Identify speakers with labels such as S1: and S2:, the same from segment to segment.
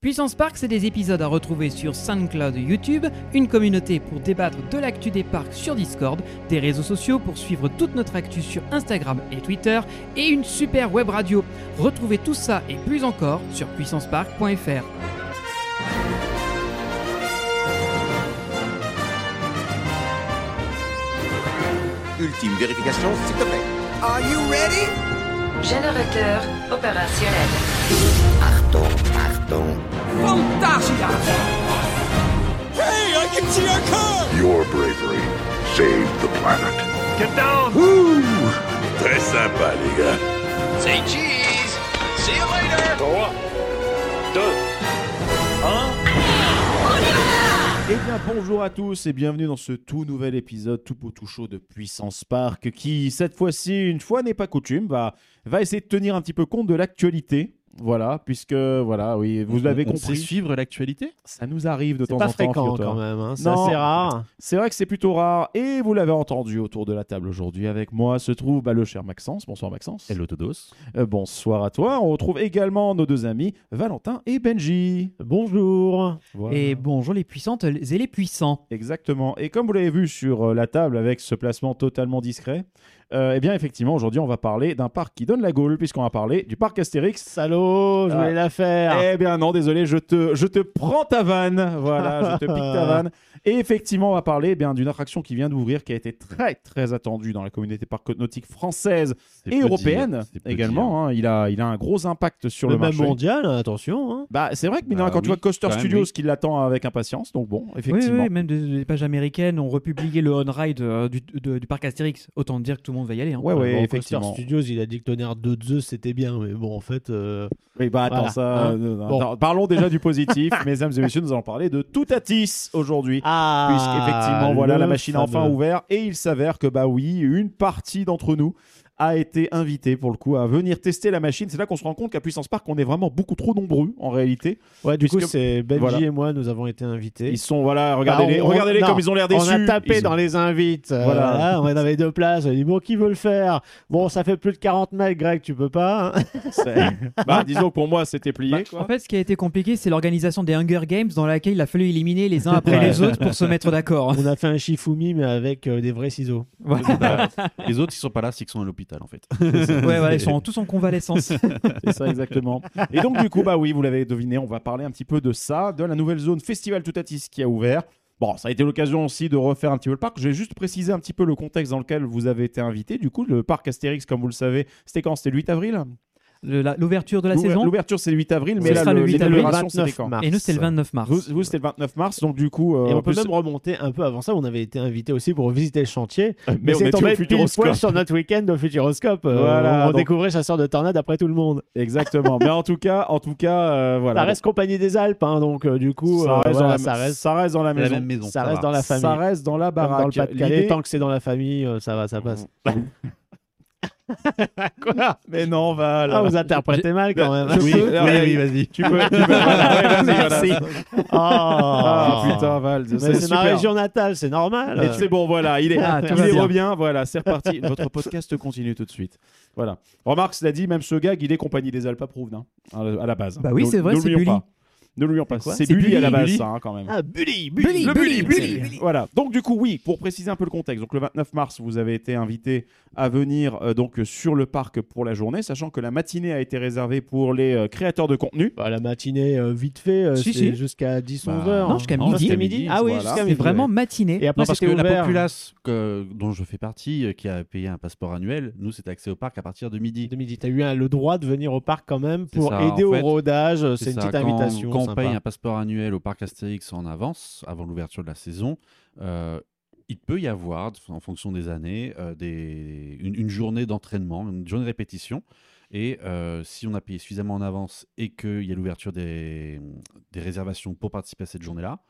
S1: Puissance Park, c'est des épisodes à retrouver sur SoundCloud et YouTube, une communauté pour débattre de l'actu des parcs sur Discord, des réseaux sociaux pour suivre toute notre actu sur Instagram et Twitter, et une super web radio. Retrouvez tout ça et plus encore sur puissancepark.fr.
S2: Ultime vérification, s'il te plaît.
S3: Are you ready?
S4: Générateur opérationnel.
S2: Arton, Arton.
S3: Fantasia! Hey, I can see our car!
S5: Your bravery saved the planet.
S2: Ouh
S5: Très sympa, les gars.
S3: Say cheese! See you later!
S6: Eh bien, bonjour à tous et bienvenue dans ce tout nouvel épisode tout pot tout chaud de Puissance Park qui, cette fois-ci, une fois n'est pas coutume, va, va essayer de tenir un petit peu compte de l'actualité. Voilà, puisque, voilà, oui, vous l'avez
S7: On sait
S6: compris,
S7: suivre l'actualité
S6: ça nous arrive de temps
S8: pas
S6: en temps.
S8: fréquent
S6: figure-toi.
S8: quand même, hein. c'est
S6: Non.
S8: assez rare.
S6: C'est vrai que c'est plutôt rare et vous l'avez entendu autour de la table aujourd'hui. Avec moi se trouve bah, le cher Maxence. Bonsoir Maxence.
S7: l'autodos.
S6: Euh, bonsoir à toi. On retrouve également nos deux amis Valentin et Benji.
S8: Bonjour.
S6: Voilà.
S1: Et bonjour les puissantes et les puissants.
S6: Exactement. Et comme vous l'avez vu sur euh, la table avec ce placement totalement discret, euh, eh bien effectivement aujourd'hui on va parler d'un parc qui donne la gaule puisqu'on va parler du parc Astérix.
S8: Salaud, je
S6: Ah.
S8: voulais la faire.
S6: Eh bien non, désolé, je te, je te prends ta vanne. Voilà, je te pique ta vanne. Et effectivement, on va parler eh bien d'une attraction qui vient d'ouvrir, qui a été très très attendue dans la communauté parc nautique française et européenne également. hein. Il, a, il a un gros impact sur le,
S8: même
S6: marché.
S8: mondial, hein, attention. hein.
S6: Bah, c'est vrai que mine de rien,
S7: Bah
S6: quand tu
S7: oui,
S6: vois Coaster
S7: quand même,
S6: Studios
S7: oui.
S6: qui l'attend avec impatience, donc bon,
S1: Oui,
S6: effectivement.
S1: oui, même des, des pages américaines ont republié le on-ride euh, du, de- du parc Astérix. Autant dire que tout le monde va y aller. hein.
S6: Ouais, ouais,
S8: Bon,
S6: effectivement.
S8: Coaster Studios, il a dit que Tonnerre de Zeus, c'était bien, mais bon, en fait, euh,
S6: Oui, bah attends,
S8: Voilà,
S6: ça.
S8: hein.
S6: euh, non,
S8: Bon.
S6: non, parlons déjà du positif, mesdames et messieurs, nous allons parler de Toutatis aujourd'hui.
S8: ah,
S6: Puisqu'effectivement, voilà,
S8: le
S6: la machine a enfin
S8: fameux.
S6: ouvert et il s'avère que, bah oui, une partie d'entre nous a été invitée pour le coup à venir tester la machine. C'est là qu'on se rend compte qu'à Puissance Park, on est vraiment beaucoup trop nombreux en réalité.
S8: Ouais, du coup,
S6: puisque-
S8: c'est Benji
S6: voilà.
S8: et moi, nous avons été invités.
S6: Ils sont, voilà, regardez-les
S8: Bah, on-
S6: regardez
S8: on-
S6: comme
S8: non,
S6: ils ont l'air déçus.
S8: On a tapé
S6: Ils
S8: dans
S6: ont-
S8: les invites. euh,
S6: Voilà.
S8: voilà, on avait deux places. On a dit, bon, qui veut le faire Bon, ça fait plus de 40 mètres, Greg, tu peux pas. hein.
S6: c'est- bah, disons que pour moi, c'était
S8: Bah,
S6: plié.
S1: En fait, ce qui a été compliqué, c'est l'organisation des Hunger Games dans laquelle il a fallu éliminer les uns après les autres pour se mettre d'accord.
S8: on a fait un Shifumi, mais avec euh, des vrais ciseaux.
S6: hein.
S7: Bah, les autres, ils sont pas là, c'est qu'ils sont à l'hôpital en fait.
S1: Ouais, voilà, ils sont tous en convalescence.
S6: C'est ça, exactement. Et donc, du coup, bah oui, vous l'avez deviné, on va parler un petit peu de ça, de la nouvelle zone Festival Toutatis qui a ouvert. Bon, ça a été l'occasion aussi de refaire un petit peu le parc. Je vais juste préciser un petit peu le contexte dans lequel vous avez été invité. Du coup, le parc Astérix, comme vous le savez, c'était quand C'était le 8 avril
S1: Le- la- L'ouverture de la
S6: L'ouver-
S1: saison
S6: euh, L'ouverture, c'est le 8 avril,
S1: Ce
S6: mais là,
S1: sera
S6: le-
S1: le 8 avril.
S6: l'inauguration, c'était quand
S8: mars.
S1: et nous, c'est le 29 mars.
S6: vous, vous, c'était le 29 mars, donc du coup. euh,
S8: Et
S6: en
S8: on peut
S6: plus-
S8: même remonter un peu avant ça, on avait été invité aussi pour visiter le chantier.
S6: mais on
S8: c'est
S6: était au
S8: tombé pile
S6: Futuroscope.
S8: poil sur notre week-end au Futuroscope. Euh,
S6: Voilà,
S8: on
S6: donc-
S8: découvrait Chasseur de Tornades après tout le monde.
S6: Exactement. mais en tout cas, en tout cas euh, voilà.
S8: ça reste Compagnie des Alpes, hein, donc euh, du coup, euh,
S6: reste dans
S8: voilà,
S6: la-
S8: ça reste,
S6: ça reste dans la
S7: la
S6: maison.
S7: même maison.
S8: ça
S7: ça
S8: reste
S7: va.
S8: dans la famille.
S6: Ça reste dans la
S8: Comme
S6: baraque.
S8: dans le Pas-de-Calais,
S6: L'idée-
S8: tant que c'est dans la famille, euh, ça va, ça passe.
S6: Quoi Mais non, Val.
S8: Ah, vous interprétez mal quand même.
S6: Oui, Ah oui,
S7: vas-y.
S6: Tu peux. tu peux- voilà, ouais, vas-y, voilà. Ah
S8: Ah
S6: putain, Val,
S8: Oh. Mais
S6: c'est
S8: C'est ma
S6: super.
S8: région natale, c'est normal.
S6: Et c'est bon, voilà, il est,
S1: Ah, tout
S6: il
S1: va
S6: est
S1: bien.
S6: revient, voilà, c'est reparti. Votre podcast continue tout de suite. Voilà. Remarque, cela dit, même ce gag, il est compagnie des Alpes approved, hein, à la- à la base.
S1: Bah oui,
S6: Ne-
S1: c'est vrai,
S6: ne
S1: c'est
S6: l'oublions
S1: Bully.
S6: pas. Ne l'oublions pas,
S1: quoi
S6: c'est
S1: C'est
S6: Bully à la
S1: Bully,
S6: base,
S1: Bully.
S6: ça, hein, quand même.
S8: Ah, Bully,
S1: Bully, Bully,
S8: Bully,
S1: Bully.
S6: Voilà. Donc du coup, oui, pour préciser un peu le contexte. Donc le 29 mars, vous avez été invité à venir euh, donc sur le parc pour la journée, sachant que la matinée a été réservée pour les euh, créateurs de contenu.
S8: Bah, la matinée, euh, vite fait, euh,
S1: Si,
S8: c'est
S1: si.
S8: jusqu'à 10-11
S7: Bah,
S8: heures.
S1: non, jusqu'à
S8: Ah,
S1: midi.
S8: c'était Ah oui,
S6: Voilà.
S8: jusqu'à
S1: C'est
S8: midi,
S1: vraiment
S8: ouais.
S1: matinée.
S8: Et après,
S7: Non, parce que
S8: c'était
S7: la
S8: ouvert.
S7: populace que- dont je fais partie, euh, qui a payé un passeport annuel, nous, c'est accès au parc à partir de midi.
S8: de midi. Tu as eu un- le droit de venir au parc quand même
S7: C'est
S8: pour
S7: ça,
S8: aider
S7: en
S8: au
S7: fait.
S8: rodage. euh, C'est une
S7: ça,
S8: petite
S7: quand-
S8: invitation.
S7: Quand on
S8: sympa.
S7: paye un passeport annuel au parc Astérix en avance, avant l'ouverture de la saison, euh, il peut y avoir, en fonction des années, euh, des, une, une journée d'entraînement, une journée de répétition. Et euh, si on a payé suffisamment en avance et qu'il y a l'ouverture des, des réservations pour participer à cette journée-là,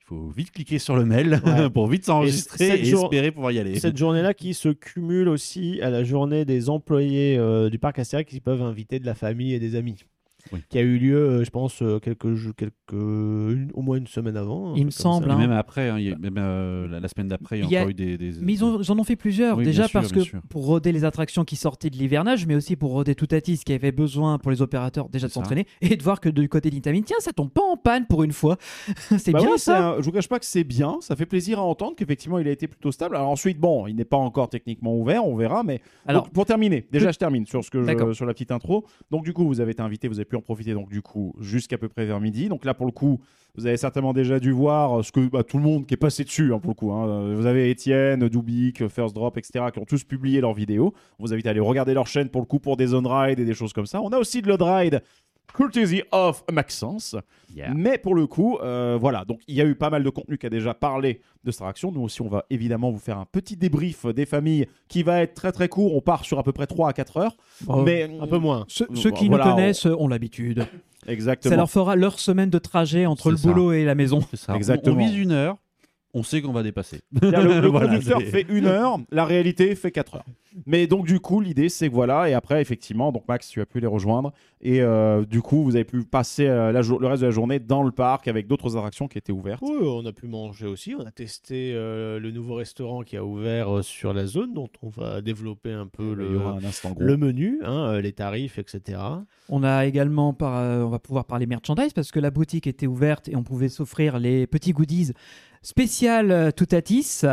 S7: il faut vite cliquer sur le mail
S8: Ouais.
S7: pour vite s'enregistrer
S8: cette
S7: et,
S8: jour-
S7: espérer pouvoir y aller.
S8: Cette journée-là qui se cumule aussi à la journée des employés euh, du parc Astérix qui peuvent inviter de la famille et des amis.
S7: Oui.
S8: qui a eu lieu, euh, je pense, euh, quelques, jou- quelques, une- au moins une semaine avant.
S9: Il
S8: un truc
S9: me
S8: comme ça.
S9: semble,
S7: Et
S9: hein.
S7: même après, hein, il y a- même, euh, la, la semaine d'après, il y a
S9: Il y a-
S7: encore eu des. des-
S9: Mais ils ont- ils en ont fait plusieurs,
S7: Oui, bien
S9: déjà
S7: sûr,
S9: parce que
S7: bien sûr.
S9: pour roder les attractions qui sortaient de l'hivernage, mais aussi pour roder Toutatis qui avait besoin pour les opérateurs déjà de
S7: C'est ça.
S9: s'entraîner et de voir que du côté d'Intamin, tiens, ça tombe pas en panne pour une fois. c'est
S6: Bah
S9: bien
S6: oui,
S9: ça.
S6: c'est un- je vous cache pas que c'est bien, ça fait plaisir à entendre qu'effectivement il a été plutôt stable. Alors ensuite, bon, il n'est pas encore techniquement ouvert, on verra, mais
S9: Alors,
S6: Donc, pour terminer, déjà je termine sur ce que je,
S9: D'accord.
S6: sur la petite intro. Donc du coup, vous avez été invité, vous avez pu en profiter donc du coup jusqu'à peu près vers midi. Donc là pour le coup, vous avez certainement déjà dû voir euh, ce que bah, tout le monde qui est passé dessus hein, pour le coup. hein. Euh, Vous avez Étienne, Doubik, First Drop, etc. qui ont tous publié leurs vidéos. On vous invite à aller regarder leur chaîne pour le coup pour des on-ride et des choses comme ça. On a aussi de l'on-ride courtesy of Maxence.
S7: Yeah.
S6: Mais pour le coup, euh, voilà, donc il y a eu pas mal de contenu qui a déjà parlé de cette réaction. Nous aussi, on va évidemment vous faire un petit débrief des familles qui va être très très court. On part sur à peu près 3 à 4 heures.
S9: Bon,
S6: mais
S8: Oh, Un peu moins.
S9: euh, ceux, ceux qui
S6: Voilà,
S9: nous
S6: on-
S9: connaissent euh, ont l'habitude.
S6: Exactement.
S9: Ça leur fera leur semaine de trajet entre
S7: C'est
S9: le
S7: ça.
S9: boulot et la maison.
S7: C'est ça. On-
S6: Exactement.
S7: On, vise une heure, on sait qu'on va dépasser.
S6: C'est-à-dire, Le, le
S7: Voilà,
S6: conducteur
S7: c'est-
S6: fait une heure, la réalité fait 4 heures. Mais donc du coup, l'idée c'est que voilà, et après effectivement, donc Max, tu as pu les rejoindre, et euh, du coup, vous avez pu passer euh, la jour- le reste de la journée dans le parc avec d'autres attractions qui étaient ouvertes.
S8: Oui, on a pu manger aussi. On a testé euh, le nouveau restaurant qui a ouvert euh, sur la zone, dont on va développer un peu
S6: Eh ben, Il y
S8: le,
S6: aura un instant gros.
S8: le menu, hein, euh, les tarifs, etc.
S9: On a également, par, euh, on va pouvoir parler merchandise parce que la boutique était ouverte et on pouvait s'offrir les petits goodies spéciales euh, Toutatis.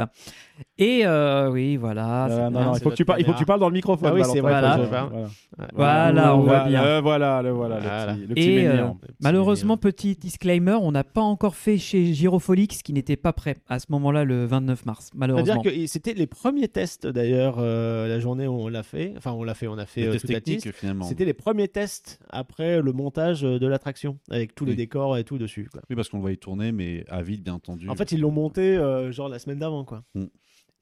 S9: Et euh, oui, voilà.
S6: Euh,
S9: c'est
S6: non,
S9: bien.
S6: non, il,
S8: c'est
S6: faut que tu
S8: notre
S6: parles- il faut que tu parles dans le microphone.
S8: Ah oui, c'est
S9: vrai, faut
S6: Valentin.
S9: que je
S6: Voilà.
S8: parle.
S9: Voilà, on voit bien.
S6: Le voilà, le voilà, le
S8: Voilà.
S6: petit, le petit
S9: Et, euh,
S6: menhir.
S9: Malheureusement, petit disclaimer, on n'a pas encore fait chez Girofolix qui n'était pas prêt à ce moment-là le 29 mars,
S8: C'est-à-dire
S9: malheureusement.
S8: que c'était les premiers tests d'ailleurs, euh, la journée où on l'a fait. Enfin, on l'a fait, on a fait
S7: Les
S8: euh,
S7: tests
S8: toute la
S7: techniques,
S8: liste.
S7: finalement.
S8: C'était les premiers tests après le montage euh, de l'attraction, avec tous les
S7: Oui.
S8: décors et tout dessus. quoi.
S7: Oui, parce qu'on le voyait tourner, mais à vide, bien entendu.
S8: En fait, ils l'ont monté euh, genre la semaine d'avant, quoi.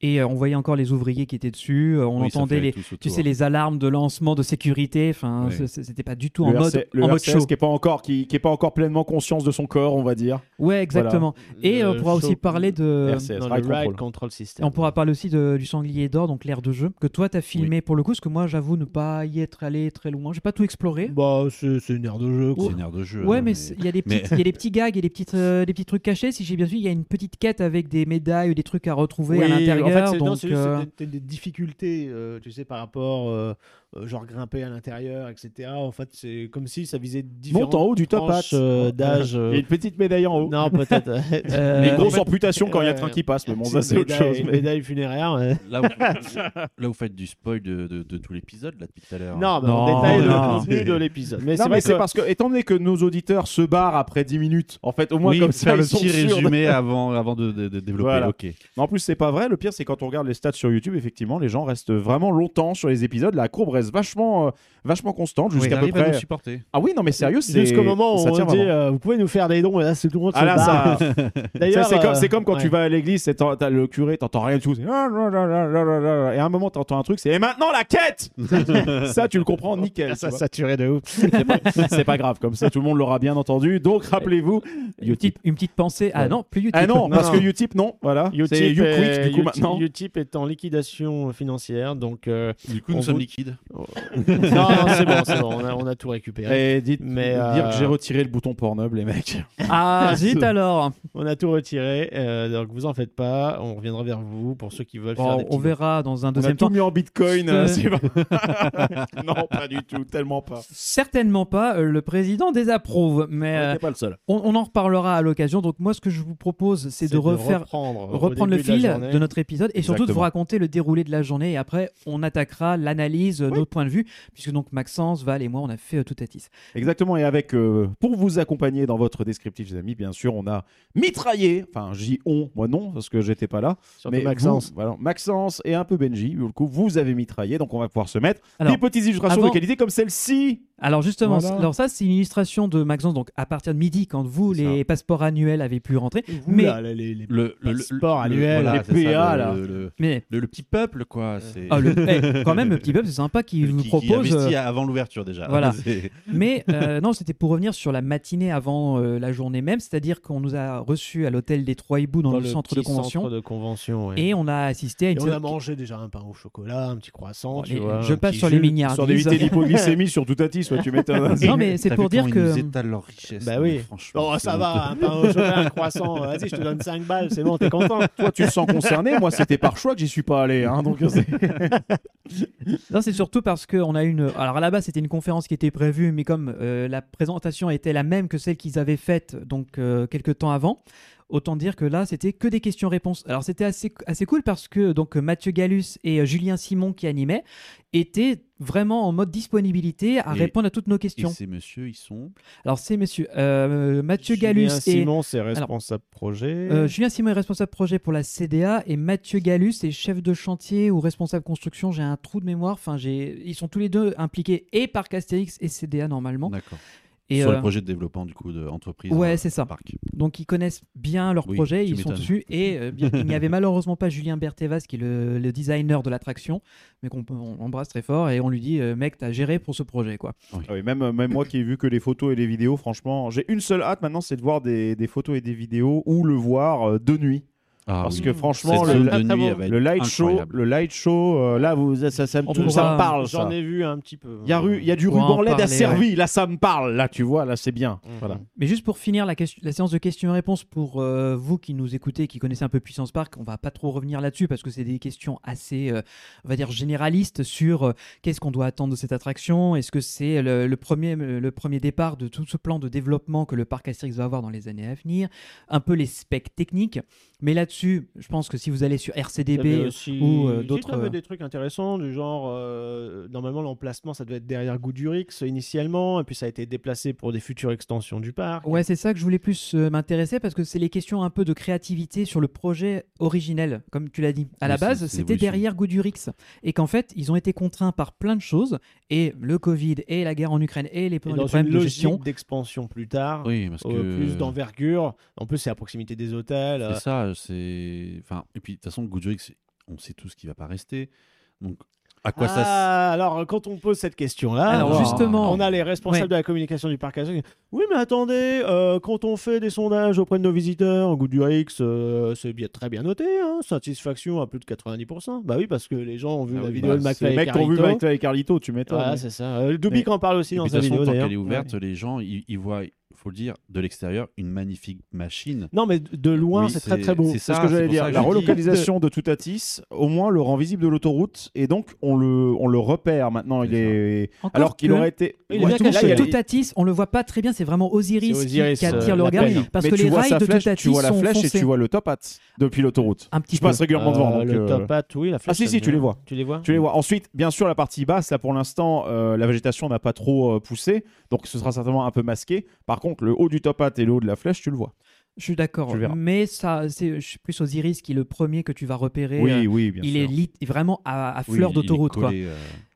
S9: Et euh, on voyait encore les ouvriers qui étaient dessus, euh, on
S7: Oui, ça
S9: entendait
S7: fait
S9: les,
S7: tous
S9: tu
S7: autour.
S9: sais, les alarmes de lancement de sécurité. Enfin,
S7: Oui.
S9: c'est- c'est- c'était pas du tout en
S6: le
S9: mode,
S6: RC le
S9: en mode
S6: RCS
S9: show.
S6: qui est pas encore qui, qui est pas encore pleinement conscience de son corps, on va dire.
S9: Ouais, exactement. Et
S8: Le
S9: euh, on pourra aussi
S8: show-
S9: parler de.
S6: RCS,
S8: Non, le
S6: Ride
S8: Ride
S6: Control.
S8: Control, System.
S9: Et on pourra parler aussi de- du sanglier d'or, donc l'air de jeu, que toi t'as filmé pour le coup, parce que moi j'avoue ne pas y être allé très loin. J'ai pas tout exploré.
S8: Bah, c'est c'est une aire de jeu,
S7: C'est
S8: quoi.
S7: une aire de jeu.
S9: ouais,
S7: hein,
S9: mais c'est- il y, a des
S7: mais-
S9: petites- il y a des petits gags, il y a des, petites, euh, des petits trucs cachés. Si j'ai bien vu, il y a une petite quête avec des médailles ou des trucs à retrouver à
S8: Oui,
S9: l'intérieur.
S8: En fait, c'est- non,
S9: donc,
S8: c'est juste
S9: euh,
S8: des, des- des difficultés, euh, tu sais, par rapport, euh, euh, genre grimper à l'intérieur, etc. En fait, c'est comme si ça visait différents
S6: Monte en haut du top hat.
S8: d'âge. euh,
S6: Il y a une petite médaille en haut.
S8: Non, peut-être. euh,
S9: euh,
S6: Mais une
S7: en
S6: grosse
S7: fait-
S6: amputation quand il y a le train
S8: Ouais.
S6: qui passe, mais bon,
S8: petite
S6: ça c'est autre
S8: médaille-
S6: chose. mais-
S8: Médaille funéraire. ouais.
S7: Là, vous, là, vous faites du spoil de, de- de tout l'épisode, là, depuis tout à l'heure.
S8: Non, mais
S9: Non,
S8: on détaille
S9: non.
S8: le contenu de l'épisode. Mais
S6: Non,
S8: c'est
S6: mais
S8: vrai
S6: c'est
S8: que
S6: parce que, étant donné que nos auditeurs se barrent après 10 minutes, en fait, au moins
S7: oui,
S6: comme ça,
S7: faire
S6: ils
S7: le
S6: sont
S7: petit
S6: sûrs de-
S7: résumé avant, avant de, de- de développer.
S6: Voilà.
S7: Ok.
S6: Mais en plus, c'est pas vrai. Le pire, c'est quand on regarde les stats sur YouTube, effectivement, les gens restent vraiment longtemps sur les épisodes. La courbe reste vachement, euh, vachement constante
S7: Ils
S6: jusqu'à peu
S7: arrivent à nous
S6: près.
S7: supporter.
S6: Ah oui, non, mais sérieux, c'est.
S8: jusqu'au moment où
S6: ça
S8: on
S6: tient
S8: dit
S6: vraiment.
S8: euh, vous pouvez nous faire des dons et là c'est tout le monde
S6: Ah là,
S8: se barre.
S6: ça. Ça,
S8: D'ailleurs,
S6: c'est comme,
S8: euh,
S6: c'est comme quand
S8: ouais.
S6: tu vas à l'église, et t'en- t'as le curé, t'entends rien du tout. c'est ah, là, là, là, là, là, là. Et à un moment, t'entends un truc, c'est et maintenant la quête Ça, tu le comprends nickel.
S8: Ah,
S6: tu
S8: ça
S6: vois.
S8: saturé de ouf.
S6: C'est pas- c'est pas grave, comme ça, tout le monde l'aura bien entendu. Donc, rappelez-vous,
S9: une, petite, une petite pensée. Ah
S6: Ouais.
S9: non, plus YouTube.
S6: Ah non,
S8: Non,
S6: parce
S8: non.
S6: que Utip, non, voilà. C'est
S8: Utip
S6: Uquick,
S8: est,
S6: du coup,
S8: Utip-
S6: maintenant.
S8: Utip est en liquidation financière, donc euh,
S7: Du coup, nous
S8: On
S7: sommes
S8: vous-
S7: liquides.
S8: non, non, c'est bon, c'est bon, on a, on a tout récupéré.
S6: Et dites,
S8: Mais,
S6: dire
S8: euh,
S6: que j'ai retiré le bouton Pornhub, les mecs.
S9: Ah zut alors.
S8: On a tout retiré, euh, donc vous en faites pas, on reviendra vers vous pour ceux qui veulent faire
S9: Bon,
S8: des petits
S9: on verra dans un
S6: On a
S9: deuxième
S6: tout
S9: temps.
S6: mis en bitcoin.
S9: Je-
S6: euh, c'est pas- non, pas du tout, tellement pas.
S9: Certainement pas. euh, Le président désapprouve, mais
S6: On
S9: euh,
S6: n'est pas le seul.
S9: on, on en reparlera à l'occasion. Donc moi, ce que je vous propose, c'est de refaire
S8: reprendre, au
S9: reprendre le
S8: début
S9: fil
S8: la
S9: de,
S8: journée.
S9: notre épisode et surtout de vous
S6: Exactement.
S9: raconter le déroulé de la journée et après on attaquera l'analyse, euh, notre point de vue puisque donc Maxence, Val et moi on a fait euh, tout à 10.
S6: Exactement, et avec, euh, pour vous accompagner dans votre descriptif, les amis, bien sûr, on a mitraillé, enfin, j'y on, moi non, parce que j'étais pas là,
S8: Surtout
S6: mais
S8: Maxence.
S6: vous, voilà, Maxence et un peu Benji, du coup, vous avez mitraillé, donc on va pouvoir se mettre
S9: Alors,
S6: des petites illustrations
S9: avant-
S6: de qualité comme celle-ci.
S9: Alors justement,
S6: Voilà.
S9: alors ça c'est une illustration de Maxence donc à partir de midi quand vous
S6: C'est
S9: les passeports annuels avez pu rentrer
S8: Ouh
S9: mais-
S8: là là, les- les-
S7: Le, le, le,
S8: Passeport
S7: le-
S8: annuel,
S7: voilà,
S6: les
S7: c'est ça,
S6: PA,
S7: le-
S6: là.
S7: Le, le-
S9: mais
S7: le- le petit peuple, quoi. C'est...
S9: ah, le- eh, quand même le petit peuple c'est sympa qui vous
S7: qui- qui
S9: propose
S7: investit
S9: euh,
S7: avant l'ouverture déjà.
S9: voilà.
S7: C'est-
S9: mais euh, non c'était pour revenir sur la matinée avant euh, la journée même c'est-à-dire qu'on nous a reçus à l'hôtel des Trois Hiboux dans, le, centre de
S8: petit
S9: convention
S8: centre de convention, ouais.
S9: et on a assisté à
S8: Et
S9: une
S8: on a mangé déjà un pain au chocolat, un petit croissant,
S9: Bon,
S8: tu
S9: les-
S8: vois.
S9: je
S8: un
S9: passe
S8: petit
S9: sur les
S8: jus.
S9: mignardises.
S6: Histoire d'éviter l'hypoglycémie sur tout à 10, ouais, tu m'étonnes.
S9: Non, mais c'est
S7: T'as
S9: pour
S7: vu
S9: dire
S7: comment
S9: que-
S7: Ils nous étalent leur richesse.
S8: Bah oui.
S7: mais franchement.
S8: Oh, ça
S7: c'est
S8: va, un pain au chocolat, un croissant. Vas-y, je te donne 5 balles, c'est bon, t'es content.
S6: Toi, tu te sens concerné. Moi, c'était par choix que j'y suis pas allé. Hein, donc c'est-
S9: Non, c'est surtout parce qu'on a une. Alors à la base, c'était une conférence qui était prévue, mais comme euh, la présentation était la même que celle qu'ils avaient faite donc euh, quelques temps avant, autant dire que là, c'était que des questions-réponses. Alors c'était assez, assez cool parce que donc Mathieu Gallus et euh, Julien Simon qui animaient étaient vraiment en mode disponibilité à
S7: Et-
S9: répondre à toutes nos
S7: Et
S9: questions.
S7: ces messieurs, ils sont.
S9: Alors c'est messieurs euh, Mathieu Gallus
S10: Julien
S9: et
S10: Simon, c'est responsable projet.
S7: Mm.
S9: euh, Julien Simon est responsable projet pour la CDA et Mathieu Gallus est chef de chantier ou responsable construction. J'ai un trou de mémoire. Enfin, j'ai... Ils sont tous les deux impliqués et par Castérix et CDA normalement.
S7: D'accord.
S9: Et,
S7: Sur
S9: euh,
S7: le projet de développement du coup de entreprise.
S9: Ouais,
S7: euh,
S9: c'est ça.
S7: Parc.
S9: donc ils connaissent bien leur
S7: Oui,
S9: projet,
S7: tu
S9: ils sont
S7: m'étonnes.
S9: dessus. Et euh, bien qu'il n'y avait malheureusement pas Julien Bertevas qui est le, le designer de l'attraction, mais qu'on peut- on embrasse très fort et on lui dit euh, mec, t'as géré pour ce projet quoi.
S6: Ah oui, même, même moi qui ai vu que les photos et les vidéos, franchement, j'ai une seule hâte maintenant, c'est de voir des, des photos et des vidéos ou le voir euh, de nuit.
S7: Ah,
S6: Parce
S7: oui.
S6: que franchement,
S7: Cette
S6: le,
S7: zone de
S8: très
S7: nuit,
S8: bon.
S7: elle va être
S6: le light show,
S7: incroyable.
S6: le light show, euh, là, vous, ça, ça, ça me
S9: On
S6: touche,
S9: pourra-
S6: ça me parle. ça.
S8: J'en ai vu un petit peu.
S6: Il y, a ru- il y a du
S9: On pourra en
S6: ruban LED
S9: parler,
S6: asservi, là ça me parle, là tu vois, là c'est bien.
S8: Mhm.
S6: Voilà.
S9: Mais juste pour finir la, question- la séance de questions-réponses pour euh, vous qui nous écoutez, qui connaissez un peu Puissance Park, on va pas trop revenir là-dessus parce que c'est des questions assez, euh, on va dire généralistes sur euh, qu'est-ce qu'on doit attendre de cette attraction, est-ce que c'est le, le premier le premier départ de tout ce plan de développement que le parc Astérix va avoir dans les années à venir, un peu les specs techniques. Mais là-dessus, je pense que si vous allez sur
S8: E
S9: RCDB, ou, euh, d'autres-
S8: d'autres. des trucs intéressants du genre euh, normalement l'emplacement ça devait être derrière Goudurix euh, initialement et puis ça a été déplacé pour des futures extensions du parc.
S9: Ouais, c'est ça que je voulais plus euh, m'intéresser parce que c'est les questions un peu de créativité sur le projet originel, comme tu l'as dit. À
S7: Oui,
S9: la
S7: c'est-
S9: base,
S7: c'est
S9: c'était
S7: l'évolution.
S9: derrière Goudurix et qu'en fait, ils ont été contraints par plein de choses et le Covid et la guerre en Ukraine et les,
S8: Et
S9: les
S8: dans
S9: problèmes
S8: une
S9: de gestion.
S8: logique d'expansion plus tard,
S7: Oui, parce
S8: euh,
S7: que.
S8: plus d'envergure. En plus c'est à proximité des hôtels. euh,
S7: C'est ça, c'est. Enfin, et puis de toute façon, Goodrix, on sait tous qu'il va pas rester. Donc, à quoi ça. s-
S8: Ah, alors quand on pose cette question-là,
S6: Ah,
S9: Alors,
S8: on-
S9: justement-
S8: on a les responsables
S9: Ouais.
S8: de la communication du parc Astérix. Oui, mais attendez, euh, quand on fait des sondages auprès de nos visiteurs, Goodurix, euh, c'est bien très bien noté, hein, satisfaction à plus de 90%. Bah oui, parce que les gens ont vu
S7: Ah
S8: la
S7: oui,
S8: vidéo
S6: Bah,
S8: de
S6: c'est- les
S8: McFly et
S6: mecs t'ont vu
S8: Carlito.
S6: McFly et Carlito, tu m'étonnes.
S8: Voilà, c'est ça. Euh, Doubik en parle aussi
S7: Et
S8: dans
S7: puis, de
S8: sa
S7: toute façon,
S8: vidéo
S7: tant
S8: d'ailleurs.
S7: qu'elle est ouverte,
S8: Ouais.
S7: les gens, ils, ils voient, il faut le dire, de l'extérieur, une magnifique machine.
S8: Non, mais de loin,
S7: Oui,
S8: c'est très très beau.
S7: C'est
S6: C'est
S7: ça,
S6: ce que j'allais
S7: pour
S6: dire.
S7: ça
S6: La
S7: je dis-
S6: relocalisation de Toutatis, au moins le rend visible de l'autoroute et donc on le, on le repère maintenant. Il
S7: C'est
S6: est...
S9: Encore
S6: Alors qu'il
S9: que-
S6: aurait été.
S8: Il est
S6: Ouais,
S8: bien
S6: tout-
S9: Tout,
S8: caché,
S6: là, il y a-
S8: tout
S9: Toutatis, on le voit pas très bien, c'est vraiment Osiris, qui-
S8: Osiris,
S9: qui attire
S8: euh,
S9: le
S8: la
S9: regard
S8: plaine.
S9: parce
S6: mais
S9: que
S6: tu
S9: les
S6: vois
S9: rails
S6: sa
S9: de
S6: flèche,
S9: Toutatis
S6: tu vois la
S9: sont
S6: flèche
S9: foncés. Ah,
S6: et tu vois le top hat depuis l'autoroute.
S9: un petit
S6: Je passe
S9: peu.
S6: régulièrement devant.
S8: Euh,
S6: donc,
S8: le
S6: euh,
S8: top hat, oui, la flèche,
S6: si,
S8: ça
S6: si,
S8: me
S6: tu les
S8: vient.
S6: vois.
S8: Tu les vois
S6: Tu les vois. Ensuite, bien sûr, la partie basse, là pour l'instant, euh, la végétation n'a pas trop euh, poussé, donc ce sera certainement un peu masqué. Par contre, le haut du top hat et le haut de la flèche, tu le vois.
S9: Je suis d'accord,
S6: Tu verras.
S9: mais ça, c'est je suis plus Osiris qui est le premier que tu vas repérer. euh,
S6: Oui, oui, bien
S9: il
S6: sûr.
S9: est lit- vraiment à, à
S7: Oui,
S9: fleur
S7: il- il est
S9: d'autoroute quoi.
S7: collé, euh,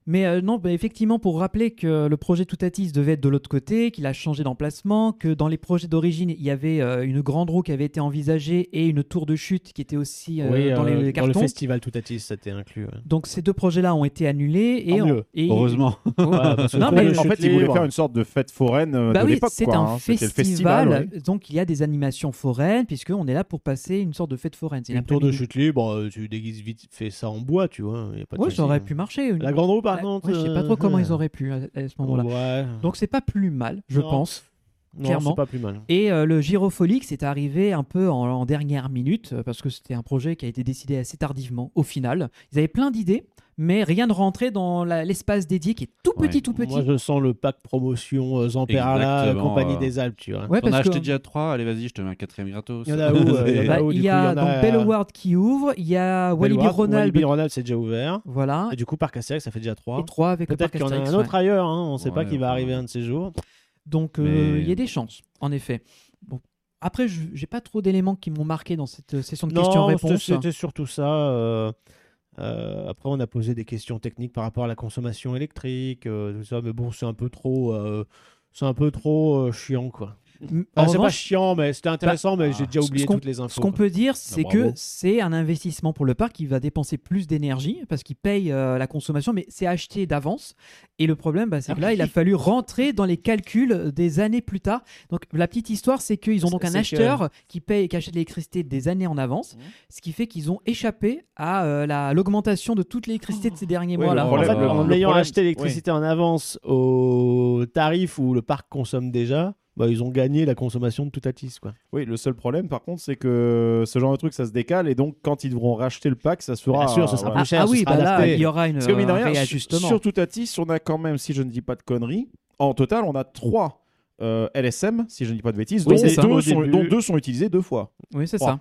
S9: Mais euh, non, bah, effectivement, pour rappeler que le projet Toutatis devait être de l'autre côté, qu'il a changé d'emplacement, que dans les projets d'origine, il y avait euh, une grande roue qui avait été envisagée et une tour de chute qui était aussi euh,
S8: Oui,
S9: dans
S8: euh,
S9: les
S8: le
S9: cartons.
S8: festival Toutatis, c'était inclus. ouais.
S9: Donc ces deux projets-là ont été annulés et,
S8: Tant
S9: on-
S8: mieux.
S9: et-
S7: Heureusement.
S8: Voilà, parce que
S9: Non,
S8: quand
S9: mais-
S8: même,
S6: En
S8: chute
S6: fait, il voulait
S8: libre.
S6: faire une sorte de fête foraine euh,
S9: Bah
S6: de
S9: oui,
S6: l'époque.
S9: c'est
S6: quoi,
S9: un
S6: hein. C'était
S9: festival,
S6: le festival. ouais.
S9: donc il y a des animations foraines, puisqu'on est là pour passer une sorte de fête foraine. C'est
S8: Une tour de
S9: l'après-midi.
S8: chute libre, euh, tu déguises vite fait ça en bois, tu vois. y a pas de
S9: Ouais,
S8: souci.
S9: ça
S8: hein.
S9: aurait pu marcher. Une...
S8: La grande roue, par
S9: Ouais,
S8: contre. euh,
S9: ouais, je sais pas trop comment ils auraient pu à, à ce moment-là.
S8: Ouais.
S9: Donc c'est pas plus mal, je
S8: Non.
S9: pense.
S8: Non,
S9: clairement.
S8: c'est pas plus mal.
S9: Et euh, le Gyrofolix est arrivé un peu en, en dernière minute euh, parce que c'était un projet qui a été décidé assez tardivement au final. Ils avaient plein d'idées, mais rien ne rentrait dans la- l'espace dédié qui est tout
S7: Ouais.
S9: petit, tout petit.
S8: Moi, je sens le pack promotion euh, Zamperla, euh,
S7: Exactement,
S8: compagnie
S7: euh,
S8: des Alpes, tu vois.
S9: Ouais,
S7: T'en as
S9: parce que-
S7: acheté déjà trois, allez, vas-y, je te mets un quatrième gratos.
S8: Il y en a où euh, Il y en
S9: Bah,
S8: a où,
S9: il
S8: du
S9: y
S8: coup,
S9: a
S8: en
S9: donc
S8: euh,
S9: Belloward qui ouvre, il y a Walibi
S8: Bellward,
S9: Ronald,
S8: Walibi Ronald, c'est déjà ouvert.
S9: voilà,
S8: Et du coup, Parc Astérix, ça fait déjà
S9: et
S8: 3.
S9: trois avec le parc
S8: Peut-être qu'il y en a
S9: Astérix,
S8: un
S9: ouais.
S8: autre ailleurs, hein, on ne sait pas
S7: Ouais,
S8: qui va
S7: enfin,
S8: arriver un de ces jours.
S9: Donc euh, il
S7: Mais-
S9: y a des chances, en effet. Bon. Après, je- j'ai pas trop d'éléments qui m'ont marqué dans cette euh, session de
S8: c'était-
S9: questions-réponses.
S8: c'était surtout ça. euh, euh, après, on a posé des questions techniques par rapport à la consommation électrique, euh, tout ça, mais bon, c'est un peu trop, euh, c'est un peu trop euh, chiant, quoi.
S9: M-
S8: Ah,
S9: en
S8: c'est pas
S9: revanche,
S8: chiant, mais
S6: Bah,
S8: c'était intéressant, mais j'ai déjà
S9: ce-
S8: oublié
S9: ce qu'on-
S8: toutes les infos.
S9: Ce qu'on
S8: quoi.
S9: peut dire, c'est
S6: Ah,
S9: que
S8: bravo.
S9: c'est un investissement pour le parc. Il va dépenser plus d'énergie parce qu'il paye euh, la consommation, mais c'est acheté d'avance. Et le problème, bah, c'est que là, il a fallu rentrer dans les calculs des années plus tard. Donc la petite histoire, c'est qu'ils ont donc
S8: C'est-
S9: un
S8: c'est
S9: acheteur qui paye, qui achète l'électricité des années en avance, ce qui fait qu'ils ont échappé à euh, la- l'augmentation de toute l'électricité de ces derniers euh,
S6: Oui,
S9: mois. là.
S6: le
S8: En
S6: problème,
S8: fait,
S7: le-
S8: en
S6: le
S8: ayant
S6: problème,
S8: acheté l'électricité en avance au tarif où le parc consomme déjà, bah, ils ont gagné la consommation de tout Atis. Quoi.
S6: Oui, le seul problème, par contre, c'est que ce genre de truc, ça se décale, et donc quand ils devront racheter le pack, ça sera.
S8: Bien sûr, ce sera
S9: Ah,
S8: plus cher,
S9: ah
S8: ce
S9: oui, bah
S8: sera
S9: là,
S8: adapté.
S9: il y aura une euh,
S6: Parce que mine de
S9: un
S6: rien,
S9: réajustement.
S6: sur Toutatis, on a quand même, si je ne dis pas de conneries, en total, on a trois euh, LSM, si je ne dis pas de bêtises,
S9: Oui,
S6: dont,
S9: c'est ça.
S6: deux
S9: Au
S6: sont,
S8: début.
S6: dont deux sont utilisés deux fois.
S9: Oui, c'est
S6: Trois.
S9: ça.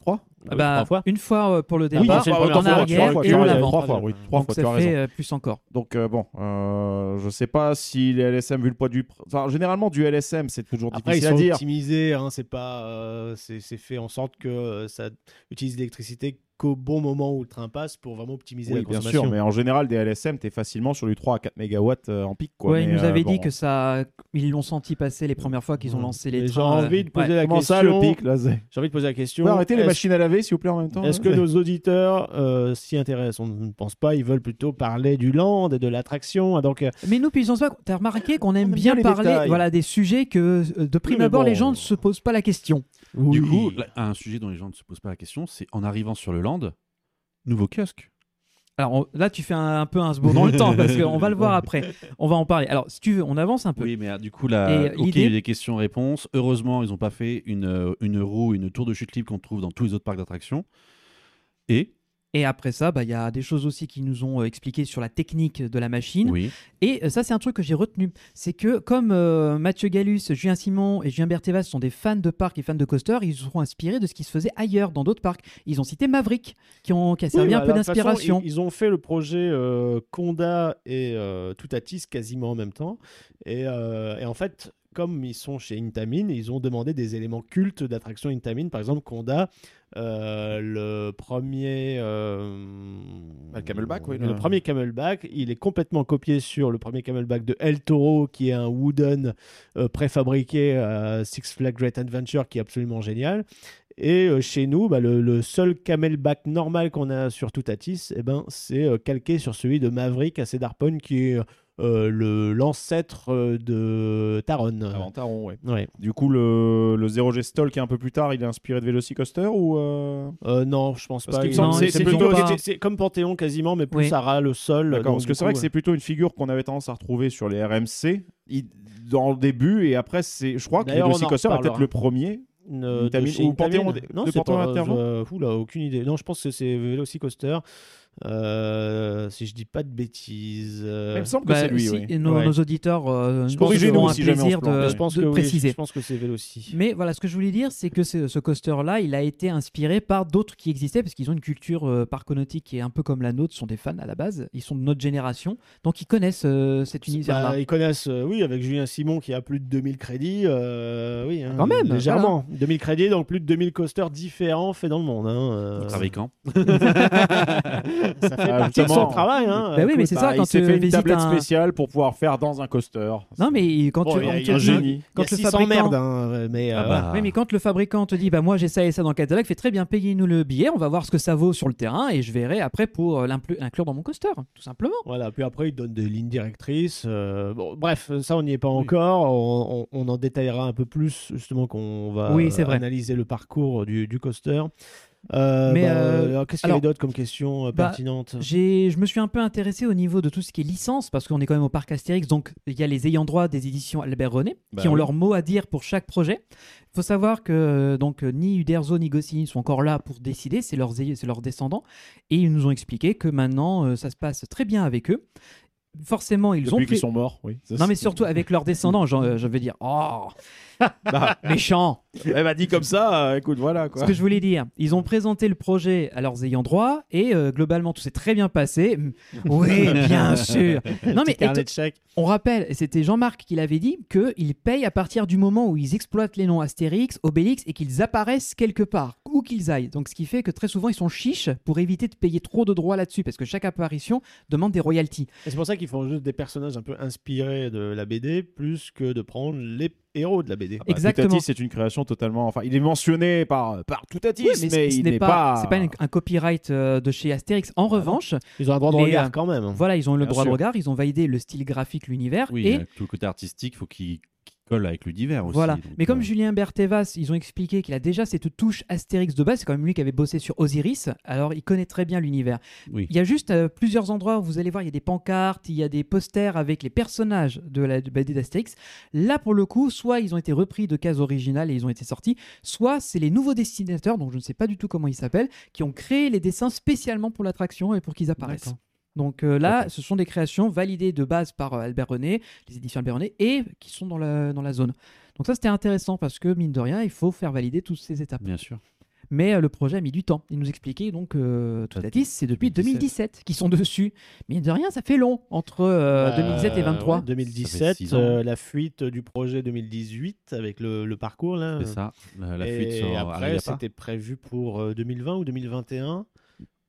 S6: Trois Ah
S9: Ah bah,
S8: trois fois.
S9: Une fois euh, pour le
S8: Oui,
S9: départ,
S8: c'est la première
S9: en
S8: fois,
S9: arrière
S8: trois fois,
S9: et
S6: tu
S9: en
S6: as-
S9: avant.
S6: Trois fois, oui, trois
S9: Donc
S6: fois, tu as
S9: ça
S6: raison.
S9: fait euh, plus encore.
S6: Donc euh, bon, euh, je sais pas si les LSM, vu le poids du... pr- Enfin, généralement, du LSM, c'est toujours
S8: Après, ils
S6: difficile à
S8: sont
S6: dire.
S8: optimisés, hein, c'est pas, euh, c'est c'est fait en sorte que euh, ça utilise l'électricité qu'au bon moment où le train passe pour vraiment optimiser
S6: Oui,
S8: la
S6: bien
S8: consommation.
S6: sûr, mais en général, des LSM, t'es facilement sur du 3 à 4 mégawatts euh, en pic. Quoi.
S9: ouais, ils
S6: Mais,
S9: nous
S6: euh,
S9: avaient
S6: bon.
S9: dit que ça, ils l'ont senti passer les premières fois qu'ils ont
S8: Ouais.
S9: lancé les
S8: Mais
S9: trains.
S8: J'ai envie
S9: euh,
S8: de poser
S9: ouais.
S8: la
S6: Mmh. Comment
S8: question.
S6: ça, le pic, là c'est-
S8: J'ai envie de poser la question.
S6: Vous pouvez arrêter les
S8: est-ce-
S6: machines hein. à laver, s'il vous plaît, en même temps
S8: Est-ce
S6: là
S8: que nos auditeurs euh, s'y intéressent On ne pense pas, ils veulent plutôt parler du land et de l'attraction. hein, Donc, euh,
S9: Mais nous, Puissance Pack, t'as remarqué qu'on aime
S6: aime
S9: bien,
S6: bien les
S9: parler
S6: détails.
S9: voilà, des sujets que, euh, de prime
S6: mais
S9: abord,
S6: bon.
S9: les gens ne se posent pas la question.
S7: Du coup, là, un sujet dont les gens ne se posent pas la question, c'est en arrivant sur le land, nouveau kiosque.
S9: Alors on- là, tu fais un, un peu un saut dans le temps, parce qu'on va le voir après. On va en parler. Alors, si tu veux, on avance un peu.
S7: Oui, mais ah, du coup, là,
S9: Et, euh,
S7: ok, il y
S9: l'idée-
S7: a eu des questions-réponses. Heureusement, ils n'ont pas fait une, euh, une roue, une tour de chute libre qu'on trouve dans tous les autres parcs d'attractions. Et
S9: Et après ça, bah, il y a des choses aussi qui nous ont euh, expliqué sur la technique de la machine.
S7: oui,
S9: Et euh, ça, c'est un truc que j'ai retenu. C'est que comme euh, Mathieu Gallus, Julien Simon et Julien Berthévas sont des fans de parcs et fans de coasters, ils seront inspirés de ce qui se faisait ailleurs dans d'autres parcs. Ils ont cité Maverick, qui, ont, qui a servi
S8: oui,
S9: un
S8: bah,
S9: peu
S8: de toute façon,
S9: d'inspiration.
S8: Ils, ils ont fait le projet euh, Conda et euh, Toutatis quasiment en même temps. Et, euh, et en fait, comme ils sont chez Intamin, ils ont demandé des éléments cultes d'attraction Intamin. Par exemple, Conda, euh, le premier. euh,
S6: Bah, le Camelback, oui,
S8: Le,
S6: le-
S8: premier Camelback, il est complètement copié sur le premier Camelback de El Toro, qui est un wooden euh, préfabriqué à Six Flags Great Adventure, qui est absolument génial. Et euh, chez nous, bah, le, le seul camelback normal qu'on a sur Toutatis, eh ben, c'est euh, calqué sur celui de Maverick à Cedarpon, qui est euh, le- l'ancêtre euh, de Taron.
S6: Avant Taron, Ah, ouais.
S8: Ouais.
S6: Du coup, le, le 0G Stall qui est un peu plus tard, il est inspiré de Velocicoaster ou. euh,
S8: Euh, non, je pense
S6: Parce
S8: pas.
S6: qu'il me
S8: Il-
S9: semble que
S8: c'est
S9: c'est
S8: c'est
S9: plutôt-
S8: plutôt-
S9: pas-
S8: c'est- c'est comme Panthéon quasiment, mais plus
S9: Oui.
S8: ça râle le sol.
S6: D'accord,
S8: donc
S6: parce que
S8: du
S6: c'est vrai
S8: coup,
S6: que c'est plutôt une figure qu'on avait tendance à retrouver sur les RMC il- dans le début et après, c'est, je crois que
S8: D'ailleurs, on en
S6: Velocicoaster est
S8: reparlera.
S6: peut-être le premier.
S8: Une, euh,
S6: Intamin-
S8: de chez
S6: ou Panthéon
S8: Intamin.
S6: de-
S8: Non,
S6: de
S8: c'est
S6: Panthéon
S8: pas.
S6: Intervent
S8: euh, oula, aucune idée. Non, je pense que c'est Velocicoaster. Euh, si je dis pas de bêtises. euh,
S6: Il me semble que
S9: Bah,
S6: c'est lui,
S9: si,
S6: oui.
S9: et nos,
S8: Ouais.
S9: nos auditeurs euh,
S8: Je
S9: nous
S8: pense que
S9: feront
S8: nous,
S9: un
S6: si jamais on se
S9: plaisir
S6: plante.
S9: de,
S8: je pense
S9: de
S8: que oui,
S9: préciser.
S8: je pense que c'est Veloci.
S9: Mais voilà, ce que je voulais dire, c'est que ce, ce coaster-là, il a été inspiré par d'autres qui existaient, parce qu'ils ont une culture euh, parconautique qui est un peu comme la nôtre, sont des fans à la base, ils sont de notre génération, donc ils connaissent euh, cet univers-là.
S8: Bah, ils connaissent, euh, oui, avec Julien Simon qui a plus de 2000 crédits, euh, oui, hein,
S9: Ah, quand même,
S8: légèrement. 2000 crédits, donc plus de 2000 coasters différents faits dans le monde. hein, euh,
S7: on travaille quand
S8: ça fait
S6: Ah,
S8: partie de son
S6: justement.
S8: travail. Hein,
S9: Bah oui, mais c'est
S6: Bah,
S9: ça, quand
S6: il s'est
S9: tu
S6: fait une
S9: visites
S6: tablette
S9: un-
S6: spéciale pour pouvoir faire dans un coaster.
S9: Non, mais quand
S8: Bon,
S9: tu,
S8: il y a-
S9: quand
S8: il
S9: tu-
S8: y a un génie.
S9: quand le fabricant-
S8: merde, hein, mais
S7: Ah
S8: euh,
S7: bah.
S9: Oui, mais quand le fabricant te dit, bah moi j'ai ça et ça dans le catalogue, fait très bien, payez-nous le billet, on va voir ce que ça vaut sur le terrain et je verrai après pour euh, l'implu- l'inclure dans mon coaster, tout simplement.
S8: Voilà, puis après, ils donnent des lignes directrices. euh, bon, bref, ça, on n'y est pas encore. On, on- on en détaillera un peu plus, justement, qu'on va
S9: Oui, c'est
S8: euh,
S9: vrai.
S8: analyser le parcours du, du coaster. Euh,
S9: Mais,
S8: bah,
S9: euh,
S8: alors, qu'est-ce qu'il y
S9: alors,
S8: avait d'autre comme question euh,
S9: bah,
S8: pertinente
S6: Ah.
S9: J'ai, je me suis un peu intéressé au niveau de tout ce qui est licence, parce qu'on est quand même au parc Astérix, donc il y a les ayants droit des éditions Albert René,
S6: Bah
S9: qui ont
S6: oui.
S9: leur mot à dire pour chaque projet. Il faut savoir que euh, donc euh, ni Uderzo ni Goscinny sont encore là pour décider, c'est leurs, ay- c'est leurs descendants, et ils nous ont expliqué que maintenant euh, ça se passe très bien avec eux. Forcément, ils
S6: Depuis
S9: ont
S6: qu'ils
S9: pris-
S6: sont morts, oui.
S9: Non mais surtout avec leurs descendants, genre, euh, je veux dire, oh,
S6: Bah,
S9: méchant.
S6: Elle m'a dit eh comme ça, euh, écoute, voilà
S9: Ce
S6: quoi.
S9: que je voulais dire, ils ont présenté le projet à leurs ayants droit et euh, globalement tout s'est très bien passé. Mm, Oui, bien sûr. Non mais
S8: Petit carnet
S9: et-
S8: de chèques.
S9: on rappelle, et c'était Jean-Marc qui l'avait dit, qu'ils payent à partir du moment où ils exploitent les noms Astérix, Obélix et qu'ils apparaissent quelque part. Où où qu'ils aillent. Donc ce qui fait que très souvent ils sont chiches pour éviter de payer trop de droits là-dessus parce que chaque apparition demande des royalties.
S8: Et c'est pour ça qu'ils font juste des personnages un peu inspirés de la BD plus que de prendre les héros de la BD.
S6: Bah,
S9: Exactement.
S6: Toutatis, c'est une création totalement. Enfin, il est mentionné par, par Toutatis,
S9: Oui, ce-
S6: mais,
S9: ce
S6: il
S9: n'est
S6: n'est pas.
S9: c'est pas une- un copyright euh, de chez Astérix. En revanche,
S8: Ils ont un droit de
S9: Les,
S8: regard
S9: euh,
S8: quand même.
S9: voilà, ils ont le
S6: Bien
S9: droit de
S6: sûr.
S9: regard, ils ont validé le style graphique, l'univers
S7: Oui,
S9: et
S7: avec tout le côté artistique, faut qu'il qu'il colle avec l'univers aussi.
S9: Voilà.
S7: donc,
S9: Mais comme
S7: euh,
S9: Julien Bertevas, ils ont expliqué qu'il a déjà cette touche Astérix de base. C'est quand même lui qui avait bossé sur Osiris. Alors, il connaît très bien l'univers.
S7: Oui.
S9: Il y a juste euh, plusieurs endroits où vous allez voir, il y a des pancartes, il y a des posters avec les personnages de la de BD d'Astérix. Là, pour le coup, soit ils ont été repris de cases originales et ils ont été sortis, soit c'est les nouveaux dessinateurs, donc je ne sais pas du tout comment ils s'appellent, qui ont créé les dessins spécialement pour l'attraction et pour qu'ils apparaissent.
S7: D'accord.
S9: Donc euh, là, ce sont des créations validées de base par euh, Albert René, les éditions Albert René, et qui sont dans la, dans la zone. Donc ça, c'était intéressant parce que, mine de rien, il faut faire valider toutes ces étapes.
S7: Bien sûr.
S9: Mais euh, le projet a mis du temps. Il nous expliquait donc euh, tout à 10, c'est depuis 2017,
S7: 2017.
S9: qu'ils sont dessus. Mine de rien, ça fait long entre euh,
S8: Euh,
S9: 2017 et 23.
S8: ouais,
S7: Ça fait
S8: 2017,
S7: six ans.
S8: euh, la fuite du projet 2018 avec le, le parcours là.
S7: C'est ça. La, la
S8: et
S7: fuite sur euh,
S8: après,
S7: Ariapa.
S8: c'était prévu pour euh, 2020 ou 2021,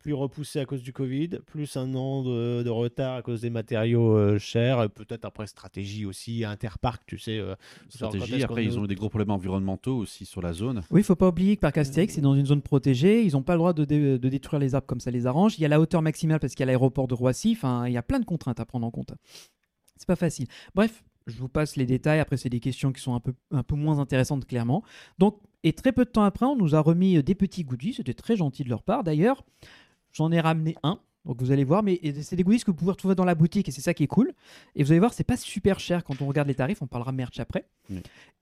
S8: puis repoussé à cause du Covid, plus un an de, de retard à cause des matériaux euh, chers, et peut-être après stratégie aussi, Interpark, tu sais. euh, genre, quand
S7: stratégie.
S8: est-ce qu'on
S7: Après, ils
S8: nous-
S7: ont eu des gros problèmes environnementaux aussi sur la zone.
S9: Oui, faut pas oublier que Parc Astérix est dans une zone protégée. Ils n'ont pas le droit de, dé- de détruire les arbres comme ça les arrange. Il y a la hauteur maximale parce qu'il y a l'aéroport de Roissy. Enfin, il y a plein de contraintes à prendre en compte. C'est pas facile. Bref, je vous passe les détails. Après, c'est des questions qui sont un peu, un peu moins intéressantes, clairement. Donc, et très peu de temps après, on nous a remis euh, des petits goodies. C'était très gentil de leur part. D'ailleurs, j'en ai ramené un. Donc vous allez voir, mais et c'est des goodies que vous pouvez retrouver dans la boutique et c'est ça qui est cool. Et vous allez voir, c'est pas super cher quand on regarde les tarifs. On parlera merch après.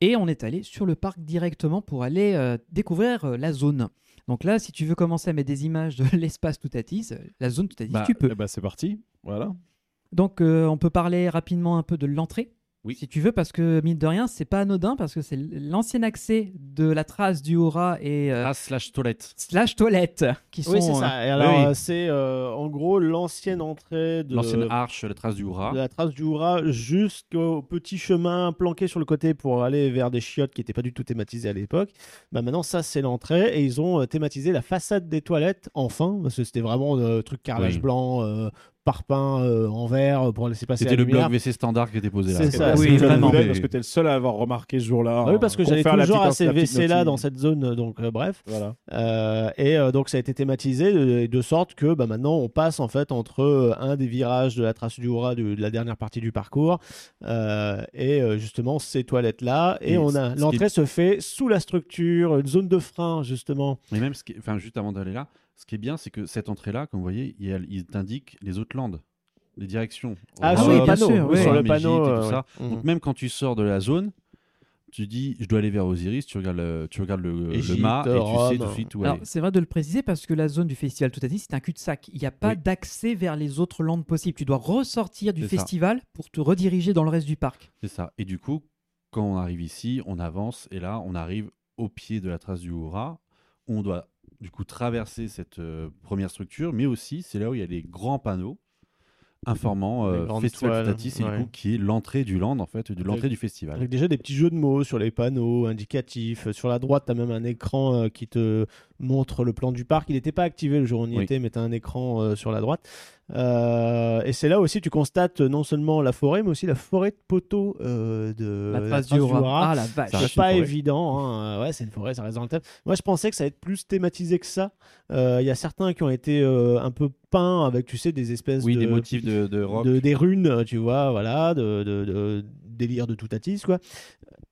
S9: Et on est allé sur le parc directement pour aller euh, découvrir euh, la zone. Donc là, si tu veux commencer à mettre des images de l'espace Toutatis, euh, la zone Toutatis,
S7: Bah,
S9: tu peux.
S6: Eh ben, c'est parti. Voilà. Eh
S9: Donc euh, on peut parler rapidement un peu de l'entrée.
S7: Oui.
S9: Si tu veux, parce que mine de rien, c'est pas anodin, parce que c'est l'ancien accès de la trace du Hora et euh,
S7: Ah, slash toilette.
S9: slash toilette qui sont.
S8: Oui, c'est
S9: euh,
S8: ça. Et alors,
S7: oui.
S8: euh, c'est euh, en gros l'ancienne entrée de,
S7: L'ancienne arche, la trace du Hurrah.
S8: de la trace du Hura jusqu'au petit chemin planqué sur le côté pour aller vers des chiottes qui n'étaient pas du tout thématisées à l'époque. Bah maintenant, ça, c'est l'entrée et ils ont euh, thématisé la façade des toilettes, enfin, parce que c'était vraiment euh, truc carrelage
S7: Oui.
S8: blanc, euh, parpaing euh, en verre pour laisser passer la
S7: C'était le
S8: lumière.
S7: bloc WC standard qui était posé là.
S8: C'est ça,
S9: oui,
S6: bah, c'est le
S9: vraiment.
S6: modèle, Parce que t'es le seul à avoir remarqué ce jour-là.
S8: Ah oui, parce que
S6: hein,
S8: j'allais
S6: qu'on fait la
S8: toujours
S6: petite-
S8: à ces
S6: la petite
S8: WC là
S6: notice.
S8: dans cette zone, donc euh, bref.
S6: Voilà.
S8: Euh, et euh, donc ça a été thématisé de, de sorte que bah, maintenant on passe en fait entre euh, un des virages de la trace du Hura de, de la dernière partie du parcours euh, et euh, justement ces toilettes là et,
S7: Et
S8: on
S7: ce-
S8: a
S7: ce qui-
S8: l'entrée se fait sous la structure une zone de frein justement
S7: Mais même, ce qui est- enfin, juste avant d'aller là, ce qui est bien, c'est que cette entrée-là, comme vous voyez, il, y a- il t'indique les autres landes, les directions.
S9: Ah
S7: Hurrah,
S9: oui,
S8: sur le
S9: bien
S8: panneau,
S9: sûr,
S8: oui,
S9: oui.
S8: sur le
S7: Magic
S8: panneau
S7: et
S8: euh,
S7: tout ça.
S8: ouais. Mhm.
S7: Donc même quand tu sors de la zone, tu dis je dois aller vers Osiris, tu regardes le, tu regardes le, le
S8: Égypte,
S7: mât et tu
S8: Rome.
S7: sais tout de suite où
S9: Alors,
S7: aller.
S9: c'est vrai de le préciser parce que la zone du festival tout à dit, c'est un cul-de-sac. Il n'y a pas
S7: Oui.
S9: d'accès vers les autres landes possibles. Tu dois ressortir du
S7: C'est ça.
S9: festival pour te rediriger dans le reste du parc.
S7: C'est ça. Et du coup, quand on arrive ici, on avance et là, on arrive au pied de la trace du Hurrah. On doit du coup traverser cette euh, première structure, mais aussi c'est là où il y a les grands panneaux informant
S8: Les
S7: euh,
S8: grandes
S7: Festival
S8: toiles,
S7: Toutatis, et du
S8: ouais.
S7: coup qui est l'entrée du land en fait, de l'entrée du festival.
S8: Avec déjà des petits jeux de mots sur les panneaux indicatifs. Euh, Sur la droite, tu as même un écran euh, qui te montre le plan du parc. Il n'était pas activé le jour où on y
S7: Oui.
S8: était, mais tu as un écran euh, sur la droite. Euh, et c'est là aussi tu constates euh, non seulement la forêt, mais aussi la forêt de poteaux euh, de
S9: la
S8: la
S9: trace
S8: trace
S9: du Hora.
S8: Hurrah.
S9: Ah la vache.
S8: C'est
S7: Ça reste
S8: pas
S7: une forêt.
S8: évident, hein. Euh, ouais, c'est une forêt, ça reste dans le thème. Moi, je pensais que ça allait être plus thématisé que ça. Euh, Il y a certains qui ont été euh, un peu peints avec, tu sais, des espèces
S7: Oui,
S8: de
S7: des motifs de, de rock.
S8: de, des runes, tu vois, voilà, de, de, de- délire de toutatis, quoi.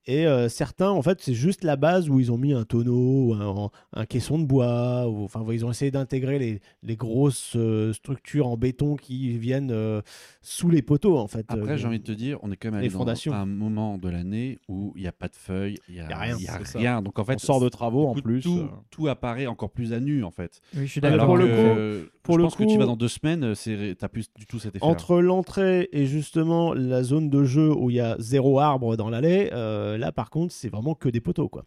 S8: Et euh, certains, en fait, c'est juste la base où ils ont mis un tonneau, ou un, un caisson de bois, ou enfin, ils ont essayé d'intégrer les, les grosses euh, structures en béton qui viennent euh, sous les poteaux, en fait.
S7: Après,
S8: Euh,
S7: j'ai envie de te dire, on est quand même
S8: les
S7: allé dans
S8: fondations.
S7: un moment de l'année où il n'y a pas de feuilles, il n'y a,
S8: Y a rien,
S7: il y a
S8: c'est ça.
S7: rien. Donc en fait,
S6: on sort de travaux en
S7: du coup,
S6: plus.
S7: Tout,
S6: euh,
S7: tout apparaît encore plus à nu en fait.
S9: Oui, je suis
S8: Alors
S9: d'accord.
S8: pour le
S7: que,
S8: coup-
S7: euh,
S8: pour
S7: je
S8: le
S7: pense que tu
S8: coup-
S7: vas dans deux semaines, c'est t'as plus du tout cet effet.
S8: Entre l'entrée et justement la zone de jeu où il y a zéro arbre dans l'allée, euh, là par contre c'est vraiment que des poteaux quoi.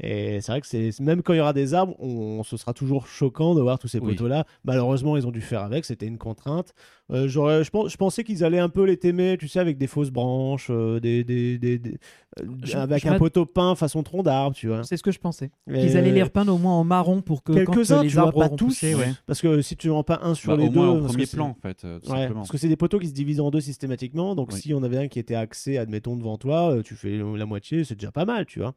S8: Et c'est vrai que c'est même quand il y aura des arbres, on, ce sera toujours choquant de voir tous ces
S7: Oui.
S8: poteaux-là. Malheureusement, ils ont dû faire avec, c'était une contrainte. Euh, j'aurais- je, pens- je pensais qu'ils allaient un peu les témer, tu sais, avec des fausses branches, euh, des, des- des- des- euh,
S9: Je-
S8: avec
S9: je
S8: un
S9: m'att-
S8: poteau peint façon tronc d'arbre, tu vois.
S9: C'est ce que je pensais.
S8: Et-
S9: Ils allaient les repeindre au moins en marron pour que quand euh,
S8: euh, Quelques-uns, tu
S9: les
S8: vois,
S9: arbres
S8: pas
S9: auront
S8: tous.
S9: poussé, ouais.
S8: Parce que si tu en peins un sur
S7: Bah,
S8: les
S7: au
S8: deux,
S7: moins au
S8: parce que
S7: premier
S8: c'est-
S7: plan, en fait, euh, tout
S8: Ouais,
S7: simplement.
S8: parce que c'est des poteaux qui se divisent en deux systématiquement. Donc,
S7: Oui.
S8: si on avait un qui était axé, admettons, devant toi, euh, tu fais la moitié, c'est déjà pas mal, tu vois.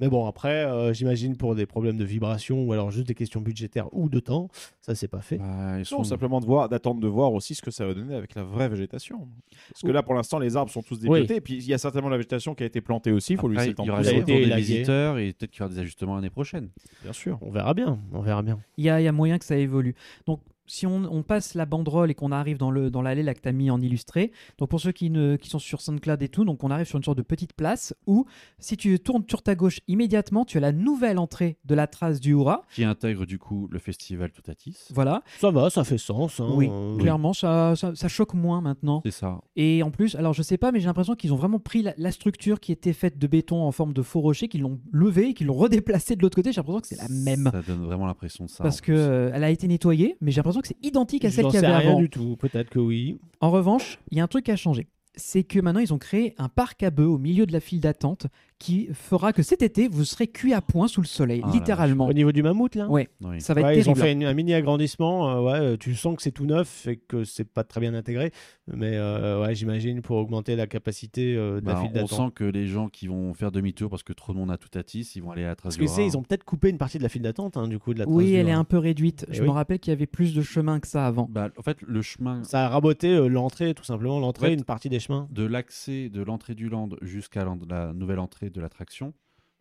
S8: Mais bon, après, euh, j'imagine pour des problèmes de vibration ou alors juste des questions budgétaires ou de temps, ça c'est pas fait.
S7: Bah, ils
S6: Non,
S7: seront-
S6: simplement de voir, d'attendre de voir aussi ce que ça va donner avec la vraie végétation. Parce que
S9: Oui.
S6: là, pour l'instant, les arbres sont tous
S8: Oui.
S6: dépiautés. Et puis, il y a certainement la végétation qui a été plantée aussi. Il faut lui
S7: Après,
S6: laisser le temps
S7: il
S6: de
S7: y aura
S8: plus
S6: pousser,
S7: les
S8: longtemps.
S7: retours des
S8: Élaguer.
S7: visiteurs et peut-être qu'il y aura des ajustements l'année prochaine.
S6: bien sûr.
S8: On verra bien, on verra bien.
S9: Il y, a il y a moyen que ça évolue. Donc, si on, on passe la banderole et qu'on arrive dans le dans l'allée là que t'as mis en illustré, donc pour ceux qui, ne, qui sont sur SoundCloud et tout, donc on arrive sur une sorte de petite place où, si tu tournes sur ta gauche immédiatement, tu as la nouvelle entrée de la trace du Hura.
S7: Qui intègre du coup le festival Toutatis.
S9: Voilà,
S8: Ça va, ça fait sens. hein,
S9: oui,
S8: euh,
S9: clairement, ça, ça, ça choque moins maintenant.
S7: C'est ça.
S9: Et en plus, alors je sais pas, mais j'ai l'impression qu'ils ont vraiment pris la, la structure qui était faite de béton en forme de faux rocher, qu'ils l'ont levée et qu'ils l'ont redéplacée de l'autre côté. J'ai l'impression que c'est la même.
S7: Ça donne vraiment l'impression de ça.
S9: Parce
S7: en
S9: que
S7: plus.
S9: euh, elle a été nettoyée, mais j'ai l'impression que c'est identique à
S8: Je
S9: celle
S8: n'en
S9: qu'il y
S8: sais
S9: avait
S8: rien
S9: avant.
S8: du tout, peut-être que oui.
S9: En revanche, il y a un truc qui a changé. C'est que maintenant, ils ont créé un parc à bœufs au milieu de la file d'attente qui fera que cet été, vous serez cuit à point sous le soleil,
S7: Ah la
S9: littéralement.
S8: Au niveau du mammouth, là
S9: Ouais,
S7: Oui.
S9: Ça va être
S8: Ouais, ils ont
S9: terrible.
S8: fait une- un mini agrandissement. euh, ouais, euh, tu sens que c'est tout neuf et que c'est pas très bien intégré. Mais euh, ouais, j'imagine pour augmenter la capacité euh, de
S7: Bah,
S8: la file
S7: on
S8: d'attente.
S7: sent que les gens qui vont faire demi-tour parce que trop de monde a Toutatis, ils vont aller à la trace
S8: Parce que
S7: du
S8: c'est,
S7: Rhin.
S8: ils ont peut-être coupé une partie de la file d'attente, hein, du coup, de la
S9: Oui,
S8: trace
S9: elle
S8: du
S9: est
S8: Rhin.
S9: un peu réduite.
S8: Eh
S9: Je
S8: oui.
S9: me rappelle qu'il y avait plus de chemin que ça avant.
S7: Bah, en fait, le chemin
S8: Ça a raboté euh, l'entrée, tout simplement, l'entrée,
S7: Ouais.
S8: une partie des chemins.
S7: de l'accès de l'entrée du land jusqu'à l'en- la nouvelle entrée de l'attraction,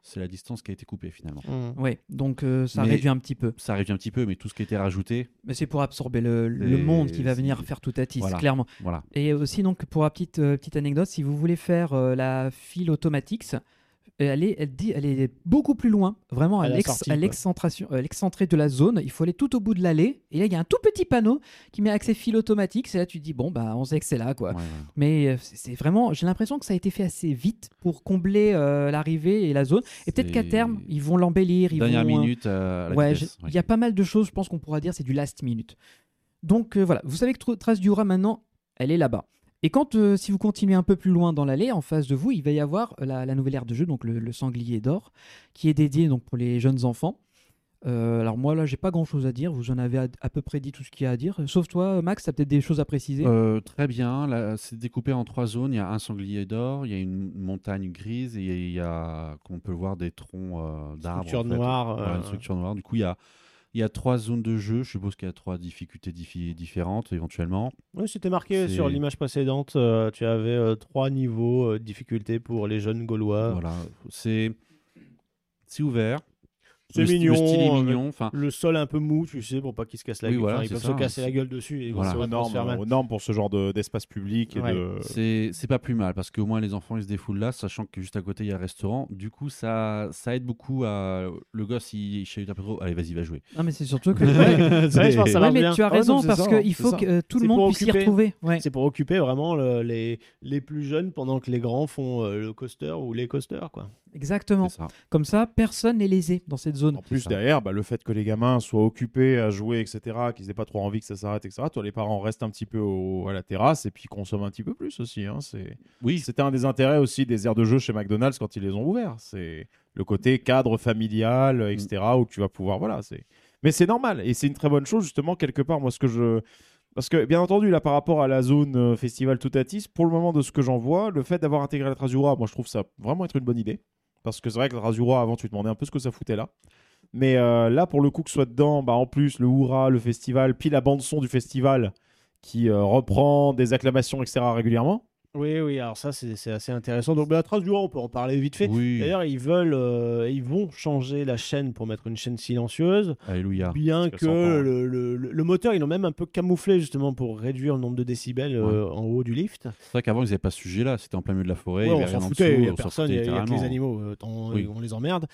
S7: c'est la distance qui a été coupée finalement.
S8: Hmm.
S9: Ouais, donc euh, ça
S7: Mais-
S9: réduit un petit peu.
S7: Ça revient un petit peu, mais tout ce qui a été rajouté,
S9: Mais c'est pour absorber le, le
S7: C'est-
S9: monde qui va venir
S7: c'est-
S9: faire tout à
S7: Voilà.
S9: clairement.
S7: voilà.
S9: Et aussi, donc, pour la petite, euh, petite anecdote, si vous voulez faire euh, la file Automatix, elle est, elle, dit, elle est beaucoup plus loin, vraiment à
S8: À la
S9: l'ex-
S8: sortie,
S9: à
S8: quoi.
S9: l'excentration- à l'excentré de la zone. Il faut aller tout au bout de l'allée. Et là, il y a un tout petit panneau qui met accès file Automatix. Et là, tu te dis, bon, bah, on sait que c'est là, quoi.
S7: Ouais, ouais.
S9: Mais euh, c'est c'est vraiment, j'ai l'impression que ça a été fait assez vite pour combler euh, l'arrivée et la zone. Et peut-être qu'à
S7: C'est-
S9: terme, ils vont l'embellir. ils
S7: Dernière
S9: vont, euh,
S7: minute euh, à la
S9: Ouais,
S7: vitesse,
S9: j'ai-
S7: ouais.
S9: il y a pas mal de choses, je pense qu'on pourra dire, c'est du last minute. Donc euh, voilà, vous savez que Tr- Trace du Hura maintenant, elle est là-bas. Et quand, euh, si vous continuez un peu plus loin dans l'allée, en face de vous, il va y avoir euh, la, la nouvelle ère de jeu, donc le, le sanglier d'or, qui est dédié donc pour les jeunes enfants. Euh, alors moi là, j'ai pas grand-chose à dire. Vous en avez à, à peu près dit tout ce qu'il y a à dire. Sauf toi, Max, t'as peut-être des choses à préciser.
S7: Euh, très bien, là, c'est découpé en trois zones. Il y a un sanglier d'or, il y a une montagne grise et il y a, qu'on peut voir, des troncs euh, d'arbres.
S8: Structure
S7: en fait.
S8: noire,
S7: Voilà, une
S8: euh,
S7: structure noire. Du coup, il y a, il y a trois zones de jeu. Je suppose qu'il y a trois difficultés diffi- différentes éventuellement.
S8: Oui, c'était marqué
S7: C'est-
S8: sur l'image précédente. euh, tu avais euh, trois niveaux euh, de difficulté pour les jeunes
S9: Ah.
S8: Gaulois.
S7: Voilà, c'est c'est ouvert.
S8: C'est
S7: le, sti-
S8: mignon.
S7: Le style est
S8: euh,
S7: mignon. Enfin,
S8: Le sol un peu mou, tu sais, pour pas qu'ils se cassent la
S7: Oui,
S8: gueule.
S7: voilà,
S8: Enfin, ils
S7: c'est
S8: peuvent
S7: ça,
S8: se casser
S7: hein.
S8: la gueule dessus et
S7: Voilà. euh,
S8: ça
S6: aux
S8: va pas se
S6: normes,
S8: faire mal.
S6: aux normes pour ce genre de- d'espace public. Et
S8: Ouais.
S6: de...
S7: c'est c'est pas plus mal parce qu'au moins les enfants ils se défoulent là, sachant que juste à côté il y a un restaurant. Du coup, ça ça aide beaucoup à le gosse il, il chahute un peu trop. Allez, vas-y, va jouer.
S9: Non mais c'est surtout que. Ouais,
S8: Ouais, ouais, je pense que ça
S9: ouais,
S8: marche
S9: mais
S8: bien.
S9: tu as
S6: Ah ouais,
S9: raison
S6: non, c'est
S9: parce
S6: ça,
S9: qu'il
S6: c'est
S9: faut
S6: ça.
S9: que euh, tout le
S8: C'est
S9: monde
S8: pour
S9: puisse s'y
S8: occuper.
S9: retrouver. Ouais.
S8: C'est pour occuper vraiment le- les, les plus jeunes pendant que les grands font euh, le coaster ou les coasters, quoi.
S9: Exactement.
S7: C'est ça.
S9: Comme ça, personne n'est lésé dans cette zone.
S6: En plus,
S7: ça.
S6: derrière, bah, le fait que les gamins soient occupés à jouer, etc., qu'ils n'aient pas trop envie que ça s'arrête, etc., toi, les parents restent un petit peu au- à la terrasse et puis consomment un petit peu plus aussi. hein, c'est-
S7: Oui,
S6: C'était un des intérêts aussi des aires de jeu chez McDonald's quand ils les ont ouverts. C'est le côté cadre familial, euh, etc., où tu vas pouvoir. Voilà, c'est. Mais c'est normal et c'est une très bonne chose, justement, quelque part. Moi, ce que je. Parce que, bien entendu, là, par rapport à la zone euh, festival Toutatis, pour le moment, de ce que j'en vois, le fait d'avoir intégré la Trasura, moi, je trouve ça vraiment être une bonne idée. Parce que c'est vrai que la Trasura, avant, tu demandais un peu ce que ça foutait là. Mais euh, là, pour le coup, que ce soit dedans, bah, en plus, le hurrah, le festival, puis la bande-son du festival qui euh, reprend des acclamations, etc., régulièrement.
S8: Oui, oui, alors ça, c'est c'est assez intéressant. Donc, bah, la trace du roi, on peut en parler vite fait.
S7: Oui.
S8: D'ailleurs, ils veulent, euh, ils vont changer la chaîne pour mettre une chaîne silencieuse,
S7: Alléluia.
S8: bien
S6: parce
S8: que
S6: qu'elle s'entend, hein.
S8: le, le- le- le moteur, ils l'ont même un peu camouflé justement pour réduire le nombre de décibels euh, en haut du lift.
S7: C'est vrai qu'avant, ils n'avaient pas ce sujet-là. C'était en plein milieu de la forêt.
S8: Ouais,
S7: il y
S8: on
S7: avait
S8: s'en
S7: rien en
S8: foutait,
S7: dessous,
S8: il y a
S7: on s'en
S8: personne, il
S7: foutait
S8: y a- il y a que les
S7: littéralement.
S8: animaux, euh, tant-
S7: Oui.
S8: on les emmerde.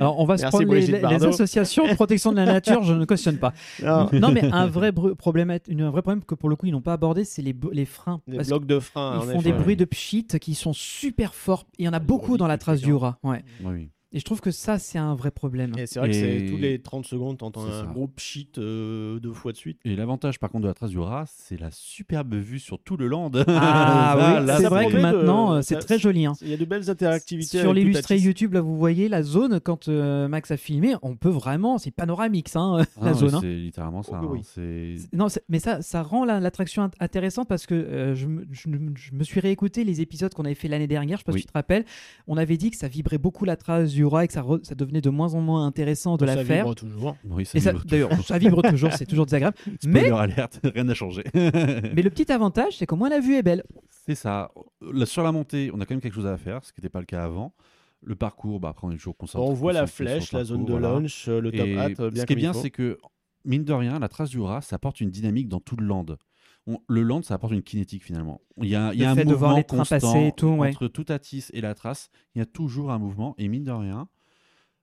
S9: Alors, on va se
S8: Merci,
S9: prendre les,
S8: Brigitte
S9: les- les
S8: Bardot.
S9: associations de protection de la nature, je ne cautionne pas. Non, mais un vrai, bru- problème, à- une- un vrai problème que pour le coup, ils n'ont pas abordé, c'est les, bo- les freins.
S8: Des
S9: Parce
S8: blocs de frein.
S9: qu'ils font des bruits de pchit qui sont super forts. Il y en a beaucoup dans la trace du rat. Ouais.
S7: Ah Oui, oui.
S9: Et je trouve que ça, c'est un vrai problème.
S8: hein. Et c'est vrai que
S7: Et-
S8: c'est tous les 30 secondes, t'entends
S7: C'est
S8: un
S7: ça.
S8: gros shit euh, deux fois de suite.
S7: Et l'avantage par contre de la trace du rat, c'est la superbe vue sur tout le land.
S9: Ah
S8: Ça,
S9: oui,
S8: là,
S9: c'est
S8: ça
S9: vrai que
S8: promet de-
S9: maintenant, euh,
S8: ça-
S9: c'est très joli. hein.
S8: Il y a de belles
S9: Sur
S8: interactivités. avec tout
S9: l'illustré
S8: Atis.
S9: YouTube, là, vous voyez la zone quand euh, Max a filmé, on peut vraiment, c'est panoramique, ça, hein,
S7: Ah,
S9: la
S7: mais
S9: zone. hein.
S7: C'est littéralement ça.
S8: Oui, oui.
S7: hein, c'est-
S9: Non, c'est- mais ça, ça rend la- l'attraction int- intéressante parce que euh, je, me- je me- je me suis réécouté les épisodes qu'on avait fait l'année dernière. Je sais pas
S7: Oui.
S9: si tu te rappelles. On avait dit que ça vibrait beaucoup la trace du roi et que ça, re- ça devenait de moins en moins intéressant de
S8: Ça
S9: la faire.
S8: vibre toujours.
S7: Oui, ça
S9: Et ça-
S7: vibre toujours.
S9: D'ailleurs, ça vibre toujours, c'est toujours désagréable.
S7: Spoiler
S9: Mais,
S7: alerte, rien n'a changé.
S9: mais le petit avantage, c'est qu'au moins la vue est belle.
S7: C'est ça. Là, sur la montée, on a quand même quelque chose à faire, ce qui n'était pas le cas avant. Le parcours, bah, après, on est toujours concentré.
S8: on voit la
S7: concentré sur le
S8: flèche, la zone de
S7: parcours, voilà.
S8: launch, euh, le top
S7: Et
S8: hat, euh, bien
S7: ce qui
S8: comme
S7: est
S8: il
S7: bien,
S8: faut.
S7: c'est que, mine de rien, la trace du rat, ça apporte une dynamique dans tout le land. On- le land, ça apporte une kinétique finalement. Il y a, il y a
S9: Le
S7: un
S9: fait de
S7: mouvement
S9: voir les trains
S7: constant
S9: passer et tout, ouais.
S7: entre tout Atis et la trace. Il y a toujours un mouvement. Et mine de rien,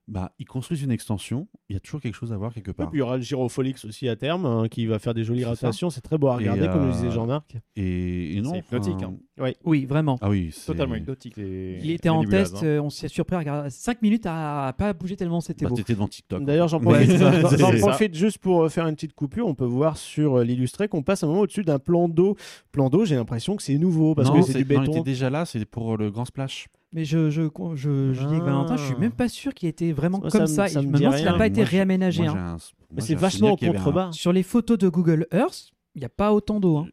S7: bah, ils construisent une extension. Il y a toujours quelque chose à voir quelque
S8: Et
S7: part.
S8: puis il y aura le Gyrofolix aussi à terme hein, qui va faire des jolies
S7: C'est ça.
S8: rotations. C'est très beau à
S7: Et,
S8: regarder, comme le disait
S7: euh,
S8: Jean-Marc.
S7: Et, et non,
S6: C'est hypnotique,
S7: enfin,
S6: hein.
S9: Oui, vraiment.
S7: Ah oui, c'est-
S6: Totalement hypnotique.
S9: Il était en test,
S8: hein.
S6: hein.
S9: euh, on s'est surpris à regarder 5 minutes à, à pas bouger tellement c'était
S7: Bah,
S9: beau.
S7: t'étais devant TikTok.
S8: D'ailleurs, j'en
S7: Ouais,
S8: profite,
S7: c'est ça.
S8: j'en- j'en
S7: C'est ça.
S8: profite juste pour euh, faire une petite coupure. On peut voir sur euh, l'illustré qu'on passe un moment au-dessus d'un plan d'eau. Plan d'eau, j'ai l'impression que c'est nouveau parce
S7: non,
S8: que c'est du
S7: non, il
S8: béton.
S7: était déjà là, c'est pour euh, le grand splash.
S9: Mais je, je, je, je dis avec
S8: Ah.
S9: Valentin, je suis même pas sûr qu'il était vraiment
S8: Ça, ça
S9: comme
S8: me-
S9: ça.
S8: ça
S9: Et je
S8: me
S9: me
S8: dit
S9: demande s'il n'a
S8: rien.
S9: pas été
S7: Moi, j'ai-
S9: réaménagé.
S7: Moi,
S9: hein.
S7: j'ai un- moi,
S8: Mais
S7: j'ai
S8: c'est
S7: un
S8: vachement en
S7: souvenir qu'il y avait un-
S8: contrebas.
S9: Sur les photos de Google Earth, il n'y a pas autant d'eau. hein.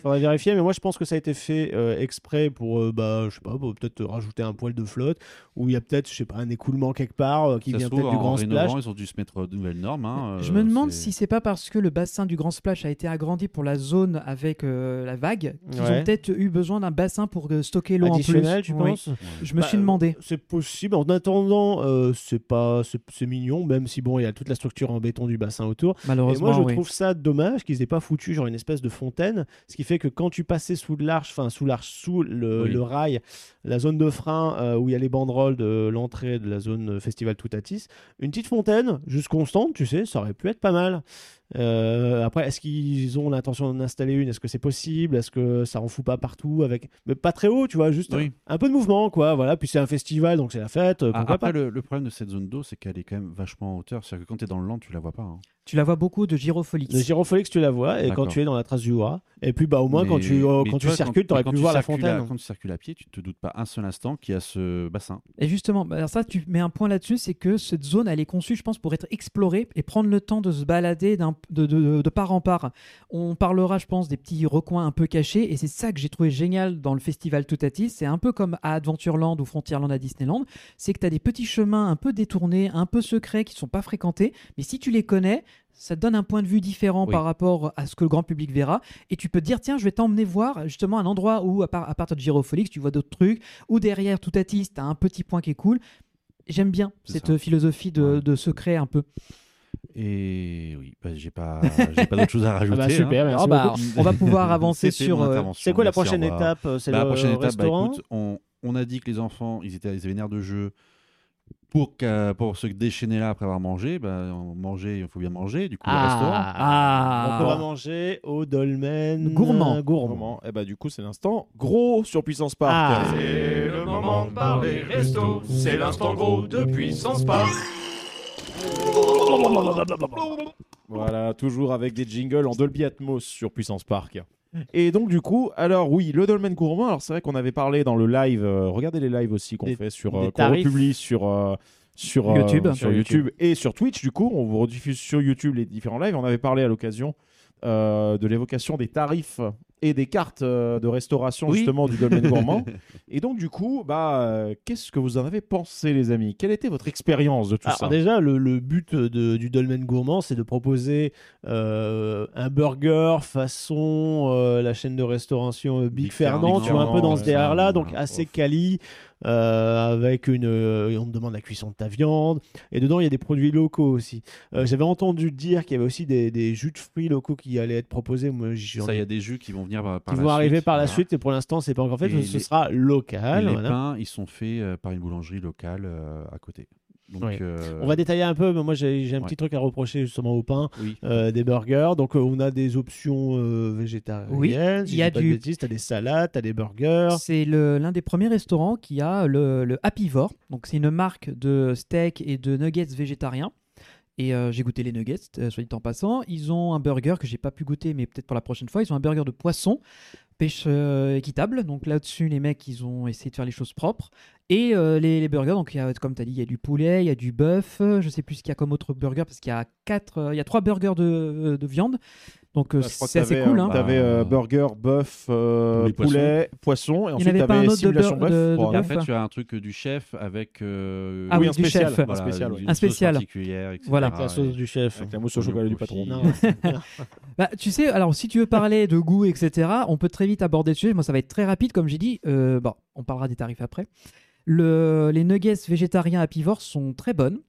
S8: Faudrait vérifier, mais moi je pense que ça a été fait euh, exprès pour, euh, bah, je sais pas, pour peut-être rajouter un poil de flotte, ou il y a peut-être, je sais pas, un écoulement quelque part euh, qui
S7: Ça
S8: vient
S7: se trouve,
S8: peut-être du
S7: en
S8: grand splash.
S7: rénovant, Ils ont dû se mettre de nouvelles normes. hein,
S9: Je
S7: euh,
S9: me demande
S7: c'est-
S9: si c'est pas parce que le bassin du Grand Splash a été agrandi pour la zone avec euh, la vague qu'ils
S8: Ouais.
S9: ont peut-être eu besoin d'un bassin pour euh, stocker l'eau en plus.
S8: Additionnel, tu
S9: Oui.
S8: penses
S9: Je me
S8: Bah,
S9: suis demandé.
S8: euh, C'est possible. En attendant, euh, c'est pas, c'est c'est mignon, même si bon, il y a toute la structure en béton du bassin autour. Et
S9: Malheureusement,
S8: moi, je
S9: oui.
S8: trouve ça dommage qu'ils aient pas foutu genre une espèce de fontaine, ce qui fait que quand tu passais sous l'arche, enfin sous l'arche, sous le,
S7: Oui.
S8: le rail, la zone de frein euh, où il y a les banderoles de l'entrée de la zone euh, Festival Toutatis, une petite fontaine, juste constante, tu sais, ça aurait pu être pas mal. Euh, après, est-ce qu'ils ont l'intention d'en installer une Est-ce que c'est possible Est-ce que ça en fout pas partout avec, mais pas très haut, tu vois, juste
S7: Oui.
S8: un, un peu de mouvement, quoi. Voilà. Puis c'est un festival, donc c'est la fête. euh,
S7: Ah,
S8: pourquoi
S7: après,
S8: pas
S7: le, le problème de cette zone d'eau, c'est qu'elle est quand même vachement en hauteur. C'est-à-dire que quand t'es dans le land, tu la vois pas. hein.
S9: Tu la vois beaucoup de gyropholique.
S8: Le gyrofolix, tu la vois, et quand
S7: D'accord.
S8: tu es dans la trace du roi. Et puis, bah, au moins, quand
S7: Mais-
S8: tu, euh,
S7: mais
S8: quand tu
S7: vois,
S8: circules, t'aurais
S7: quand
S8: pu
S7: tu
S8: voir la
S7: circules
S8: fontaine. hein.
S7: à- quand tu circules à pied, tu te doutes pas un seul instant qu'il y a ce bassin.
S9: Et justement, bah, alors ça, tu mets un point là-dessus, c'est que cette zone, elle est conçue, je pense, pour être explorée et prendre le temps de se balader d'un- de, de- de part en part. On parlera, je pense, des petits recoins un peu cachés, et c'est ça que j'ai trouvé génial dans le festival Toutatis. C'est un peu comme à Adventureland ou Frontierland à Disneyland, c'est que tu as des petits chemins un peu détournés, un peu secrets, qui sont pas fréquentés, mais si tu les connais, ça te donne un point de vue différent
S7: Oui.
S9: par rapport à ce que le grand public verra, et tu peux te dire, tiens, je vais t'emmener voir justement un endroit où, à, part- à partir de Gyrofolix, tu vois d'autres trucs ou derrière tout Toutatis, t'as un petit point qui est cool. J'aime bien
S7: C'est
S9: cette
S7: ça.
S9: philosophie de,
S7: Ouais.
S9: de secret un peu.
S7: Et oui, bah, j'ai pas, j'ai pas d'autre chose à
S8: Ah
S7: rajouter.
S8: bah,
S7: hein.
S8: super, merci
S9: Ah bah,
S8: beaucoup.
S9: on va pouvoir avancer
S7: C'était
S9: sur.
S7: mon
S9: euh,
S7: intervention.
S8: C'est quoi la
S7: Merci, au
S8: prochaine
S7: revoir.
S8: étape euh, C'est
S7: Bah, la
S8: le
S7: prochaine étape, bah,
S8: restaurant
S7: écoute, on, on a dit que les enfants, ils, étaient, ils avaient nerfs de jeu. Pour, qu'à- pour se déchaîner là après avoir mangé, bah, on- manger, il faut bien manger. Du coup, le restaurant.
S8: On
S9: Ah,
S8: va manger au dolmen euh,
S9: Gourmand.
S8: gourmand.
S6: Et bah, du coup, c'est l'instant gros sur Puissance Park.
S8: Ah.
S11: C'est le moment de parler resto, c'est l'instant gros de puissance par.
S6: Voilà, toujours avec des jingles en Dolby Atmos sur Puissance Park. Et donc du coup, alors oui, le dolmen gourmand. Alors c'est vrai qu'on avait parlé dans le live. euh, regardez les lives aussi qu'on
S8: Des-
S6: fait sur
S8: des
S6: euh, qu'on
S8: tarifs.
S6: republie sur euh, sur euh,
S9: YouTube.
S6: sur
S9: Sur
S6: YouTube et sur Twitch. Du coup, on vous rediffuse sur YouTube les différents lives. On avait parlé à l'occasion euh, de l'évocation des tarifs et des cartes euh, de restauration
S7: Oui.
S6: justement du dolmen gourmand. Et donc du coup, bah euh, qu'est-ce que vous en avez pensé, les amis Quelle était votre expérience de tout
S8: Alors
S6: ça
S8: déjà, le, le but de- du dolmen gourmand, c'est de proposer euh, un burger façon euh, la chaîne de restauration euh, Big,
S7: Big
S8: Fernand,
S7: Fernand,
S8: tu vois, un peu dans
S7: ouais,
S8: ce
S7: ça,
S8: délire-là,
S7: ouais,
S8: donc
S7: ouais.
S8: assez quali, euh, avec une... euh, on te demande la cuisson de ta viande, et dedans, il y a des produits locaux aussi. Euh, J'avais entendu dire qu'il y avait aussi des, des jus de fruits locaux qui allaient être proposés, moi j'en
S7: Ça,
S8: ai-
S7: il y a des jus qui vont venir par, par
S8: qui
S7: la
S8: vont
S7: suite.
S8: arriver par la
S7: Voilà.
S8: suite, Ah, et pour l'instant, c'est pas encore fait,
S7: Et
S8: ce
S7: les-
S8: sera
S7: Et
S8: local.
S7: les
S8: voilà.
S7: pains, ils sont faits euh, par une boulangerie locale euh, à côté. Donc,
S8: Oui.
S7: euh,
S8: On va détailler un peu, mais moi j'ai j'ai un
S7: Ouais.
S8: petit truc à reprocher justement au pain,
S7: oui.
S8: euh, des burgers. Donc euh, on a des options euh, végétariennes,
S9: Oui,
S8: si
S9: il
S8: je
S9: y a
S8: dis pas de
S9: du-
S8: bêtises, t'as des salades, t'as des burgers.
S7: Ah
S9: C'est le- l'un des premiers restaurants qui a le, le Happy Vor. Donc, c'est une marque de steak et de nuggets végétariens. Et euh, j'ai goûté les nuggets, euh, soit dit en passant. Ils ont un burger que j'ai pas pu goûter, mais peut-être pour la prochaine fois. Ils ont un burger de poisson, pêche euh, équitable. Donc là-dessus, les mecs, ils ont essayé de faire les choses propres. Et euh, les, les burgers, donc il y a, comme tu as dit, il y a du poulet, il y a du bœuf. euh, Je sais plus ce qu'il y a comme autre burger, parce qu'il y a quatre, euh, il y a trois burgers de, euh, de viande. Donc euh,
S6: Ah, je crois que
S9: c'est assez
S6: t'avais,
S9: cool.
S6: euh,
S9: hein.
S6: T'avais euh, burger, bœuf, euh,
S7: Poulet, poisson.
S6: poulet, poisson,
S9: avait
S6: et ensuite
S9: pas un
S6: t'avais
S9: autre de
S6: simulation
S9: beurre-
S6: bœuf.
S9: de- de
S6: pour
S9: bœuf.
S7: Et
S6: avoir-
S7: après, tu as un truc euh, du chef avec. euh,
S9: Ah oui,
S6: un
S9: du
S6: spécial.
S9: chef.
S6: Un
S7: voilà,
S6: spécial, oui.
S7: une
S9: Un
S7: sauce
S9: spécial.
S7: particulière, etc.
S9: Voilà.
S8: La sauce du chef.
S7: Ah,
S6: Avec la mousse au chocolat du patron.
S7: Non.
S9: Bah, tu sais, alors si tu veux parler de goût, etc., on peut très vite aborder le sujet. Moi, ça va être très rapide, comme j'ai dit. Euh, bon, on parlera des tarifs après. Le- les nuggets végétariens à pivore sont très bonnes.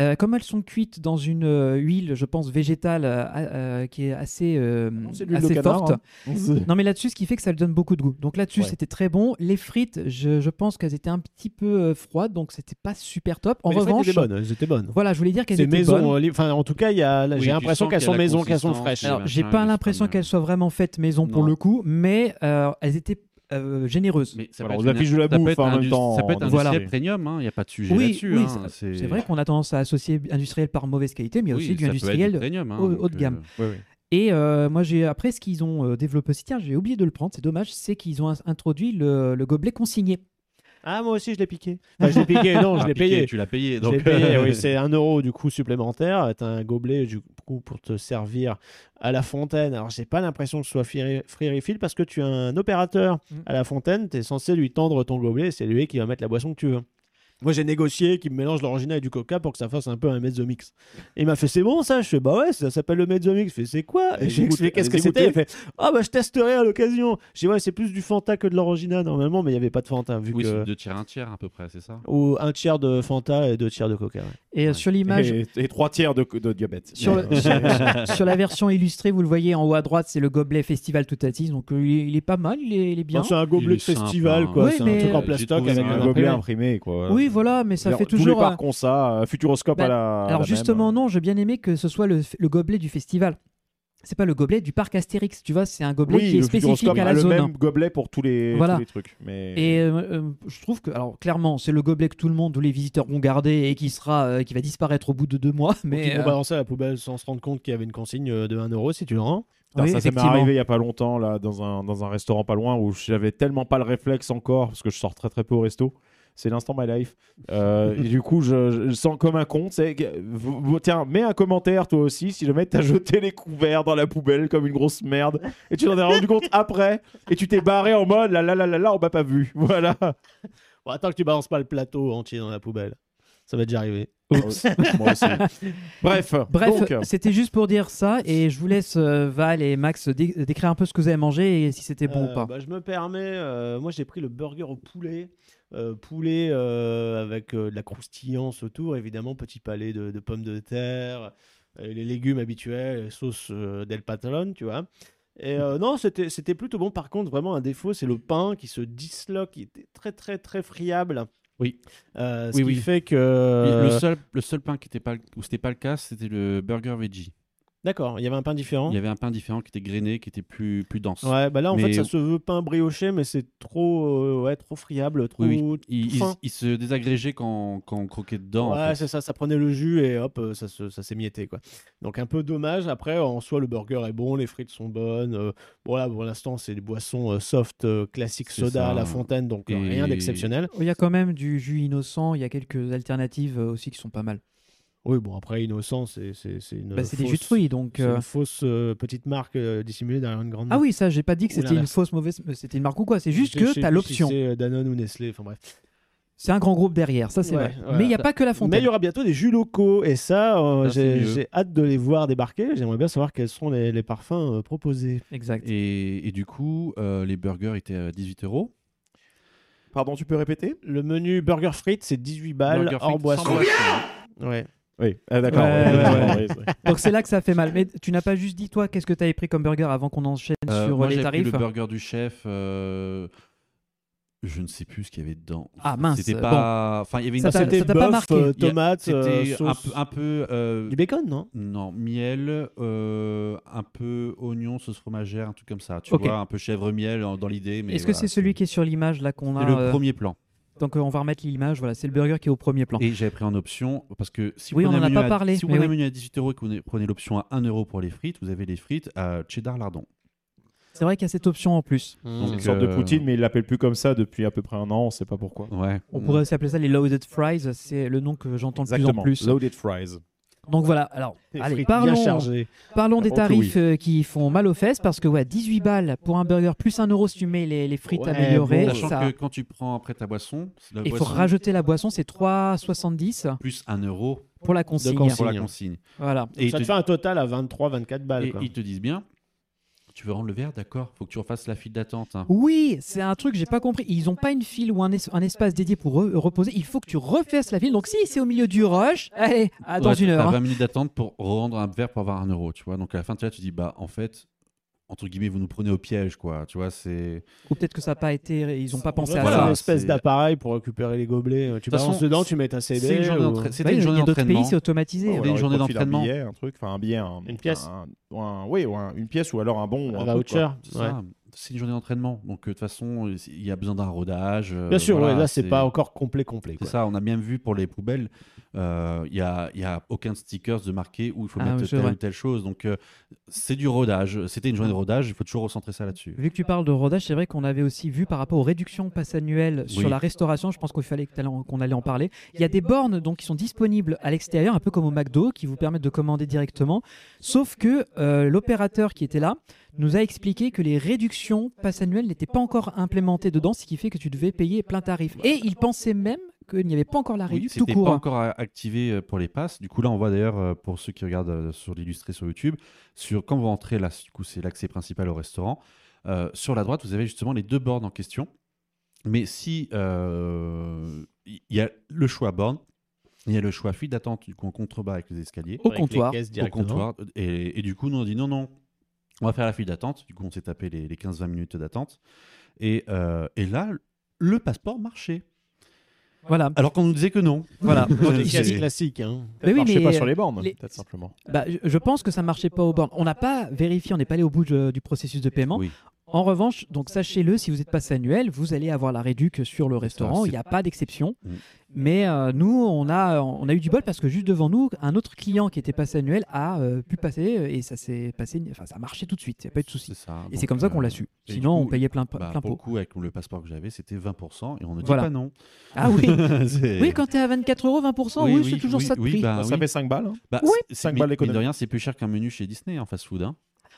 S9: Euh, comme elles sont cuites dans une euh, huile, je pense, végétale euh, euh, qui est assez, euh,
S6: c'est l'huile de
S9: assez
S6: canard,
S9: forte.
S6: hein.
S9: Non, mais là-dessus, ce qui fait que ça lui donne beaucoup de goût. Donc là-dessus,
S6: Ouais.
S9: c'était très bon. Les frites, je, je pense qu'elles étaient un petit peu euh, froides, donc c'était pas super top. En
S8: Mais les frites
S9: revanche,
S8: étaient bonnes, elles étaient bonnes.
S9: voilà, je voulais dire qu'elles
S8: C'est
S9: étaient bonnes.
S8: maison, euh, li- enfin en tout cas, il y a- là,
S7: Oui,
S8: j'ai
S7: tu
S8: l'impression
S7: sens
S8: qu'elles
S7: qu'il y a
S8: sont
S7: la
S8: maison, qu'elles sont
S7: consistance,
S8: fraîches.
S7: Alors,
S9: Alors, j'ai
S7: machin,
S9: pas
S7: il est
S9: l'impression
S7: pas mal.
S9: qu'elles soient vraiment faites maison pour
S7: Non.
S9: le coup, mais euh, elles étaient euh, généreuses.
S7: Mais ça
S6: Voilà,
S7: peut
S6: on
S7: être
S6: affiche
S7: une-
S6: de la
S7: ça peut
S6: bouffe, hein,
S7: être
S6: en
S7: un
S6: même
S7: indus-
S6: temps.
S7: Ça peut être un
S9: Voilà.
S7: industriel premium, hein, il n'y a pas de sujet
S9: Oui,
S7: là-dessus.
S9: oui,
S7: hein,
S9: C'est vrai qu'on a tendance à associer industriel par mauvaise qualité, mais il y a
S7: Oui,
S9: aussi du
S7: ça peut être
S9: industriel.
S7: premium, hein,
S9: haut-
S7: donc,
S9: haut de gamme.
S7: euh,
S9: Et euh, moi, j'ai après ce qu'ils ont euh, développé aussi, tiens, j'ai oublié de le prendre, c'est dommage, c'est qu'ils ont in- introduit le, le gobelet consigné.
S8: Ah moi aussi je l'ai piqué. Enfin, je l'ai piqué, non, je
S7: ah,
S8: l'ai
S7: piqué,
S8: payé.
S7: Tu l'as payé.
S8: Je
S7: Donc,
S8: l'ai payé,
S7: euh,
S8: oui, c'est un euro du coup supplémentaire. T'as un gobelet du coup pour te servir à la fontaine. Alors j'ai pas l'impression que ce soit free free refill parce que tu as un opérateur
S9: Mm.
S8: à la fontaine. T'es censé lui tendre ton gobelet, c'est lui qui va mettre la boisson que tu veux. Moi j'ai négocié qu'il me mélange l'orangina et du coca pour que ça fasse un peu un mezzomix. Et il m'a fait c'est bon ça Je fais bah ouais, ça s'appelle le mezzomix. Je fais c'est quoi Et
S6: Allez-y
S8: j'ai expliqué
S6: goûter,
S8: qu'est-ce que
S6: allez-y
S8: c'était. Il
S6: goûter.
S8: fait ah bah je testerai à l'occasion. J'ai dit ouais, c'est plus du Fanta que de l'orangina normalement, mais il y avait pas de Fanta vu
S7: Oui,
S8: que.
S7: c'est de tiers un tiers à peu près, c'est ça
S8: Ou un tiers de Fanta et deux tiers de coca. ouais.
S9: Et euh,
S7: Ouais.
S9: sur l'image,
S6: Et, et trois tiers de, de diabète.
S9: sur, le- sur- sur la version illustrée, vous le vovoyez en haut à droite, c'est le gobelet Festival Toutatis, donc euh, il est- il est pas mal, il est, il est bien.
S8: Non, C'est un
S7: Il
S8: gobelet
S7: est
S8: de
S7: simple,
S8: festival,
S7: hein.
S8: quoi.
S9: Oui,
S8: c'est
S9: mais-
S8: un truc en
S9: J'ai
S8: plastoc
S7: trouvé
S8: avec
S7: ça
S6: Un
S8: un
S6: gobelet
S8: imprimé.
S6: imprimé, quoi.
S9: Oui, voilà, mais ça
S6: Alors,
S9: fait
S6: tous les
S9: toujours. euh,
S6: parcs ont ça, euh, Futuroscope
S9: Bah,
S6: à la. à
S9: Alors
S6: la
S9: justement
S6: même. hein.
S9: non, j'ai bien aimé que ce soit le, le gobelet du festival. C'est pas le gobelet du parc Astérix, tu vois, c'est un gobelet
S6: oui,
S9: qui est
S6: le
S9: spécifique
S6: Futuroscope
S9: à
S6: a
S9: la
S6: le
S9: zone.
S6: même gobelet pour tous les,
S9: Voilà.
S6: tous les trucs. Mais...
S9: Et euh, euh, je trouve que, alors clairement, c'est le gobelet que tout le monde ou les visiteurs vont garder et qui sera, euh, qui va disparaître au bout de deux mois.
S8: Mais
S9: Mais
S8: ils
S9: euh,
S8: vont balancer à la poubelle sans se rendre compte qu'il y avait une consigne euh, de 1 euro si tu le rends.
S6: Putain,
S9: oui,
S6: ça, ça m'est
S9: effectivement.
S6: arrivé il y a pas longtemps là dans un, dans un restaurant pas loin où j'avais tellement pas le réflexe encore parce que je sors très très peu au resto. C'est l'instant my life. Euh, et du coup, je, je sens comme un con. c'est que- vous- vous- Tiens, mets un commentaire toi aussi si jamais t'as jeté les couverts dans la poubelle comme une grosse merde et tu t'en es rendu compte après et tu t'es barré en mode là là là là là on m'a pas vu. Voilà.
S8: Bon, attends que tu balances pas le plateau entier dans la poubelle. Ça va déjà arriver.
S6: Ah Moi aussi. Bref.
S9: Bref,
S6: donc, euh,
S9: c'était juste pour dire ça et je vous laisse euh, Val et Max dé- euh, décrire un peu ce que vous avez mangé et si c'était bon
S8: Euh,
S9: ou pas.
S8: bah, Je me permets, euh, moi j'ai pris le burger au poulet. Euh, poulet euh, avec euh, de la croustillance autour, évidemment, petit palais de, de pommes de terre, euh, les légumes habituels, les sauces euh, del Patalone, tu vois. Et euh, non, c'était c'était plutôt bon. Par contre, vraiment, un défaut, c'est le pain qui se disloque, qui était très, très, très friable.
S7: Oui.
S8: Euh, ce
S7: Oui,
S8: qui
S7: oui.
S8: fait que.
S7: Le seul, le seul pain qui était pas, le- où c'était pas le cas, c'était le burger veggie.
S8: D'accord, il y avait un pain différent.
S7: Il y avait un pain différent qui était grainé, qui était plus, plus dense.
S8: Ouais, bah là, en
S7: Mais-
S8: fait, ça se veut pain brioché, mais c'est trop, euh, ouais, trop friable, trop.
S7: Oui, oui. Il,
S8: tout
S7: il-
S8: fin.
S7: il se désagrégeait quand, quand on croquait dedans. en
S8: Ouais,
S7: fait.
S8: c'est ça, ça prenait le jus et hop, euh, ça se- ça s'émiettait quoi. Donc un peu dommage. Après, en soi, le burger est bon, les frites sont bonnes. euh, bon là, pour l'instant, c'est des boissons euh, soft, euh, classique
S7: C'est
S8: soda à
S7: ça.
S8: la fontaine, donc euh,
S7: Et-
S8: rien d'exceptionnel.
S9: Il y a quand même du jus innocent, il y a quelques alternatives euh, aussi qui sont pas mal.
S8: Oui, bon après, innocent, c'est c'est c'est une.
S9: Bah, c'est des
S8: fausse-
S9: jus de fruits donc.
S8: c'est
S9: euh,
S8: une fausse euh, petite marque euh, dissimulée derrière une grande.
S9: Ah oui, ça, j'ai pas dit que
S8: Ou
S9: c'était une
S8: l'inverse.
S9: fausse mauvaise, euh, c'était une marque ou quoi. C'est juste
S8: Je sais
S9: que
S8: plus
S9: t'as
S8: si
S9: l'option.
S8: c'est, euh, Danone ou Nestlé, enfin bref.
S9: C'est un grand groupe derrière, ça c'est
S8: Ouais,
S9: vrai.
S8: voilà.
S9: Mais il n'y a pas que la
S8: Mais
S9: fontaine.
S8: il y aura bientôt des jus locaux et ça, euh,
S7: Ça, Ah, c'est
S8: j'ai
S7: mieux.
S8: j'ai hâte de les voir débarquer. J'aimerais bien savoir quels seront les, les parfums euh, proposés.
S9: Exact.
S7: Et, et du coup, euh, les burgers étaient à 18 euros.
S6: pardon, tu peux répéter
S8: Le menu burger frites, c'est 18 balles
S7: Burger
S8: hors
S7: frites
S8: boisson.
S7: sans boisson.
S8: Ouais.
S6: Oui. Ah, d'accord.
S9: Ouais,
S6: Oui,
S9: ouais,
S6: d'accord, oui, c'est-
S9: Donc c'est là que ça fait mal. Mais tu n'as pas juste dit toi qu'est-ce que tu avais pris comme burger avant qu'on enchaîne
S7: Euh,
S9: sur
S7: moi,
S9: les
S7: j'ai pris
S9: tarifs.
S7: le burger du chef. euh, Je ne sais plus ce qu'il y avait dedans.
S9: Ah mince.
S7: C'était
S9: bon.
S7: pas. Enfin, il y avait une.
S9: Ça t'a-
S8: C'était
S9: ça t'a pas
S8: bœuf,
S9: marqué.
S8: euh,
S7: Il y a-
S8: tomate, euh,
S7: C'était un,
S8: sauce-
S7: peu- un peu. euh,
S8: du bacon, non
S7: Non, miel, euh, un peu oignon, sauce fromagère, un truc comme ça. Tu
S9: Ok.
S7: vois, un peu chèvre-miel dans l'idée. mais
S9: Est-ce que
S7: voilà,
S9: c'est celui qui est sur l'image là qu'on
S7: C'est
S9: a
S7: le
S9: euh,
S7: premier plan.
S9: Donc euh, on va remettre l'image. Voilà, c'est le burger qui est au premier plan.
S7: Et j'avais pris en option, parce que si
S9: Oui,
S7: vous
S9: on
S7: prenez
S9: en
S7: un
S9: a
S7: menu
S9: pas
S7: à-
S9: parlé,
S7: si vous
S9: mais
S7: prenez
S9: oui.
S7: un menu à 18 euros et que vous prenez l'option à 1 euro pour les frites, vous avez les frites à cheddar lardon.
S9: C'est vrai qu'il y a cette option en plus.
S7: Donc,
S6: Mmh. C'est une sorte de
S7: euh,
S6: poutine, mais il l'appelle plus comme ça depuis à peu près un an, on sait pas pourquoi.
S7: Ouais.
S9: On
S7: Mm.
S9: pourrait aussi appeler ça les loaded fries. C'est le nom que j'entends de plus en plus. Ah
S6: Loaded fries.
S9: Donc voilà. Alors,
S8: Des
S9: allez,
S8: frites
S9: parlons.
S8: bien chargées.
S9: Parlons des
S6: Par contre,
S9: tarifs euh, qui font mal aux fesses parce que ouais, 18 balles pour un burger plus 1 euro si tu mets les, les frites
S8: Ouais,
S9: améliorées.
S8: bon,
S7: Sachant
S9: ça-
S7: que quand tu prends après ta boisson, la
S9: Il faut
S7: boisson
S9: rajouter la boisson, c'est 3,70
S7: plus 1 euro
S9: pour la consigne.
S8: consigne.
S7: pour la
S8: Signe.
S7: consigne.
S9: Voilà.
S7: Et ils
S8: ça
S7: te,
S8: te fait un total à 23-24 balles.
S7: et
S8: quoi.
S7: ils te disent bien, tu veux rendre le verre, d'accord, faut que tu refasses la file d'attente. hein.
S9: Oui, c'est un truc que j'ai pas compris. Ils ont pas une file ou un, es- un espace dédié pour re- reposer. Il faut que tu refasses la file. Donc si c'est au milieu du rush, allez, à dans
S7: Ouais,
S9: une
S7: t'as
S9: heure. hein.
S7: 20 minutes d'attente pour rendre un verre pour avoir un euro, tu vois. Donc à la fin, tu es là, tu dis, bah en fait, entre guillemets, vous nous prenez au piège, quoi. Tu vois, c'est.
S9: Ou peut-être que ça a pas été, ils ont pas pensé
S8: C'est
S9: à
S7: Voilà.
S8: une
S9: ça.
S8: espèce
S7: c'est-
S8: d'appareil pour récupérer les gobelets. Tu
S7: De toute
S8: balances
S7: façon,
S8: dedans, tu mets ta
S7: C'est une
S8: CD.
S7: journée
S8: ou-
S7: d'entra-
S9: Ouais,
S7: C'était
S9: il
S7: une
S9: y
S7: journée
S9: a d'autres pays,
S7: d'entraînement.
S9: c'est automatisé.
S7: Ou
S9: ouais.
S7: alors une journée d'entraînement.
S6: Un billet, un truc, enfin un billet, un-
S8: Une pièce.
S6: un- ou un, oui, ou un- une pièce ou alors un bon, ou
S8: Un
S6: un truc,
S8: voucher.
S6: quoi.
S7: C'est
S8: ouais.
S7: ça. C'est une journée d'entraînement. Donc euh, de toute façon, il y a besoin d'un rodage. euh,
S8: Bien sûr,
S7: voilà,
S8: ouais, là, c'est pas encore complet, complet.
S7: C'est
S8: quoi.
S7: ça, on a bien vu pour les poubelles, euh, il n'y a, il y a aucun stickers de marqué où il faut
S9: Ah, oui,
S7: mettre
S9: c'est
S7: telle
S9: vrai.
S7: ou telle chose. Donc euh, c'est du rodage. C'était une journée de rodage, il faut toujours recentrer ça là-dessus.
S9: Vu que tu parles de rodage, c'est vrai qu'on avait aussi vu par rapport aux réductions passes annuelles sur
S7: Oui.
S9: la restauration, je pense qu'il fallait que t'allais en- qu'on allait en parler. Il y a des bornes donc qui sont disponibles à l'extérieur, un peu comme au McDo, qui vous permettent de commander directement. Sauf que euh, l'opérateur qui était là nous a expliqué que les réductions passes annuelles n'étaient pas encore implémentées dedans, ce qui fait que tu devais payer plein tarif. Et il pensait même qu'il n'y avait pas encore la
S7: Oui,
S9: réduction
S7: c'était
S9: tout court. hein.
S7: pas encore euh, activé euh, pour les passes. Du coup, là, on voit d'ailleurs, euh, pour ceux qui regardent euh, sur l'illustré sur YouTube, sur, quand vous rentrez là, du coup, c'est l'accès principal au restaurant. euh, sur la droite, vous avez justement les deux bornes en question. Mais si euh, il y a le choix borne, il y a le choix fuite d'attente, du coup, en contrebas avec les escaliers,
S9: Au
S8: Avec les
S9: comptoir.
S8: caisses
S7: au
S8: directement.
S7: comptoir. Et, et du coup, nous, on dit non, non, on va faire la file d'attente. Du coup, on s'est tapé les, les 15-20 minutes d'attente. Et, euh, et là, le passeport marchait.
S9: Voilà.
S7: Alors qu'on nous disait que non. Voilà.
S8: Les
S7: C'est-
S8: caisses classiques. hein.
S9: Mais oui,
S6: Marchez
S9: mais,
S6: pas sur
S9: euh,
S6: les bornes,
S9: les-
S6: peut-être simplement.
S9: Bah, je- je pense que ça marchait pas aux bornes. On n'a pas vérifié, on n'est pas allé au bout de- du processus de paiement.
S7: Oui.
S9: En revanche, donc sachez-le, si vous êtes passe annuel, vous allez avoir la réduc sur le restaurant.
S7: c'est-
S9: Il n'y a pas d'exception.
S7: Mm.
S9: Mais euh, nous, on a, on a eu du bol parce que juste devant nous, un autre client qui était passe annuel a euh, pu passer euh, et ça s'est passé, enfin ça a marché tout de suite. Il n'y a pas eu de souci.
S7: C'est ça.
S9: Et
S7: Donc,
S9: c'est comme ça qu'on
S7: euh,
S9: l'a su.
S7: et
S9: Sinon,
S7: du
S9: on
S7: coup,
S9: payait plein,
S7: bah,
S9: plein
S7: pour le
S9: pot.
S7: coup, avec le passeport que j'avais, c'était 20% et on ne dit
S9: Voilà.
S7: pas non.
S9: Ah oui.
S7: C'est-
S9: oui, quand t'es à 24 euros, 20%, oui, c'est toujours
S7: oui,
S9: ça de
S7: oui,
S9: prix.
S7: bah,
S6: ça
S7: oui.
S6: fait 5 balles. hein.
S7: Bah,
S9: Oui.
S7: c'est-
S6: Cinq
S7: mais-
S6: balles
S7: mine
S6: économiques.
S7: de rien, c'est plus cher qu'un menu chez Disney en fast-food. hein.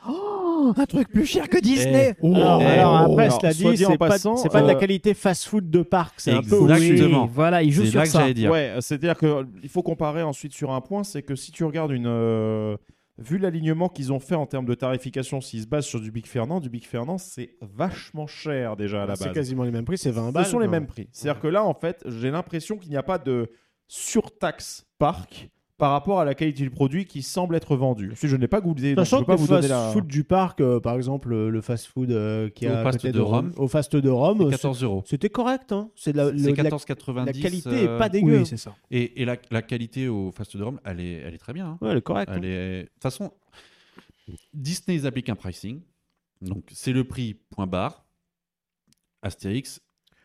S9: Oh, un truc plus cher que Disney.
S8: Alors,
S7: eh,
S8: alors,
S6: oh,
S8: après,
S6: alors,
S8: cela
S6: soit
S8: dit,
S6: dit en
S8: c'est pas,
S6: passant,
S8: c'est pas de la
S6: euh,
S8: qualité fast-food de parc. C'est un peu
S7: Exact.
S8: aussi.
S7: Exactement.
S9: Oui, voilà, il joue
S7: C'est
S9: sur
S7: là que
S9: ça.
S7: j'allais dire.
S6: Ouais, euh, c'est-à-dire que euh, il faut comparer ensuite sur un point, c'est que si tu regardes une euh, vu l'alignement qu'ils ont fait en termes de tarification, s'ils se basent sur du Big Fernand, du Big Fernand, c'est vachement cher déjà à la
S8: C'est
S6: base.
S8: quasiment les mêmes prix, c'est 20
S6: Ce
S8: balles.
S6: sont les
S8: quoi.
S6: mêmes prix. C'est-à-dire que là, en fait, j'ai l'impression qu'il n'y a pas de surtaxe parc par rapport à la qualité du produit qui semble être vendu. Si je n'ai pas goûté, donc je ne
S8: Sachant
S6: peux
S8: que
S6: pas
S8: le
S6: vous donner la.
S8: fast-food du parc, euh, par exemple, euh, le fast-food euh, qui
S7: Au
S8: a à
S7: fast
S8: côté
S7: de Rome.
S8: au fast de Rome,
S7: C'est
S8: c'est-
S7: 14 euros.
S8: c'était correct. hein. C'est de la, euh, le-
S7: C'est
S8: de la-
S7: 14,90.
S8: la qualité
S7: euh,
S8: est pas dégueu.
S9: Oui, c'est ça.
S7: Et, et la, la qualité au fast de Rome, elle est, elle est très bien. hein.
S8: Ouais, elle est correcte. hein.
S7: Elle est- De toute façon, Disney ils appliquent un pricing. Donc c'est le prix point barre. Astérix.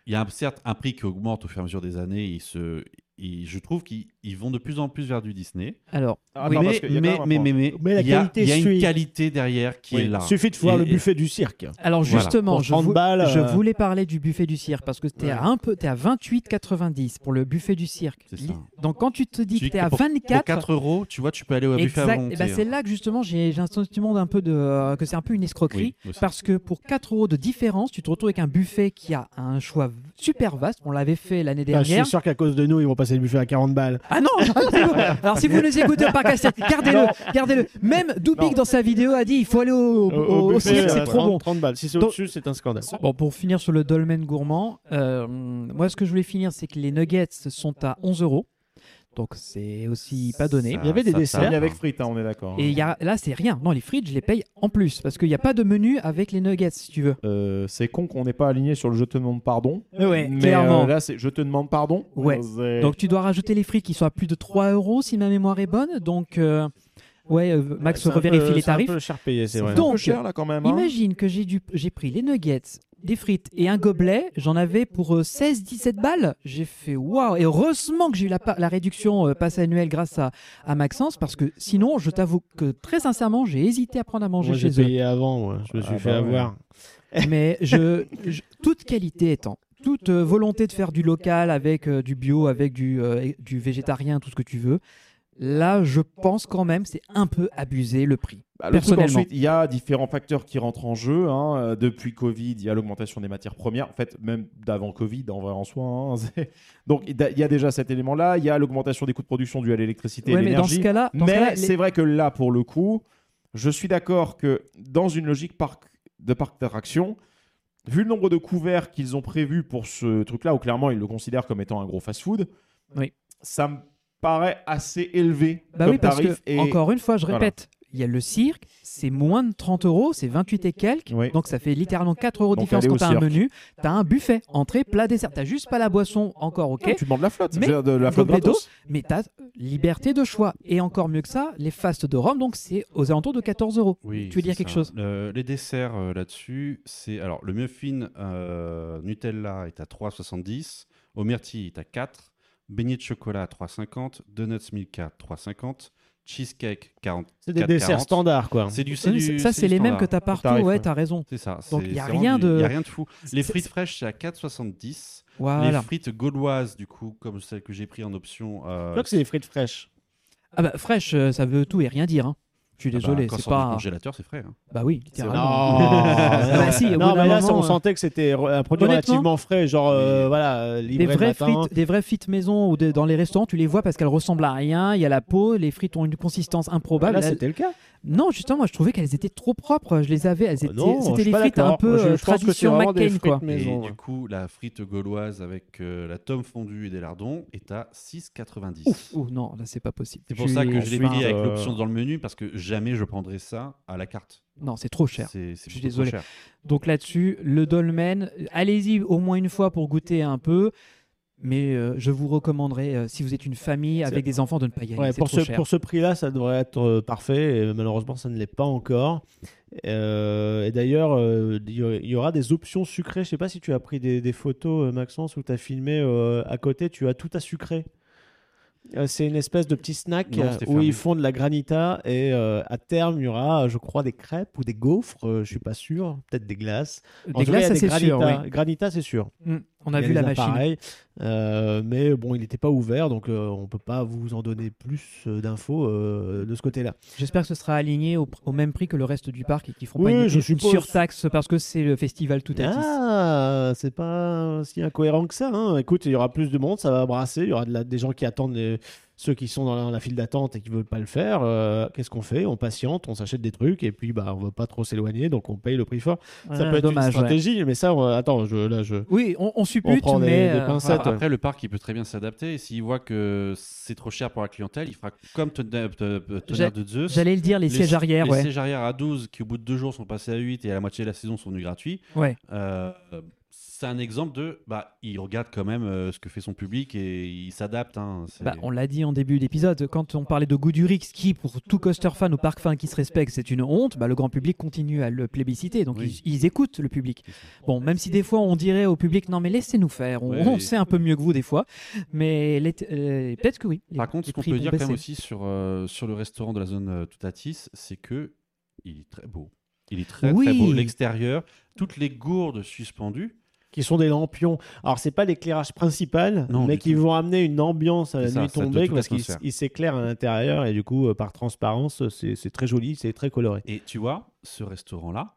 S7: Il y a un- certes un prix qui augmente au fur et à mesure des années. Il se, il- je trouve qu'ils ils vont de plus en plus vers du Disney.
S9: Alors,
S6: Ah,
S9: oui,
S6: non,
S9: mais-
S6: parce
S7: mais,
S6: qu'il y a quand
S7: mais,
S6: même un
S7: mais,
S6: point.
S7: mais,
S8: Mais
S7: mais,
S8: la
S7: il y a,
S8: qualité
S7: il y a une
S8: suit.
S7: qualité derrière qui
S8: Oui,
S7: est là.
S8: Suffit de voir
S7: Et-
S8: le
S7: et-
S8: buffet du cirque.
S9: Alors
S7: Voilà.
S9: justement,
S8: Pour
S9: je,
S8: 30
S9: vou-
S8: balles,
S9: je
S8: euh,
S9: voulais parler du buffet du cirque parce que t'es
S8: Ouais.
S9: à un peu, t'es à 28,90 pour le buffet du cirque.
S7: C'est
S9: Li-
S7: ça.
S9: Donc quand tu te dis
S7: Tu
S9: que
S7: dis
S9: t'es
S7: que
S9: à
S7: pour- Pour
S9: 24,
S7: 4 euros, tu vois, tu peux aller au buffet euh, à
S9: exact.
S7: volonté. hein.
S9: eh ben, c'est là que justement j'ai j'ai un sentiment d'un peu de euh, que c'est un peu une escroquerie.
S7: Oui, aussi.
S9: Parce que pour 4 euros de différence, tu te retrouves avec un buffet qui a un choix super vaste. On l'avait fait l'année
S7: Ah,
S8: Enfin, je suis
S9: dernière.
S8: sûr qu'à cause de nous, ils vont passer le buffet à 40 balles.
S9: Ah non Alors si vous nous écoutez au parc Astérix, gardez-le, gardez-le. Même Doubik
S6: Non.
S9: dans sa vidéo a dit il faut aller au, au- au cirque, c'est
S8: euh,
S9: trop bon.
S8: 30 balles. Si c'est
S9: Donc-
S8: au-dessus, c'est un scandale.
S9: Bon, pour finir sur le dolmen gourmand, euh, moi, ce que je voulais finir, c'est que les nuggets sont à 11 euros. Donc c'est aussi pas donné.
S7: Ça-
S8: Il y avait des
S7: ça
S8: desserts.
S7: tape,
S6: Ni avec
S7: hein.
S6: frites, hein, on est d'accord.
S9: Et il y a, là, c'est rien. Non, les frites, je les paye en plus. Parce qu'il n'y a pas de menu avec les nuggets, si tu veux.
S6: Euh, c'est con qu'on n'ait pas aligné sur le je te demande pardon.
S9: Ouais,
S6: mais
S9: clairement.
S6: euh, là, c'est je te demande pardon.
S9: Ouais.
S6: C'est-
S9: Donc tu dois rajouter les frites qui sont à plus de 3 euros, si ma mémoire est bonne. Donc, euh, ouais, euh, Max
S8: C'est un peu-
S9: revérifie les
S8: c'est
S9: tarifs.
S8: un peu cher payé, c'est vrai.
S9: Donc,
S6: un peu cher là quand même. hein.
S9: Imagine que j'ai dû, j'ai pris les nuggets, des frites et un gobelet. J'en avais pour 16-17 balles. J'ai fait waouh. Et heureusement que j'ai eu la, pa- la réduction euh, passe annuelle grâce à, à Maxence, parce que sinon, je t'avoue que très sincèrement, j'ai hésité à prendre à manger
S8: Moi, j'ai
S9: chez eux.
S8: payé avant, moi. Je me suis
S6: Ah
S8: fait
S6: bah ouais.
S8: avoir.
S9: Mais je, je- toute qualité étant, toute euh, volonté de faire du local avec euh, du bio, avec du, euh, et- du végétarien, tout ce que tu veux. Là, je pense quand même, c'est un peu abusé le prix.
S6: Bah, le truc,
S9: Personnellement.
S6: ensuite, il y a différents facteurs qui rentrent en jeu. hein. Euh, Depuis Covid, il y a l'augmentation des matières premières. En fait, même d'avant Covid, en vrai en soi. hein, c'est- Donc, il y a- il y a déjà cet élément-là. Il y a l'augmentation des coûts de production due à l'électricité
S9: Ouais,
S6: et
S9: mais dans ce
S6: l'énergie.
S9: cas-là, dans ce cas-là,
S6: Mais
S9: les-
S6: c'est vrai que là, pour le coup, je suis d'accord que dans une logique parc- de parc d'attraction, vu le nombre de couverts qu'ils ont prévus pour ce truc-là, où clairement ils le considèrent comme étant un gros fast-food,
S9: Oui.
S6: ça me paraît assez élevé
S9: Bah
S6: comme
S9: oui, parce que,
S6: tarif. et...
S9: encore une fois, je
S6: voilà.
S9: répète, il y a le cirque, c'est moins de 30 euros, c'est 28 et quelques.
S6: Oui.
S9: Donc ça fait littéralement 4 euros de
S6: Donc,
S9: différence
S6: allez
S9: quand
S6: au
S9: t'as un
S6: cirque.
S9: menu. T'as un buffet, entrée, plat, dessert. T'as juste pas la boisson, encore ok.
S6: Tu demandes la flotte,
S9: Mais
S6: je veux dire, de la flotte
S9: gobelet d'eau,
S6: gratos.
S9: Mais t'as liberté de choix. Et encore mieux que ça, les fastes de Rome, donc c'est aux alentours de 14 euros.
S7: Oui,
S9: Tu veux
S7: c'est
S9: dire quelque
S7: ça.
S9: chose
S7: Le- Les desserts euh, là-dessus, c'est. Alors, le muffin euh, Nutella est à 3,70. Au myrtille est à 4. Beignet de chocolat à 3,50. Donuts Milka à 3,50. Cheesecake 40.
S8: C'est des
S7: 4,40.
S8: desserts standards, quoi.
S7: C'est du,
S9: Oui,
S7: du-
S9: ça, c'est
S7: du
S9: les mêmes que
S7: standard.
S9: t'as partout.
S6: tarif,
S9: ouais,
S6: ouais.
S9: t'as raison.
S7: C'est ça.
S9: Donc,
S7: c'est-
S9: y a
S7: c'est vraiment
S9: rien
S7: du-
S9: de-
S7: y a rien de fou. Les
S9: C'est-
S7: frites fraîches, c'est à 4,70. Les
S9: Voilà.
S7: frites gauloises, du coup, comme celles que j'ai pris en option. euh,
S8: Je crois que c'est des frites fraîches.
S9: Ah bah, fraîche, euh, ça veut tout et rien dire. hein. Je suis
S7: ah bah,
S9: désolé,
S7: quand
S9: c'est
S7: sort du
S9: pas.
S7: congélateur, c'est frais. hein.
S9: Bah oui, littéralement.
S8: Ah,
S9: bah si, au bout
S8: non,
S9: d'un
S8: mais là,
S9: moment,
S8: ça, on
S9: euh,
S8: sentait que c'était re- un produit
S9: Honnêtement,
S8: relativement frais, genre euh,
S7: oui.
S8: voilà, euh, livré
S9: Des
S8: le
S9: vraies,
S8: matin.
S9: frites, des vraies frites maison ou des- dans les restaurants, tu les vois parce qu'elles ressemblent à rien. Il y a la peau, les frites ont une consistance improbable.
S8: Là,
S9: Elles-
S8: c'était le cas.
S9: Non, justement, moi je trouvais qu'elles étaient trop propres. Je les avais, elles étaient.
S8: Ah non, je
S9: C'était
S8: suis
S9: des
S8: pas
S9: frites un
S8: d'accord.
S9: peu
S8: Je- je
S9: euh,
S8: pense que c'est
S9: tradition
S8: vraiment des
S9: McCain, quoi.
S8: frites maison,
S7: et
S8: ouais.
S7: du coup, la frite gauloise avec euh, la tome fondue et des lardons est à 6,90.
S9: Ouf, Ouh, non, là c'est pas possible.
S7: C'est pour
S9: Je
S7: ça
S9: suis-
S7: que je l'ai
S6: Ensuite,
S7: mis avec
S6: euh,
S7: l'option dans le menu parce que jamais je prendrais ça à la carte.
S9: Non, c'est trop cher.
S7: C'est
S9: suis désolé.
S7: désolé. Cher.
S9: Donc là-dessus, le dolmen, euh, allez-y au moins une fois pour goûter un peu. Mais euh, je vous recommanderais, euh, si vous êtes une famille avec des enfants, de ne pas y aller.
S8: Ouais,
S9: c'est
S8: pour,
S9: trop
S8: ce,
S9: cher.
S8: pour ce prix-là, ça devrait être euh, parfait. Et malheureusement, ça ne l'est pas encore. Euh, et d'ailleurs, euh, il y- il y aura des options sucrées. Je sais pas si tu as pris des, des photos, euh, Maxence, où tu as filmé euh, à côté, tu as tout à sucrer. Euh, C'est une espèce de petit snack
S7: Non,
S8: euh,
S7: c'était
S8: où
S7: fermé.
S8: ils font de la granita et euh, à terme il y aura, je crois, des crêpes ou des gaufres, euh, je suis pas sûr, peut-être des glaces. En
S9: Des
S8: tout cas, il y
S9: glaces,
S8: a
S9: ça, c'est
S8: granita.
S9: sûr. oui.
S8: Granita, c'est sûr.
S9: Mm. On a
S8: Il y
S9: vu
S8: les
S9: la machine.
S8: appareils, euh, mais bon, il n'était pas ouvert, donc euh, on peut pas vous en donner plus euh, d'infos euh, de ce côté-là.
S9: J'espère que ce sera aligné au, au même prix que le reste du parc et qu'ils feront
S8: Oui,
S9: pas une,
S8: je
S9: une
S8: suppose.
S9: surtaxe parce que c'est le festival tout à 10.
S8: Ah, c'est pas si incohérent que ça. hein. Écoute, il y aura plus de monde, ça va brasser. Il y aura de la- des gens qui attendent les- ceux qui sont dans la, la file d'attente et qui veulent pas le faire. Euh, Qu'est-ce qu'on fait On patiente, on s'achète des trucs et puis bah on veut pas trop s'éloigner, donc on paye le prix fort. ça
S9: Ah,
S8: peut être
S9: dommage,
S8: une
S9: ouais.
S8: stratégie, mais ça, on- attends, je, là je.
S9: Oui, on, on
S8: On
S9: suppute,
S8: prend des-
S9: mais.
S8: des
S9: euh,
S8: pincettes.
S9: voilà.
S8: ouais.
S7: Après, le parc, il peut très bien s'adapter. Et s'il voit que c'est trop cher pour la clientèle, il fera comme euh, Tonnerre Tonnerre
S9: J'a-
S7: de Zeus.
S9: J'allais le dire, les, sièges arrière,
S7: les
S9: ouais.
S7: sièges arrière à 12 qui, au bout de deux jours, sont passés à 8 et à la moitié de la saison sont venus gratuits.
S9: Ouais.
S7: Euh, euh, c'est un exemple de. Bah, il regarde quand même euh, ce que fait son public et il s'adapte. hein. C'est-
S9: Bah, on l'a dit en début d'épisode, quand on parlait de goût du Rix, qui pour tout coaster fan ou parc fan qui se respecte, c'est une honte, bah, le grand public continue à le plébisciter, donc
S7: Oui.
S9: ils, ils écoutent le public. Bon, même si des fois on dirait au public, non mais laissez-nous faire, on,
S7: Ouais,
S9: on
S7: oui.
S9: sait un peu mieux que vous des fois, mais les- euh, peut-être que oui. les-
S7: Par contre,
S9: les
S7: ce qu'on
S9: prix
S7: peut
S9: vont
S7: dire quand même
S9: baisser.
S7: aussi sur, euh, sur le restaurant de la zone euh, Toutatis, c'est que il est très beau. Il est très très
S9: Oui.
S7: beau. L'extérieur, toutes les gourdes suspendues.
S8: qui sont des lampions. Alors, c'est pas l'éclairage principal,
S7: Non,
S8: mais
S7: du
S8: qui
S7: tout.
S8: vont amener une ambiance à la
S7: C'est ça,
S8: nuit
S7: ça donne
S8: tombée
S7: toute
S8: parce qu'ils
S7: l'atmosphère.
S8: ils s'éclairent à l'intérieur et du coup, euh, par transparence, c'est c'est très joli, c'est très coloré.
S7: Et tu vois, ce restaurant-là,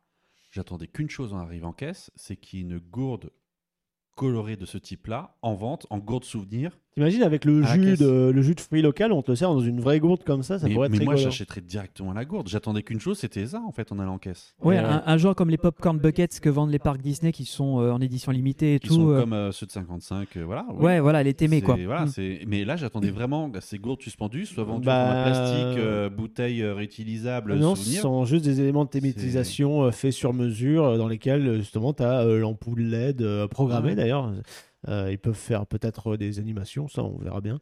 S7: j'attendais qu'une chose en arrivant en caisse, c'est qu'il y ait une gourde colorée de ce type-là en vente, en gourde souvenir,
S8: T'imagines avec le
S7: À la
S8: jus,
S7: caisse.
S8: de, le jus de fruits local, on te le sert dans une vraie gourde comme ça, ça
S7: mais
S8: pourrait être
S7: mais moi,
S8: rigolo.
S7: j'achèterais directement la gourde. J'attendais qu'une chose, c'était ça, en fait, en allant en caisse.
S8: Ouais,
S9: Ouais,
S8: ouais.
S9: un, un genre comme les popcorn buckets que vendent les parcs Disney qui sont euh, en édition limitée et
S7: Ils
S9: tout.
S7: sont
S9: euh,
S7: comme euh, ceux de 55, euh, voilà. oui.
S9: Ouais, voilà, les témés
S7: C'est-
S9: quoi.
S7: voilà,
S9: Mm.
S7: c'est- Mais là, j'attendais vraiment bah, ces gourdes suspendues, soit vendues
S8: Bah, Ah
S7: en format plastique, euh, bouteille euh, réutilisable,
S8: non, ce
S7: souvenir.
S8: sont juste des éléments de thématisation euh, faits sur mesure euh, dans lesquels euh, justement tu as l'ampoule LED euh, programmée
S9: Ouais.
S8: d'ailleurs. Euh, ils peuvent faire peut-être euh, des animations, ça on verra bien.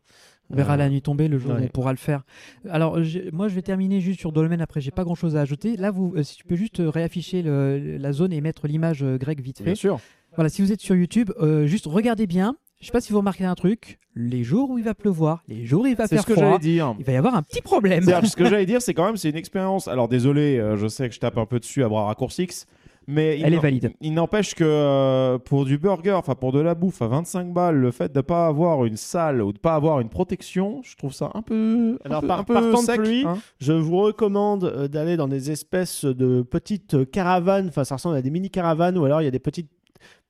S9: On verra
S8: Euh,
S9: la nuit tomber le jour où
S8: ouais.
S9: on pourra le faire. Alors j'ai- moi je vais terminer juste sur Dolmen après j'ai pas grand chose à ajouter. Là vous euh, si tu peux juste euh, réafficher le- la zone et mettre l'image euh, grecque vite fait.
S6: Bien sûr.
S9: Voilà, si vous êtes sur YouTube, euh, juste regardez bien. Je sais pas si vous remarquez un truc, les jours où il va pleuvoir, les jours où il va
S6: C'est
S9: faire
S6: ce que
S9: froid,
S6: j'allais dire.
S9: il va y avoir un petit problème.
S6: C'est-à-dire, ce que j'allais dire, c'est quand même, c'est une expérience. Alors désolé, euh, je sais que je tape un peu dessus à bras raccourcis, mais il
S9: Elle est
S6: n'en-
S9: valide.
S6: Il n'empêche que euh, pour du burger, enfin pour de la bouffe à 25 balles, le fait de ne pas avoir une salle ou de pas avoir une protection, je trouve ça un peu, un
S8: Alors,
S6: peu,
S8: par-
S6: un peu
S8: partant de
S6: sec.
S8: pluie,
S6: hein.
S8: Je vous recommande euh, d'aller dans des espèces de petites euh, caravanes, enfin ça ressemble à des mini caravanes ou alors il y a des petites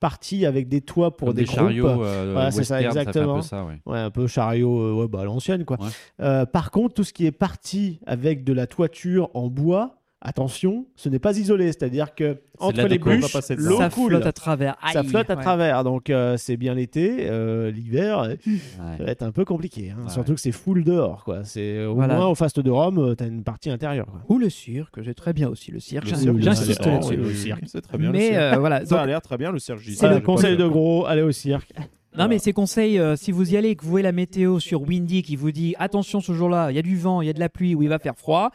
S8: parties avec des toits pour
S7: Comme
S8: des,
S7: des,
S8: groupes.
S7: chariots euh,
S8: Voilà, c'est ça,
S7: western, ça, fait un
S8: exactement.
S7: peu ça, ouais.
S8: Ouais, un peu chariot, euh, ouais, bah, à l'ancienne, quoi.
S7: Ouais.
S8: Euh, par contre, tout ce qui est parti avec de la toiture en bois, attention, ce n'est pas isolé. C'est-à-dire que
S7: de
S8: entre
S7: la
S8: les
S7: déco, on va
S8: bûches,
S7: passer dedans.
S8: l'eau
S9: ça
S8: coule.
S9: flotte à travers.
S8: ça
S9: Aïe,
S8: flotte à
S9: ouais.
S8: travers. Donc, euh, c'est bien l'été. euh, L'hiver, euh, ça
S7: Ouais.
S8: va être un peu compliqué. hein.
S7: Ouais.
S8: Surtout que c'est full dehors, quoi. C'est euh, au
S9: Voilà.
S8: moins au faste de Rome, euh, t'as une partie intérieure. quoi.
S9: Ou le cirque, que j'ai très bien aussi le cirque.
S6: Le
S9: j'in-
S6: cirque,
S9: J'insiste
S6: c'est-
S9: là-dessus.
S6: oh, oui, le cirque, c'est très bien. le
S9: Mais
S6: cirque.
S9: euh, voilà,
S6: ça
S9: donc-
S6: a l'air très bien le cirque. j'y
S9: C'est le
S8: Voilà,
S6: vais, j'ai pas
S8: conseil
S6: de-
S8: de gros, allez au cirque.
S9: non mais ces conseils, euh, si vous y allez et que vous voyez la météo sur Windy qui vous dit attention ce jour-là, il y a du vent, il y a de la pluie, ou il va faire froid,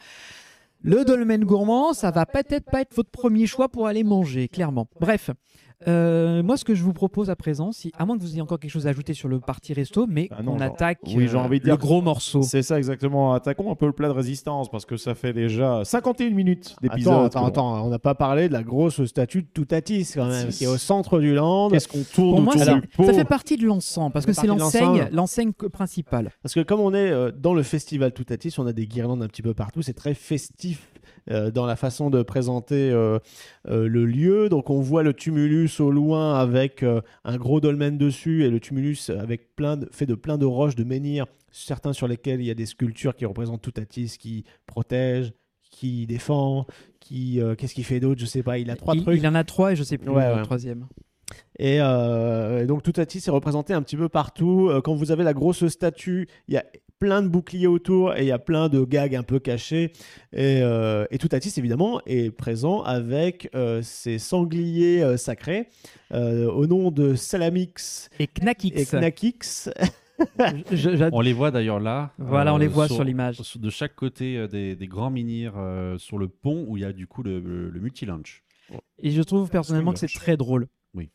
S9: le dolmen gourmand, ça va peut-être pas être votre premier choix pour aller manger, clairement. Bref, euh, moi ce que je vous propose à présent, si à moins que vous ayez encore quelque chose à ajouter sur le parti resto, mais
S6: Ah non,
S9: on
S6: genre-
S9: attaque
S6: oui, j'ai
S9: euh,
S6: envie de
S9: le
S6: dire-
S9: gros morceau.
S6: C'est ça exactement. Attaquons un peu le plat de résistance parce que ça fait déjà 51 minutes
S8: Attends,
S6: d'épisode.
S8: attends, attends, on n'a pas parlé de la grosse statue de Toutatis quand même,
S6: Si.
S8: qui est au centre du land.
S6: Qu'est-ce qu'on tourne
S9: Pour moi,
S6: autour
S9: ça,
S6: du pot
S9: ça fait partie de l'ensemble, parce
S8: Ça
S9: que
S8: fait
S9: c'est
S8: partie de
S9: l'enseigne,
S8: l'ensemble.
S9: l'enseigne que- principale.
S8: Parce que comme on est euh, dans le festival Toutatis, on a des guirlandes un petit peu partout, c'est très festif euh, dans la façon de présenter euh, euh, le lieu. Donc on voit le tumulus au loin avec euh, un gros dolmen dessus et le tumulus avec plein de, fait de plein de roches, de menhirs, certains sur lesquels il y a des sculptures qui représentent Toutatis, qui protège, qui défend, qui euh, qu'est-ce qu'il fait d'autre, je sais pas, il a trois
S9: Euh, il,
S8: trucs.
S9: il en a trois et je sais plus
S8: Ouais,
S9: le
S8: ouais.
S9: troisième.
S8: Et, euh, et donc Toutatis est représenté un petit peu partout. Euh, Quand vous avez la grosse statue, il y a plein de boucliers autour et il y a plein de gags un peu cachés. Et, euh, et Toutatis, évidemment, est présent avec euh, ses sangliers euh, sacrés euh, au nom de Salamix
S9: Et Knackix.
S8: et Knackix.
S9: Je- j'ad-
S7: On les voit d'ailleurs là. euh,
S9: Voilà,
S8: Euh,
S9: on les voit sur l'image.
S7: De chaque côté euh, des, des grands menhirs euh, sur le pont où il y a du coup le, le, le multi-lunch.
S9: Et je trouve personnellement que c'est très drôle.
S7: Oui.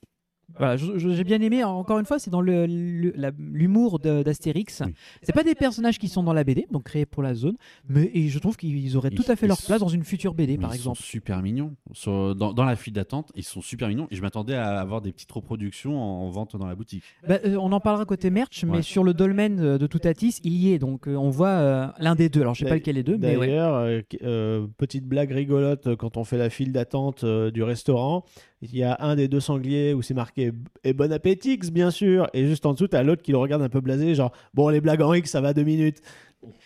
S9: Voilà, je- je- j'ai bien aimé, encore une fois, c'est dans le- le- la- l'humour de- d'Astérix.
S7: Oui.
S9: C'est pas des personnages qui sont dans la BD, donc créés pour la zone, mais et je trouve qu'ils auraient
S7: Ils-
S9: tout à fait
S7: ils
S9: leur
S7: sont-
S9: place dans une future BD,
S7: Mais
S9: par
S7: ils
S9: exemple.
S7: sont super mignons. Sur- dans, dans la file d'attente, ils sont super mignons. Et je m'attendais à avoir des petites reproductions en vente dans la boutique.
S9: Bah, euh, on en parlera côté merch, mais
S7: Ouais.
S9: sur le dolmen euh, de Toutatis, il y est, donc euh, on voit euh, l'un des deux. Alors je sais pas lequel des deux, mais ouais.
S8: D'ailleurs, euh, qu- euh, petite blague rigolote euh, quand on fait la file d'attente euh, du restaurant, il y a un des deux sangliers où c'est marqué b- et bon appétit, X, bien sûr, et juste en dessous t'as l'autre qui le regarde un peu blasé, genre bon les blagues en X ça va deux minutes.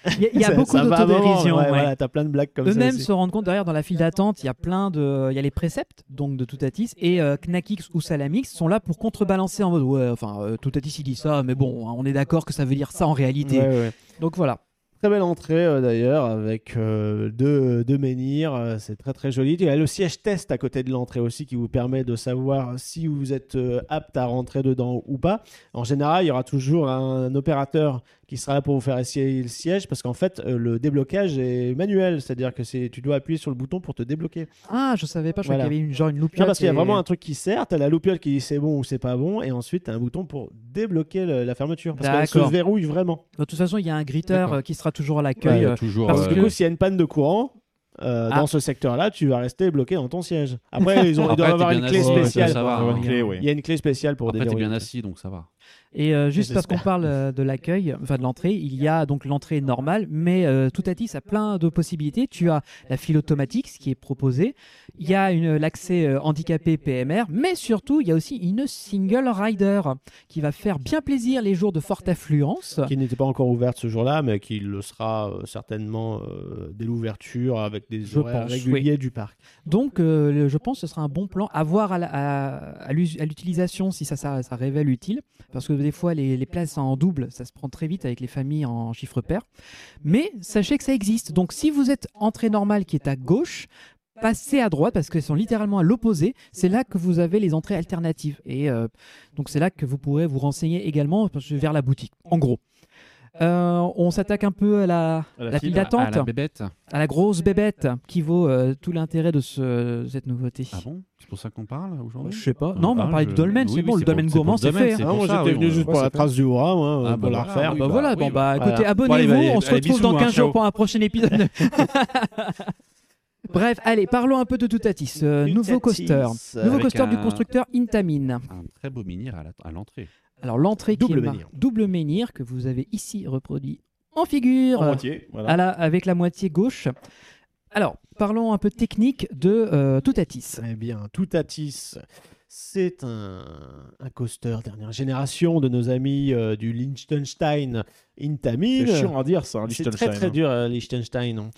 S9: il y a, il y a
S8: Ça-
S9: beaucoup
S8: ça va à un moment,
S9: d'autodérision.
S8: ouais,
S9: ouais.
S8: Voilà, t'as plein de blagues comme ça.
S9: Eux-mêmes
S8: aussi.
S9: se rendent compte derrière dans la file d'attente, il y a plein de, il y a les préceptes donc de Toutatis et euh, Knackix ou Salamix sont là pour contrebalancer en mode ouais, enfin euh, Toutatis il dit ça, mais bon, hein, on est d'accord que ça veut dire ça en réalité.
S8: Ouais, ouais.
S9: Donc voilà.
S8: Très belle entrée euh, d'ailleurs avec euh, deux, deux menhirs, euh, c'est très très joli. Il y a le siège test à côté de l'entrée aussi qui vous permet de savoir si vous êtes euh, apte à rentrer dedans ou pas. En général, il y aura toujours un opérateur qui sera là pour vous faire essayer le siège parce qu'en fait euh, le déblocage est manuel, c'est-à-dire que c'est tu dois appuyer sur le bouton pour te débloquer.
S9: Ah, je savais pas, je
S8: Voilà.
S9: croyais qu'il y avait une genre une loupe.
S8: Non, parce qu'il y a vraiment un truc qui sert, t'as la loupiole qui dit c'est bon ou c'est pas bon et ensuite t'as un bouton pour débloquer le- la fermeture parce qu'elle se
S9: D'accord.
S8: verrouille vraiment.
S9: De toute façon, il y a un gritter
S8: D'accord.
S9: euh, qui sera toujours à
S8: Ouais,
S9: l'accueil.
S7: Il y
S9: euh,
S7: a toujours.
S8: Parce que
S7: euh,
S8: du coup, s'il y a une panne de courant, euh,
S9: Ah.
S8: dans ce secteur-là, tu vas rester bloqué dans ton siège. Après, ils, ont, ils
S7: Après,
S8: doivent
S7: t'es
S8: avoir
S7: bien
S8: une clé
S7: assis, ouais,
S8: spéciale.
S7: ça va.
S6: Une
S7: Ouais.
S6: clé, oui.
S8: Il y a une clé spéciale pour
S7: Après, t'es
S8: déverrouiller.
S7: bien assis, donc ça va.
S9: Et euh, juste parce qu'on parle euh, de l'accueil, enfin de l'entrée, il y a donc l'entrée normale, mais euh, tout à a plein de possibilités. Tu as la file automatique, ce qui est proposé. Il y a une- l'accès euh, handicapé PMR, mais surtout, il y a aussi une single rider qui va faire bien plaisir les jours de forte affluence.
S8: qui n'était pas encore ouverte ce jour-là, mais qui le sera euh, certainement euh, dès l'ouverture avec des
S9: Je
S8: horaires
S9: pense,
S8: réguliers
S9: oui.
S8: du parc.
S9: Donc, euh, le- je pense que ce sera un bon plan à voir à, la- à- à l'us- à l'utilisation si ça, ça, ça révèle utile. Parce que des fois, les, les places en double, ça se prend très vite avec les familles en chiffre pair. Mais sachez que ça existe. Donc, si vous êtes entrée normale qui est à gauche, passez à droite parce qu'elles sont littéralement à l'opposé. C'est là que vous avez les entrées alternatives. Et euh, donc, c'est là que vous pourrez vous renseigner également parce que vers la boutique, en gros. Euh, on s'attaque un peu à la,
S7: À la
S9: la
S7: file.
S9: file d'attente.
S7: À la bébête.
S9: À la grosse bébête qui vaut euh, tout l'intérêt de ce- cette nouveauté.
S7: Ah bon C'est pour ça qu'on parle aujourd'hui
S9: Je sais pas. Non, mais on
S7: Ah,
S9: parlait
S7: je-
S9: du dolmen,
S7: oui,
S9: c'est
S7: oui,
S9: bon, le dolmen
S7: pour-
S9: gourmand,
S7: pour
S9: c'est
S7: le dolmen,
S9: fait.
S7: c'est
S9: hein.
S7: pour
S8: moi,
S7: ça,
S8: j'étais
S7: Ah oui,
S8: venu
S7: on-
S8: juste pour
S7: ouais,
S8: la
S7: c'est
S8: trace
S7: fait.
S8: du Hora, moi, euh,
S7: Ah,
S8: pour
S7: bah
S8: la
S7: voilà,
S8: refaire.
S7: oui,
S9: Bah voilà,
S7: oui,
S9: bon bah
S7: bah,
S8: voilà.
S9: écoutez,
S8: Bon, allez,
S9: abonnez-vous,
S8: allez,
S9: on se
S8: allez,
S9: retrouve
S8: bisous,
S9: dans
S8: hein,
S9: 15
S8: ciao.
S9: jours pour un prochain épisode. Bref, allez, parlons un peu de Toutatis, euh, nouveau
S8: Toutatis,
S9: coaster. Nouveau
S7: avec
S9: coaster du
S7: un-
S9: constructeur Intamin.
S7: Un très beau menhir à la- à l'entrée.
S9: Alors l'entrée qui
S8: Double
S9: est mar-
S8: menhir.
S9: double menhir que vous avez ici reproduit en figure.
S6: En moitié, voilà.
S9: à la- avec la moitié gauche. Alors, parlons un peu technique de euh, Toutatis.
S8: Eh bien, Toutatis, c'est un, un coaster dernière génération de nos amis euh, du Liechtenstein Intamin.
S6: C'est chiant à dire ça, hein,
S8: C'est très très dur, euh, Liechtenstein. hein.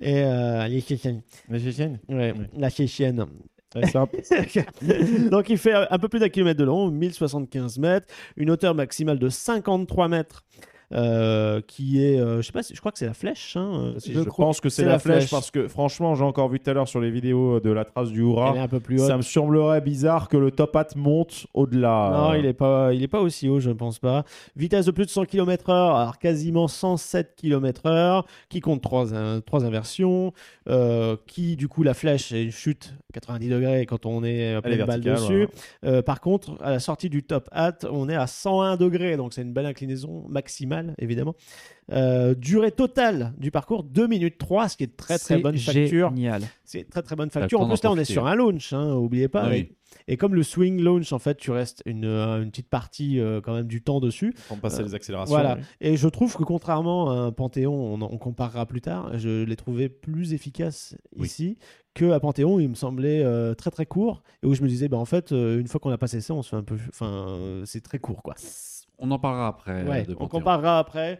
S8: Et euh, Liechtenstein.
S6: Liechtenstein
S8: Ouais,
S6: Ouais.
S8: la Tchétchène.
S6: Ouais, c'est un-
S8: Donc il fait un peu plus d'un kilomètre de long, 1075 mètres, une hauteur maximale de 53 mètres, euh, qui est, euh, je sais pas, si- je crois que c'est la flèche. hein, euh, si
S6: Je,
S8: crois.
S6: pense que c'est
S8: C'est
S6: la,
S8: la
S6: flèche,
S8: flèche.
S6: parce que franchement, j'ai encore vu tout à l'heure sur les vidéos de la trace du
S8: Elle est
S6: Hura,
S8: un peu plus haute.
S6: ça me semblerait bizarre que le top hat monte au-delà.
S8: Non,
S6: Euh,
S8: il n'est pas, il est pas aussi haut, je ne pense pas. Vitesse de plus de 100 km/h, alors quasiment 107 km/h, qui compte 3, inversions, euh, qui du coup la flèche est une chute 90 degrés quand on est à
S6: Elle est
S8: pleine balle
S6: verticale,
S8: dessus. Euh, par contre, à la sortie du top hat, on est à 101 degrés, donc c'est une belle inclinaison maximale, évidemment. Euh, durée totale du parcours 2 minutes 3, ce qui est très très
S9: C'est
S8: bonne facture.
S9: Génial.
S8: C'est très très bonne
S7: le
S8: facture.
S7: temps
S8: En plus, là,
S7: d'en
S8: on est
S7: profiter.
S8: sur un launch, hein, oubliez pas.
S7: Ah oui.
S8: Et, et comme le swing launch, en fait, tu restes une, euh, une petite partie euh, quand même du temps dessus.
S6: Quand on passe à les accélérations.
S8: Euh, Voilà.
S6: oui.
S8: Et je trouve que contrairement à un Panthéon, on, en- on comparera plus tard, je l'ai trouvé plus efficace
S7: Oui.
S8: ici que à Panthéon, où il me semblait euh, très très court et où je me disais, bah, en fait, euh, une fois qu'on a passé ça, on se fait un peu. Enfin, euh, c'est très court, quoi.
S7: On en parlera après. euh,
S8: Ouais,
S7: de
S8: on
S7: Panthéon.
S8: comparera après.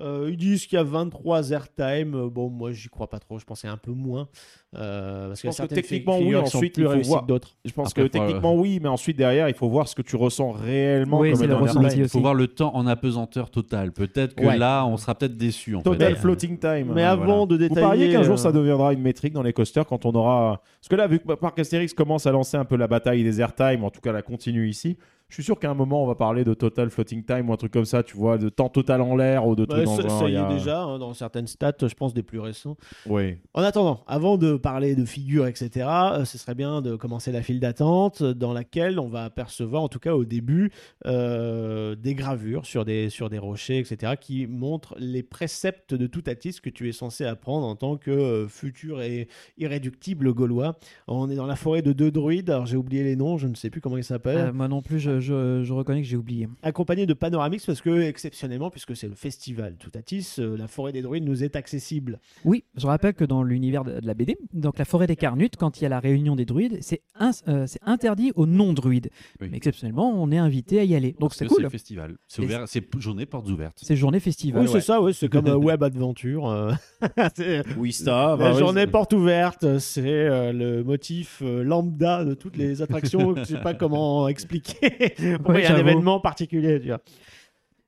S8: Euh, ils disent qu'il y a 23 airtime. Euh, Bon, moi, j'y crois pas trop. Je pensais un peu moins. Euh, parce
S6: Je
S8: qu'il y a
S6: pense que
S8: certaines
S6: techniquement,
S8: figures
S6: oui,
S8: qui sont
S6: ensuite,
S8: plus
S6: il faut
S8: réussies
S6: voir.
S8: que d'autres.
S6: Je pense que
S7: Après, faut, euh,
S6: techniquement, oui, mais ensuite, derrière, il faut voir ce que tu ressens réellement
S9: Oui,
S6: comme
S9: c'est le
S6: étant un
S9: ressenti.
S6: airtime.
S7: Il
S9: aussi.
S7: faut voir le temps en apesanteur totale. Peut-être que
S8: Ouais.
S7: là, on sera peut-être déçu. En
S6: Total
S7: fait.
S6: floating time.
S8: Ah. Mais
S7: euh,
S8: avant de
S6: Vous
S8: détailler.
S6: pariez qu'un
S8: euh,
S6: jour ça deviendra une métrique dans les coasters quand on aura. Parce que là, vu que Parc Astérix commence à lancer un peu la bataille des airtime, en tout cas la continue ici, je suis sûr qu'à un moment on va parler de total floating time ou un truc comme ça, tu vois, de temps total en l'air ou de
S8: bah,
S6: trucs dans
S8: ça,
S6: le genre,
S8: ça
S6: il
S8: y
S6: a-
S8: est déjà, hein, dans certaines stats, je pense des plus récents.
S6: Oui.
S8: En attendant, avant de parler de figures, etc., euh, ce serait bien de commencer la file d'attente euh, dans laquelle on va apercevoir, en tout cas au début, euh, des gravures sur des, sur des rochers, etc., qui montrent les préceptes de Toutatis que tu es censé apprendre en tant que euh, futur et irréductible gaulois. On est dans la forêt de deux druides, alors j'ai oublié les noms, je ne sais plus comment ils s'appellent,
S9: Euh, moi non plus, je, je- je reconnais que j'ai oublié.
S8: accompagnés de panoramix parce que, exceptionnellement, puisque c'est le festival Toutatis, euh, la forêt des druides nous est accessible.
S9: Oui, je rappelle que dans l'univers de de la BD, donc la forêt des Carnutes, quand il y a la réunion des druides, c'est ins- euh, c'est interdit aux non-druides.
S7: Oui.
S9: Mais exceptionnellement, on est invité à y aller. Donc
S7: Parce
S9: c'est
S7: que
S9: cool.
S7: le festival. C'est
S9: Et-
S7: ouvert. C'est p- journée portes ouvertes.
S9: C'est journée festival.
S8: oui, c'est ça, oui, c'est comme euh, Web Adventure. euh. C'est-
S6: Bah, Oui,
S9: Ah
S6: ça.
S9: bah
S8: la journée porte ouverte, c'est euh, le motif euh, lambda de toutes les attractions. Je sais pas comment expliquer. Pourquoi
S9: Oui,
S8: il y a un
S9: j'avoue.
S8: événement particulier. tu vois.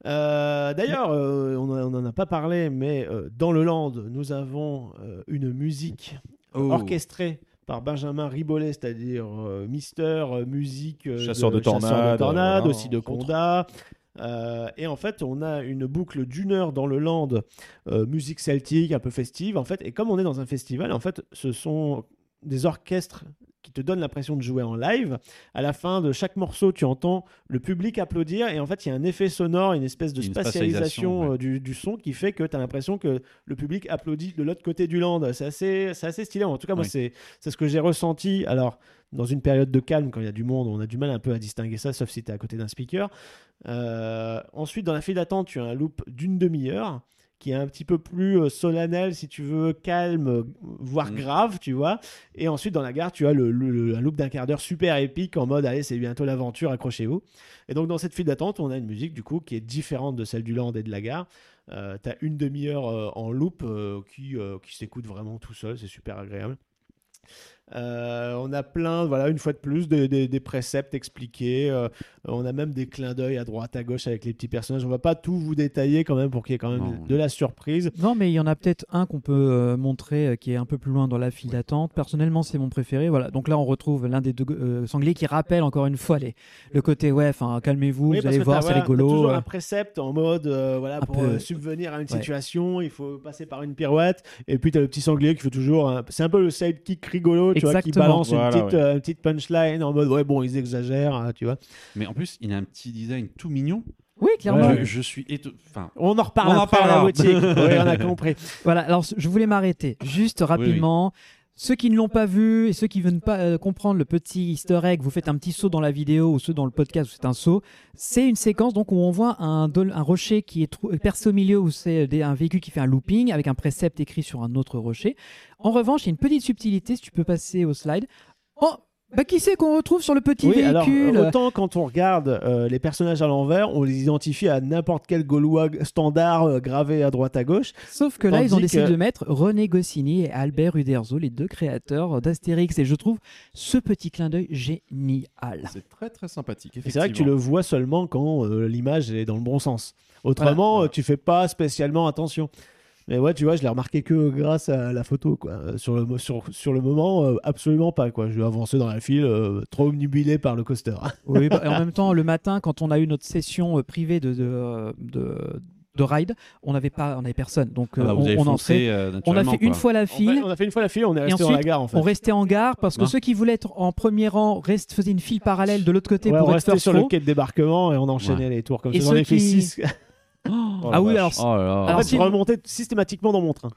S8: Euh, D'ailleurs, euh, on n'en a pas parlé, mais euh, dans le Land, nous avons euh, une musique
S7: Oh.
S8: orchestrée par Benjamin Ribollet, c'est-à-dire euh, Mister euh, musique euh,
S6: Chasseur de
S8: chasseur
S6: tornades,
S8: tornades,
S6: voilà,
S8: aussi de
S6: entre autres.
S8: Conda. Euh, et en fait, on a une boucle d'une heure dans le land, euh, musique celtique, un peu festive. En fait, et comme on est dans un festival, en fait, ce sont des orchestres qui te donne l'impression de jouer en live. À la fin de chaque morceau, tu entends le public applaudir et en fait, il y a un effet sonore, une espèce de
S7: Une
S8: spatialisation
S7: spatialisation, ouais.
S8: euh, du, du son qui fait que tu as l'impression que le public applaudit de l'autre côté du land. C'est assez, c'est assez stylé. En tout cas, moi,
S7: Oui.
S8: c'est c'est ce que j'ai ressenti. Alors, dans une période de calme, quand il y a du monde, on a du mal un peu à distinguer ça, sauf si tu es à côté d'un speaker. Euh, ensuite, dans la file d'attente, tu as un loop d'une demi-heure qui est un petit peu plus euh, solennel, si tu veux, calme, euh, voire
S7: Mhm.
S8: grave, tu vois. Et ensuite, dans la gare, tu as le, le- le- un loop d'un quart d'heure super épique en mode, allez, c'est bientôt l'aventure, accrochez-vous. Et donc, dans cette file d'attente, on a une musique, du coup, qui est différente de celle du land et de la gare. Euh, tu as une demi-heure euh, en loop euh, qui, euh, qui s'écoute vraiment tout seul, c'est super agréable. Euh, on a plein, voilà, une fois de plus, des, des- des préceptes expliqués. Euh, on a même des clins d'œil à droite, à gauche avec les petits personnages. On va pas tout vous détailler quand même pour qu'il y ait quand même
S7: Non.
S8: de la surprise.
S9: Non, mais il y en a peut-être un qu'on peut euh, montrer euh, qui est un peu plus loin dans la file d'attente. Personnellement, c'est mon préféré. Voilà. Donc là, on retrouve l'un des deux euh, sangliers qui rappelle encore une fois les, le côté ouais, enfin, calmez-vous,
S8: Oui,
S9: vous
S8: parce
S9: allez
S8: que
S9: voir,
S8: t'as,
S9: c'est
S8: voilà, t'as
S9: rigolo.
S8: toujours
S9: euh.
S8: un précepte en mode, euh, voilà,
S9: Un
S8: pour
S9: peu-
S8: euh, subvenir à une
S9: ouais.
S8: situation, il faut passer par une pirouette. Et puis t'as le petit sanglier qui fait toujours, un- c'est un peu le sidekick rigolo, tu vois, qui
S9: Exactement.
S8: balance
S6: Voilà,
S8: une, petite,
S6: ouais.
S8: euh, une petite punchline en mode, ouais, bon, ils exagèrent, hein, tu vois.
S7: Oh. Mais en plus, il a un petit design tout mignon.
S9: Oui, clairement.
S7: Je, je suis éto- Enfin,
S8: On en reparle
S7: On en
S8: après à la
S7: parlera.
S8: boutique. Ouais, on a compris.
S9: Voilà, alors je voulais m'arrêter juste rapidement. Ceux qui ne l'ont pas vu et ceux qui ne veulent pas euh, comprendre le petit easter egg, vous faites un petit saut dans la vidéo ou ceux dans le podcast où c'est un saut. C'est une séquence donc où on voit un, dol- un rocher qui est trou- euh, percé au milieu où c'est euh, des- un véhicule qui fait un looping avec un précepte écrit sur un autre rocher. En revanche, il y a une petite subtilité si tu peux passer au slide. Oh, bah qui c'est qu'on retrouve sur le petit
S8: Oui, alors,
S9: véhicule
S8: euh, autant quand on regarde euh, les personnages à l'envers, on les identifie à n'importe quel Gaulois standard euh, gravé à droite à gauche.
S9: Sauf que là, ils ont
S8: Tandis
S9: décidé
S8: que-
S9: de mettre René Goscinny et Albert Uderzo, les deux créateurs d'Astérix. Et je trouve ce petit clin d'œil génial.
S6: C'est très très sympathique.
S8: Et C'est vrai que tu le vois seulement quand euh, l'image est dans le bon sens. Autrement, euh, tu fais pas spécialement attention. Mais ouais, tu vois, je l'ai remarqué que grâce à la photo, quoi. Euh, Sur le, mo- sur, sur le moment, euh, absolument pas, quoi. Je vais avancer dans la file, euh, trop omnubilé par le coaster.
S9: Oui, bah, et en même temps, le matin, quand on a eu notre session euh, privée de, de, de, de ride, on n'avait pas, on avait personne. Donc, euh,
S7: ah bah, vous
S9: on,
S7: avez
S9: on en
S7: foncé,
S9: fait.
S7: euh,
S9: On a
S7: naturellement,
S9: fait une
S7: quoi.
S9: fois la
S8: On,
S9: file.
S8: va- on a fait une fois la file, on est resté
S9: ensuite,
S8: dans la gare, en fait.
S9: On restait en gare parce que
S7: Hein
S9: ceux qui voulaient être en premier rang restent, faisaient une file parallèle de l'autre côté
S8: Ouais, on
S9: pour être
S8: restait
S9: first
S8: sur
S9: row.
S8: le quai de débarquement et on enchaînait les tours comme
S9: Et
S8: ça. J'en ai
S9: ceux
S8: fait
S9: qui-
S8: 6.
S9: ah oui, alors,
S7: Oh là là.
S9: Alors,
S8: En fait,
S9: si-
S8: je remontais systématiquement dans mon train.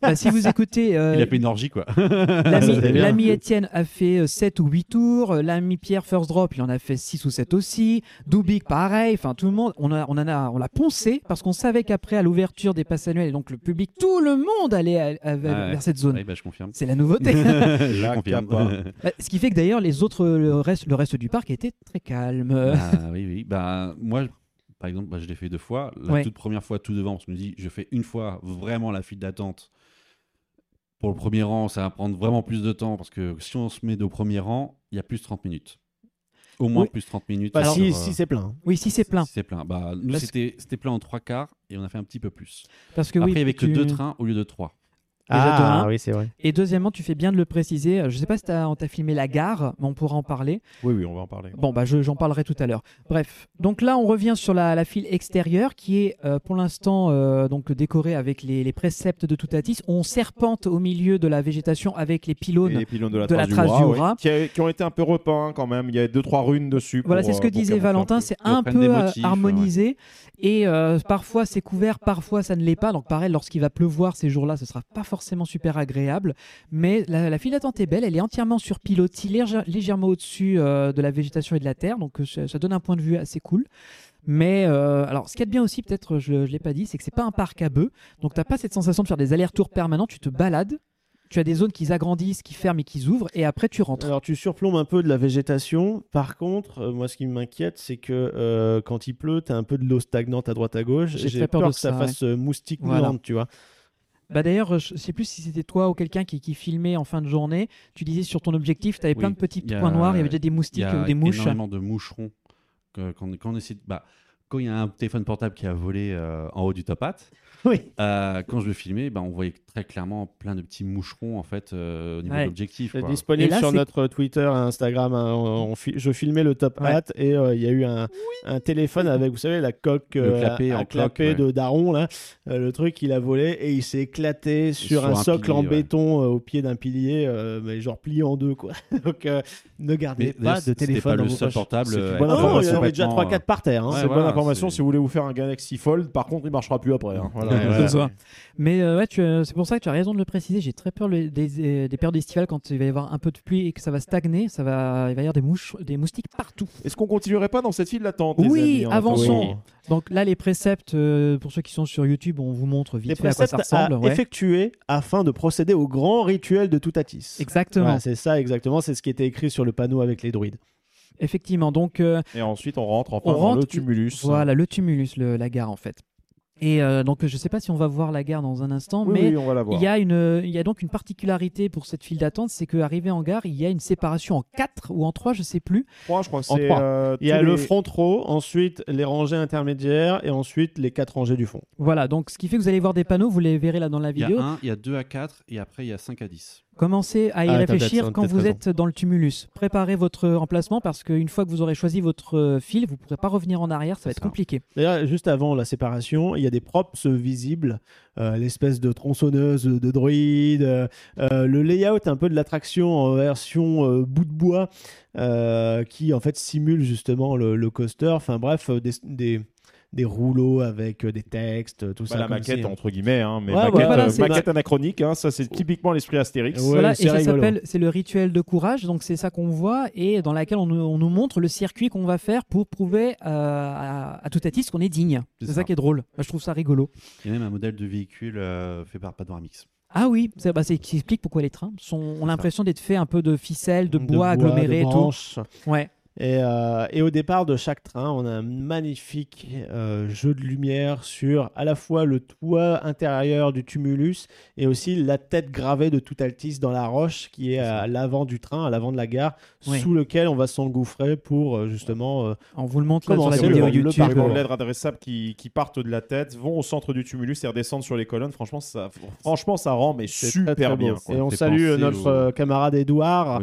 S9: bah, si vous écoutez euh,
S7: Il a fait une orgie, quoi.
S9: L'ami-
S8: Ça, c'est bien.
S9: L'ami Étienne a fait 7 ou 8 tours, euh, l'ami Pierre First Drop, il en a fait 6 ou 7 aussi, Doubik pareil, enfin tout le monde, on a on en a on l'a poncé parce qu'on savait qu'après à l'ouverture des passes annuelles et donc le public, tout le monde allait à- à- vers
S7: Ah ouais.
S9: cette zone.
S7: Oui, bah, je confirme.
S9: C'est la nouveauté.
S7: je
S6: La
S7: confirme.
S6: capa.
S9: Bah, Ce qui fait que d'ailleurs les autres euh, le reste le reste du parc était très calme.
S7: Bah, oui, oui. Bah, moi, je- par exemple, bah, je l'ai fait deux fois. La
S9: Ouais.
S7: toute première fois, tout devant, on se dit, je fais une fois vraiment la file d'attente. Pour le premier rang, ça va prendre vraiment plus de temps parce que si on se met au premier rang, il y a plus de 30 minutes. Au moins
S9: Oui.
S7: plus de 30 minutes.
S8: Enfin,
S7: Alors,
S8: si,
S7: euh,
S8: si c'est plein. hein.
S9: Oui, si c'est plein
S7: si c'est plein. Bah, nous,
S9: Parce que-
S7: c'était c'était plein en trois quarts et on a fait un petit peu plus.
S9: parce que
S7: Après,
S9: oui,
S7: il y avait que
S9: tu-
S7: deux trains au lieu de trois.
S9: Déjà de un.
S8: oui, c'est vrai.
S9: Et deuxièmement, tu fais bien de le préciser, euh, je sais pas si t'as- on t'a filmé la gare, mais on pourra en parler.
S6: Oui, oui, on va en parler.
S9: Bon, bah, je- j'en parlerai tout à l'heure. Bref, donc là, on revient sur la, la file extérieure qui est euh, pour l'instant euh, donc décorée avec les, les préceptes de Toutatis. On serpente au milieu de la végétation avec les
S6: Et
S9: pylônes.
S6: les pylônes de la
S9: de la
S6: trace,
S9: trace
S6: du
S9: du
S6: Hura, ouais,
S9: Hura.
S6: qui, a- qui ont été un peu repeints hein, quand même. Il y a deux trois runes dessus.
S9: Voilà,
S6: pour,
S9: c'est ce que
S6: euh, pour
S9: disait
S6: camoufler un
S9: Valentin,
S6: peu.
S9: c'est
S7: Ils
S9: un
S7: reprennent des
S9: peu euh,
S7: motifs,
S9: harmonisé et euh, parfois c'est couvert, parfois ça ne l'est pas. Donc pareil, lorsqu'il va pleuvoir ces jours-là, ce sera pas forcément super agréable. Mais la, la file d'attente est belle, elle est entièrement sur pilotis, légère- légèrement au-dessus euh, de la végétation et de la terre, donc euh, ça, ça donne un point de vue assez cool. Mais euh, alors, ce qu'il y a de bien aussi, peut-être, je ne l'ai pas dit, c'est que c'est pas un parc à bœufs, donc t'as pas cette sensation de faire des allers-retours permanents. Tu te balades, tu as des zones qui agrandissent, qui ferment et qui ouvrent, et après tu rentres.
S8: Alors tu surplombes un peu de la végétation. Par contre, euh, moi ce qui m'inquiète, c'est que euh, quand il pleut, t'as un peu de l'eau stagnante à droite à gauche.
S9: J'ai
S8: J'ai
S9: très
S8: peur,
S9: peur de
S8: que ça,
S9: ça,
S8: fasse euh, moustique
S9: Voilà.
S8: moulante, tu vois.
S9: Bah d'ailleurs, je sais plus si c'était toi ou quelqu'un qui, qui filmait en fin de journée. Tu disais sur ton objectif, tu avais
S7: Oui,
S9: plein de petits
S7: il y a-
S9: points noirs, il y avait déjà des
S7: Il y
S9: moustiques
S7: a
S9: ou des mouches.
S7: énormément de moucherons. que- quand, quand on essaie de- bah, quand il y a un téléphone portable qui a volé euh, en haut du top hat, Euh, quand je le filmais, ben, on voyait très clairement plein de petits moucherons en fait euh, au niveau
S8: Ouais.
S7: de l'objectif.
S8: C'est
S7: quoi.
S8: disponible sur notre Twitter, Instagram. hein, on- on fi- je filmais le top
S7: Ouais.
S8: hat et euh, il y a eu un, un téléphone avec, vous savez, la coque
S7: Le
S8: euh,
S7: clapet
S8: à,
S7: en
S8: à
S7: cloque,
S8: clapet
S7: ouais.
S8: de Daron. Là. Euh, le truc, il a volé et il s'est éclaté sur,
S7: sur
S8: un,
S7: un
S8: socle
S7: pilier,
S8: en
S7: ouais.
S8: béton euh, au pied d'un pilier, euh, mais genre plié en deux. Quoi. Donc euh, ne gardez
S7: Mais
S8: pas
S7: d'ailleurs,
S8: de
S7: c'était
S8: téléphone
S7: pas
S8: dans
S7: le
S8: vos
S7: seul
S8: poches.
S7: portable,
S8: C'est une
S7: euh,
S8: bonne
S7: Ah non,
S8: information.
S7: il y en avait
S6: déjà
S8: Complètement,
S6: 3-4
S8: euh, par terre, hein.
S6: c'est
S8: Ouais,
S6: une bonne
S8: voilà,
S6: information
S8: c'est-
S6: si vous voulez vous faire un Galaxy Fold. Par contre, il marchera plus après. hein. Voilà.
S7: Ouais,
S6: Ouais,
S7: voilà.
S6: ouais.
S9: Mais euh, ouais, tu, euh, c'est pour ça que tu as raison de le préciser. J'ai très peur le- des, euh, des périodes estivales quand il va y avoir un peu de pluie et que ça va stagner. Ça va, il va y avoir des, mouches, des moustiques partout.
S6: Est-ce qu'on continuerait pas dans cette file d'attente les
S9: Oui,
S6: amis, en
S9: avançons.
S6: attendant
S9: Donc là, les préceptes, euh, pour ceux qui sont sur YouTube, on vous montre vite
S8: Les
S9: fait à quoi
S8: préceptes
S9: ça
S8: à
S9: ressemble. ouais.
S8: effectuer afin de procéder au grand rituel de Toutatis.
S9: Exactement.
S8: Voilà, c'est ça, exactement. C'est ce qui était écrit sur le panneau avec les druides.
S9: Effectivement. Donc, euh,
S6: Et ensuite, on rentre enfin dans le tumulus.
S8: hein.
S9: Voilà, le tumulus, le- la gare en fait. Et euh, donc, je ne sais pas si on va voir la gare dans un instant,
S6: Oui,
S9: mais
S6: oui, on va la voir.
S9: il y a une, euh, il y a donc une particularité pour cette file d'attente, c'est qu'arrivé en gare, il y a une séparation en 4 ou en 3, je sais plus.
S6: Trois, je crois.
S8: En
S6: c'est,
S8: trois.
S6: euh,
S8: Il y a
S6: tous
S8: le
S6: les-
S8: front row, ensuite les rangées intermédiaires et ensuite les quatre rangées du fond.
S9: Voilà, donc ce qui fait que vous allez voir des panneaux, vous les verrez là dans la
S7: Il y a
S9: vidéo.
S7: 1, il y a 2 à 4 et après il y a 5 à 10.
S9: Commencez à y
S7: Ah, t'as
S9: réfléchir
S7: peut-être-
S9: quand
S7: peut-être
S9: vous
S7: raison.
S9: êtes dans le tumulus. Préparez votre emplacement parce qu'une fois que vous aurez choisi votre euh, file, vous ne pourrez pas revenir en arrière, ça va être compliqué.
S8: D'ailleurs, juste avant la séparation, il y a des props visibles, euh, l'espèce de tronçonneuse de droïde, euh, euh, le layout un peu de l'attraction en version euh, bout de bois euh, qui en fait simule justement le, le coaster. Enfin bref, euh, des, des, des rouleaux avec euh, des textes, euh, tout
S6: Bah,
S8: ça.
S6: la
S8: comme
S6: maquette,
S8: si-
S6: entre guillemets, hein, mais
S8: Ouais,
S6: maquette,
S8: ouais, voilà,
S6: euh,
S8: c'est-
S6: maquette anachronique, hein, ça c'est typiquement l'esprit Astérix.
S9: voilà, et ça s'appelle, c'est le rituel de courage, donc c'est ça qu'on voit et dans laquelle on, nous- on nous montre le circuit qu'on va faire pour prouver euh, à, à tout à qu'on est digne. C'est ça.
S7: ça.
S9: qui est drôle. Moi, je trouve ça rigolo.
S7: Il y a même un modèle de véhicule euh, fait par Panoramix.
S9: Ah oui, ça bah, c'est- qui explique pourquoi les trains sont, ont l'impression d'être faits un peu de ficelles, de,
S8: de
S9: bois aggloméré
S8: de
S9: et tout.
S8: branches.
S9: Ouais.
S8: Et, euh, et au départ de chaque train, on a un magnifique euh, jeu de lumière sur à la fois le toit intérieur du tumulus et aussi la tête gravée de Toutatis dans la roche qui est à l'avant du train, à l'avant de la gare,
S9: Oui.
S8: sous lequel on va s'engouffrer pour euh, justement. euh,
S9: On vous le montre
S8: commencer
S6: C'est
S8: le-
S6: le-
S8: le
S6: Le
S8: parcours.
S6: parcours de l'aide adressable qui, qui partent de la tête, vont au centre du tumulus et redescendent sur les colonnes. Franchement, ça, franchement, ça rend mais
S8: C'est
S6: super
S8: très, très beau.
S6: bien. quoi.
S8: Et on
S6: Fait
S8: salue
S6: penser
S8: euh, notre
S6: au-
S8: euh, camarade Edouard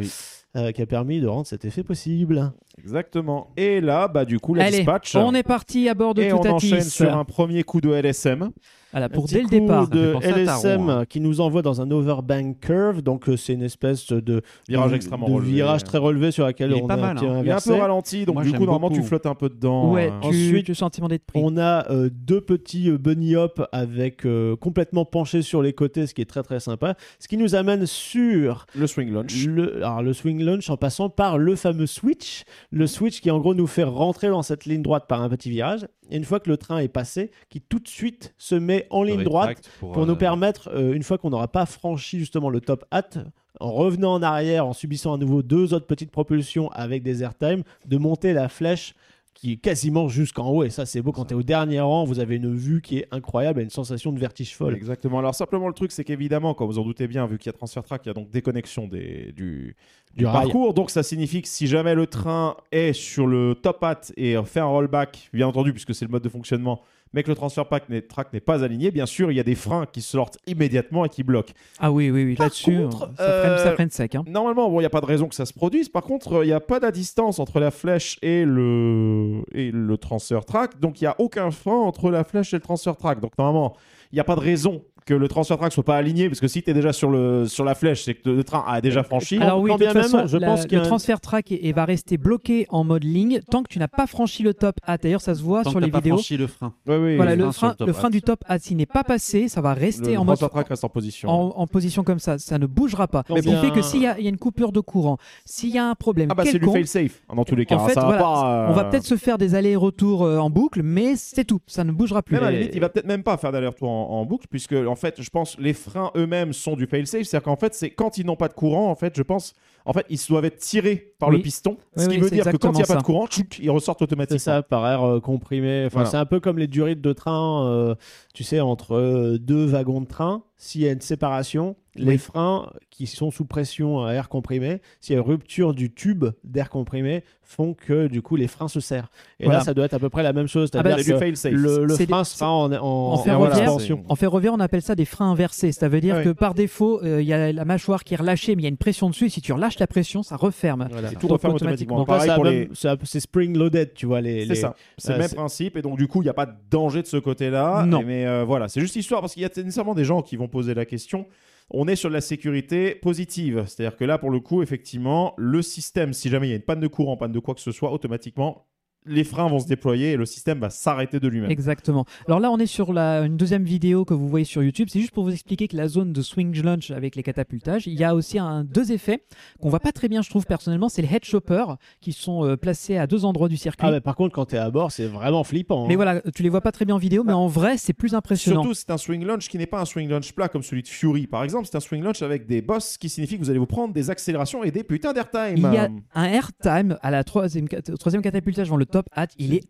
S8: euh, qui a permis de rendre cet effet possible.
S6: Exactement. Et là, bah du coup, la
S9: Allez,
S6: dispatch.
S9: on est parti à bord de
S6: Et on
S9: Toutatis.
S6: enchaîne sur un premier coup de LSM. Ah,
S9: Voilà, pour
S8: Un petit
S9: dès le
S8: coup
S9: départ.
S8: de
S6: Ça fait penser à Tarot,
S8: LSM
S6: hein.
S8: qui nous envoie dans un overbank curve, donc euh, c'est une espèce de
S6: Virage
S8: de-
S6: extrêmement
S8: de
S6: relevé.
S8: virage très relevé sur laquelle
S6: Il est
S8: on
S6: pas
S8: a
S6: mal,
S8: un petit
S6: hein. Il est un
S8: inversé.
S6: peu ralenti, donc Moi, du coup, j'aime normalement, beaucoup. tu flottes un peu dedans.
S9: Ouais,
S6: Euh,
S9: tu,
S8: ensuite,
S9: tu sentiment d'être pris.
S8: On a euh, deux petits euh, bunny hop avec euh, complètement penchés sur les côtés, ce qui est très très sympa. Ce qui nous amène sur
S6: le swing launch.
S8: Le, alors, le swing launch en passant par le fameux switch, le switch qui en gros nous fait rentrer dans cette ligne droite par un petit virage. Et une fois que le train est passé, qui tout de suite se met en ligne droite
S7: rétracte
S8: pour,
S7: pour,
S8: nous
S7: euh,
S8: permettre, euh, une fois qu'on n'aura pas franchi justement le top hat, en revenant en arrière, en subissant à nouveau deux autres petites propulsions avec des airtime, de monter la flèche qui est quasiment jusqu'en haut. Et ça, c'est beau quand tu es au dernier rang, vous avez une vue qui est incroyable et une sensation de vertige folle.
S6: Exactement. Alors simplement le truc, c'est qu'évidemment, comme vous en doutez bien, vu qu'il y a transfert track, il y a donc déconnexion des, du,
S8: Du
S6: du
S8: rail.
S6: parcours. Donc ça signifie que si jamais le train est sur le top hat et euh, fait un rollback, bien entendu, puisque c'est le mode de fonctionnement, mais que le transfert pack n'est- track n'est pas aligné, bien sûr, il y a des freins qui sortent immédiatement et qui bloquent.
S9: Ah oui, oui, oui. Là-dessus,
S6: contre,
S9: ça, freine, ça
S6: euh,
S9: freine sec. hein.
S6: Normalement, bon, il n'y a pas de raison que ça se produise. Par contre, euh, il n'y a pas de distance entre la flèche et le, et le transfer track. Donc, il n'y a aucun frein entre la flèche et le transfer track. Donc, normalement, il n'y a pas de raison que le transfer track soit pas aligné. Parce que si tu es déjà sur, le, sur la flèche, c'est que le train a déjà franchi.
S9: Alors oui,
S8: quand
S9: de toute
S8: bien
S9: façon,
S8: même, je
S9: la-
S8: pense qu'il y a
S9: le
S8: un-
S9: transfert track et, et va rester bloqué en mode ligne tant que tu n'as pas franchi le top. Ah d'ailleurs, ça se voit
S7: Tant
S9: sur
S7: que
S9: les
S7: t'as pas
S9: vidéos.
S7: franchi le frein.
S6: Ouais, ouais,
S9: Voilà,
S7: le
S9: le
S7: frein sur
S9: frein,
S7: le top
S9: le frein
S7: hat.
S9: du top hat, s'il n'est pas passé, ça va rester
S6: le
S9: en mode
S6: transfer track reste en position.
S9: en, en position comme ça. Ça ne bougera pas.
S8: Quand
S9: Ce qui
S8: bien-
S9: fait que s'il y, a il y a une coupure de courant, s'il y a un problème
S6: Ah, bah, c'est du
S9: quelconque,
S6: fail safe dans tous les cas.
S9: en fait,
S6: ça va
S9: voilà,
S6: pas, euh,
S9: on va peut-être se faire des allers-retours euh, en boucle, mais c'est tout. Ça ne bougera plus.
S6: Même à la limite, il va peut-être même pas faire d'aller-retour en, en boucle, puisque en fait, je pense les freins eux-mêmes sont du fail-safe, c'est-à-dire qu'en fait, c'est quand ils n'ont pas de courant, en fait, je pense en fait, ils doivent être tirés par
S8: Oui.
S6: le piston,
S8: Oui,
S6: ce qui
S8: oui,
S6: veut
S8: c'est
S6: dire que quand il n'y a
S8: exactement
S6: pas de
S8: ça.
S6: courant, tchouk, ils ressortent automatiquement.
S8: C'est ça, par air euh, comprimé. Enfin,
S6: Voilà.
S8: C'est un peu comme les durites de train, euh, tu sais, entre euh, deux wagons de train. S'il y a une séparation, les freins qui sont sous pression à air comprimé, s'il y a une rupture du tube d'air comprimé, font que du coup les freins se serrent. Et
S9: Voilà.
S8: là, ça doit être à peu près la même chose.
S9: Ah
S8: c'est-à-dire
S9: bah,
S8: que
S9: du fail-safe.
S8: le, le
S9: C'est-
S8: frein sera en, en,
S9: En
S8: en
S9: ferroviaire,
S8: expansion.
S9: en ferroviaire, on appelle ça des freins inversés. Ça veut dire
S8: Ah oui.
S9: que par défaut, euh, il y a la mâchoire qui est relâchée, mais il y a une pression dessus. Et si tu relâches la pression, ça referme.
S8: Voilà.
S9: Donc,
S8: Donc là, ça a même- ça a- c'est spring loaded, tu vois. Les,
S6: C'est
S8: les-
S6: ça. C'est le
S8: euh,
S6: même principe. Et donc, du coup, il n'y a pas de danger de ce côté-là.
S8: Non.
S6: Et mais euh, voilà, c'est juste histoire parce qu'il y a nécessairement des gens qui vont poser la question. On est sur de la sécurité positive. C'est-à-dire que là, pour le coup, effectivement, le système, si jamais il y a une panne de courant, panne de quoi que ce soit, automatiquement, les freins vont se déployer et le système va s'arrêter de lui-même.
S9: Exactement. Alors là, on est sur la, une deuxième vidéo que vous voyez sur YouTube. C'est juste pour vous expliquer que la zone de swing launch avec les catapultages, il y a aussi un, deux effets qu'on voit pas très bien, je trouve personnellement. C'est les head chopper qui sont euh, placés à deux endroits du circuit.
S8: Ah, mais par contre, quand t'es à bord, c'est vraiment flippant. hein.
S9: Mais voilà, tu les vois pas très bien en vidéo, mais en vrai, c'est plus impressionnant.
S6: Surtout, c'est un swing launch qui n'est pas un swing launch plat comme celui de Fury, par exemple. C'est un swing launch avec des bosses, ce qui signifie que vous allez vous prendre des accélérations et des putains d'airtime.
S9: Il y a un airtime à la troisième, cat- au troisième catapultage dans le top hat. Il est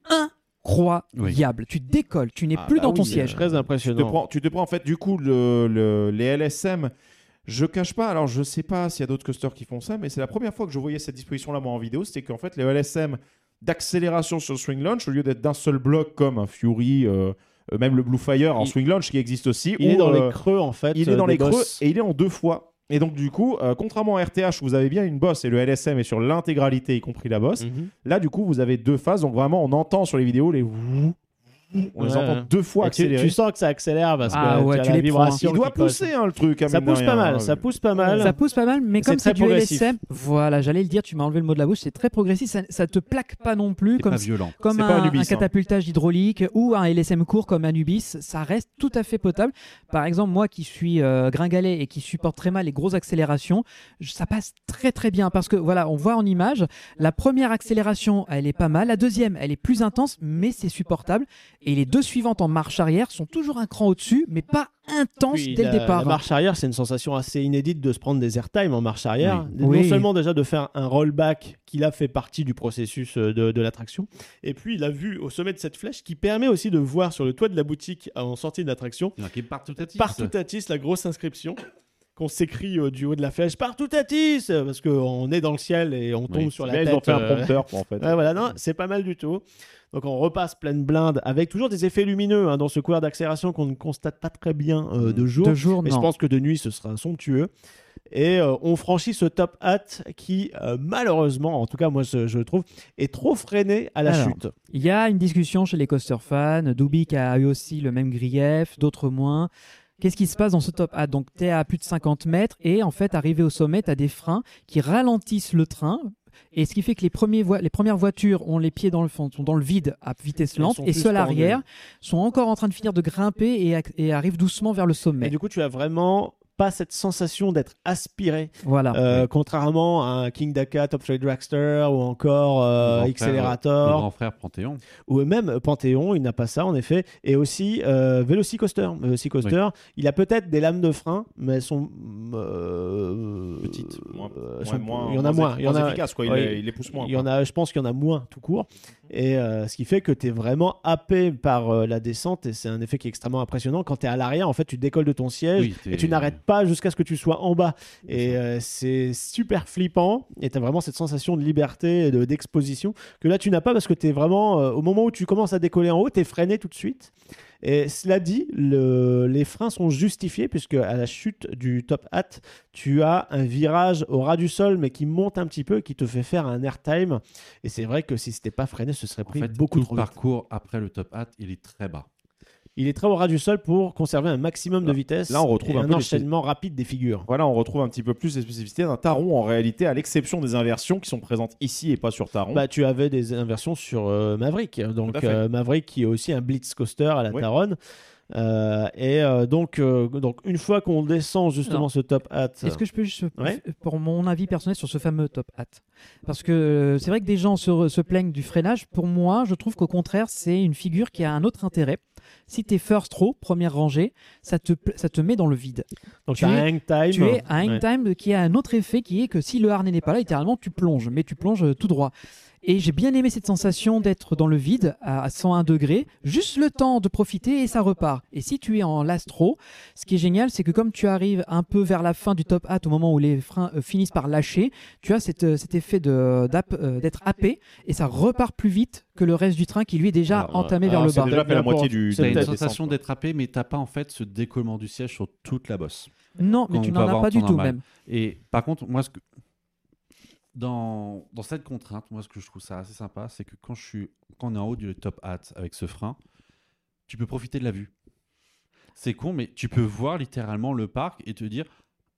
S9: incroyable. Tu décolles, tu n'es
S6: Ah
S9: plus
S6: bah
S9: dans ton
S6: oui,
S9: siège.
S6: euh, Tu te prends, tu te prends, en fait du coup le- le- les LSM. Je cache pas, alors je sais pas s'il y a d'autres coasters qui font ça, mais c'est la première fois que je voyais cette disposition-là moi en vidéo, c'était qu'en fait les LSM d'accélération sur le swing launch, au lieu d'être d'un seul bloc comme un Fury, euh, euh, même le Blue Fire en swing launch qui existe aussi,
S8: il
S6: ou,
S8: est dans
S6: euh,
S8: les creux, en fait.
S6: il est
S8: euh,
S6: dans
S8: des
S6: les creux
S8: bosses.
S6: et il est en deux fois. Et donc, du coup, euh, contrairement à RTH, où vous avez bien une bosse et le LSM est sur l'intégralité, y compris la
S8: Mm.
S6: bosse. Là, du coup, vous avez deux phases. Donc, vraiment, on entend sur les vidéos les. On les
S8: Ouais,
S6: entend
S8: ouais.
S6: deux fois
S8: Et tu-
S6: accélérer.
S8: Tu, sens que ça accélère parce
S6: Ah
S8: que
S6: ouais,
S8: as
S6: tu
S8: la
S6: les prends, hein.
S8: vibration
S6: Il doit
S8: qui colle.
S6: pousser, hein, le truc, hein,
S8: ça
S6: mine de
S8: pousse pas
S6: rien,
S8: mal,
S6: hein.
S8: ça pousse pas mal.
S9: Ça pousse pas mal, mais
S8: C'est
S9: comme
S8: très
S9: c'est du
S8: progressif.
S9: LSM, voilà, j'allais le dire, tu m'as enlevé le mot de la bouche, c'est très progressif, ça, ça te plaque pas non plus comme,
S7: pas violent.
S9: comme
S7: C'est
S9: un,
S7: pas Anubis,
S9: un
S7: hein.
S9: catapultage hydraulique ou un LSM court comme Anubis, ça reste tout à fait potable. Par exemple, moi qui suis euh, gringalet et qui supporte très mal les grosses accélérations, je- ça passe très très bien parce que voilà, on voit en image, la première accélération, elle est pas mal, la deuxième, elle est plus intense, mais c'est supportable, et les deux suivantes en marche arrière sont toujours un cran au-dessus, mais pas intense
S8: Puis
S9: dès
S8: la,
S9: le départ. hein.
S8: la marche arrière, c'est une sensation assez inédite de se prendre des airtime en marche arrière.
S9: Oui.
S8: Non
S9: Oui.
S8: seulement déjà de faire un rollback qui là fait partie du processus euh, de, de l'attraction, et puis il a vu au sommet de cette flèche qui permet aussi de voir sur le toit de la boutique en sortie de l'attraction
S7: Qui est partout à tisse.
S8: Partout Atis, la grosse inscription qu'on s'écrit euh, du haut de la flèche Partout Atis euh, parce qu'on est dans le ciel et on tombe
S6: Oui.
S8: sur la
S6: Mais
S8: tête.
S6: ils ont fait un
S8: euh,
S6: prompteur, en fait.
S8: ouais, voilà, non, c'est pas mal du tout. Donc on repasse pleine blinde avec toujours des effets lumineux hein, dans ce couloir d'accélération qu'on ne constate pas très bien euh, de jour.
S9: De jour,
S8: mais
S9: non.
S8: je pense que de nuit ce sera somptueux. Et euh, on franchit ce top hat qui euh, malheureusement, en tout cas moi je, je le trouve, est trop freiné à la
S9: Alors,
S8: chute.
S9: Il y a une discussion chez les coaster fans. Doubik a eu aussi le même grief, d'autres moins. Qu'est-ce qui se passe dans ce top Ah, donc t'es à plus de 50 mètres et en fait, arrivé au sommet, t'as des freins qui ralentissent le train. Et ce qui fait que les, premiers voi- les premières voitures ont les pieds dans le fond, sont dans le vide à vitesse
S8: Elles
S9: lente
S8: sont
S9: et
S8: plus
S9: ceux à l'arrière
S8: pendues.
S9: sont encore en train de finir de grimper et, ac- et arrivent doucement vers le sommet.
S8: Et du coup, tu as vraiment pas cette sensation d'être aspiré.
S9: Voilà.
S8: Euh, contrairement à un King Daka, Top Trade Dragster ou encore
S7: Mon
S8: euh,
S7: grand frère,
S8: Accelerator.
S7: Mon grand frère Panthéon.
S8: Ou même Panthéon, il n'a pas ça en effet. Et aussi euh, Velocicoaster. Velocicoaster, il a peut-être des lames de frein, mais elles sont. euh, Petites.
S6: moins-
S8: il y en a
S6: moins
S8: moins.
S6: eff-
S8: Il y en
S6: moins
S8: a,
S6: efficaces, quoi. Il
S8: ouais,
S6: les- il les pousse moins,
S8: Il y en
S6: quoi. Mhm.
S8: a, je pense qu'il y en a moins tout court. Et euh, ce qui fait que tu es vraiment happé par euh, la descente. Et c'est un effet qui est extrêmement impressionnant. Quand tu es à l'arrière, en fait, tu décolles de ton siège
S7: Oui, t'es-
S8: et tu n'arrêtes pas jusqu'à ce que tu sois en bas. Et euh, c'est super flippant. Et tu as vraiment cette sensation de liberté et de- d'exposition que là, tu n'as pas parce que tu es vraiment, euh, au moment où tu commences à décoller en haut, tu es freiné tout de suite. Et cela dit, le- les freins sont justifiés puisque à la chute du top hat, tu as un virage au ras du sol mais qui monte un petit peu, qui te fait faire un airtime. Et c'est vrai que si c'était pas freiné, ce serait pris
S7: En fait,
S8: beaucoup
S7: tout
S8: trop
S7: le
S8: vite.
S7: parcours après le top hat, il est très bas.
S8: Il est très au ras du sol pour conserver un maximum de vitesse.
S6: là, on retrouve
S8: et
S6: un
S8: un
S6: peu les-
S8: enchaînement rapide des figures.
S6: Voilà, on retrouve un petit peu plus les spécificités d'un taron en réalité, à l'exception des inversions qui sont présentes ici et pas sur taron.
S8: Bah, tu avais des inversions sur euh, Maverick.
S6: Tout à
S8: Donc,
S6: fait.
S8: euh, Maverick qui est aussi un Blitz coaster à la
S6: Oui.
S8: Taronne. Euh, et euh, donc, euh, donc, une fois qu'on descend justement
S9: Alors,
S8: ce top hat.
S9: Est-ce que je peux juste, euh,
S8: Ouais.
S9: pour mon avis personnel sur ce fameux top hat Parce que euh, c'est vrai que des gens se, se plaignent du freinage. Pour moi, je trouve qu'au contraire, c'est une figure qui a un autre intérêt. Si t'es first row, première rangée, ça te, pla- ça te met dans le vide.
S8: Donc,
S9: tu
S8: t'as
S9: es,
S8: un hang time.
S9: tu
S7: ben,
S9: es à hang
S8: Ouais.
S9: time qui a un autre effet qui est que si le harnais n'est pas là, littéralement tu plonges, mais tu plonges euh, tout droit. Et j'ai bien aimé cette sensation d'être dans le vide à à 101 degrés, juste le temps de profiter et ça repart. Et si tu es en lastro, ce qui est génial, c'est que comme tu arrives un peu vers la fin du top hat, au moment où les freins euh, finissent par lâcher, tu as cette, euh, cet effet de- d'app- euh, d'être happé et ça repart plus vite que le reste du train qui lui est déjà
S6: Alors,
S9: entamé
S6: euh,
S9: vers
S6: alors,
S9: le
S6: c'est
S9: bas.
S6: déjà fait la moitié du.
S7: T'as
S6: de
S7: une
S6: la
S7: sensation
S6: descente.
S7: d'être happé, mais t'as pas en fait ce décollement du siège sur toute la bosse.
S9: Non, mais
S7: Quand
S9: tu
S7: on
S9: n'en
S7: peut
S9: as
S7: avoir
S9: pas
S7: en
S9: du
S7: temps
S9: tout
S7: normal.
S9: même.
S7: Et par contre, moi, ce que... dans, dans cette contrainte, moi, ce que je trouve ça assez sympa, c'est que quand, je suis... quand on est en haut du top hat avec ce frein, tu peux profiter de la vue. C'est con, mais tu peux voir littéralement le parc et te dire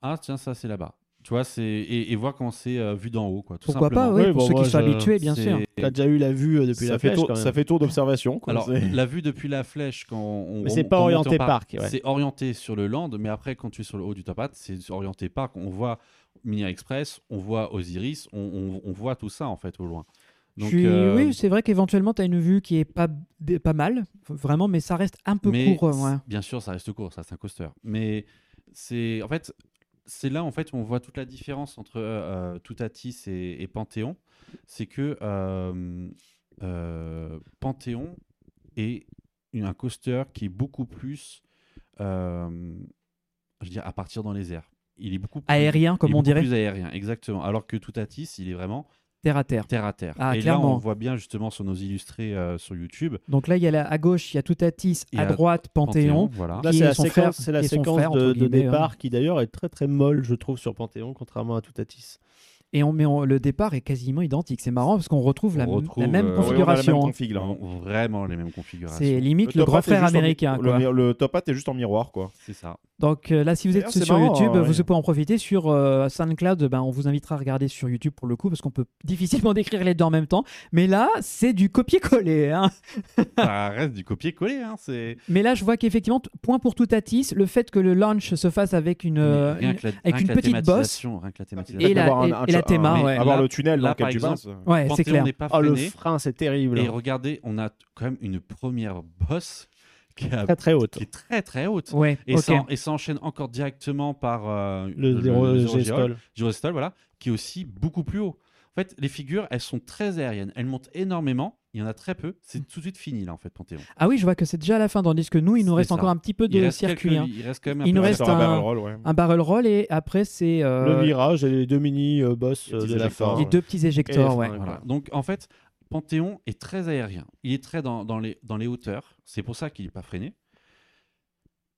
S7: Ah, tiens, ça, c'est là-bas. Tu vois, c'est... Et, et voir quand c'est euh, vu d'en haut. Quoi, tout
S9: Pourquoi pas,
S7: simplement.
S9: ouais,
S8: Oui,
S9: pour
S8: bon,
S9: ceux
S8: moi,
S9: qui sont
S8: je-
S9: habitués, bien
S7: C'est-
S9: sûr.
S8: T'as déjà eu la vue euh, depuis
S6: Ça
S8: la
S6: fait
S8: flèche,
S6: tour-
S8: quand même.
S6: ça fait tour d'observation. quoi.
S7: Alors, euh,
S6: C'est-
S7: la vue depuis la flèche, quand on.
S8: Mais
S7: on-
S8: c'est pas
S7: on monte en
S8: orienté
S7: parc,
S8: parc, ouais.
S7: C'est orienté sur le land, mais après, quand tu es sur le haut du top hat, c'est orienté parc. On voit Minia Express, on voit Osiris, on, on- on voit tout ça, en fait, au loin. Donc,
S9: Je suis-
S7: euh,
S9: Oui, c'est vrai qu'éventuellement, tu as une vue qui est pas, des- pas mal, f- vraiment, mais ça reste un peu
S7: mais
S9: court. euh, ouais.
S7: c- Bien sûr, ça reste court, ça, c'est un coaster. Mais c'est. En fait. C'est là en fait où on voit toute la différence entre euh, euh, Toutatis et, et Panthéon, c'est que euh, euh, Panthéon est une- un coaster qui est beaucoup plus, euh, je veux dire, à partir dans les airs. Il est beaucoup plus,
S9: Aérien,
S7: il
S9: comme
S7: est
S9: on
S7: beaucoup
S9: dirait,
S7: plus aérien, exactement. Alors que Toutatis, il est vraiment
S9: terre à terre.
S7: terre à terre.
S9: Ah,
S7: et là,
S9: clairement.
S7: on voit bien justement sur nos illustrés euh, sur YouTube.
S9: Donc là, il y a la- à gauche, il y a Toutatis,
S7: Et
S9: à
S7: à
S9: droite, Panthéon.
S7: voilà.
S9: Qui
S8: Là, c'est la
S9: est son frère-
S8: séquence, c'est la
S9: qui est son
S8: séquence
S9: frère, entre
S8: de, de
S9: guillemets,
S8: départ qui d'ailleurs est très très molle, je trouve, sur Panthéon, contrairement à Toutatis.
S9: Et on, met le départ est quasiment identique. C'est marrant parce qu'on retrouve, la,
S7: On
S9: m-
S7: retrouve,
S9: la même
S7: euh,
S6: Ouais, on a la même
S9: configuration.
S6: config, là. hein.
S7: Ils ont Vraiment les mêmes configurations.
S9: Mm. c'est limite le,
S6: top
S9: grand
S6: hat est
S9: frère
S6: juste en mi-
S9: américain.
S6: le
S9: quoi.
S6: mi- Le top hat est juste en miroir, quoi.
S7: C'est ça.
S9: Donc euh, là, si vous êtes
S6: D'ailleurs, c'est
S9: sur
S6: marrant,
S9: YouTube,
S6: hein,
S9: vous
S6: ouais.
S9: pouvez en profiter sur euh, SoundCloud. Ben, on vous invitera à regarder sur YouTube pour le coup, parce qu'on peut difficilement décrire les deux en même temps. Mais là, c'est du copier-coller. hein.
S7: ça reste du copier-coller. Hein, c'est
S9: Mais là, je vois qu'effectivement, t- point pour Toutatis, le fait que le launch se fasse avec une, euh,
S7: Rien
S9: une-
S7: que la-
S9: avec
S7: rien
S9: une
S7: que la
S9: petite bosse.
S7: thématisation, rien que la thématisation.
S9: Et la-
S6: Avoir un-
S9: et-
S6: un-
S9: et la
S6: un-
S9: théma,
S6: mais
S9: ouais.
S6: Avoir
S7: Là-
S6: le tunnel dans
S7: là,
S6: lequel
S7: par
S6: tu
S7: exemple,
S6: passes.
S9: Ouais, c'est
S7: Panthéon
S9: clair.
S7: n'est pas
S8: Ah, le
S7: freiné.
S8: frein, c'est terrible.
S7: Et regardez, on a t- quand même une première bosse qui, a-
S8: Très très haute.
S7: qui est très très
S8: ah,
S7: haute.
S9: Ouais,
S7: Et,
S9: ok.
S7: ça, et ça enchaîne encore directement par euh,
S8: Le zéro
S7: le
S8: G
S7: Géol- Gyrostol, voilà, qui est aussi beaucoup plus haut. En fait, les figures, elles sont très aériennes. Elles montent énormément. Il y en a très peu.
S9: Mm.
S7: C'est tout de suite fini, là, en fait, Panthéon.
S9: Ah oui, je vois que c'est déjà à la fin, tandis que nous, il nous
S7: C'est
S9: reste
S7: ça.
S9: encore un petit peu
S7: il
S9: de
S7: reste
S9: circuit.
S7: quelques-
S9: hein.
S7: il reste quand même un
S9: Il
S7: peu
S9: nous
S7: de
S9: reste
S6: Ça,
S9: un-
S6: barrel roll, ouais.
S9: Un barrel roll et après, c'est euh,
S8: Le virage et les deux mini euh, boss
S6: Les
S8: euh,
S6: petits
S8: de la
S6: éjecteurs,
S8: fin.
S9: les
S6: ouais.
S9: deux petits éjecteurs.
S8: Et-
S9: ouais.
S8: ouais.
S7: Voilà. Donc en fait, Panthéon est très aérien. Il est très dans, dans les, dans les hauteurs. C'est pour ça qu'il n'est pas freiné.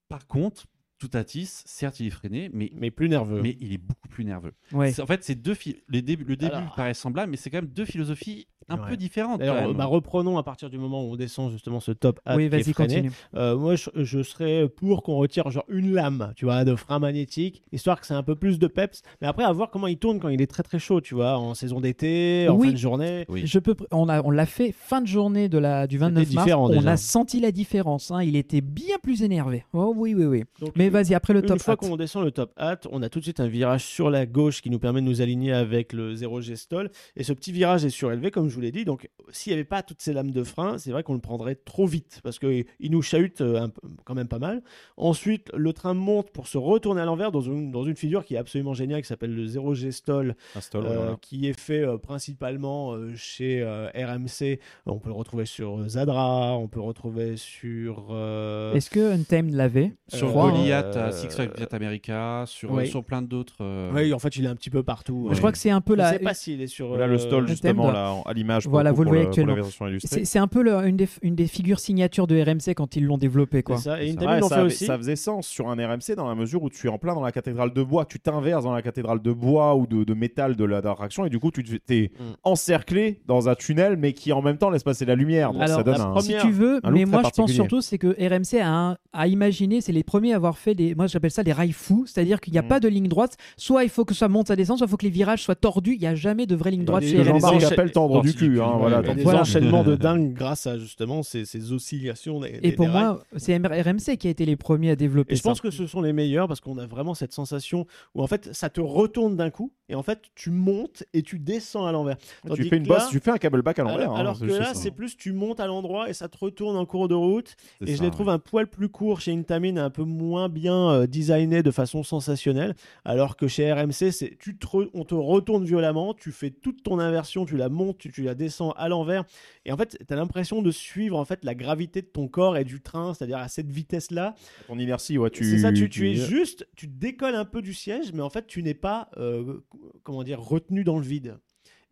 S7: Par contre, Toutatis, certes, il est freiné, mais,
S8: Mais plus nerveux.
S7: mais il est beaucoup plus nerveux.
S9: Ouais.
S7: C'est- En fait, c'est deux phi- les débuts, le début
S8: Alors.
S7: paraît semblable, mais c'est quand même deux philosophies un
S8: Ouais.
S7: peu différentes. quand
S8: D'ailleurs,
S7: même.
S8: bah, reprenons à partir du moment où on descend justement ce top hat
S9: Oui,
S8: qui est
S9: vas-y,
S8: freiné.
S9: continue.
S8: Euh, moi, je, je serais pour qu'on retire genre une lame, tu vois, de frein magnétique, histoire que c'est un peu plus de peps. Mais après, à voir comment il tourne quand il est très très chaud, tu vois, en saison d'été, en
S9: Oui.
S8: fin de journée.
S7: Oui.
S9: Je peux, pr- on a- on l'a fait fin de journée de la, du 29 mars.
S8: différent,
S9: On
S8: déjà.
S9: a senti la différence. hein. Il était bien plus énervé. Oh oui, oui, oui.
S8: Donc,
S9: Mais vas-y, après le
S8: Une
S9: top
S8: fois
S9: hat.
S8: qu'on descend le top hat, on a tout de suite un virage sur la gauche qui nous permet de nous aligner avec le 0 G stall. Et ce petit virage est surélevé, comme je vous l'ai dit. Donc, s'il n'y avait pas toutes ces lames de frein, c'est vrai qu'on le prendrait trop vite parce qu'il nous chahute euh, un peu- quand même pas mal. Ensuite, le train monte pour se retourner à l'envers dans une, dans une figure qui est absolument géniale qui s'appelle le 0 G stall,
S6: Install, ouais,
S8: euh,
S6: voilà.
S8: qui est fait euh, principalement euh, chez euh, RMC. On peut le retrouver sur euh, Zadra, on peut le retrouver sur. euh,
S9: Est-ce que Untamed l'avait
S7: Sur
S8: Euh,
S7: Goliath, à
S8: euh,
S7: Six Flags Great America, sur,
S8: oui.
S7: sur plein d'autres. euh,
S8: Oui, en fait, il est un petit peu partout.
S9: Je
S8: hein.
S9: crois que c'est un peu
S8: Je
S9: la.
S8: sais pas s'il est sur.
S6: Là,
S8: euh,
S6: le stall, justement,
S9: thème de-
S6: là, en- à l'image. pour
S9: Voilà,
S6: coup,
S9: vous le
S6: pour
S9: voyez
S6: pour
S9: actuellement.
S6: la version illustrée.
S9: C'est c'est un peu le- une, des, une des figures signatures de RMC quand ils l'ont développé. Quoi.
S8: C'est ça. Et
S6: Ouais,
S8: une Tamine l'ont
S6: ça,
S8: fait
S6: avait-
S8: aussi.
S6: ça faisait sens sur un RMC dans la mesure où tu es en plein dans la cathédrale de bois, tu t'inverses dans la cathédrale de bois ou de, de métal de la d'attraction et du coup tu te- t'es
S8: Mm.
S6: encerclé dans un tunnel mais qui en même temps laisse passer la lumière. Donc
S9: Alors,
S6: ça donne
S8: la
S6: un...
S8: première-
S9: si tu veux,
S6: un look
S9: mais
S6: très
S9: moi je pense
S6: particulier.
S9: surtout c'est que RMC a, un- a imaginé, c'est les premiers à avoir fait des, moi j'appelle ça des rails fous, c'est-à-dire qu'il n'y a
S8: Mm.
S6: Mhm.
S9: pas de ligne droite, soit il faut que ça monte, ça descend, soit il faut que les virages soient tordus, il n'y a jamais de vraie ligne droite
S8: des-
S9: chez
S8: des
S9: RMC.
S8: gens-
S6: j'appelle tendre
S7: Quand
S6: du cul. hein, voilà,
S8: des
S6: donc-
S8: enchaînements de dingue grâce à justement ces, ces oscillations. des-
S9: Et
S8: des-
S9: pour
S8: des
S9: moi, c'est RMC qui a été les premiers à développer
S8: Et je
S9: ça.
S8: pense que ce sont les meilleurs parce qu'on a vraiment cette sensation où en fait ça te retourne d'un coup et en fait tu montes et tu descends à l'envers. Tandis
S6: tu fais une
S8: que là-
S6: bosse, tu fais un cable back à l'envers.
S8: alors,
S6: hein,
S8: alors que
S6: juste
S8: là,
S6: ça.
S8: c'est plus tu montes à l'endroit et ça te retourne en cours de route. Et
S6: C'est
S8: je
S6: ça,
S7: hein.
S8: les trouve un poil plus court chez Intamin, un peu moins bien euh, designé de façon sensationnelle. Alors que chez RMC, c'est tu te re- on te retourne violemment, tu fais toute ton inversion, tu la montes, tu, tu la descends à l'envers. Et en fait, tu as l'impression de suivre en fait la gravité de ton corps et du train, c'est-à-dire à cette vitesse-là.
S6: Ton inertie, ouais, tu.
S8: C'est ça, tu, tu es juste, tu décolles un peu du siège, mais en fait, tu n'es pas, euh, comment dire, retenu dans le vide.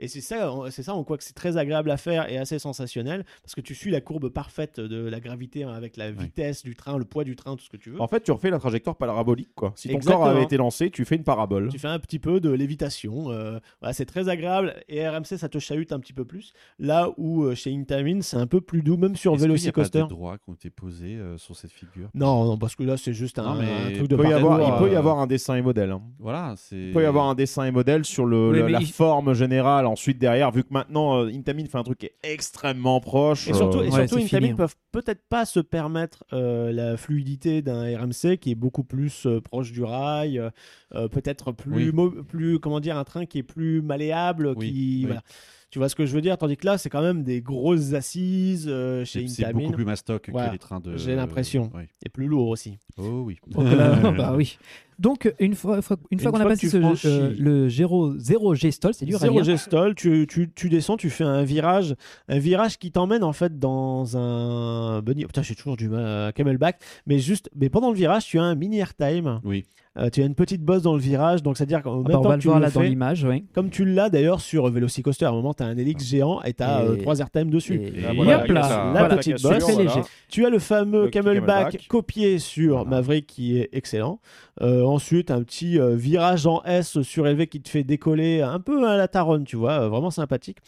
S8: Et c'est ça, en- c'est ça en quoi que c'est très agréable à faire et assez sensationnel, parce que tu suis la courbe parfaite de la gravité hein, avec la vitesse du train, le poids du train, tout ce que tu veux.
S6: En fait, tu refais la trajectoire parabolique, quoi. Si ton
S8: Exactement.
S6: corps avait été lancé, tu fais une parabole.
S8: Tu fais un petit peu de lévitation. euh, voilà, c'est très agréable. Et RMC, ça te chahute un petit peu plus. Là où euh, chez Intamin, c'est un peu plus doux, même sur
S7: Est-ce qu'il y a
S8: Velocicoaster.
S7: pas des droits qui ont été posés euh, sur cette figure
S8: Non, non, parce que là, c'est juste un,
S7: Non, mais
S8: un truc de
S6: Il peut, y avoir,
S8: parcours,
S6: il peut y
S8: euh,
S6: avoir un dessin et modèle. hein.
S7: Voilà, c'est.
S6: Il peut y avoir un dessin et modèle sur le,
S7: Oui,
S6: le-
S7: mais
S6: la
S7: il-
S6: forme générale. Ensuite, derrière, vu que maintenant euh, Intamin fait un truc qui est extrêmement proche.
S8: Et surtout, et
S6: euh,
S8: surtout Intamin ne peuvent peut-être pas se permettre euh, la fluidité d'un RMC qui est beaucoup plus euh, proche du rail, euh, euh, peut-être plus,
S7: Oui.
S8: mo- plus, comment dire, un train qui est plus malléable,
S7: Oui,
S8: qui,
S7: oui.
S8: voilà. Tu vois ce que je veux dire Tandis que là, c'est quand même des grosses assises euh, chez
S7: C'est-
S8: Intamin.
S7: c'est beaucoup plus mastoc que les trains de-
S8: J'ai l'impression.
S7: oui.
S8: Et plus lourd aussi.
S7: Oh oui.
S9: Donc là- bah oui. Donc, une fois, fois- une fois
S8: Une
S9: qu'on a
S8: fois que
S9: passé
S8: tu
S9: ce-
S8: franchis-
S9: euh, le 0 G-Stall, c'est dur à
S8: Zéro
S9: dire.
S8: gestole, tu, tu, tu descends, tu fais un virage, un virage qui t'emmène en fait dans un bunny. Putain, j'ai toujours du mal à camelback, mais juste, mais pendant le virage, tu as un mini airtime.
S7: Oui.
S8: Euh, tu as une petite bosse dans le virage, donc c'est-à-dire qu'en
S9: bah,
S8: même
S9: on
S8: temps
S9: va
S8: que
S9: le
S8: tu
S9: voir
S8: le
S9: là dans
S8: fais,
S9: l'image, oui.
S8: Comme tu l'as d'ailleurs sur Velocicoaster, à un moment, tu as un hélix géant et tu as
S9: Ah. Et-
S8: trois airtimes dessus.
S9: et-
S6: Ah, voilà,
S8: hop là,
S6: ça,
S8: la
S6: voilà,
S8: petite
S6: ça cassure,
S8: bosse, c'est
S6: voilà.
S8: léger. Tu as le fameux
S6: Le petit
S8: camelback,
S6: camelback.
S8: copié sur Maverick qui est excellent. Euh, ensuite, un petit euh, virage en S surélevé qui te fait décoller un peu à la taronne, tu vois, euh, vraiment sympathique.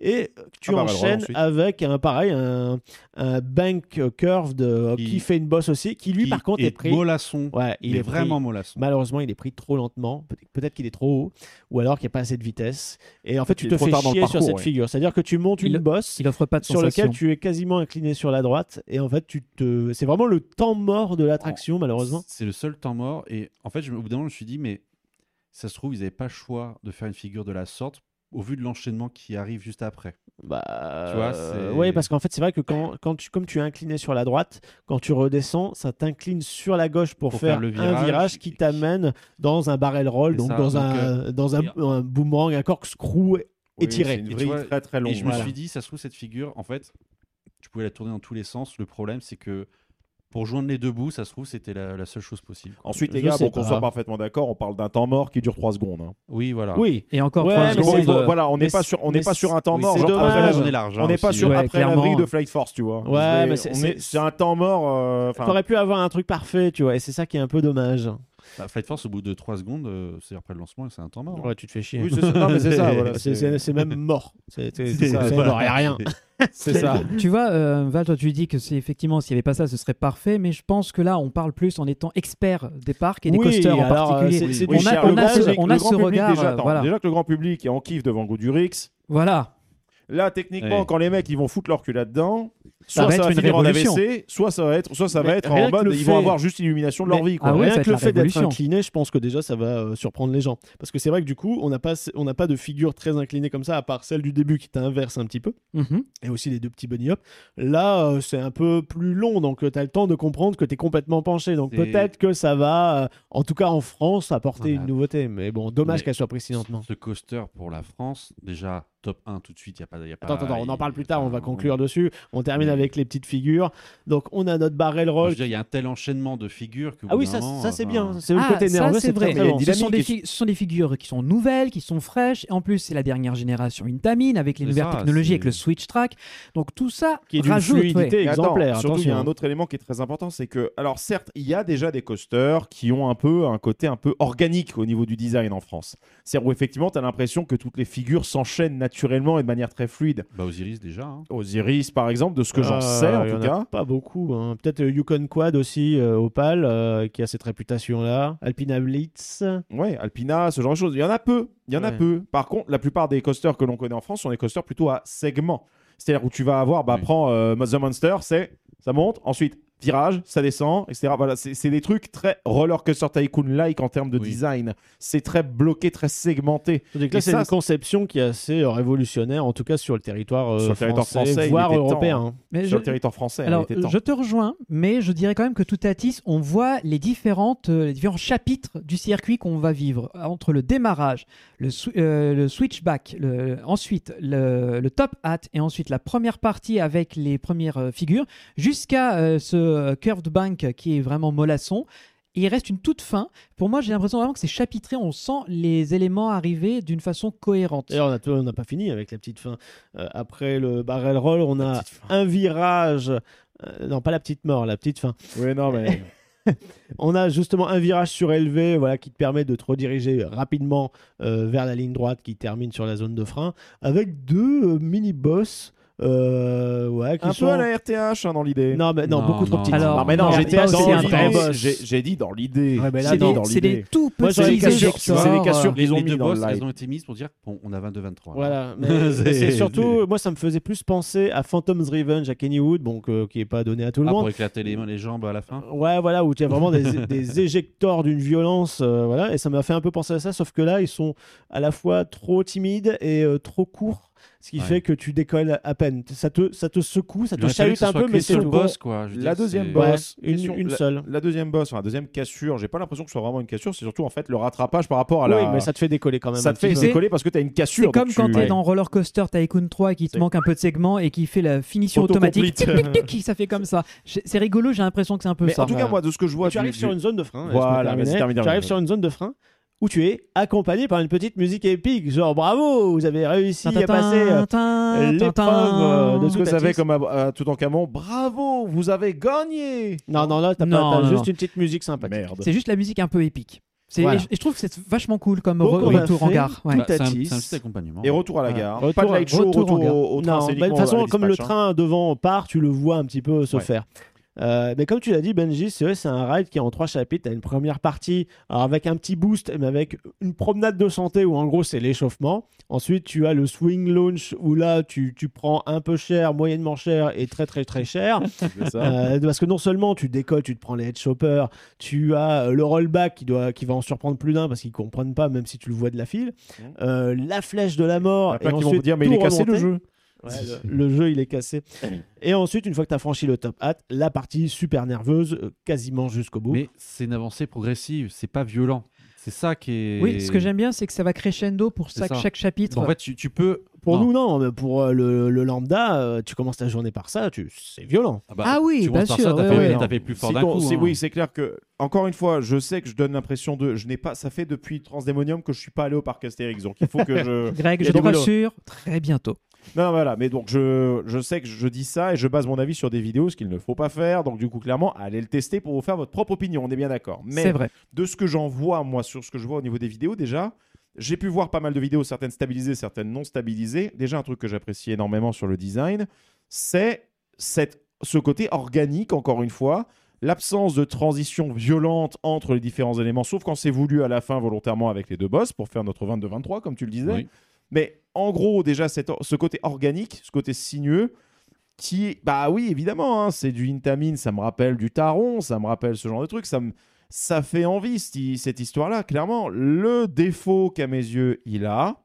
S8: Et euh, tu
S6: Ah bah, bah, voilà,
S8: enchaînes
S6: ensuite.
S8: avec un pareil, un, un bank curved euh, qui,
S7: Qui-
S8: fait une bosse aussi, qui lui
S7: qui
S8: par contre est,
S7: est
S8: pris.
S7: mollasson.
S8: Ouais, il,
S7: Il est
S8: pris-
S7: vraiment mollasson.
S8: Malheureusement, il est pris trop lentement. Peut- Peut-être qu'il est trop haut, ou alors qu'il n'y a pas assez de vitesse. Et en fait, tu
S6: Il
S8: te
S6: est trop
S8: fais
S6: tard dans le
S8: chier sur
S6: parcours,
S8: cette
S6: ouais.
S8: figure. C'est-à-dire que tu montes une
S9: Il-
S8: bosse
S9: Il offre pas de
S8: sur lequel
S9: sensation.
S8: tu es quasiment incliné sur la droite et en fait tu te c'est vraiment le temps mort de
S6: Oh,
S8: l'attraction malheureusement
S7: C'est le seul temps mort. Et en fait, je, me- au bout d'un moment, je me suis dit, mais ça se trouve, ils n'avaient pas le choix de faire une figure de la sorte au vu de l'enchaînement qui arrive juste après.
S8: bah
S7: Tu vois, c'est-
S8: oui parce qu'en fait c'est vrai que quand, quand tu comme tu es incliné sur la droite quand tu redescends ça t'incline sur la gauche pour,
S7: Pour
S8: faire,
S7: faire le
S8: un
S7: virage
S8: virage qui t'amène dans un barrel roll
S7: C'est
S8: donc
S7: ça,
S8: dans
S7: donc,
S8: un dans un, un boomerang un corkscrew
S6: Oui,
S8: étiré
S6: c'est une
S7: Et tu
S6: vrille
S7: vois,
S6: très très longue.
S7: Et je me
S6: Voilà.
S7: suis dit, ça se trouve, cette figure, en fait, tu pouvais la tourner dans tous les sens. Le problème, c'est que pour joindre les deux bouts, ça se trouve, c'était la, la seule chose possible. quoi.
S6: Ensuite, les
S8: Je
S6: gars,
S8: sais
S6: pour qu'on
S8: pas.
S6: soit parfaitement d'accord, on parle d'un temps mort qui dure 3 secondes. hein.
S7: Oui, voilà.
S8: oui
S9: Et encore
S8: Ouais,
S9: trois
S8: mais
S6: Parce que bon,
S9: secondes,
S6: il faut-
S9: euh,
S6: voilà, on
S8: mais
S6: n'est pas
S8: c'est-
S6: sur, on n'est
S8: mais
S6: pas sur un temps
S7: Oui,
S6: mort.
S8: c'est
S6: genre,
S8: dommage.
S6: après la-
S7: On est large, hein,
S6: on n'est pas
S7: aussi.
S6: sur
S9: Ouais,
S6: après la
S9: clairement.
S6: vrille de Flight Force, tu vois.
S8: Ouais, mais c'est-
S6: c'est on
S8: c'est-
S6: est- c'est un temps mort. euh, enfin,
S8: t'aurais pu avoir un truc parfait tu vois et c'est ça qui est un peu dommage
S7: Bah, Flight Force, au bout de 3 secondes, euh, c'est après le lancement, c'est un temps mort. hein.
S8: ouais tu te fais chier
S6: oui, c'est ça. Non, mais c'est ça. voilà,
S8: C'est-
S6: c'est-
S8: c'est c'est même mort c'est c'est-
S7: C'est
S8: c'est
S7: ça,
S8: mort y a rien
S6: c'est ça.
S9: Tu vois, euh, Val, toi, tu dis que c'est effectivement, s'il n'y avait pas ça, ce serait parfait, mais je pense que là, on parle plus en étant expert des parcs et des
S8: Oui,
S9: coasters en
S8: alors, euh,
S9: particulier.
S8: c'est- c'est
S6: Oui,
S9: on a-
S6: cher,
S9: on
S6: le
S9: a
S6: grand
S9: ce-
S6: public-
S9: on
S6: le
S9: a
S6: grand
S9: ce
S6: public,
S9: regard,
S6: Déjà,
S9: euh,
S6: attends,
S9: voilà.
S6: déjà que le grand public est en kiff devant Goudurix.
S9: Voilà.
S6: Là, techniquement,
S7: Ouais.
S6: quand les mecs ils vont foutre leur cul là-dedans,
S9: Ça
S6: soit
S9: va
S6: ça
S9: être
S6: va
S9: une
S6: finir en
S9: révolution.
S6: AVC, soit ça va être, soit ça va
S8: Mais
S6: être
S8: rien
S6: en
S8: que le
S6: mode ils vont
S8: fait-
S6: avoir juste l'illumination de leur
S9: Mais-
S6: vie. quoi.
S9: Ah oui, ça
S8: Rien
S9: va
S8: que
S9: être
S8: le
S9: la
S8: fait d'être
S9: révolution.
S8: incliné, je pense que déjà ça va euh, surprendre les gens. Parce que c'est vrai que du coup, on n'a pas, on n'a pas de figure très inclinée comme ça, à part celle du début qui t'inverse un petit peu,
S9: Mhm.
S8: et aussi les deux petits bunny hop. Là, euh, c'est un peu plus long, donc tu as le temps de comprendre que tu es complètement penché. Donc
S7: C'est-
S8: peut-être que ça va, euh, en tout cas en France, apporter
S7: Voilà.
S8: une nouveauté. Mais bon, dommage
S7: Mais-
S8: qu'elle soit prise si lentement.
S7: Ce coaster pour la France, déjà top 1 tout de suite, il n'y a pas. y a pas-
S8: Attends, attends, on en parle plus tard, on va
S7: enfin,
S8: conclure dessus. On termine
S7: Mais-
S8: avec les petites figures. Donc on a notre barrel
S7: Enfin, je
S8: roll.
S7: veux dire, Il y a un tel enchaînement de figures que. au
S8: Ah
S7: bout
S8: oui,
S7: d'un
S8: ça,
S7: moment, euh, ben,
S8: ça c'est
S7: enfin,
S8: bien. C'est le
S9: Ah,
S8: côté
S9: ça,
S8: nerveux,
S9: c'est
S8: c'est très,
S9: vrai.
S8: très bon.
S9: ce, sont des fi- ce sont des figures qui sont nouvelles, qui sont fraîches, et en plus c'est la dernière génération Intamin avec les
S7: C'est
S9: nouvelles
S7: ça,
S9: technologies,
S7: c'est-
S9: avec le Switch Track. Donc tout ça
S8: Qui est d'une
S9: rajoute. ouais.
S8: fluidité
S6: Mais attends,
S8: exemplaire.
S6: surtout, il y
S8: attention,
S6: a
S8: hein.
S6: un autre élément qui est très important, c'est que, alors certes, il y a déjà des coasters qui ont un peu un côté un peu organique au niveau du design en France. C'est-à-dire où effectivement, tu as l'impression que toutes les figures s'enchaînent naturellement et de manière très fluide.
S7: Bah, Osiris déjà. hein.
S6: Osiris, par exemple, de ce que j'en sais en
S8: Ah, Euh, il y
S6: tout
S8: en a
S6: cas.
S8: Pas beaucoup. hein. Peut-être euh, Yukon Quad aussi, euh, Opal, euh, qui a cette réputation-là. Alpina Blitz.
S6: Ouais, Alpina, ce genre de choses. Il y en a peu. Il y en a
S8: Ouais.
S6: peu. Par contre, la plupart des coasters que l'on connaît en France sont des coasters plutôt à segments. C'est-à-dire où tu vas avoir, bah,
S7: Oui.
S6: prends euh, The Monster, c'est ça monte, ensuite virage, ça descend, etc. Voilà, c'est c'est des trucs très roller coaster tycoon-like en termes de
S7: Oui.
S6: design. C'est très bloqué, très segmenté.
S8: Donc
S6: Et
S8: là, c'est
S6: ça,
S8: une conception qui est assez euh, révolutionnaire, en tout cas sur le territoire, euh,
S6: Sur le territoire français, il
S8: voire
S6: était temps,
S8: européen.
S6: hein.
S8: hein.
S9: Mais
S6: Sur
S9: je-
S6: le territoire français, hein,
S9: Alors,
S6: il était temps.
S9: je te rejoins, mais je dirais quand même que tout à 10, on voit les, différentes, euh, les différents chapitres du circuit qu'on va vivre. Entre le démarrage, le, sw- euh, le switchback, le- ensuite le, le top hat, et ensuite la première partie avec les premières euh, figures, jusqu'à euh, ce euh, curved bank qui est vraiment mollasson. Et il reste une toute fin. Pour moi, j'ai l'impression vraiment que c'est chapitré. On sent les éléments arriver d'une façon cohérente.
S8: D'ailleurs, on a- on n'a pas fini avec la petite fin. Euh, après le barrel roll, on a un virage. euh, non, pas la petite mort, la petite fin.
S6: Oui, non, mais.
S8: On a justement un virage surélevé voilà, qui te permet de te rediriger rapidement euh, vers la ligne droite qui termine sur la zone de frein avec deux euh, mini-boss. euh, ouais, qui
S6: Un
S8: sont...
S6: peu à la RTH hein, dans l'idée.
S8: Non, mais non,
S7: Non,
S8: beaucoup trop
S7: non,
S8: petite.
S9: non,
S6: Non, mais non,
S9: Non,
S6: j'étais
S9: pas
S6: dans
S9: aussi
S6: l'idée.
S9: intense.
S6: J'ai- J'ai dit dans l'idée.
S8: Ouais, mais là,
S6: J'ai
S9: C'est
S6: dit
S9: des,
S6: dans
S9: c'est des
S6: l'idée.
S9: tout
S8: Moi,
S9: petits
S8: c'est des cassures-
S9: éjecteurs.
S6: c'est des cassures. Ils
S7: les,
S6: ont
S7: les
S6: mis
S7: deux
S6: dans le
S7: boss,
S6: live.
S7: elles ont été mises pour dire bon, on a hein. 22-23.
S8: Voilà, mais
S7: C'est-
S8: c'est surtout, moi ça me faisait plus penser à Phantom's Revenge à Kennywood, donc euh, qui est pas donné à tout
S7: Ah,
S8: le monde.
S7: pour éclater les mains, les jambes à la fin.
S8: Ouais, voilà, où tu as vraiment des, des éjecteurs d'une violence, euh, voilà, et ça m'a fait un peu penser à ça, sauf que là, ils sont à la fois trop timides et euh, trop courts, ce qui
S7: Ouais.
S8: fait que tu décolles à peine. Ça te, ça te secoue, ça te
S7: J'aurais fallu
S8: chalute
S7: que ce
S8: un
S7: soit
S8: peu,
S7: que
S8: mais
S7: les
S8: c'est
S7: seuls
S8: tout.
S7: boss, quoi. Je veux
S6: La
S7: dire,
S6: deuxième
S7: c'est-
S8: Ouais,
S6: boss,
S8: une-
S6: question-
S8: une
S6: la-
S8: seule.
S6: La deuxième boss, enfin, la deuxième cassure, j'ai pas l'impression que ce soit vraiment une cassure, c'est surtout en fait le rattrapage par rapport à la.
S8: Oui, mais ça te fait décoller quand même.
S6: Oh Ça
S8: un
S6: te
S8: petit
S6: fait
S8: peu.
S6: décoller parce que t'as une cassure.
S9: C'est comme
S6: donc
S9: quand
S6: tu-
S9: t'es dans Roller Coaster Tycoon 3 et qu'il te
S6: C'est-
S9: manque un peu de segment et qui fait la finition automatique. Tic,
S6: Autocomplete.
S9: tic, tic, ça fait comme ça. J'ai- C'est rigolo, j'ai l'impression que c'est un peu
S6: Mais
S9: ça.
S6: en tout cas,
S8: voilà.
S6: moi, de ce que je vois,
S8: tu arrives sur une zone de frein. laisse-moi
S6: Voilà, vas-y,
S8: terminer.
S6: termine, termine.
S8: Tu arrives sur une zone de frein où tu es accompagné par une petite musique épique, genre bravo, vous avez réussi à passer. euh,
S9: passer
S8: l'épreuve, euh, de
S6: ce que ça
S8: Toutatis.
S6: fait comme euh, à, à Toutankhamon, bravo, vous avez gagné.
S8: Non, non, là, t'as pas-
S9: Non,
S8: t'as
S9: non,
S8: juste
S9: non.
S8: une petite musique sympathique.
S6: Merde.
S9: C'est juste la musique un peu épique. C'est-
S8: Voilà.
S9: et, je, et je trouve que c'est vachement cool comme
S8: Donc,
S9: re-
S8: on a
S9: retour
S8: fait
S9: en gare. ouais.
S7: Bah, c'est un,
S8: Toutatis.
S7: c'est un petit accompagnement.
S6: Et retour à la
S8: Ouais.
S6: gare.
S8: Retour-
S6: hein. pas de light show,
S9: retour en
S6: retour,
S9: gare.
S6: au, au train.
S8: Non,
S6: c'est
S8: bah, de
S6: uniquement
S8: toute façon,
S6: la
S8: comme le
S6: dispatch, hein.
S8: train devant part, tu le vois un petit peu se
S6: Ouais.
S8: faire. Euh, mais comme tu l'as dit, Benji, c'est vrai, c'est un ride qui est en trois chapitres. T'as une première partie alors avec un petit boost, mais avec une promenade de santé où en gros c'est l'échauffement. Ensuite, tu as le swing launch où là tu, tu prends un peu cher, moyennement cher et très très très cher.
S6: hein, C'est ça.
S8: Euh, parce que non seulement tu décolles, tu te prends les head choppers, tu as euh, le rollback qui, doit, qui va en surprendre plus d'un parce qu'ils comprennent pas, même si tu le vois de la file.
S6: Mhm.
S8: Euh, la flèche de la mort.
S6: Il y en
S8: et
S6: a plein qui vont
S8: ensuite
S6: vous dire, mais il est
S8: tout
S6: cassé le
S8: remonter.
S6: jeu.
S8: Ouais, le, le jeu, il est cassé. Et ensuite, une fois que tu as franchi le top hat, la partie super nerveuse, euh, quasiment jusqu'au bout.
S7: Mais c'est une avancée progressive, c'est pas violent. C'est ça qui est.
S9: Oui, ce que j'aime bien, c'est que ça va crescendo pour
S7: C'est
S9: chaque,
S7: ça.
S9: chaque chapitre.
S7: En fait, tu, tu peux.
S8: pour
S7: non.
S8: nous, non, mais pour euh, le, le lambda, euh, tu commences ta journée par ça, tu... c'est violent.
S7: bah,
S9: Ah oui,
S7: tu
S9: bien
S7: commences par
S9: sûr,
S7: ça, T'as
S9: ouais,
S7: fait,
S9: ouais.
S7: t'as fait plus fort
S6: Si
S7: d'un
S6: ton-
S7: coup.
S6: si-
S7: hein.
S6: Oui, c'est clair que, encore une fois, je sais que je donne l'impression de. Je n'ai pas, ça fait depuis Transdémonium que je suis pas allé au parc Astérix, donc il faut que je.
S9: Greg,
S6: Il y a
S9: je
S6: du
S9: te
S6: boulot.
S9: rassure, très bientôt.
S6: Non, non, voilà, mais donc je, je sais que je dis ça et je base mon avis sur des vidéos, ce qu'il ne faut pas faire. Donc, du coup, clairement, allez le tester pour vous faire votre propre opinion, on est bien d'accord.
S9: C'est
S6: Mais
S9: vrai.
S6: de ce que j'en vois, moi, sur ce que je vois au niveau des vidéos, déjà, j'ai pu voir pas mal de vidéos, certaines stabilisées, certaines non stabilisées. Déjà, un truc que j'apprécie énormément sur le design, c'est cette, ce côté organique, encore une fois, l'absence de transition violente entre les différents éléments, sauf quand c'est voulu à la fin volontairement avec les deux boss pour faire notre 22-23, comme tu le disais.
S7: Oui.
S6: Mais en gros, déjà, cet or- ce côté organique, ce côté sinueux, qui, bah oui, évidemment, hein, c'est du Intamin, ça me rappelle du Taron, ça me rappelle ce genre de truc, ça me. Ça fait envie cette hi- cette histoire-là, clairement. Le défaut qu'à mes yeux il a,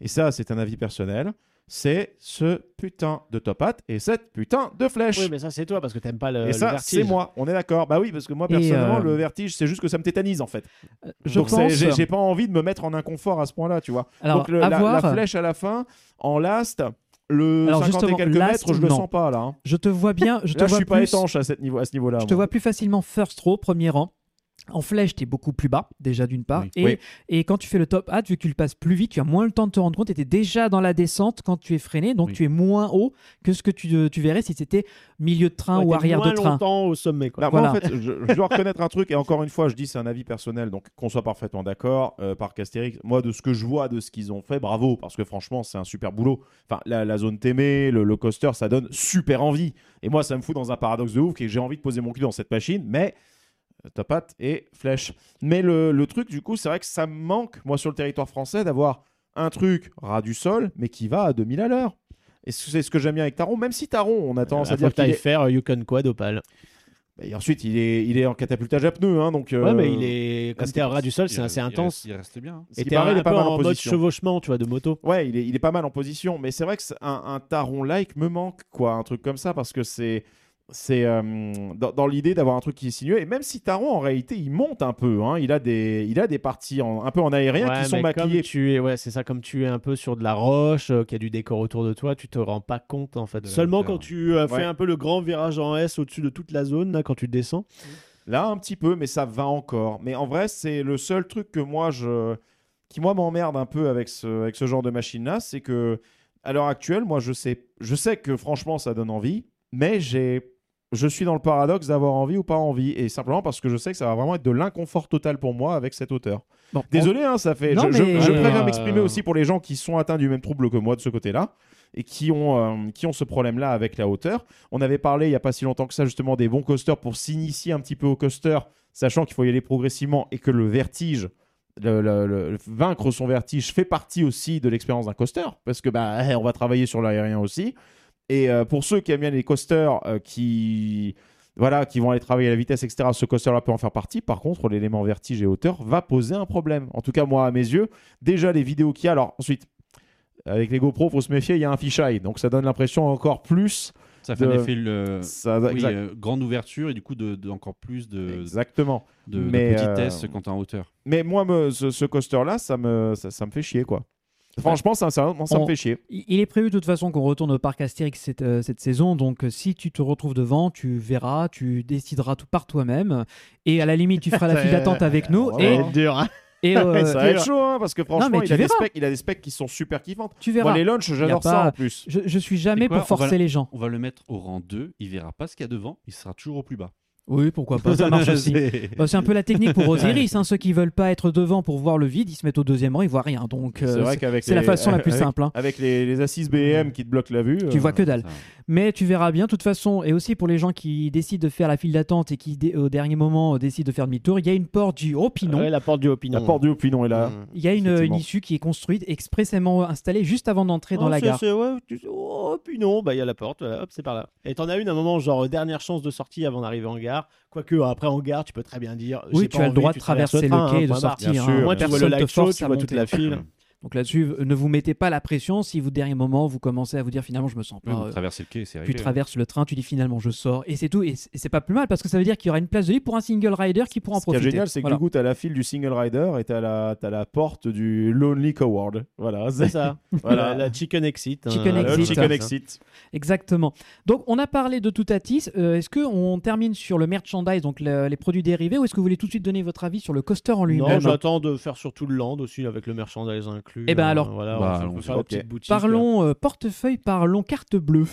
S6: et ça c'est un avis personnel, c'est ce putain de top hat et cette putain de flèche.
S8: Oui, mais ça, c'est toi parce que t'aimes pas le,
S6: Et
S8: le
S6: ça,
S8: vertige.
S6: c'est moi, on est d'accord. Bah oui, parce que moi,
S9: Et,
S6: personnellement,
S9: euh,
S6: le vertige, c'est juste que ça me tétanise en fait.
S9: Je
S6: Donc, c'est-
S9: pense.
S6: j'ai j'ai pas envie de me mettre en inconfort à ce point-là, tu vois.
S9: Alors,
S6: Donc, le-
S9: à
S6: la,
S9: voir.
S6: la flèche à la fin, en last, le
S9: Alors,
S6: 50 et
S9: justement,
S6: quelques
S9: last,
S6: mètres, je le
S9: non.
S6: sens pas là. hein.
S9: Je te vois bien. Je te
S6: là, je
S9: vois
S6: suis pas
S9: plus-
S7: Ah
S6: étanche à, cette niveau, à ce niveau-là.
S9: Je te
S6: moi.
S9: vois plus facilement first row, premier rang. En flèche, t'es beaucoup plus bas, déjà d'une part.
S7: Oui.
S9: Et,
S7: Oui.
S9: et quand tu fais le top hat, vu que tu le passes plus vite, tu as moins le temps de te rendre compte. et t'es déjà dans la descente quand tu es freiné, donc
S7: Oui.
S9: tu es moins haut que ce que tu, tu verrais si c'était milieu de train
S8: Ouais,
S9: ou
S8: t'es
S9: arrière
S8: moins
S9: de train.
S8: longtemps au sommet. Quoi.
S6: Bah, moi,
S9: Voilà.
S6: en fait, je, je dois reconnaître un truc, et encore une fois, je dis c'est un avis personnel, donc qu'on soit parfaitement d'accord. euh, Parc Astérix, moi, de ce que je vois, de ce qu'ils ont fait, bravo, parce que franchement, c'est un super boulot. Enfin, la, la zone témée, le, le coaster, ça donne super envie. Et moi, ça me fout dans un paradoxe de ouf, et j'ai envie de poser mon cul dans cette machine, mais euh, top hat et flèche. Mais le, le truc, du coup, c'est vrai que ça me manque, moi, sur le territoire français, d'avoir un truc ras du sol, mais qui va à 2000 à l'heure. Et c'est ce que j'aime bien avec Taron, même si Taron, on a tendance
S8: à
S6: à dire qu'il
S8: t'ailles
S6: est-
S8: faire euh, Yukon Quad Opal.
S6: Bah, et ensuite, il est, il est en catapultage à pneus, hein, donc. euh,
S8: Ouais, mais il est. Comme
S6: parce
S8: t'es
S6: que-
S8: au ras du sol,
S7: Il
S8: c'est
S7: re-
S8: assez
S7: il reste-
S8: intense.
S7: Il restait bien. hein.
S6: ce
S8: Et
S6: qui
S8: t'es
S6: paraît,
S8: un,
S6: il est
S8: un
S6: pas
S8: peu
S6: mal
S8: en
S6: en
S8: mode
S6: position.
S8: chevauchement, tu vois, de moto.
S6: Ouais, il est, il est pas mal en position, mais c'est vrai que c'est un, un taron like me manque, quoi, un truc comme ça, parce que c'est. C'est euh, dans, dans l'idée d'avoir un truc qui est sinueux. Et même si Taron, en réalité, il monte un peu. hein, il, a des, il a des parties en- un peu en aérien
S8: Ouais,
S6: qui sont
S8: mais comme
S6: maquillées.
S8: tu es, ouais, c'est ça, comme tu es un peu sur de la roche, euh, qu'il y a du décor autour de toi, tu te rends pas compte en fait.
S7: De la
S8: Seulement
S7: hauteur.
S8: quand tu euh,
S6: Ouais.
S8: fais un peu le grand virage en S au-dessus de toute la zone, là, quand tu descends.
S6: Là, un petit peu, mais ça va encore. Mais en vrai, c'est le seul truc que moi, je... qui moi m'emmerde un peu avec ce, avec ce genre de machine-là, c'est que à l'heure actuelle, moi, je sais, je sais que franchement, ça donne envie, mais j'ai, je suis dans le paradoxe d'avoir envie ou pas envie, et simplement parce que je sais que ça va vraiment être de l'inconfort total pour moi avec cette hauteur.
S9: Bon,
S6: Désolé, hein, ça fait.
S9: Non,
S6: je, je-
S9: mais-
S6: je
S8: Ouais,
S6: préfère
S8: euh,
S6: m'exprimer aussi pour les gens qui sont atteints du même trouble que moi de ce côté-là et qui ont, euh, qui ont ce problème-là avec la hauteur. On avait parlé il n'y a pas si longtemps que ça, justement, des bons coasters pour s'initier un petit peu au coaster, sachant qu'il faut y aller progressivement et que le vertige. le- le- le- le- vaincre son vertige fait partie aussi de l'expérience d'un coaster parce que bah on va travailler sur l'aérien aussi et euh, pour ceux qui aiment bien les coasters euh, qui voilà, qui vont aller travailler à la vitesse, etc. Ce coaster-là peut en faire partie. Par contre, l'élément vertige et hauteur va poser un problème. En tout cas, moi, à mes yeux, déjà les vidéos qu'il y a. Alors ensuite, avec les GoPro, faut se méfier. Il y a un fisheye, donc ça donne l'impression encore plus.
S7: Ça fait
S6: De-
S7: un effet le-
S6: Ça,
S7: oui,
S6: exact-
S7: euh, grande ouverture et du coup de, de- encore plus de,
S6: Exactement.
S7: de, de
S6: Mais,
S7: petitesse
S6: euh,
S7: quand t'es en hauteur.
S6: Mais moi, me- ce, ce coaster-là, ça me, ça, ça me fait chier, quoi. Franchement, ça, ça, moi, ça
S9: On-
S6: me fait chier.
S9: Il il est prévu de toute façon qu'on retourne au parc Astérix cette, euh, cette saison, donc euh, si tu te retrouves devant, tu verras, tu décideras tout par toi-même, et à la limite tu feras la file d'attente avec nous,
S6: Oh,
S9: et,
S6: ouais.
S8: dur. hein.
S9: et, euh,
S6: ça va être chaud, hein, parce que franchement,
S9: mais tu
S6: il, a des
S9: verras.
S6: specs, il a des specs qui sont super kiffantes.
S9: tu
S6: Moi,
S9: verras.
S6: les launchs, j'adore
S9: pas-
S6: ça en plus.
S9: Je, je suis jamais
S7: quoi,
S9: pour
S7: on va-
S9: forcer les gens.
S7: On va le mettre au rang 2, il verra pas ce qu'il y a devant, il sera toujours au plus bas.
S9: Oui, pourquoi pas, ça marche aussi.
S7: C'est-
S9: Bah, c'est un peu la technique pour Osiris, hein, ceux qui veulent pas être devant pour voir le vide, ils se mettent au deuxième rang, ils voient rien, donc euh, c'est-
S6: qu'avec
S9: c'est la
S6: les-
S9: façon la plus
S6: avec-
S9: simple. hein.
S6: Avec les, les assises BM qui te bloquent la vue.
S9: Tu
S6: euh,
S9: vois que dalle.
S7: Ça-
S9: Mais tu verras bien, de toute façon, et aussi pour les gens qui décident de faire la file d'attente et qui, dé- au dernier moment, euh, décident de faire demi-tour, il y a une porte du haut Pinon.
S8: Ouais, la porte du Opinion.
S6: La porte du Opinon est
S8: Mm.
S6: là.
S9: Il y a une,
S6: Effectivement.
S9: une issue qui est construite expressément installée juste avant d'entrer dans
S8: Oh,
S9: la
S8: c'est-
S9: gare.
S8: c'est- ouais, tu- oh, puis non, bah il y a la porte, voilà, hop, c'est par là. Et t'en as une à un moment, genre euh, dernière chance de sortie avant d'arriver en gare. Quoique euh, après en gare, tu peux très bien dire.
S9: Oui,
S8: j'ai
S9: tu
S8: pas
S9: as le
S8: envie,
S9: droit
S8: tu
S9: de
S8: traverses
S9: traverser le
S8: train,
S9: quai et de
S8: point barre.
S9: sortir.
S6: Bien
S9: hein.
S6: sûr.
S8: Moi, tu vois
S9: Personne
S8: le
S9: te
S8: live show,
S9: force
S8: tu
S9: à
S8: vois toute
S9: monter.
S8: la file.
S9: Donc là-dessus, euh, ne vous mettez pas la pression si vous, dernier moment, vous commencez à vous dire finalement, je me sens
S8: Hum.
S7: Oui,
S9: pas.
S7: vous
S9: euh,
S7: traversez le quai, c'est
S9: tu
S7: réglé.
S9: traverses le train, tu dis finalement je sors et c'est tout et c- et c'est pas plus mal parce que ça veut dire qu'il y aura une place de libre pour un single rider qui pourra en
S6: Ce qui est
S9: profiter.
S6: génial, c'est que
S9: Voilà.
S6: du coup, t'as la file du single rider et t'as la, t'as la porte du Lonely Coward. Voilà,
S8: C'est
S6: c'est
S8: ça.
S6: voilà.
S8: La, la chicken exit. hein,
S9: Chicken
S8: euh,
S6: Le
S9: exit.
S6: Chicken Exit.
S9: Exactement. Donc, on a parlé de tout Atis. Euh, est-ce qu'on termine sur le merchandise, donc le- les produits dérivés, ou est-ce que vous voulez tout de suite donner votre avis sur le coaster en
S8: Non,
S9: lui-même
S8: j'attends de faire surtout le land aussi avec le merchandise inclus.
S9: Eh ben
S8: hein,
S9: alors.
S8: voilà,
S7: Bah,
S8: on peut
S7: allons-y.
S8: faire la
S6: Ok.
S8: petite boutique.
S9: Parlons euh, portefeuille, parlons carte bleue.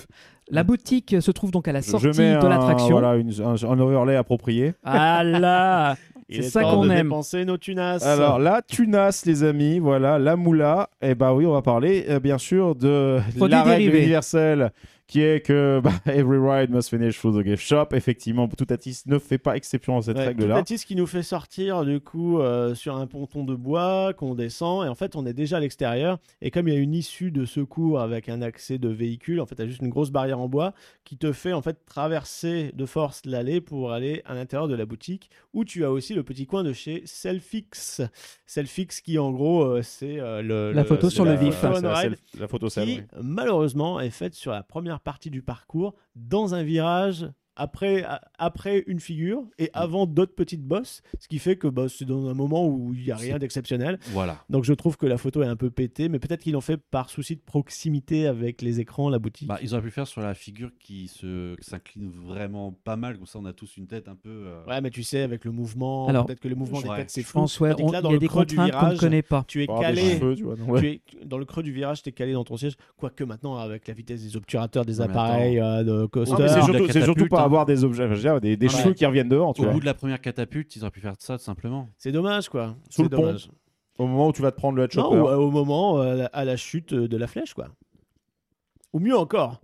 S9: La boutique euh, se trouve donc à la
S6: Je
S9: sortie
S6: mets
S9: de
S6: un-
S9: l'attraction.
S6: Voilà, une- un, un overlay approprié.
S9: Ah là
S8: Il
S9: C'est
S8: est
S9: ça
S8: temps
S9: qu'on
S8: de
S9: aime.
S8: Dépenser nos tunas.
S6: Alors là, Tunas, les amis, voilà, la moula. Et bah oui, on va parler euh, bien sûr de
S9: Produits
S6: la règle
S9: dérivés.
S6: universelle qui est que bah, every ride must finish through the gift shop. Effectivement, tout Atis ne fait pas exception à cette
S8: Ouais,
S6: règle-là.
S8: Toutatis qui nous fait sortir du coup euh, sur un ponton de bois qu'on descend et en fait on est déjà à l'extérieur et comme il y a une issue de secours avec un accès de véhicule en fait t'as juste une grosse barrière en bois qui te fait en fait traverser de force l'allée pour aller à l'intérieur de la boutique où tu as aussi le petit coin de chez Selfix Selfix qui en gros euh, c'est euh, le
S9: La photo
S8: c'est
S9: sur le
S8: la
S6: la-
S9: vif.
S6: Ah, c'est
S8: photo on
S6: La,
S8: ride
S6: c'est la photo
S8: qui malheureusement est faite sur la première partie du parcours dans un virage après, a- après une figure et avant d'autres petites bosses, ce qui fait que bah, c'est dans un moment où il n'y a rien
S7: C'est-
S8: d'exceptionnel.
S7: Voilà.
S8: Donc je trouve que la photo est un peu pétée, mais peut-être qu'ils l'ont fait par souci de proximité avec les écrans, la boutique.
S7: Bah, ils auraient pu faire sur la figure qui se qui s'incline vraiment pas mal, comme ça on a tous une tête un peu. euh,
S8: Ouais, mais tu sais, avec le mouvement,
S7: Alors,
S8: peut-être que le mouvement des
S7: ouais,
S8: têtes, c'est
S7: je
S8: flou.
S9: pense, ouais,
S8: Tandis que
S9: on-
S8: là, dans
S9: il y a
S8: le
S9: des
S8: creux du
S9: contraintes qu'on ne
S8: virage,
S9: connaît pas.
S8: Tu es
S6: Par Oh, des
S8: calé,
S6: cheveux, tu vois, donc, ouais.
S8: tu es- dans le creux du virage, tu es calé dans ton siège. Quoique maintenant, avec la vitesse des obturateurs, des
S7: Non, mais
S8: appareils, euh, de
S6: Non, Ah, mais
S8: coaster,
S6: c'est
S7: Ou de la
S6: surtout, c'est surtout
S7: catapulte,
S6: pas
S7: hein.
S6: avoir des objets, je veux dire, des, des
S7: Ouais.
S6: cheveux qui reviennent devant, tu
S7: Au
S6: vois.
S7: bout de la première catapulte, ils auraient pu faire ça tout simplement.
S8: c'est dommage quoi. C'est
S6: Sous le pont.
S8: dommage.
S6: Au moment où tu vas te prendre le
S8: Non,
S6: headshopper.
S8: ou, euh, au moment euh, à la- à la chute euh, de la flèche quoi. Ou mieux encore,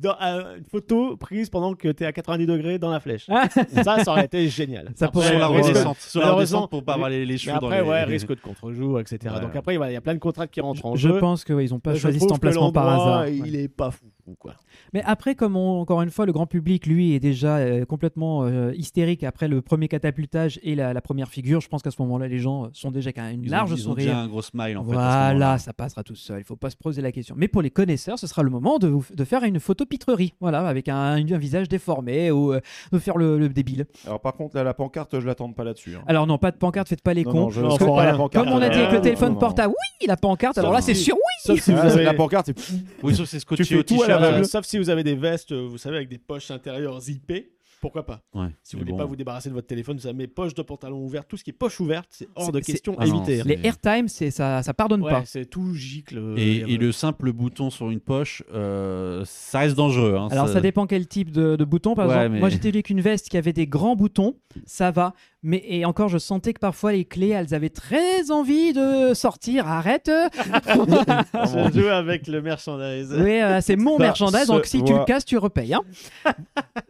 S8: dans- euh, une photo prise pendant que tu es à 90 degrés dans la flèche.
S9: Ah.
S8: ça, ça aurait été génial.
S9: Ça pourrait-
S7: sur la
S9: ouais,
S8: risque-
S7: redescente, sur la
S8: malheureusement,
S7: redescente pour pas avoir les, les
S8: Mais
S7: cheveux
S8: après,
S7: dans les.
S8: ouais, risque de contre-jour, etc.
S7: Ouais.
S8: Donc après, voilà, il y a plein de contrats qui rentrent en
S9: Je
S8: jeu.
S9: pense qu'ils n'ont pas
S8: Je
S9: choisi
S8: trouve
S9: cet
S8: que
S9: emplacement par
S8: l'endroit,
S9: hasard. Ouais.
S8: Il est pas fou, fou, quoi.
S9: Mais après, comme on- encore une fois, le grand public, lui, est déjà euh, complètement euh, hystérique après le premier catapultage et la, la première figure, je pense qu'à ce moment-là, les gens euh, sont déjà qu'à une
S7: Ils ont-
S9: large
S7: ils ont
S9: sourire.
S7: déjà un gros smile en fait. à ce
S9: Voilà,
S7: moment-là.
S9: ça passera tout seul. Il faut pas se poser la question. Mais pour les connaisseurs, ce sera le moment de, vous- de faire une photo pitrerie. Voilà, avec un, un visage déformé ou euh, de faire le, le débile.
S6: Alors par contre, là, la pancarte, je l'attends pas là-dessus. hein.
S9: Alors non, pas de pancarte, faites pas les
S6: Non,
S9: cons.
S6: non, je-
S9: Parce
S6: faut
S9: que-
S6: pas la pancarte,
S9: comme on a dit avec
S8: non,
S9: le
S8: non,
S9: téléphone
S6: non.
S9: portable, oui, la pancarte. Alors là, c'est sûr, oui.
S8: Sauf si vous
S6: Ah, c'est
S8: avez-
S6: de la pancarte, et
S7: Oui, sauf c'est
S6: Tu
S7: scotché
S6: fais
S7: au
S6: tout à
S7: t-shirt.
S6: la
S8: Euh,
S6: aveugle.
S8: sauf si vous avez des vestes, euh, vous savez, avec des poches intérieures zippées. Pourquoi pas
S7: Ouais,
S8: Si vous
S7: mais
S8: voulez
S7: bon.
S8: pas vous débarrasser de votre téléphone, ça met poche de pantalon ouvert, tout ce qui est poche ouverte, c'est hors
S9: C'est-
S8: de
S9: c'est-
S8: question
S7: Ah non,
S8: éviter.
S7: c'est-
S9: Les airtime, c'est ça, ça pardonne
S8: Ouais,
S9: pas.
S8: c'est tout gicle. euh,
S7: Et,
S8: euh,
S7: et le simple bouton sur une poche, euh, ça reste dangereux. hein,
S9: Alors ça dépend quel type de, de bouton. Par
S7: Ouais,
S9: exemple,
S7: mais-
S9: moi j'étais venu avec une veste qui avait des grands boutons, ça va. Mais et encore, je sentais que parfois les clés, elles avaient très envie de sortir. Arrête. euh.
S6: Ah,
S8: Je joue avec le merchandise.
S9: Oui, euh, c'est mon
S6: Bah,
S9: merchandise,
S6: ce
S9: donc si tu
S6: voit-
S9: le casses, tu repayes. hein.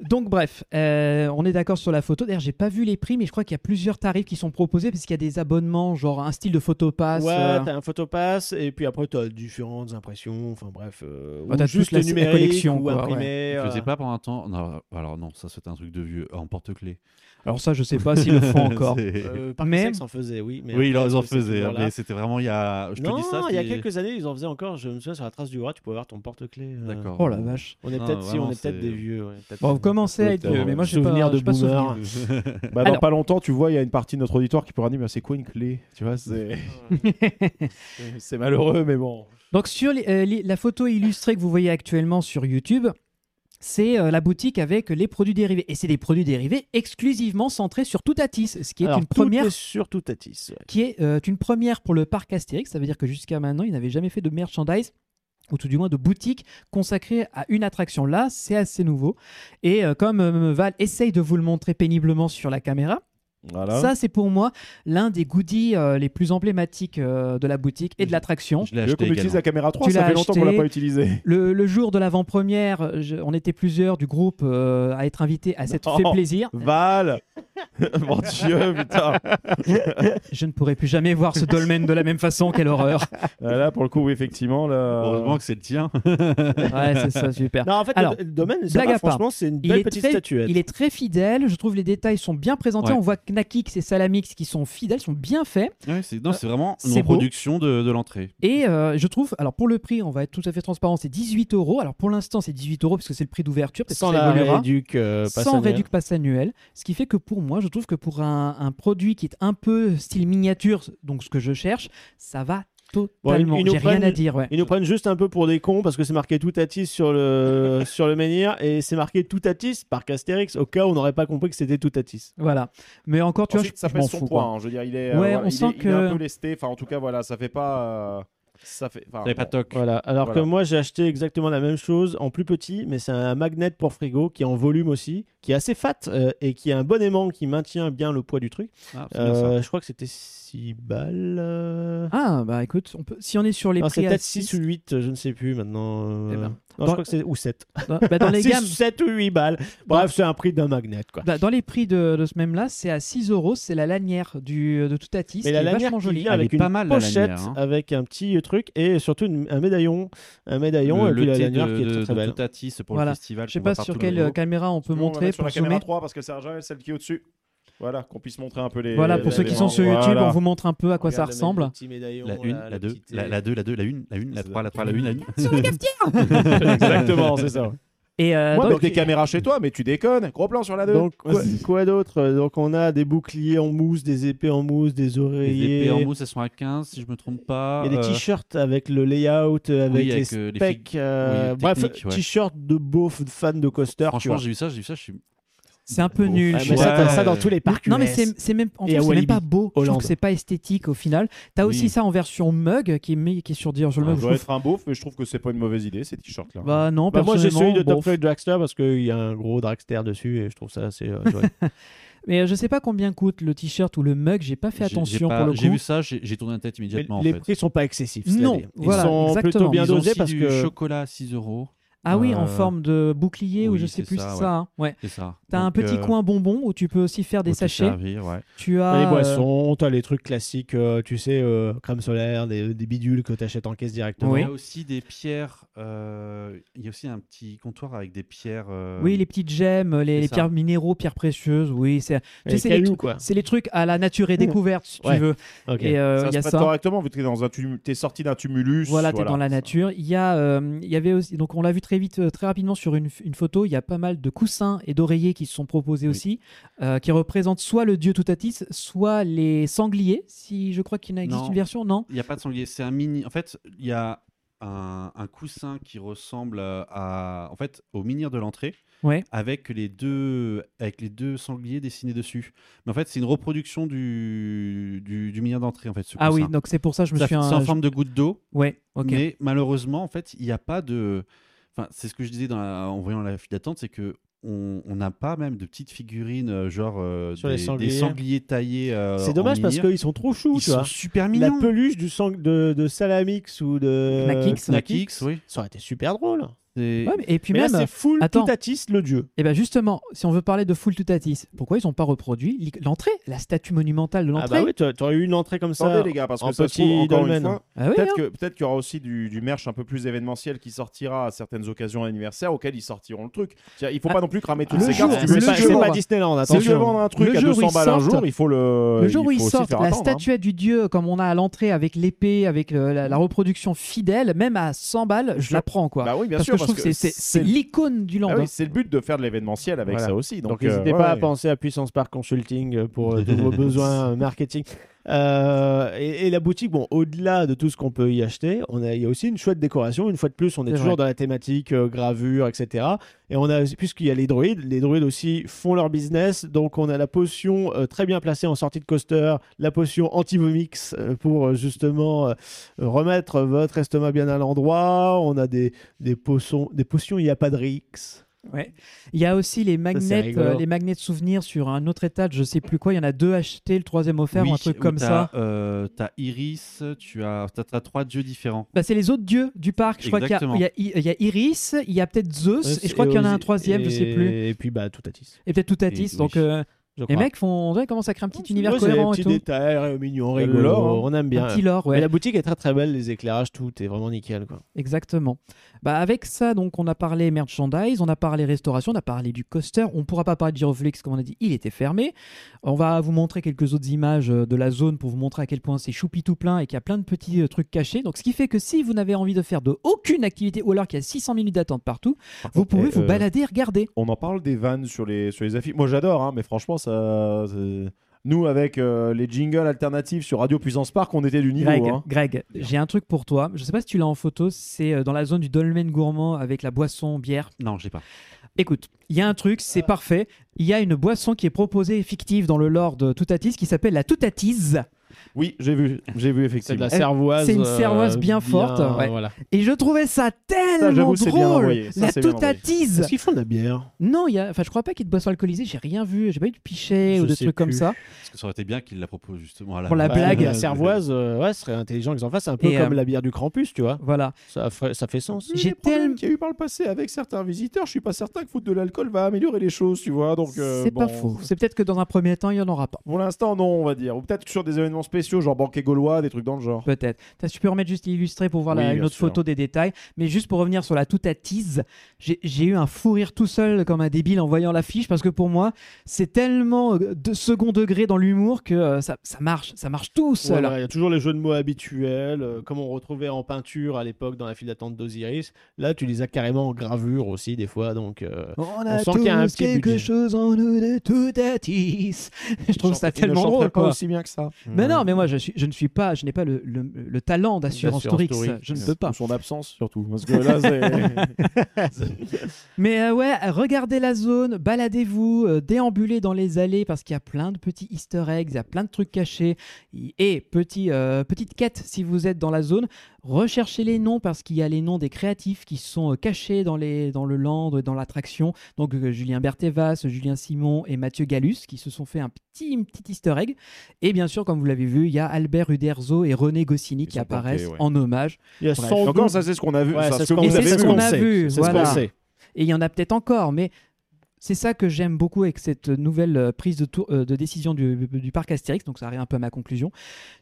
S9: donc bref, euh, on est d'accord sur la photo. D'ailleurs, j'ai pas vu les prix, mais je crois qu'il y a plusieurs tarifs qui sont proposés parce qu'il y a des abonnements, genre un style de photopass.
S8: ouais,
S9: euh,
S8: t'as un photopass et puis après t'as différentes impressions, enfin bref, euh,
S9: Bah,
S8: ou
S9: t'as
S8: juste
S9: toute la-
S8: le
S9: la
S8: numérique
S9: collection,
S8: ou
S9: quoi,
S8: imprimé.
S7: Je
S8: euh,
S7: faisais pas pendant un temps. Non, euh, alors non, ça c'était un truc de vieux en porte-clés.
S9: Alors ça, je sais pas s'ils le font encore.
S7: C'est-
S8: euh, Parc
S9: Mais-
S8: Sex en faisait, oui. Mais
S7: oui, ils
S8: après,
S7: en
S8: est-ce que c'est
S7: faisaient, hein,
S8: toujours là
S7: mais c'était vraiment il y a. Je
S8: non,
S7: te dis ça.
S8: il y a
S7: c'est-
S8: quelques années, ils en faisaient encore. Je me souviens sur la trace du bras, tu pouvais avoir ton porte-clé.
S7: D'accord.
S9: Oh la vache.
S8: On est
S7: Non,
S8: peut-être si,
S7: vraiment,
S8: on est peut-être
S7: c'est-
S8: des vieux. ouais, peut-être.
S9: Bon, vous commencez à être
S6: euh,
S9: vieux, mais moi je suis pas,
S8: Souvenir de
S9: je suis pas
S8: boomer.
S9: souvenir.
S6: Bah, dans
S9: Alors-
S6: pas longtemps, tu vois, il y a une partie de notre auditoire qui pourra dire, mais c'est quoi une clé Tu vois, c'est c'est malheureux, mais bon.
S9: Donc sur les- euh, les- la photo illustrée que vous voyez actuellement sur YouTube, c'est euh, la boutique avec les produits dérivés. Et c'est des produits dérivés exclusivement centrés sur Toutatis, ce qui est
S8: Alors,
S9: une
S8: tout
S9: première
S8: est sur tout Atis. ouais.
S9: qui est euh, une première pour le parc Astérix. Ça veut dire que jusqu'à maintenant, ils n'avaient jamais fait de merchandise ou tout du moins de boutique consacrée à une attraction. Là, c'est assez nouveau. Et euh, comme euh, Val essaye de vous le montrer péniblement sur la caméra,
S8: Ah.
S6: Voilà.
S9: ça c'est pour moi l'un des goodies euh, les plus emblématiques euh, de la boutique et de l'attraction.
S7: Je l'ai
S6: Tu veux
S7: acheté
S6: qu'on utilise
S7: également.
S6: la caméra 3,
S9: Tu
S6: ça
S9: l'as
S6: fait longtemps qu'on l'a
S9: acheté.
S6: pas utilisée.
S9: Le, le jour de l'avant-première, je- on était plusieurs du groupe euh, à être invités à cette
S6: Non.
S9: fait plaisir.
S6: Val Mon dieu, putain
S9: Je ne pourrai plus jamais voir ce dolmen de la même façon, quelle horreur.
S6: Là, là, pour le coup, oui, effectivement, là.
S9: Euh,
S7: Heureusement que c'est le tien.
S9: Ouais, c'est ça, super.
S8: Non, en fait,
S9: Ah. Alors,
S8: le, le domaine, ça
S9: blague
S8: va,
S9: à part.
S8: franchement, c'est une
S9: Il
S8: belle
S9: est
S8: petite
S9: très-
S8: statuette.
S9: Il est très fidèle, je trouve les détails sont bien présentés.
S7: Ouais.
S9: On voit que Nakix et Salamix qui sont fidèles, sont bien faits.
S7: Ouais, c'est non, c'est vraiment une
S9: c'est beau.
S7: reproduction de, de l'entrée.
S9: Et euh, je trouve, alors pour le prix, on va être tout à fait transparent, c'est 18 euros. Alors pour l'instant, c'est 18 euros parce que c'est le prix d'ouverture. peut-être
S8: Sans
S9: que ça
S8: la
S9: évoluera.
S8: réduc, euh, passe
S9: sans
S8: annuel.
S9: réduc passe annuel. Ce qui fait que pour moi, je trouve que pour un, un produit qui est un peu style miniature, donc ce que je cherche, ça va totalement.
S8: Ouais, une
S9: J'ai rien
S8: open-
S9: à dire. Ouais.
S8: Ils nous prennent juste un peu pour des cons parce que c'est marqué tout Atis sur le, sur le menhir et c'est marqué tout Atis par Castérix au cas où on n'aurait pas compris que c'était tout Atis.
S9: Voilà. Mais encore, tu
S6: Ensuite,
S9: vois,
S6: ça
S9: je- je, m'en
S6: pèse son
S9: fous.
S6: poids.
S9: quoi.
S6: hein. Je veux dire, il est, euh,
S9: Ouais,
S6: voilà,
S9: on
S6: il
S9: sent
S6: est- il est un
S9: que-
S6: peu lesté. Enfin, en tout cas, voilà, ça fait pas. euh, ça fait. enfin,
S9: Ah,
S7: T'avais pas
S6: bon.
S7: toc.
S8: Voilà. Alors
S6: Voilà.
S8: que moi j'ai acheté exactement la même chose en plus petit, mais c'est un magnet pour frigo qui est en volume aussi, qui est assez fat euh, et qui a un bon aimant qui maintient bien le poids du truc.
S7: Ah, c'est bien ça.
S8: Euh, je crois que c'était 6 balles. euh,
S9: Ah, bah écoute, on peut... si on est sur les
S8: non,
S9: prix.
S8: c'est
S9: à
S8: peut-être
S9: six-
S8: 6 ou 8, je ne sais plus maintenant. euh,
S9: Eh ben. Dans-
S8: Non, je crois que c'est ou 7.
S9: Dans- bah, dans les gammes.
S8: 7 ou 8 balles. Bref, c'est un prix d'un magnet quoi.
S9: Bah, dans les prix de, de ce même-là, c'est à 6 euros, c'est la lanière du, de Toutatis, qui
S8: Mais la
S9: est
S8: lanière
S9: vachement
S8: qui
S9: jolie.
S8: vient
S7: Ah, Elle
S8: avec
S7: est
S8: une
S7: pas mal, la
S8: pochette,
S7: lanière, hein.
S8: avec un petit euh, truc et surtout une- un médaillon, un médaillon et puis la
S7: thé
S8: lanière
S7: de-
S8: qui est
S7: de-
S8: très, très
S7: de
S8: belle.
S7: Toutatis pour
S9: Voilà.
S7: le festival.
S9: Je sais
S7: qu'on
S9: pas
S7: voit
S9: sur
S7: partout
S9: quelle
S7: le
S9: euh, caméra on peut
S6: Sinon, on va
S9: montrer
S6: mettre sur
S9: pour
S6: la
S9: zoomer.
S6: caméra 3 parce que Sergent, celle qui est au-dessus. Voilà, qu'on puisse montrer un peu les.
S9: Voilà, pour
S6: les
S9: ceux qui sont
S6: éléments.
S9: sur YouTube,
S6: Voilà.
S9: on vous montre un peu à quoi ça
S8: Regarde le
S9: ressemble.
S8: même petit médaillon,
S7: La 1,
S8: là,
S7: la
S8: le
S7: 2,
S8: petit, euh,
S7: la 2, la 2, la 1, la 1, la 3, la 3, la 1, la 1.
S6: Exactement, c'est ça.
S9: Et euh,
S6: Moi,
S9: donc-
S6: avec des caméras chez toi, mais tu déconnes. Gros plan sur la 2.
S8: Donc quoi, quoi d'autre euh, Donc on a des boucliers en mousse, des épées en mousse, des
S7: Les
S8: oreillers.
S7: épées en mousse, elles sont à 15, si je me trompe pas.
S8: Il y a des
S7: Euh,
S8: t-shirts avec le layout, euh, avec,
S7: oui, avec,
S8: les
S7: euh, les
S8: specs.
S7: fig-
S8: euh,
S7: oui,
S8: bref,
S7: techniques, ouais.
S8: t-shirt de beauf, de fan de coaster. tu
S7: Franchement,
S8: vois.
S7: j'ai vu ça, j'ai vu ça, je suis.
S9: C'est un peu nul.
S8: Ouais,
S9: je
S8: mais
S9: trouve.
S8: ça, t'as ça dans tous les parcs.
S9: Non, mais
S8: US.
S9: c'est c'est même, en fait,
S8: Et à
S9: c'est même
S8: Walibi,
S9: pas beau. Je trouve
S8: Hollande.
S9: que c'est pas esthétique au final. T'as aussi
S7: Oui.
S9: ça en version mug qui est, mis- qui est sur, dire, sur le
S6: Ça
S9: mug. je
S6: doit
S9: trouve-
S6: être un beauf, mais je trouve que c'est pas une mauvaise idée, ces t-shirts-là.
S9: Bah non,
S8: Bah, moi j'ai
S9: personnellement,
S8: celui de
S9: bon.
S8: Top Flight Dragster parce qu'il y a un gros dragster dessus et je trouve ça assez. euh, joli.
S9: Mais euh, je sais pas combien coûte le t-shirt ou le mug. J'ai pas fait
S7: j'ai- j'ai
S9: attention
S7: pas-
S9: pour le
S7: J'ai vu
S9: coup.
S7: ça, j'ai j'ai tourné la tête
S8: Mais
S7: immédiatement. en
S8: les
S7: fait.
S8: prix sont pas excessifs.
S9: Non,
S8: c'est-à-dire. ils
S9: voilà,
S8: sont
S9: exactement.
S8: plutôt bien
S7: Ils ont
S8: dosés
S7: aussi
S8: parce
S7: du
S8: que
S7: chocolat à 6 euros.
S9: Ah oui, en
S7: Euh,
S9: forme de bouclier ou
S7: oui,
S9: je sais
S7: c'est
S9: plus,
S7: ça,
S9: c'est ça. hein. Ouais.
S7: C'est ça.
S9: T'as un
S7: Donc,
S9: petit
S7: euh,
S9: coin bonbon où tu peux aussi faire
S7: faut
S9: des
S7: te
S9: sachets.
S7: servir, ouais.
S9: Tu
S8: T'as
S9: as
S8: les
S9: euh,
S8: boissons, t'as les trucs classiques, euh, tu sais, euh, crème solaire, des, des bidules que t'achètes en caisse directement.
S9: Oui.
S7: Il y a aussi des pierres. euh, il y a aussi un petit comptoir avec des pierres. euh,
S9: Oui, les petites gemmes, les,
S7: c'est
S9: les
S7: ça.
S9: pierres minéraux, pierres précieuses. Oui, c'est
S8: Et
S9: tu sais,
S8: les
S9: c'est les,
S8: cailloux,
S9: trucs-
S8: quoi.
S9: c'est les trucs à la nature et découverte, si tu
S8: Ouais.
S9: veux.
S8: Ok.
S9: Et euh,
S6: ça
S9: il y
S6: se
S9: a
S6: prête
S9: ça.
S6: correctement, vu que t'es dans un tum- t'es sorti d'un tumulus.
S9: Voilà, t'es dans la nature. Il y a, euh, il y avait aussi, donc on l'a vu très vite, euh, très rapidement sur une, une photo. Il y a pas mal de coussins et d'oreillers qui sont proposés aussi, euh, qui représentent soit le dieu Toutatis, soit les sangliers. Si je crois qu'il en existe
S7: Non.
S9: une version, non
S7: Il n'y a pas de sanglier. C'est un mini. En fait, il y a un, un coussin qui ressemble euh, à, en fait, au menhir de l'entrée,
S9: Ouais.
S7: avec les deux, avec les deux sangliers dessinés dessus. Mais en fait, c'est une reproduction du du, du menhir d'entrée, en fait. Ce
S9: Ah oui,
S7: coussin.
S9: donc c'est pour ça que je me
S7: Ça-
S9: suis.
S7: c'est
S9: un-
S7: en forme de goutte d'eau.
S9: Ouais, ok.
S7: Mais malheureusement, en fait, il n'y a pas de. Enfin, c'est ce que je disais dans la- en voyant la file d'attente, c'est que on on n'a pas même de petites figurines euh, genre euh,
S8: Sur
S7: des,
S8: les
S7: des
S8: sangliers.
S7: sangliers taillés. euh, en
S8: C'est dommage parce
S7: minière.
S8: qu'ils sont trop choux,
S7: ils
S8: tu
S7: sont
S8: vois.
S7: super
S8: La
S7: mignons.
S8: peluche du sang de, de Salamix ou de
S9: Knackix.
S7: Snackix, oui.
S8: Ça aurait été super drôle.
S7: C'est-
S9: Ouais, mais- et puis
S8: Mais là,
S9: même.
S8: c'est full
S9: attends.
S8: Toutatis, le dieu.
S9: Et bien justement, si on veut parler de Full Toutatis, pourquoi ils n'ont pas reproduit l'i- l'entrée, la statue monumentale de
S8: Ah
S9: l'entrée
S8: bah oui, t'a- t'aurais eu une entrée comme ça.
S6: Attendez, les gars, parce
S8: en
S6: que ça se
S8: petit
S6: trouve, encore
S8: dolmen.
S6: une fois,
S9: Ah oui,
S6: Peut-être
S9: hein.
S6: que- peut-être qu'il y aura aussi du, du merch un peu plus événementiel qui sortira à certaines occasions anniversaires auxquelles ils sortiront le truc. Tiens, il faut
S9: Ah,
S6: pas non plus cramer toutes
S9: le
S6: ces
S9: jour-
S6: cartes.
S9: le
S6: si tu veux
S8: c'est pas,
S6: essayer
S9: jour-
S6: de
S8: c'est
S6: vendre-
S8: pas Disneyland,
S6: si tu veux
S8: attention.
S6: vendre un truc
S9: Le
S6: à
S9: jour où
S6: 200
S9: ils
S6: balles un
S9: sortent-
S6: jour, il faut le.
S9: Le jour
S6: il
S9: où ils
S6: faut aussi
S9: sortent,
S6: faire
S9: la
S6: attendre, hein.
S9: statuette du dieu, comme on a à l'entrée avec l'épée, avec le- la, la reproduction fidèle, même à 100 balles, je la prends quoi.
S6: Bah oui, bien
S9: parce
S6: sûr,
S9: que je trouve que c'est- c'est c'est l'icône du land.
S6: Ah oui,
S9: hein.
S6: c'est le but de faire de l'événementiel avec
S8: Voilà.
S6: ça aussi.
S8: Donc
S6: Donc,
S8: n'hésitez
S6: euh,
S8: pas à
S6: ouais.
S8: penser à Puissance Park Consulting euh, pour euh, tous vos besoins euh, marketing. Euh, et, et la boutique, bon, au-delà de tout ce qu'on peut y acheter, on a, il y a aussi une chouette décoration. Une fois de plus, on est,
S9: C'est
S8: toujours
S9: vrai.
S8: dans la thématique euh, gravure, etc. Et on a, aussi- puisqu'il y a les druides, les druides aussi font leur business. Donc on a la potion euh, très bien placée en sortie de coaster, la potion anti-vomix euh, pour euh, justement euh, remettre votre estomac bien à l'endroit. On a des, des potions, des potions, il n'y a pas de rix.
S9: Ouais. Il y a aussi les magnets,
S8: rigolo.
S9: euh, les magnets de souvenirs sur un autre étage, je sais plus quoi. Il y en a deux achetés, le troisième offert,
S7: Oui,
S9: ou un truc
S7: où
S9: comme ça.
S7: t'as, euh, t'as Iris, tu as, t'as, t'as trois dieux différents.
S9: Bah, c'est les autres dieux du parc. Je crois qu'il y a-
S7: Exactement.
S9: il y, a I- il y a Iris, il y a peut-être Zeus, et je crois qu'il y en a un troisième, je sais plus,
S8: Et puis bah tout à 10.
S9: et peut-être Toutatis.
S7: Et-
S9: Donc
S7: oui.
S9: euh, les mecs font, ouais, commencent à créer un petit univers cohérent et
S8: petits
S9: tout.
S8: détails euh, mignons,
S6: Il y a le
S8: rigolos,
S6: lore, hein.
S8: on aime bien.
S9: Un petit lore, ouais.
S8: Mais la boutique est très très belle, les éclairages, tout est vraiment nickel quoi.
S9: Exactement. Bah avec ça, donc on a parlé merchandise, on a parlé restauration, on a parlé du coaster. On ne pourra pas parler de Giroflex, comme on a dit, il était fermé. On va vous montrer quelques autres images euh, de la zone pour vous montrer à quel point c'est choupi tout plein et qu'il y a plein de petits euh, trucs cachés. Donc ce qui fait que si vous n'avez envie de faire de aucune activité ou alors qu'il y a 600 minutes d'attente partout, vous pouvez
S6: eh,
S9: vous
S6: euh,
S9: balader et regarder.
S6: On en parle des vannes sur les, sur les affiches. Moi, j'adore, hein, mais franchement, ça. c'est- Nous, avec euh, les jingles alternatifs sur Radio Puissance Park, on était du niveau.
S9: Greg,
S6: hein.
S9: Greg, j'ai un truc pour toi. Je sais pas si tu l'as en photo, c'est euh, dans la zone du dolmen gourmand avec la boisson bière.
S7: Non, je l'ai pas.
S9: Écoute, il y a un truc, c'est
S6: Ah.
S9: parfait. Il y a une boisson qui est proposée fictive dans le lore de Toutatis qui s'appelle la Toutatise.
S6: Oui, j'ai vu, j'ai vu
S8: C'est de
S6: effectivement.
S8: la cervoise.
S9: c'est une
S8: euh,
S9: cervoise bien forte, ouais.
S8: voilà.
S9: Et je trouvais ça tellement
S6: j'avoue, c'est bien
S9: drôle.
S6: envoyé. Ça,
S9: la
S6: c'est bien envoyé.
S9: Toutatise.
S8: Est-ce qu'ils font de la bière
S9: Non, il y a, enfin, je crois pas qu'il y ait de boisson alcoolisée. J'ai rien vu. J'ai pas eu de pichet
S8: Je
S9: ou de
S8: sais
S9: trucs comme
S8: plus.
S9: ça.
S7: Parce que ça aurait été bien qu'il la propose justement à la
S9: Pour la
S8: Bah,
S9: blague.
S8: La cervoise, euh, ouais, ce serait intelligent qu'ils en fassent. C'est un peu
S9: Et,
S8: comme
S9: euh,
S8: la bière du Krampus, tu vois.
S9: Voilà.
S8: Ça, ferait- ça fait sens.
S9: J'ai
S6: Les problèmes
S9: tellement-
S6: qu'il y a eu par le passé avec certains visiteurs, je suis pas certain que foutre de l'alcool va améliorer les choses, tu vois. Donc, euh,
S9: c'est pas
S6: bon.
S9: faux. C'est peut-être que dans un premier temps, il y en aura pas.
S6: Pour l'instant, non, on va dire. Ou peut-être que sur des événements spéciaux, genre banquet gaulois, des trucs dans le genre.
S9: Peut-être. T'as- Tu peux remettre juste illustré pour voir la-
S6: Oui,
S9: une
S6: bien
S9: autre
S6: sûr.
S9: photo des détails. Mais juste pour revenir sur la toute à tease, j'ai j'ai eu un fou rire tout seul comme un débile en voyant l'affiche parce que pour moi, c'est tellement euh, de second degré dans l'humour que euh, ça, ça marche. Ça marche tout
S8: Voilà,
S9: seul.
S8: Il y a toujours les jeux de mots habituels, euh, comme on retrouvait en peinture à l'époque dans la file d'attente d'Osiris. Là, tu les as carrément en gravure aussi, des fois. Donc, euh,
S9: On a
S8: sent qu'il y a un
S9: tous
S8: petit
S9: quelque
S8: budget.
S9: chose en nous de tout à tease. Je trouve ça tellement drôle.
S6: pas
S9: quoi.
S8: Mmh.
S6: aussi bien que ça.
S9: Mais non, mais moi je, suis- je ne suis pas, je n'ai pas le, le- le talent d'assurance Torix. Je ne peux pas.
S6: Son absence surtout, parce que là, c'est.
S9: Mais euh, ouais, regardez la zone, baladez-vous, euh, déambulez dans les allées parce qu'il y a plein de petits easter eggs, il y a plein de trucs cachés. Et petit, euh, petite quête, si vous êtes dans la zone, recherchez les noms parce qu'il y a les noms des créatifs qui sont euh, cachés dans, les, dans le land, dans l'attraction. Donc euh, Julien Berthévas, Julien Simon et Mathieu Gallus qui se sont fait un petit, une petite easter egg. Et bien sûr, comme vous l'avez vu, il y a Albert Uderzo et René Goscinny qui
S6: sont
S9: apparaissent
S6: planqués, ouais.
S9: en hommage.
S8: il y a
S9: Bref.
S8: 112
S6: Encore, ça, c'est ce qu'on a vu.
S8: Ouais,
S6: ça,
S8: c'est
S6: ce
S8: ce
S6: que
S8: qu'on-
S9: Et
S6: vous
S9: c'est
S6: avez
S9: ce
S6: vu.
S9: qu'on a
S8: sait,
S9: vu,
S8: c'est ce qu'on
S9: voilà.
S8: sait.
S9: Et il y en a peut-être encore, mais c'est ça que j'aime beaucoup avec cette nouvelle euh, prise de, tour- euh, de décision du, du parc Astérix, donc ça arrive un peu à ma conclusion.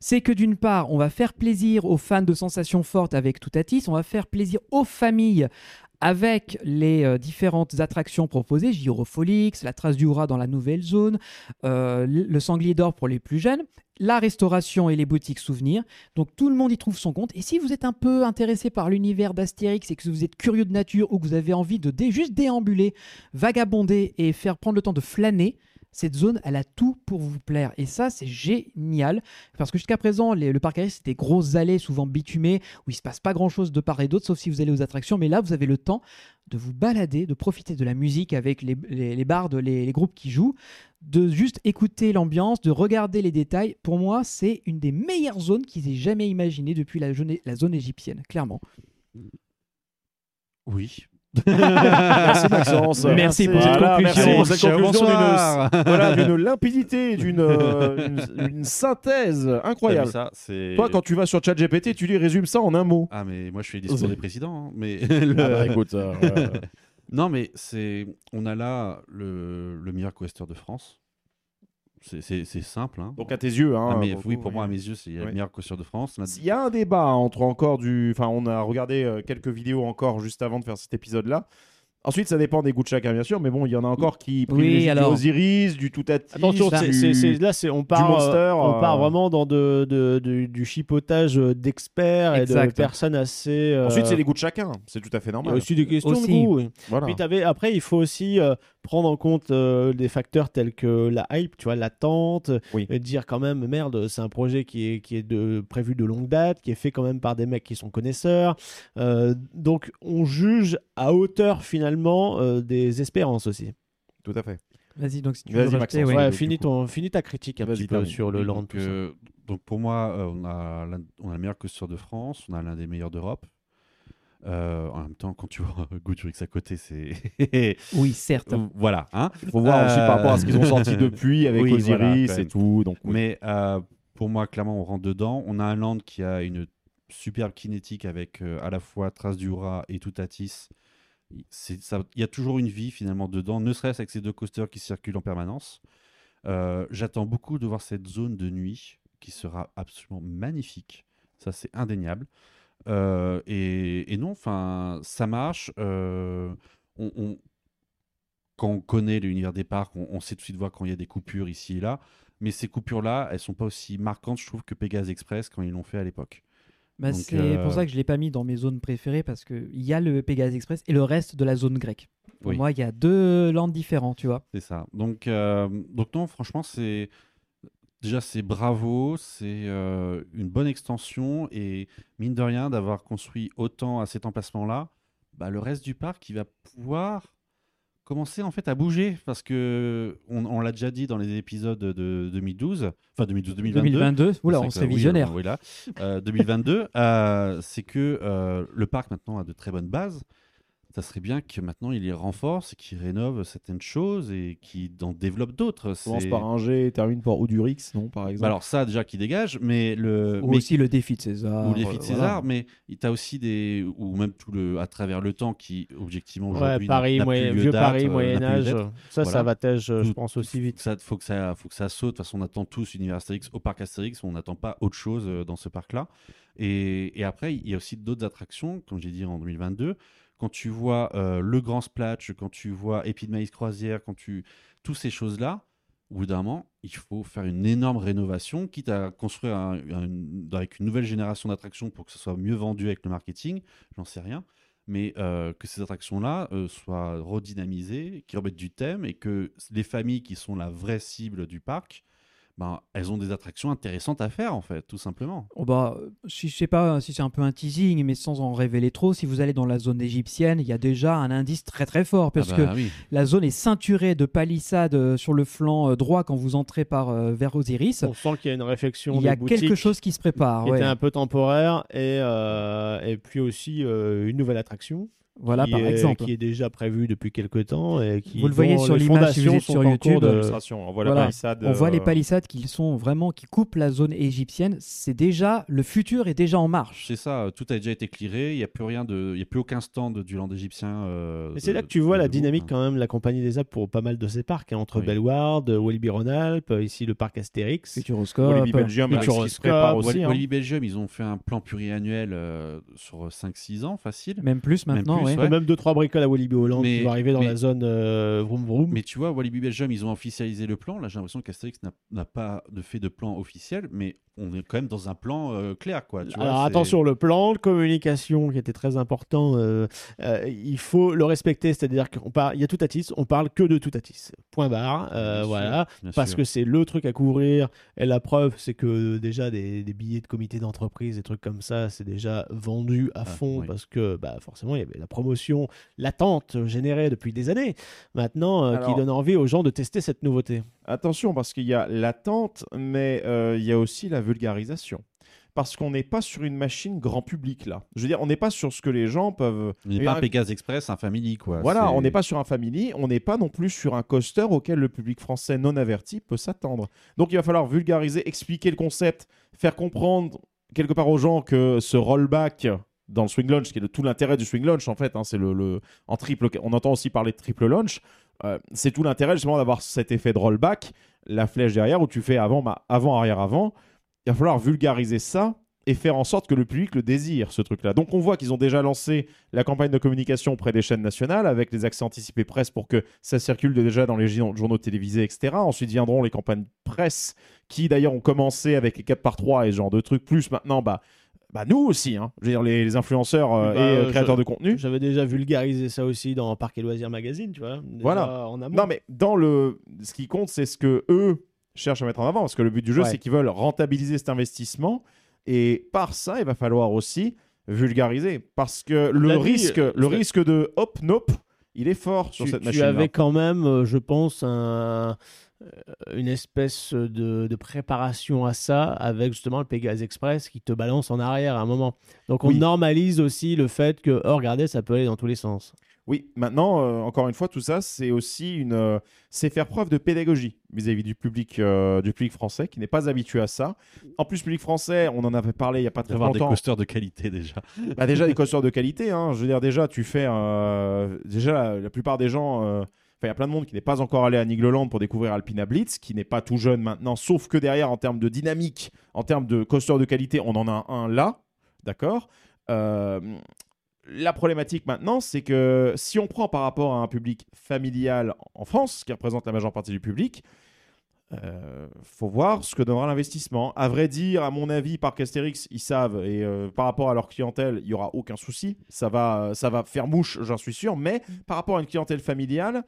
S9: C'est que d'une part, on va faire plaisir aux fans de sensations fortes avec Toutatis, on va faire plaisir aux familles avec les euh, différentes attractions proposées, Gyrofolix, la trace du Hura dans la nouvelle zone, euh, le sanglier d'or pour les plus jeunes, la restauration et les boutiques souvenirs. Donc tout le monde y trouve son compte. Et si vous êtes un peu intéressé par l'univers d'Astérix et que vous êtes curieux de nature ou que vous avez envie de dé- juste déambuler, vagabonder et faire prendre le temps de flâner, cette zone, elle a tout pour vous plaire. Et ça, c'est génial. Parce que jusqu'à présent, les- le parc Astérix, c'était des grosses allées souvent bitumées où il se passe pas grand-chose de part et d'autre, sauf si vous allez aux attractions. Mais là, vous avez le temps de vous balader, de profiter de la musique avec les, les, les bardes, les- les groupes qui jouent de juste écouter l'ambiance, de regarder les détails, pour moi, c'est une des meilleures zones qu'ils aient jamais imaginées depuis la, jeune- la zone égyptienne, clairement.
S7: euh, Oui.
S6: Merci, Maxence.
S9: Merci pour cette
S6: Voilà,
S9: conclusion.
S6: merci pour cette
S7: Ciao,
S6: conclusion
S7: bonsoir.
S6: d'une- voilà, d'une limpidité, d'une euh, une- une synthèse
S7: T'as vu
S6: incroyable.
S7: ça, c'est.
S6: Toi, quand tu vas sur ChatGPT, tu lui résumes ça en un mot.
S7: Ah, mais moi, je suis discours des présidents. hein,
S9: Ah,
S7: mais
S9: bah,
S7: le-
S8: Ah bah,
S6: écoute,
S7: Non, mais c'est. On a là le, le meilleur quester de France. C'est- C'est c'est simple. hein.
S6: donc à tes yeux, hein,
S7: Ah, mais
S6: beaucoup,
S7: oui, pour moi, à
S6: oui.
S7: mes yeux, c'est le
S6: Oui.
S7: meilleur quester de France. On a-
S6: Il y a un débat entre encore du. Enfin, on a regardé euh, quelques vidéos encore juste avant de faire cet épisode-là. Ensuite, ça dépend des goûts de chacun, bien sûr, mais bon, il y en a encore qui privilégient
S9: alors.
S6: du Osiris, du Toutatis,
S8: Attention,
S6: du-
S8: c'est- c'est- c'est- là, c'est- on part, euh,
S6: Monster,
S8: on
S6: euh,
S8: part vraiment dans de, de- du- du chipotage euh, d'experts et de
S9: Exact.
S8: personnes assez. euh,
S6: Ensuite, c'est les goûts de chacun, c'est tout à fait
S8: Il y a
S6: normal.
S8: aussi des questions de
S9: Aussi.
S8: goût, oui.
S6: Voilà.
S8: Puis t'avais- après, il faut aussi euh, prendre en compte euh, des facteurs tels que la hype, tu vois, l'attente,
S6: Oui.
S8: et dire quand même, merde, c'est un projet qui est, qui est de, prévu de longue date, qui est fait quand même par des mecs qui sont connaisseurs. Euh, donc on juge à hauteur finalement euh, des espérances aussi.
S6: Tout à fait.
S9: Vas-y, donc si tu veux
S6: Vas-y,
S9: rajouter,
S6: Maxence.
S9: oui.
S6: Ouais,
S8: ouais,
S6: donc,
S8: finis,
S6: du
S8: ton, finis ta critique un
S6: Vas-y,
S8: petit peu
S6: termine.
S8: sur le land.
S7: donc,
S8: tout ça.
S7: euh, donc pour moi, euh, on, a l'un- on a le meilleur quester de France, on a l'un des meilleurs d'Europe. Euh, en même temps, quand tu vois Goodrix à côté, c'est.
S9: Oui, certes.
S7: voilà. Hein
S6: Faut voir aussi
S7: Euh,
S6: par rapport à ce qu'ils ont sorti depuis avec
S7: oui,
S6: Osiris
S7: voilà, quand
S6: et
S7: même.
S6: tout. Donc, oui.
S7: Mais euh, pour moi, clairement, on rentre dedans. On a un land qui a une superbe kinétique avec euh, à la fois Trace du Hura et Toutatis. C'est- ça- Il y a toujours une vie finalement dedans, ne serait-ce avec ces deux coasters qui circulent en permanence. Euh, J'attends beaucoup de voir cette zone de nuit qui sera absolument magnifique. Ça, c'est indéniable. Euh, et, et non, enfin, ça marche. Euh, on, on- quand on connaît l'univers des parcs, on, on sait tout de suite voir quand il y a des coupures ici et là. Mais ces coupures-là, elles sont pas aussi marquantes, je trouve, que Pégase Express quand ils l'ont fait à l'époque.
S9: Bah,
S7: donc,
S9: c'est
S7: euh,
S9: pour ça que je l'ai pas mis dans mes zones préférées parce qu'il y a le Pegasus Express et le reste de la zone grecque. Pour
S7: Oui.
S9: moi, il y a deux landes différents, tu vois.
S7: C'est ça. Donc, euh, donc non, franchement, c'est déjà c'est bravo, c'est euh, une bonne extension et mine de rien d'avoir construit autant à cet emplacement-là, bah, le reste du parc il va pouvoir commencer en fait à bouger parce que on, on l'a déjà dit dans les épisodes de 2012, enfin 2012-2022.
S9: 2022, oula,
S7: C'est
S9: on
S7: que-
S9: serait
S7: oui,
S9: visionnaire.
S7: euh, oui, là. Euh, 2022, euh, c'est que euh, le parc maintenant a de très bonnes bases. ça serait bien que maintenant il les renforce, qu'il rénove certaines choses et qu'il en développe d'autres.
S6: Commence
S7: C'est-
S6: par un G et termine par Odurix, non, par exemple
S7: Bah alors ça déjà qui dégage, mais le
S9: Ou
S7: euh, mais-
S9: aussi le défi de César.
S7: ou le défi de
S9: euh, voilà.
S7: César, mais tu as aussi des ou même tout le à travers le temps qui objectivement
S8: Ouais,
S7: aujourd'hui n'a-
S8: Paris,
S7: n'a
S8: moyen-
S7: plus lieu
S8: vieux
S7: d'être,
S8: Paris,
S7: euh, n'a plus lieu
S8: Moyen Âge.
S7: d'être.
S8: Ça,
S7: Voilà.
S8: ça avatège, euh, je
S7: Tout-
S8: pense aussi vite.
S7: Ça, faut que ça, faut que ça saute. De toute façon, on attend tous univers Astérix au parc Astérix. On n'attend pas autre chose euh, dans ce parc-là. Et, et après, il y a aussi d'autres attractions, comme j'ai dit en 2022. Quand tu vois euh, le Grand Splatch, quand tu vois Épi de maïs croisière, quand tu toutes ces choses-là, au bout d'un moment, il faut faire une énorme rénovation, quitte à construire un- un- avec une nouvelle génération d'attractions pour que ce soit mieux vendu avec le marketing. J'en sais rien mais euh, que ces attractions-là euh, soient redynamisées, qu'ils remettent du thème et que les familles qui sont la vraie cible du parc, ben, elles ont des attractions intéressantes à faire, en fait, tout simplement. Ah
S9: Oh bah, euh, si je sais pas si c'est un peu un teasing, mais sans en révéler trop, si vous allez dans la zone égyptienne, il y a déjà un indice très très fort parce
S7: Ah
S9: que
S7: bah oui.
S9: la zone est ceinturée de palissades euh, sur le flanc euh, droit quand vous entrez par euh, vers Osiris.
S8: On sent qu'il y a une réflexion.
S9: il y a
S8: des boutiques
S9: quelque chose qui se prépare.
S8: qui
S9: Ah ouais.
S8: était un peu temporaire et, euh, et puis aussi euh, une nouvelle attraction.
S9: Voilà,
S8: qui
S9: par
S8: est-
S9: exemple.
S8: qui est déjà prévue depuis quelques temps et qui
S9: Vous le voyez
S8: dont
S9: sur
S8: les
S9: l'image si vous
S8: fondations
S9: êtes
S8: sont
S9: sur
S8: en cours
S9: YouTube. euh,
S8: de-
S6: Illustration, on voit la
S9: Voilà.
S6: palissade,
S9: On voit les
S6: euh,
S9: palissades qui sont vraiment qui coupent la zone égyptienne. C'est déjà le futur est déjà en marche.
S7: C'est ça, euh, tout a déjà été clearé, il n'y a plus rien de, il y a plus aucun stand du land égyptien. euh,
S8: Mais c'est
S7: de-
S8: là que tu vois
S7: de
S8: la
S7: debout,
S8: dynamique
S7: hein.
S8: quand même, la compagnie des Alpes pour pas mal de ces parcs, hein, entre
S7: Oui.
S8: Bellewaerde, Walibi Rhône-Alpes, ici le parc Astérix.
S9: Futuroscope.
S6: Walibi Belgium, avec ce qui se
S8: Futuroscope,
S6: prépare
S7: Wal-
S6: aussi. hein.
S7: Walibi Belgium, ils ont fait un plan pluriannuel euh, sur 5-6 ans, facile.
S9: Même plus maintenant.
S7: plus,
S9: ouais.
S7: ouais.
S8: Même deux trois bricoles à Walibi Hollande
S7: Mais-
S8: qui vont arriver dans
S7: mais-
S8: la zone euh, vroom
S6: Mm.
S8: vroom.
S7: Mais tu vois, Walibi Belgium, ils ont officialisé le plan. Là, j'ai l'impression qu'Astérix n'a- n'a pas de fait de plan officiel, mais on est quand même dans un plan euh, clair, quoi. Tu vois,
S8: Alors
S7: c'est-
S8: attention, le plan de communication qui était très important, euh, euh, il faut le respecter, c'est-à-dire qu'on parle, il y a Toutatis, on parle que de Toutatis. Point barre, euh,
S7: Bien sûr,
S8: voilà,
S7: bien
S8: parce
S7: sûr.
S8: que c'est le truc à couvrir. Et la preuve, c'est que euh, déjà des, des billets de comité d'entreprise, des trucs comme ça, c'est déjà vendu à
S7: Ah,
S8: fond
S7: oui.
S8: parce que bah, forcément, il y avait la promotion, l'attente générée depuis des années maintenant euh, qui
S6: Alors-
S8: donne envie aux gens de tester cette nouveauté.
S6: Attention, parce qu'il y a l'attente, mais euh, il y a aussi la vulgarisation. Parce qu'on n'est pas sur une machine grand public là. Je veux dire, on n'est pas sur ce que les gens peuvent.
S7: On n'est
S6: Et
S7: pas
S6: un-
S7: un Pégase Express, un Family, quoi.
S6: Voilà,
S7: Ah, C'est-
S6: on n'est pas sur un family, on n'est pas non plus sur un coaster auquel le public français non averti peut s'attendre. Donc il va falloir vulgariser, expliquer le concept, faire comprendre quelque part aux gens que ce rollback dans le swing launch, qui est le- tout l'intérêt du swing launch en fait, hein, c'est le, le- en triple, on entend aussi parler de triple launch, euh, c'est tout l'intérêt justement d'avoir cet effet de rollback, la flèche derrière où tu fais avant, ma- avant, arrière, avant. Il va falloir vulgariser ça et faire en sorte que le public le désire, ce truc-là. Donc on voit qu'ils ont déjà lancé la campagne de communication auprès des chaînes nationales avec les accès anticipés presse pour que ça circule déjà dans les jour- journaux télévisés, etc. Ensuite viendront les campagnes presse qui d'ailleurs ont commencé avec les 4 par 3 et ce genre de trucs. Plus maintenant, bah, bah nous aussi, hein. je veux dire, les, les influenceurs euh,
S8: Bah,
S6: et euh,
S8: je-
S6: créateurs de contenu.
S8: J'avais déjà vulgarisé ça aussi dans Parc et Loisirs Magazine, tu vois. déjà
S6: Voilà.
S8: En amont.
S6: Non, mais dans le. Ce qui compte, c'est ce que eux cherchent à mettre en avant. Parce que le but du jeu,
S8: Ouais.
S6: c'est qu'ils veulent rentabiliser cet investissement. Et par ça, il va falloir aussi vulgariser. Parce que le
S8: l'a dit, euh,
S6: risque, le
S8: c'est-
S6: risque de hop, nope, il est fort sur
S8: tu,
S6: cette
S8: tu
S6: machine.
S8: avais quand même, euh, je pense, un- euh, une espèce de, de préparation à ça avec justement le Pégase Express qui te balance en arrière à un moment. Donc on
S6: Oui.
S8: normalise aussi le fait que, oh regardez, ça peut aller dans tous les sens.
S6: Oui, maintenant, euh, encore une fois, tout ça, c'est aussi une, euh, c'est faire preuve de pédagogie vis-à-vis du public, euh, du public français qui n'est pas habitué à ça. En plus, public français, on en avait parlé il y a pas très
S7: D'avoir des
S6: longtemps.
S7: coasters de qualité déjà.
S6: Bah déjà des coasters de qualité. hein. Je veux dire déjà tu fais euh, déjà la, la plupart des gens. euh, Enfin, il y a plein de monde qui n'est pas encore allé à Nigloland pour découvrir Alpina Blitz, qui n'est pas tout jeune maintenant, sauf que derrière, en termes de dynamique, en termes de coaster de qualité, on en a un là, d'accord Euh, La problématique maintenant, c'est que si on prend par rapport à un public familial en France, qui représente la majeure partie du public, euh, faut voir ce que donnera l'investissement. À vrai dire, à mon avis, Parc Astérix, ils savent et euh, par rapport à leur clientèle, il y aura aucun souci. Ça va, euh, ça va faire mouche, j'en suis sûr. Mais
S9: Mm.
S6: par rapport à une clientèle familiale,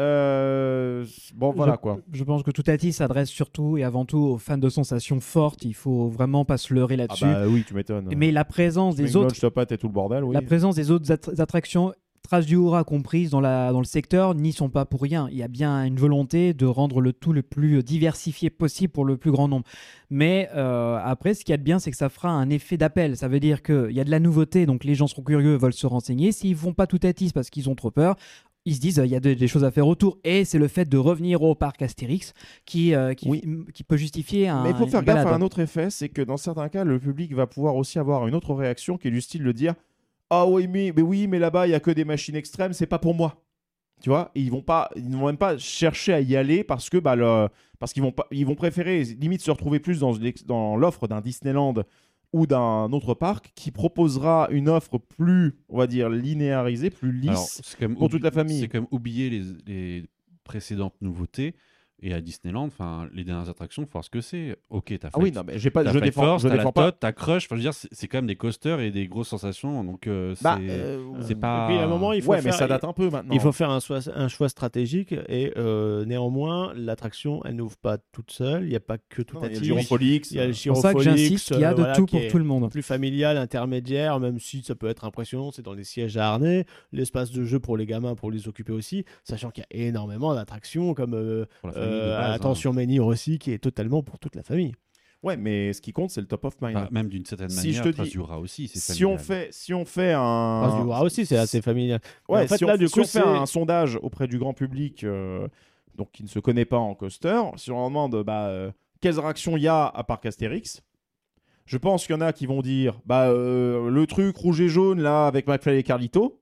S6: euh, bon voilà
S9: Je-
S6: quoi.
S9: Je pense que Toutati s'adresse surtout et avant tout aux fans de sensations fortes. Il faut vraiment pas se leurrer
S6: Ah
S9: là-dessus.
S6: bah oui, tu m'étonnes.
S9: Mais la présence des autres
S6: Top Hat et tout le bordel, oui.
S9: La présence des autres att- attractions traces du Hura comprises dans, la, dans le secteur n'y sont pas pour rien. Il y a bien une volonté de rendre le tout le plus diversifié possible pour le plus grand nombre. Mais euh, après, ce qu'il y a de bien, c'est que ça fera un effet d'appel. Ça veut dire qu'il y a de la nouveauté, donc les gens seront curieux, veulent se renseigner. S'ils vont pas tout à 10 parce qu'ils ont trop peur, ils se disent il y a de- des choses à faire autour. Et c'est le fait de revenir au parc Astérix qui, euh, qui, qui peut justifier un.
S6: Mais il faut faire
S9: une
S6: gaffe hein,
S9: balade.
S6: à un autre effet, c'est que dans certains cas, le public va pouvoir aussi avoir une autre réaction qui est du style de dire Ah oui, mais, mais oui, mais là-bas, il n'y a que des machines extrêmes, c'est pas pour moi. Tu vois, ils vont pas, ils ne vont même pas chercher à y aller parce que bah, le- parce qu'ils vont pas, ils vont préférer limite se retrouver plus dans, l'ex- dans l'offre d'un Disneyland ou d'un autre parc qui proposera une offre plus, on va dire, linéarisée, plus lisse
S7: Alors, c'est quand même
S6: pour
S7: oubli-
S6: toute la famille.
S7: C'est quand même oublier les, les précédentes nouveautés. Et à Disneyland, enfin, les dernières attractions, faut voir ce que c'est. Ok, t'as fait.
S6: Ah oui, non, mais j'ai pas-
S7: t'as
S6: je
S7: Flight
S6: défends-
S7: Force,
S6: je
S7: t'as la
S6: défends pas.
S7: Todd, t'as Crush. Enfin, je veux dire, c'est c'est quand même des coasters et des grosses sensations. Donc, euh, c'est
S6: Bah, euh,
S7: c'est
S6: euh,
S7: pas.
S8: Et puis à un moment, il faut
S6: Ouais, mais
S8: faire,
S6: ça date un peu maintenant.
S8: Il faut faire un, soi- un choix stratégique et euh, néanmoins, l'attraction, elle n'ouvre pas toute seule. Il n'y a pas que tout
S6: Non,
S8: à
S6: il y a le euh,
S8: Tiff.
S6: Gyrofolix.
S8: Il y a le
S6: C'est pour ça que
S8: Gyrofolix,
S6: j'insiste qu'il y a de tout
S8: qui
S6: pour
S8: est
S6: tout le monde.
S8: Plus familial, intermédiaire, même si ça peut être impressionnant, c'est dans les sièges à harnais, l'espace de jeu pour les gamins, pour les occuper aussi, sachant qu'il y a énormément d'attractions comme euh,
S6: Pour la famille de
S8: euh,
S6: base, hein.
S8: Attention Menhir aussi, qui est totalement pour toute la famille.
S6: Ouais, mais ce qui compte, c'est le top of
S8: Ah,
S6: mind.
S7: Bah, même d'une certaine
S6: Si
S7: manière,
S6: je te
S7: Trace
S6: dis-
S7: du Rat aussi, c'est
S6: si on
S7: familial.
S6: fait, si on fait un,
S8: Trace du Rat aussi, Ah, c'est assez familial.
S6: Ouais,
S8: Mais en fait,
S6: si on,
S8: là, du
S6: si
S8: coup,
S6: on fait
S8: c'est-
S6: un sondage auprès du grand public, euh, donc qui ne se connaît pas en coaster, si on leur demande bah, euh, quelles réactions il y a à Parc Astérix, je pense qu'il y en a qui vont dire bah euh, le truc rouge et jaune là avec McFly et Carlito.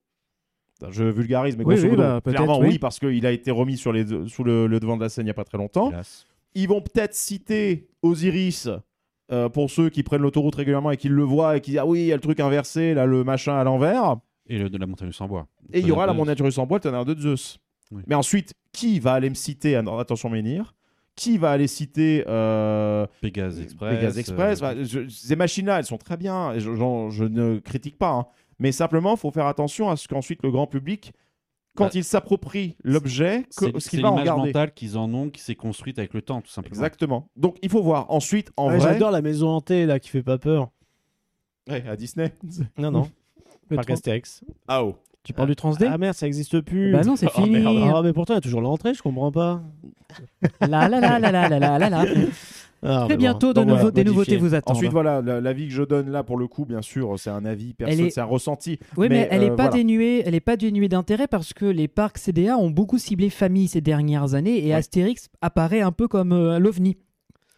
S6: Je vulgarise, mais
S9: Oui,
S6: grosso
S9: oui,
S6: modo,
S9: bah, peut-être,
S6: clairement
S9: oui.
S6: oui, parce qu'il a été remis sur les, deux- sous le, le devant de la scène il n'y a pas très longtemps. Ils vont peut-être citer Osiris euh, pour ceux qui prennent l'autoroute régulièrement et qui le voient et qui disent Ah oui, il y a le truc inversé, là, le machin à l'envers.
S7: Et le, de la montagne sans bois.
S6: Et il y aura la montagne russe en bois, le tonnerre de Zeus.
S7: Oui.
S6: Mais ensuite, qui va aller me citer alors, Attention Menhir Qui va aller citer euh,
S7: Pégase Express.
S6: Pégase Express
S7: euh,
S6: Bah, je- Ces machines-là, elles sont très bien. et Je, j'en- je ne critique pas. hein. Mais simplement, il faut faire attention à ce qu'ensuite le grand public, quand
S7: Bah,
S6: il s'approprie l'objet, que-
S7: c'est
S6: ce qu'il
S7: c'est
S6: va en
S7: l'image
S6: garder.
S7: mentale qu'ils en ont, qui s'est construite avec le temps, tout simplement.
S6: Exactement. Donc il faut voir. Ensuite, en
S8: Ouais,
S6: vrai.
S8: J'adore la maison hantée, là, qui fait pas peur.
S6: Ouais, à Disney.
S8: Non, non.
S6: Le
S8: Parc
S6: trans-
S8: Astérix.
S6: Ah oh.
S9: Tu parles du Transd
S8: Ah merde, ça existe plus.
S9: Bah non, c'est
S8: Oh,
S9: fini.
S8: merde. Ah, mais pourtant, il y a toujours l'entrée, je comprends pas.
S9: La la la la la la la la la.
S8: Ah,
S9: Très
S8: mais bon.
S9: bientôt, de
S8: Donc,
S9: nouveau-
S8: voilà,
S9: des
S8: modifié.
S9: nouveautés vous attendent.
S6: Ensuite, voilà, la- l'avis que je donne là, pour le coup, bien sûr, c'est un avis
S9: Elle
S6: personnel,
S9: est-
S6: c'est un ressenti.
S9: Oui, mais, elle n'est
S6: euh,
S9: pas
S6: voilà.
S9: dénuée, elle est pas dénuée d'intérêt parce que les parcs CDA ont beaucoup ciblé famille ces dernières années et Astérix apparaît un peu comme euh, l'OVNI.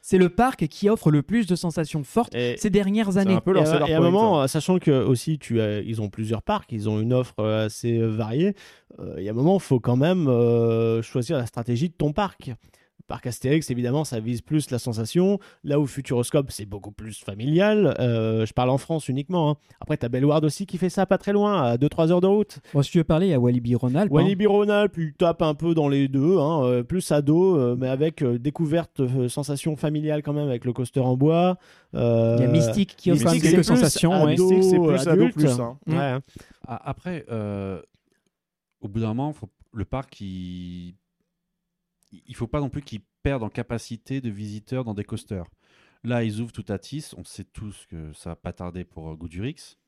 S9: C'est le parc qui offre le plus de sensations fortes ces dernières années.
S8: et, à- et à un moment, euh, sachant que aussi tu as- ils ont plusieurs parcs, ils ont une offre euh, assez euh, variée. euh, Il y a un moment, faut quand même euh, choisir la stratégie de ton parc. Le Parc Astérix, évidemment, ça vise plus la sensation. Là où Futuroscope, c'est beaucoup plus familial. Euh, je parle en France uniquement. hein. Après, tu as Bellward aussi qui fait ça pas très loin, à 2-3 heures de route.
S9: Bon, si tu veux parler, il y a Walibi Ronald.
S8: Walibi Ronald, puis tape un peu dans les deux, hein, euh, plus ado, euh, mais avec euh, découverte, euh, sensation familiale quand même avec le coaster en bois. euh,
S9: hein. Il y a Mystique qui offre
S8: Mystique,
S9: quelques
S8: c'est plus
S9: sensations, ouais.
S6: euh,
S8: ado,
S9: Mystique, c'est plus ado,
S8: adulte.
S9: plus, hein. Mm.
S8: Ouais.
S7: A- Après, euh, au bout d'un moment, faut- le parc, il ne faut pas non plus qu'il perde en capacité de visiteurs dans des coasters. Là, ils ouvrent tout à 10. On sait tous que ça va pas tarder pour euh, Goodurix.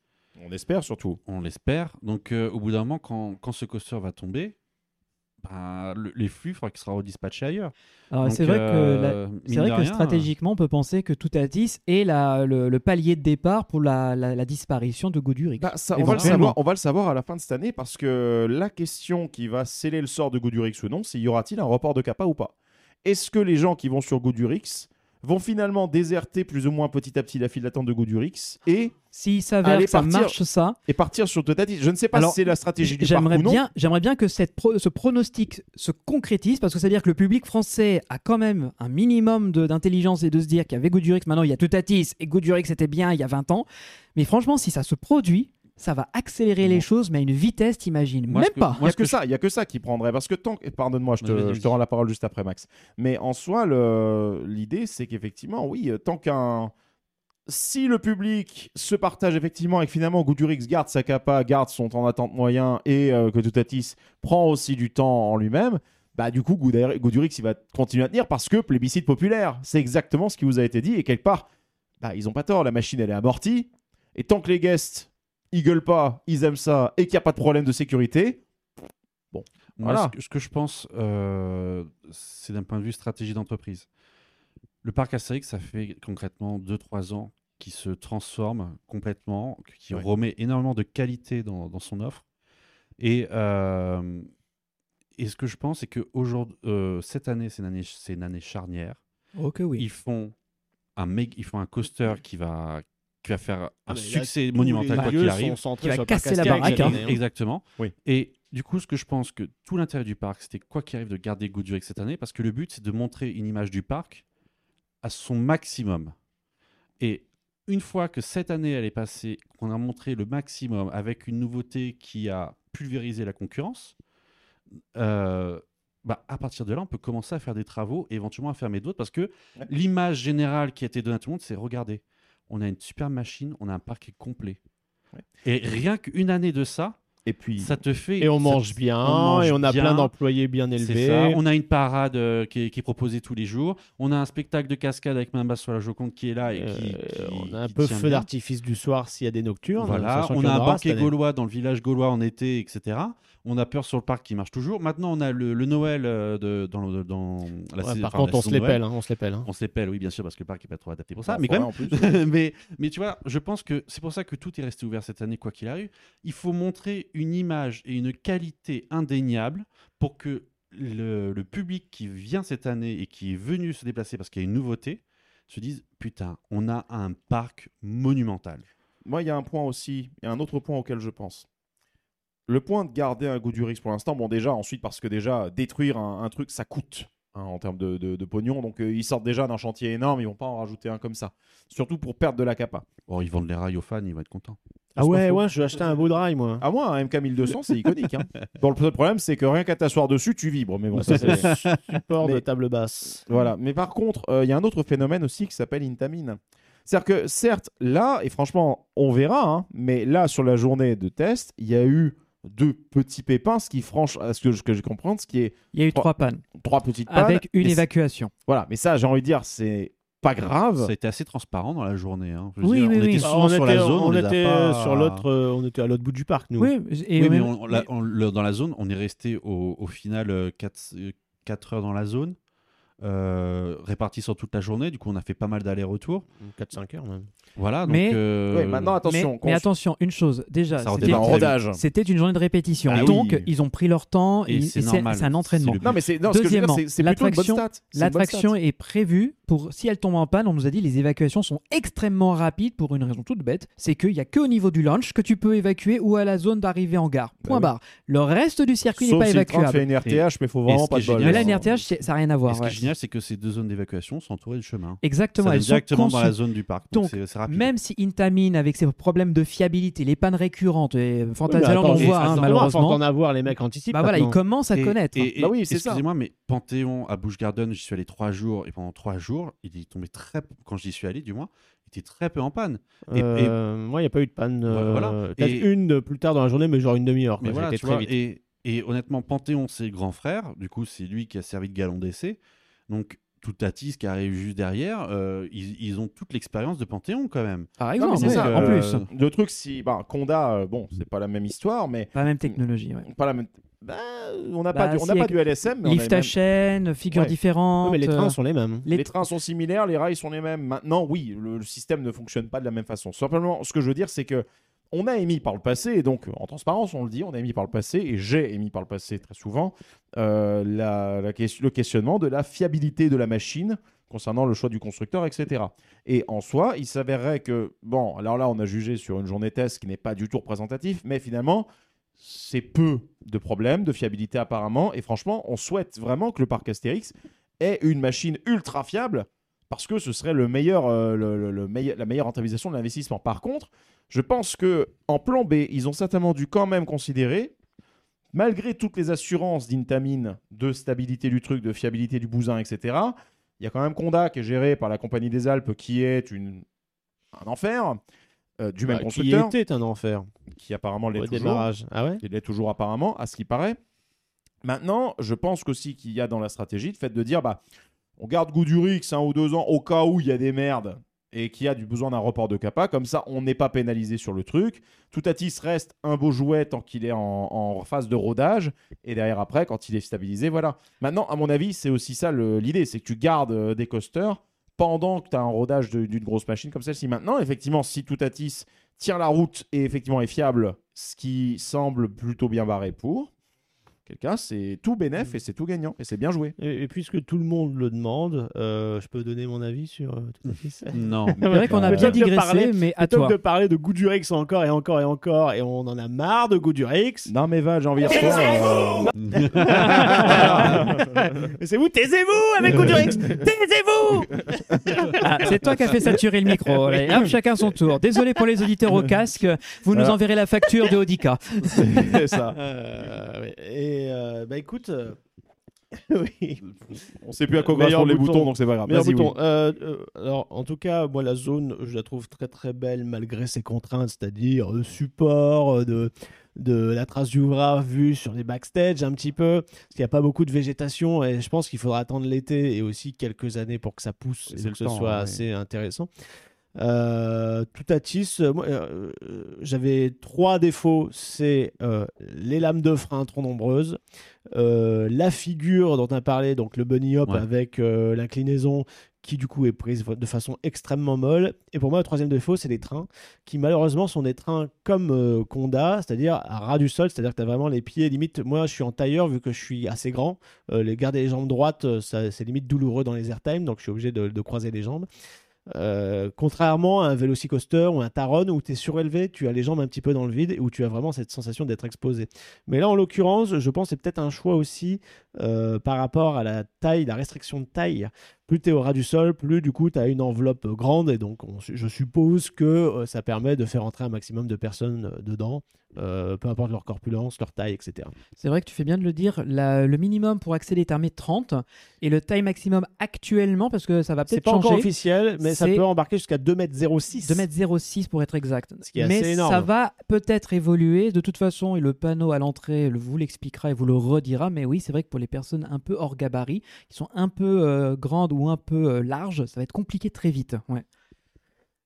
S6: On espère surtout.
S7: On l'espère. Donc, euh, au bout d'un moment, quand, quand ce coaster va tomber, bah, le- les flux, il faudra qu'ils soient redispatchés ailleurs.
S9: Alors,
S7: Donc,
S9: Ah, c'est vrai que, la-
S7: euh,
S9: c'est
S7: mine
S9: vrai
S7: de
S9: que
S7: rien,
S9: stratégiquement, on peut penser que tout à 10 est la- le, le palier de départ pour la, la- la disparition de Goodurix.
S6: Bah, ça, on, va le savoir, on va le savoir à la fin de cette année parce que la question qui va sceller le sort de Goodurix ou non, c'est y aura-t-il un report de Kappa ou pas Est-ce que les gens qui vont sur Goodurix vont finalement déserter plus ou moins petit à petit la file d'attente de Goodurix et
S9: s'il s'avère que ça marche ça
S6: et partir sur Totatis Je ne sais pas
S9: Alors,
S6: si c'est la stratégie du parc
S9: J'aimerais
S6: ou non.
S9: bien, j'aimerais bien que cette pro- ce pronostic se concrétise parce que ça veut dire que le public français a quand même un minimum de- d'intelligence et de se dire qu'il y avait Goodurix, maintenant il y a Toutatis et Goodurix c'était bien il y a 20 ans. Mais franchement, si ça se produit, ça va accélérer les choses, mais à une vitesse, t'imagines
S6: Moi,
S9: même
S6: ce que-
S9: pas.
S6: Il n'y a que ça, il y a que ça qui prendrait. Parce que tant que, pardonne-moi, je, te-
S9: Vas-y, vas-y.
S6: je te rends la parole juste après Max. Mais en soi, le- l'idée, c'est qu'effectivement, oui, euh, tant qu'un, si le public se partage effectivement et que finalement Goudurix garde sa capa, garde son temps d'attente moyen et euh, que Toutatis prend aussi du temps en lui-même, bah du coup Gouda- Goudurix il va continuer à tenir parce que plébiscite populaire. C'est exactement ce qui vous a été dit et quelque part, bah ils ont pas tort, la machine elle est amortie et tant que les guests ils gueulent pas, ils aiment ça, et qu'il n'y a pas de problème de sécurité, bon,
S7: euh, Moi,
S6: voilà.
S7: ce, que, ce que je pense, euh, c'est d'un point de vue stratégie d'entreprise. Le parc Astérix, ça fait concrètement 2-3 ans qui se transforme complètement, qui
S6: Ouais.
S7: remet énormément de qualité dans, dans son offre. Et, euh, et ce que je pense, c'est que aujourd'hui, euh, cette année, c'est une année, c'est une année charnière.
S9: Oh que oui.
S7: Ils font un mec, ils font un coaster qui va qui va faire
S8: Ah,
S7: un
S8: mais là,
S7: succès
S8: tous
S7: monumental
S8: les
S7: quoi
S8: lieux
S7: qu'il
S8: sont
S7: arrive.
S8: centrés
S9: Qui va
S8: sur le
S9: casser
S8: parc
S9: la
S8: Astérix,
S9: baraque, hein.
S8: j'imagine,
S7: Exactement.
S6: Oui.
S7: Et du coup, ce que je pense que tout l'intérêt du parc, c'était quoi qu'il arrive de garder Goodwill cette année, parce que le but, c'est de montrer une image du parc à son maximum. Et une fois que cette année, elle est passée, qu'on a montré le maximum avec une nouveauté qui a pulvérisé la concurrence, euh, bah, à partir de là, on peut commencer à faire des travaux et éventuellement à fermer d'autres, parce que l'image générale qui a été donnée à tout le monde, c'est regardez, on a une super machine, on a un parc qui est complet.
S6: Ouais.
S7: Et rien qu'une année de ça,
S6: Et puis, bah,
S7: ça te fait.
S8: Et on
S7: ça-
S8: mange bien,
S7: mange
S8: et on a
S7: bien,
S8: plein d'employés bien
S7: c'est
S8: élevés.
S7: ça. On a une parade euh, qui, est, qui est proposée tous les jours. On a un spectacle de cascade avec Mamba sur la Joconde qui est là et qui.
S8: Euh,
S7: qui-
S8: on a un
S7: qui
S8: peu
S7: tient
S8: feu
S7: bien.
S8: d'artifice du soir s'il y a des nocturnes.
S7: Voilà.
S8: sachant
S7: On
S8: qu'il y
S7: a
S8: en
S7: un
S8: aura
S7: banquet
S8: cette année.
S7: gaulois dans le village gaulois en été, etc. On a peur sur le parc qui marche toujours. Maintenant, on a le, le Noël euh, de, dans, le- dans
S8: Ouais,
S7: la saison-
S8: par
S7: enfin, la
S8: contre, on
S7: saison
S8: se
S7: de
S8: les
S7: Noël.
S8: pèle, hein, on se les pèle. hein.
S7: On se les pèle, oui, bien sûr, parce que le parc n'est pas trop adapté pour ça.
S6: Enfin,
S7: mais quand même,
S6: en plus,
S7: mais, mais tu vois, je pense que c'est pour ça que tout est resté ouvert cette année, quoi qu'il arrive. Il faut montrer une image et une qualité indéniable pour que le, le public qui vient cette année et qui est venu se déplacer parce qu'il y a une nouveauté se dise Putain, on a un parc monumental.
S6: Moi, il y a un point aussi, il y a un autre point auquel je pense. Le point de garder un goût du risque pour l'instant, bon, déjà, ensuite, parce que déjà, détruire un, un truc, ça coûte hein, en termes de, de- de pognon. Donc, euh, ils sortent déjà d'un chantier énorme, ils vont pas en rajouter un comme ça. Surtout pour perdre de la capa.
S7: Or, ils vendent les rails aux fans, ils vont être contents.
S8: Ah ouais, ouais, je vais acheter un beau drail, moi.
S6: À moi, un MK1200, c'est iconique. hein. Bon, le seul problème, c'est que rien qu'à t'asseoir dessus, tu vibres.
S7: Ah,
S6: Mais bon, ça, c'est.
S8: Support de
S6: Mais-
S8: table basse.
S6: Voilà.
S9: Mm.
S6: Mais par contre, euh, il y a un autre phénomène aussi qui s'appelle Intamine. C'est-à-dire que, certes, là, et franchement, on verra, hein, mais là, sur la journée de test, il y a eu deux petits pépins, ce qui, franchement, à ce que je, que je comprends, ce qui est
S9: Il y a eu trois
S6: Trois-
S9: pannes
S6: trois petites pannes.
S9: avec une
S6: Et c'est-
S9: évacuation.
S6: Voilà. Mais ça, j'ai envie de dire, c'est pas grave.
S7: Ça a été assez transparent dans la journée. hein. Je veux
S9: Oui,
S7: dire,
S9: oui,
S7: on
S9: oui.
S7: était
S9: Bah,
S7: souvent
S8: Ah, on
S7: sur
S8: était,
S7: la zone.
S8: on
S7: les a
S8: était
S7: pas-
S8: sur l'autre, euh, on était à l'autre bout du parc, nous.
S9: Oui, et
S7: Oui, mais
S9: même-
S7: on- la- on- le- dans la zone, on est resté au, au final euh, 4, heures dans la zone, euh, répartis sur toute la journée. Du coup, on a fait pas mal d'allers-retours.
S8: 4-5 heures, même.
S7: Voilà, donc.
S9: Mais-
S7: euh,
S6: Ouais, maintenant, attention.
S9: mais,
S6: qu'on-
S9: mais attention, une chose, déjà,
S7: Ça
S9: c'était
S6: Débat en
S7: Très bien.
S6: rodage.
S9: c'était une journée de répétition.
S6: Ah oui.
S9: donc, ils ont pris leur temps
S7: Et
S9: ils-
S7: c'est
S9: et c'est
S7: normal.
S9: c'est un entraînement.
S7: C'est le-
S6: Non, mais c'est non, ce que je veux dire,
S9: Deuxièmement,
S6: c'est- c'est plutôt une bonne
S9: l'attraction-
S6: stat. C'est une bonne
S9: L'attraction
S6: stat.
S9: est prévue pour, si elle tombe en panne, on nous a dit les évacuations sont extrêmement rapides pour une raison toute bête, c'est qu'il n'y a que au niveau du launch que tu peux évacuer ou à la zone d'arrivée en gare. Point
S6: oui.
S9: barre. Le reste du circuit n'est
S6: Sauf
S9: pas
S6: si le train fait
S9: évacuable.
S6: une RTH, mais il faut vraiment
S7: ce
S6: pas
S7: qui
S6: de
S7: est
S6: bol.
S7: génial,
S9: Mais là, une
S7: c'est-
S9: RTH, c'est- ça n'a rien à
S7: et
S9: voir.
S7: ce
S9: ouais.
S7: qui est génial, c'est que ces deux zones d'évacuation sont entourées de chemins.
S9: Exactement,
S7: Ça
S9: elles
S7: donne
S9: sont
S7: directement dans la
S9: conçues.
S7: zone du parc.
S9: Donc,
S7: c'est- c'est rapide.
S9: Même si Intamin, avec ses problèmes de fiabilité, les pannes récurrentes, et
S8: Oui, mais
S9: Fantasyland, on
S8: attends,
S7: et-
S9: voit, hein,
S7: attends,
S8: Faut
S9: malheureusement.
S8: en avoir, les mecs anticipent.
S9: Bah voilà, ils
S8: maintenant.
S9: commencent à
S7: Et-
S9: connaître.
S7: Et, et-
S6: Bah oui, c'est ça.
S7: Excusez-moi, mais Panthéon à Bush Garden, j'y suis allé trois jours et pendant trois jours, il est tombé très. Quand j'y suis allé, du moins, il était très peu en panne. et- et-
S8: Euh, Moi, il n'y a pas eu de panne. euh,
S7: Voilà.
S8: Peut-être
S7: Et-
S8: une euh, plus tard dans la journée, mais genre une demi-heure.
S7: Mais
S8: quoi.
S7: voilà,
S8: C'était
S7: tu
S8: très
S7: vois,
S8: vite.
S7: et, et honnêtement, Panthéon, c'est le grand frère. Du coup, c'est lui qui a servi de galon d'essai. Donc, tout Tatis qui arrive juste derrière, euh, ils, ils ont toute l'expérience de Panthéon quand même.
S9: Par
S6: Non,
S9: exemple,
S6: mais c'est
S9: ouais,
S6: ça.
S9: en
S7: euh,
S9: plus.
S6: Le truc, si. Bah, Conda, euh, bon, c'est pas la même histoire, mais.
S9: Pas la même technologie, ouais.
S6: Pas la même... Bah, on n'a
S9: Bah,
S6: pas, du, on
S9: si,
S6: n'a pas
S9: avec
S6: du LSM, mais on a
S9: Lift
S6: les
S9: à
S6: mêmes-
S9: chaîne, figure
S6: Ouais.
S9: différente.
S8: Ouais, mais les trains
S9: euh,
S8: sont les mêmes. hein.
S9: les
S6: Les trains sont similaires, les rails sont les mêmes. Maintenant, oui, le, le système ne fonctionne pas de la même façon. Simplement, ce que je veux dire, c'est que on a émis par le passé, et donc en transparence, on le dit, on a émis par le passé, et j'ai émis par le passé très souvent euh, la- la ques- le questionnement de la fiabilité de la machine concernant le choix du constructeur, etc. Et en soi, il s'avérerait que, bon, alors là, on a jugé sur une journée test qui n'est pas du tout représentatif, mais finalement, c'est peu de problèmes, de fiabilité apparemment, et franchement, on souhaite vraiment que le parc Astérix ait une machine ultra fiable, parce que ce serait le meilleur, euh, le- le- le meille- la meilleure rentabilisation de l'investissement. Par contre, je pense que en plan B, ils ont certainement dû quand même considérer, malgré toutes les assurances d'Intamine, de stabilité du truc, de fiabilité du bousin, etc., il y a quand même Conda qui est géré par la Compagnie des Alpes, qui est une... un enfer, euh, du même
S8: Bah, qui
S6: constructeur,
S8: était un enfer
S6: qui apparemment l'est
S8: au
S6: toujours.
S8: démarrage. Ah ouais
S6: Il l'est toujours apparemment, à ce qui paraît. Maintenant, je pense qu'aussi qu'il y a dans la stratégie le fait de dire bah, on garde Goudurix un ou deux ans au cas où il y a des merdes. et qui a du besoin d'un report de capa, comme ça on n'est pas pénalisé sur le truc. Toutatis reste un beau jouet tant qu'il est en, en phase de rodage, et derrière après, quand il est stabilisé, voilà. Maintenant, à mon avis, c'est aussi ça le- l'idée, c'est que tu gardes euh, des coasters pendant que tu as un rodage de- d'une grosse machine comme celle-ci. Maintenant, effectivement, si Toutatis tire la route et effectivement est fiable, ce qui semble plutôt bien barré pour quelqu'un, c'est tout bénéf et c'est tout gagnant, et c'est bien joué.
S8: Et, et puisque tout le monde le demande, euh, je peux donner mon avis sur euh, tout à fait ça
S7: Non.
S9: C'est vrai qu'on a
S8: Plutôt
S9: bien
S8: que de
S9: digressé,
S8: parler-
S9: mais à
S8: plutôt
S9: toi.
S8: que de parler de Goudurix encore et encore et encore, et on en a marre de Goudurix.
S6: Non, mais va, j'ai envie de dire toi, euh,
S8: C'est vous, taisez-vous avec Goudurix Taisez-vous
S9: Ah, c'est toi qui as fait saturer le micro. Allez, hop, chacun son tour. Désolé pour les auditeurs au casque. Vous nous
S6: Alors.
S9: enverrez la facture de Audica.
S6: c'est ça.
S8: Euh, ouais. Et euh, bah écoute. euh, oui.
S6: On sait plus à quoi
S8: Meilleur
S6: correspondent les
S8: bouton.
S6: boutons, donc c'est pas grave.
S8: Meilleur
S6: Vas-y,
S8: bouton.
S6: Will.
S8: Euh, euh, alors, en tout cas, moi, la zone, je la trouve très très belle malgré ses contraintes, c'est-à-dire le support euh, de, de la trace du bras vue sur les backstage un petit peu, parce qu'il n'y a pas beaucoup de végétation et je pense qu'il faudra attendre l'été et aussi quelques années pour que ça pousse et
S6: C'est
S8: que
S6: le
S8: ce
S6: temps,
S8: soit
S6: hein, oui.
S8: assez intéressant. Euh, tout à tis, euh, moi, euh, euh, j'avais trois défauts c'est euh, les lames de frein trop nombreuses, euh, la figure dont on a parlé, donc le bunny hop
S7: Ouais.
S8: avec euh, l'inclinaison qui du coup est prise de façon extrêmement molle. Et pour moi, le troisième défaut, c'est les trains, qui malheureusement sont des trains comme euh, Conda, c'est-à-dire à ras du sol, c'est-à-dire que tu as vraiment les pieds limite. Moi, je suis en tailleur vu que je suis assez grand. Euh, les garder les jambes droites, euh, ça- c'est limite douloureux dans les airtime, donc je suis obligé de, de croiser les jambes. Euh, contrairement à un vélocicoaster ou un taron où tu es surélevé, tu as les jambes un petit peu dans le vide et où tu as vraiment cette sensation d'être exposé. Mais là, en l'occurrence, je pense que c'est peut-être un choix aussi euh, par rapport à la taille, la restriction de taille. Plus tu es au ras du sol, plus du coup tu as une enveloppe euh, grande et donc on su- je suppose que euh, ça permet de faire entrer un maximum de personnes euh, dedans, euh, peu importe leur corpulence, leur taille, etc.
S9: C'est vrai que tu fais bien de le dire. la- le minimum pour accéder est un mètre 30 et le taille maximum actuellement, parce que ça va
S8: C'est
S9: peut-être
S8: pas encore
S9: changer.
S8: officiel, mais ça
S9: C'est-
S8: peut embarquer jusqu'à 2m06.
S9: 2m06 pour être exact.
S8: Ce qui est
S9: Mais
S8: assez énorme.
S9: ça va peut-être évoluer. De toute façon, et le panneau à l'entrée le- vous l'expliquera et vous le redira. Mais oui, c'est vrai que pour les personnes un peu hors gabarit, qui sont un peu euh, grandes ou un peu euh, larges, ça va être compliqué très vite. Ouais.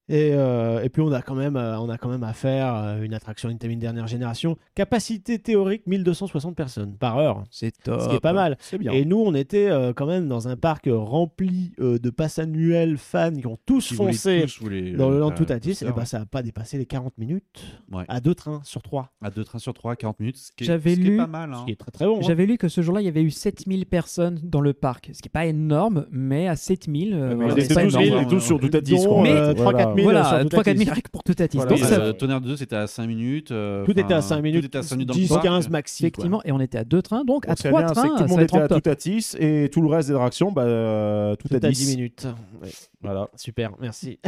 S8: Et, euh, et puis on a quand même, euh, on a quand même affaire à euh, une attraction Intamin dernière génération. Capacité théorique 1260 personnes par heure,
S9: C'est
S8: ce qui est pas mal.
S6: C'est bien.
S8: Et nous, on était euh, quand même dans un parc euh, rempli euh, de passes annuels fans qui ont tous
S7: Si vous voulez
S8: foncé
S7: tous, vous voulez,
S8: dans
S7: euh,
S8: le land
S7: euh,
S8: tout à 10.
S7: ça,
S8: Et ben, ça n'a pas dépassé les 40 minutes
S7: Ouais.
S8: à deux trains sur trois,
S7: À 2 trains sur 3, 40 minutes. ce qui est-
S9: J'avais
S7: ce qui est
S9: lu-
S7: pas mal. hein.
S8: ce qui est très très bon. hein.
S9: J'avais lu que ce jour-là, il y avait eu 7000 personnes dans le parc, ce qui n'est pas énorme, mais à 7000, euh,
S6: Mais
S9: voilà,
S6: c'est
S9: c'est pas
S6: 12 000,
S9: énorme.
S6: et 12 sur
S8: Dont,
S6: Toutatis, quoi.
S9: Mais-
S8: euh,
S6: Voilà.
S8: 3-4 000 sur
S9: Voilà,
S8: Toutatis.
S9: 3 4000 avec pour Toutatis.
S6: Voilà.
S9: Donc
S7: Et,
S9: ça-
S7: euh, Tonnerre 2, c'était à 5 minutes. euh,
S8: Tout était
S7: enfin,
S8: à 5
S7: Tout
S8: minutes,
S7: était à 5 minutes dans
S8: 10,
S7: le parc.
S8: 15 maxi. quoi.
S9: effectivement, et on était à deux trains, donc à
S6: On sait
S9: trois
S6: bien, c'est
S9: trains,
S6: que tout le
S9: ça
S6: monde
S9: va être
S6: était à
S9: rentable.
S6: tout à 10 et tout le reste des réactions, bah, euh, tout,
S8: Tout
S6: à 10.
S8: à 10 minutes. Ouais.
S6: Voilà.
S8: Super, merci.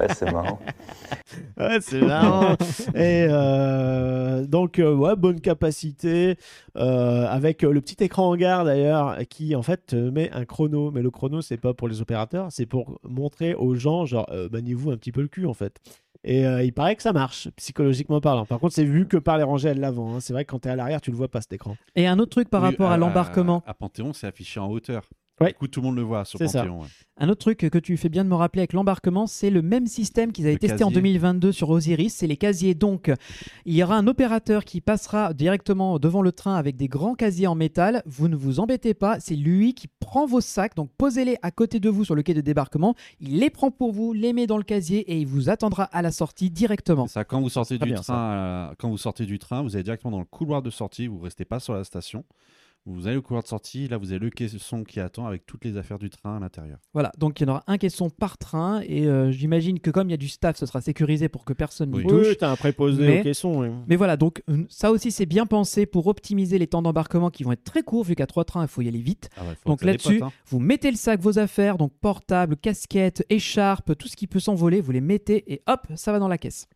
S2: Ouais, c'est marrant.
S8: Ouais, c'est marrant. Et euh, donc, euh, ouais, bonne capacité. euh, avec euh, le petit écran hangar d'ailleurs, qui en fait te met un chrono. Mais le chrono, c'est pas pour les opérateurs, c'est pour montrer aux gens, genre, euh, maniez-vous un petit peu le cul en fait. Et euh, il paraît que ça marche, psychologiquement parlant. Par contre, c'est vu que par les rangées à l'avant. hein. C'est vrai que quand t'es à l'arrière, tu le vois pas cet écran.
S9: Et un autre truc par
S7: Oui,
S9: rapport à,
S6: euh,
S9: l'embarquement,
S7: À Panthéon, c'est affiché en hauteur.
S8: Ouais.
S7: Du coup, tout le monde le voit sur
S8: C'est ça.
S7: Panthéon. ouais.
S9: un autre truc que tu fais bien de me rappeler avec l'embarquement, c'est le même système qu'ils avaient
S7: Le
S9: testé en
S7: casier.
S9: 2022 sur Osiris, c'est les casiers. Donc, il y aura un opérateur qui passera directement devant le train avec des grands casiers en métal. Vous ne vous embêtez pas, c'est lui qui prend vos sacs, donc posez-les à côté de vous sur le quai de débarquement. Il les prend pour vous, les met dans le casier et il vous attendra à la sortie directement.
S7: C'est Ça, quand vous sortez
S8: Très
S7: du
S8: bien, ça.
S7: train, euh, quand vous sortez du train, vous allez directement dans le couloir de sortie. Vous restez pas sur la station. Vous allez au couloir de sortie. Là, vous avez le caisson qui attend avec toutes les affaires du train à l'intérieur.
S9: Voilà, donc il y en aura un caisson par train et euh, j'imagine que comme il y a du staff, ce sera sécurisé pour que personne n'y
S7: Oui.
S9: touche.
S8: t'as un préposé
S9: Mais-
S8: au caisson. ouais.
S9: Mais voilà, donc euh, ça aussi c'est bien pensé pour optimiser les temps d'embarquement qui vont être très courts vu qu'à trois trains il faut y aller vite.
S7: Ah ouais, faut
S9: Donc
S7: que ça
S9: là-dessus,
S7: dépote, hein.
S9: vous mettez le sac, vos affaires, donc portable, casquette, écharpe, tout ce qui peut s'envoler, vous les mettez et hop, ça va dans la caisse.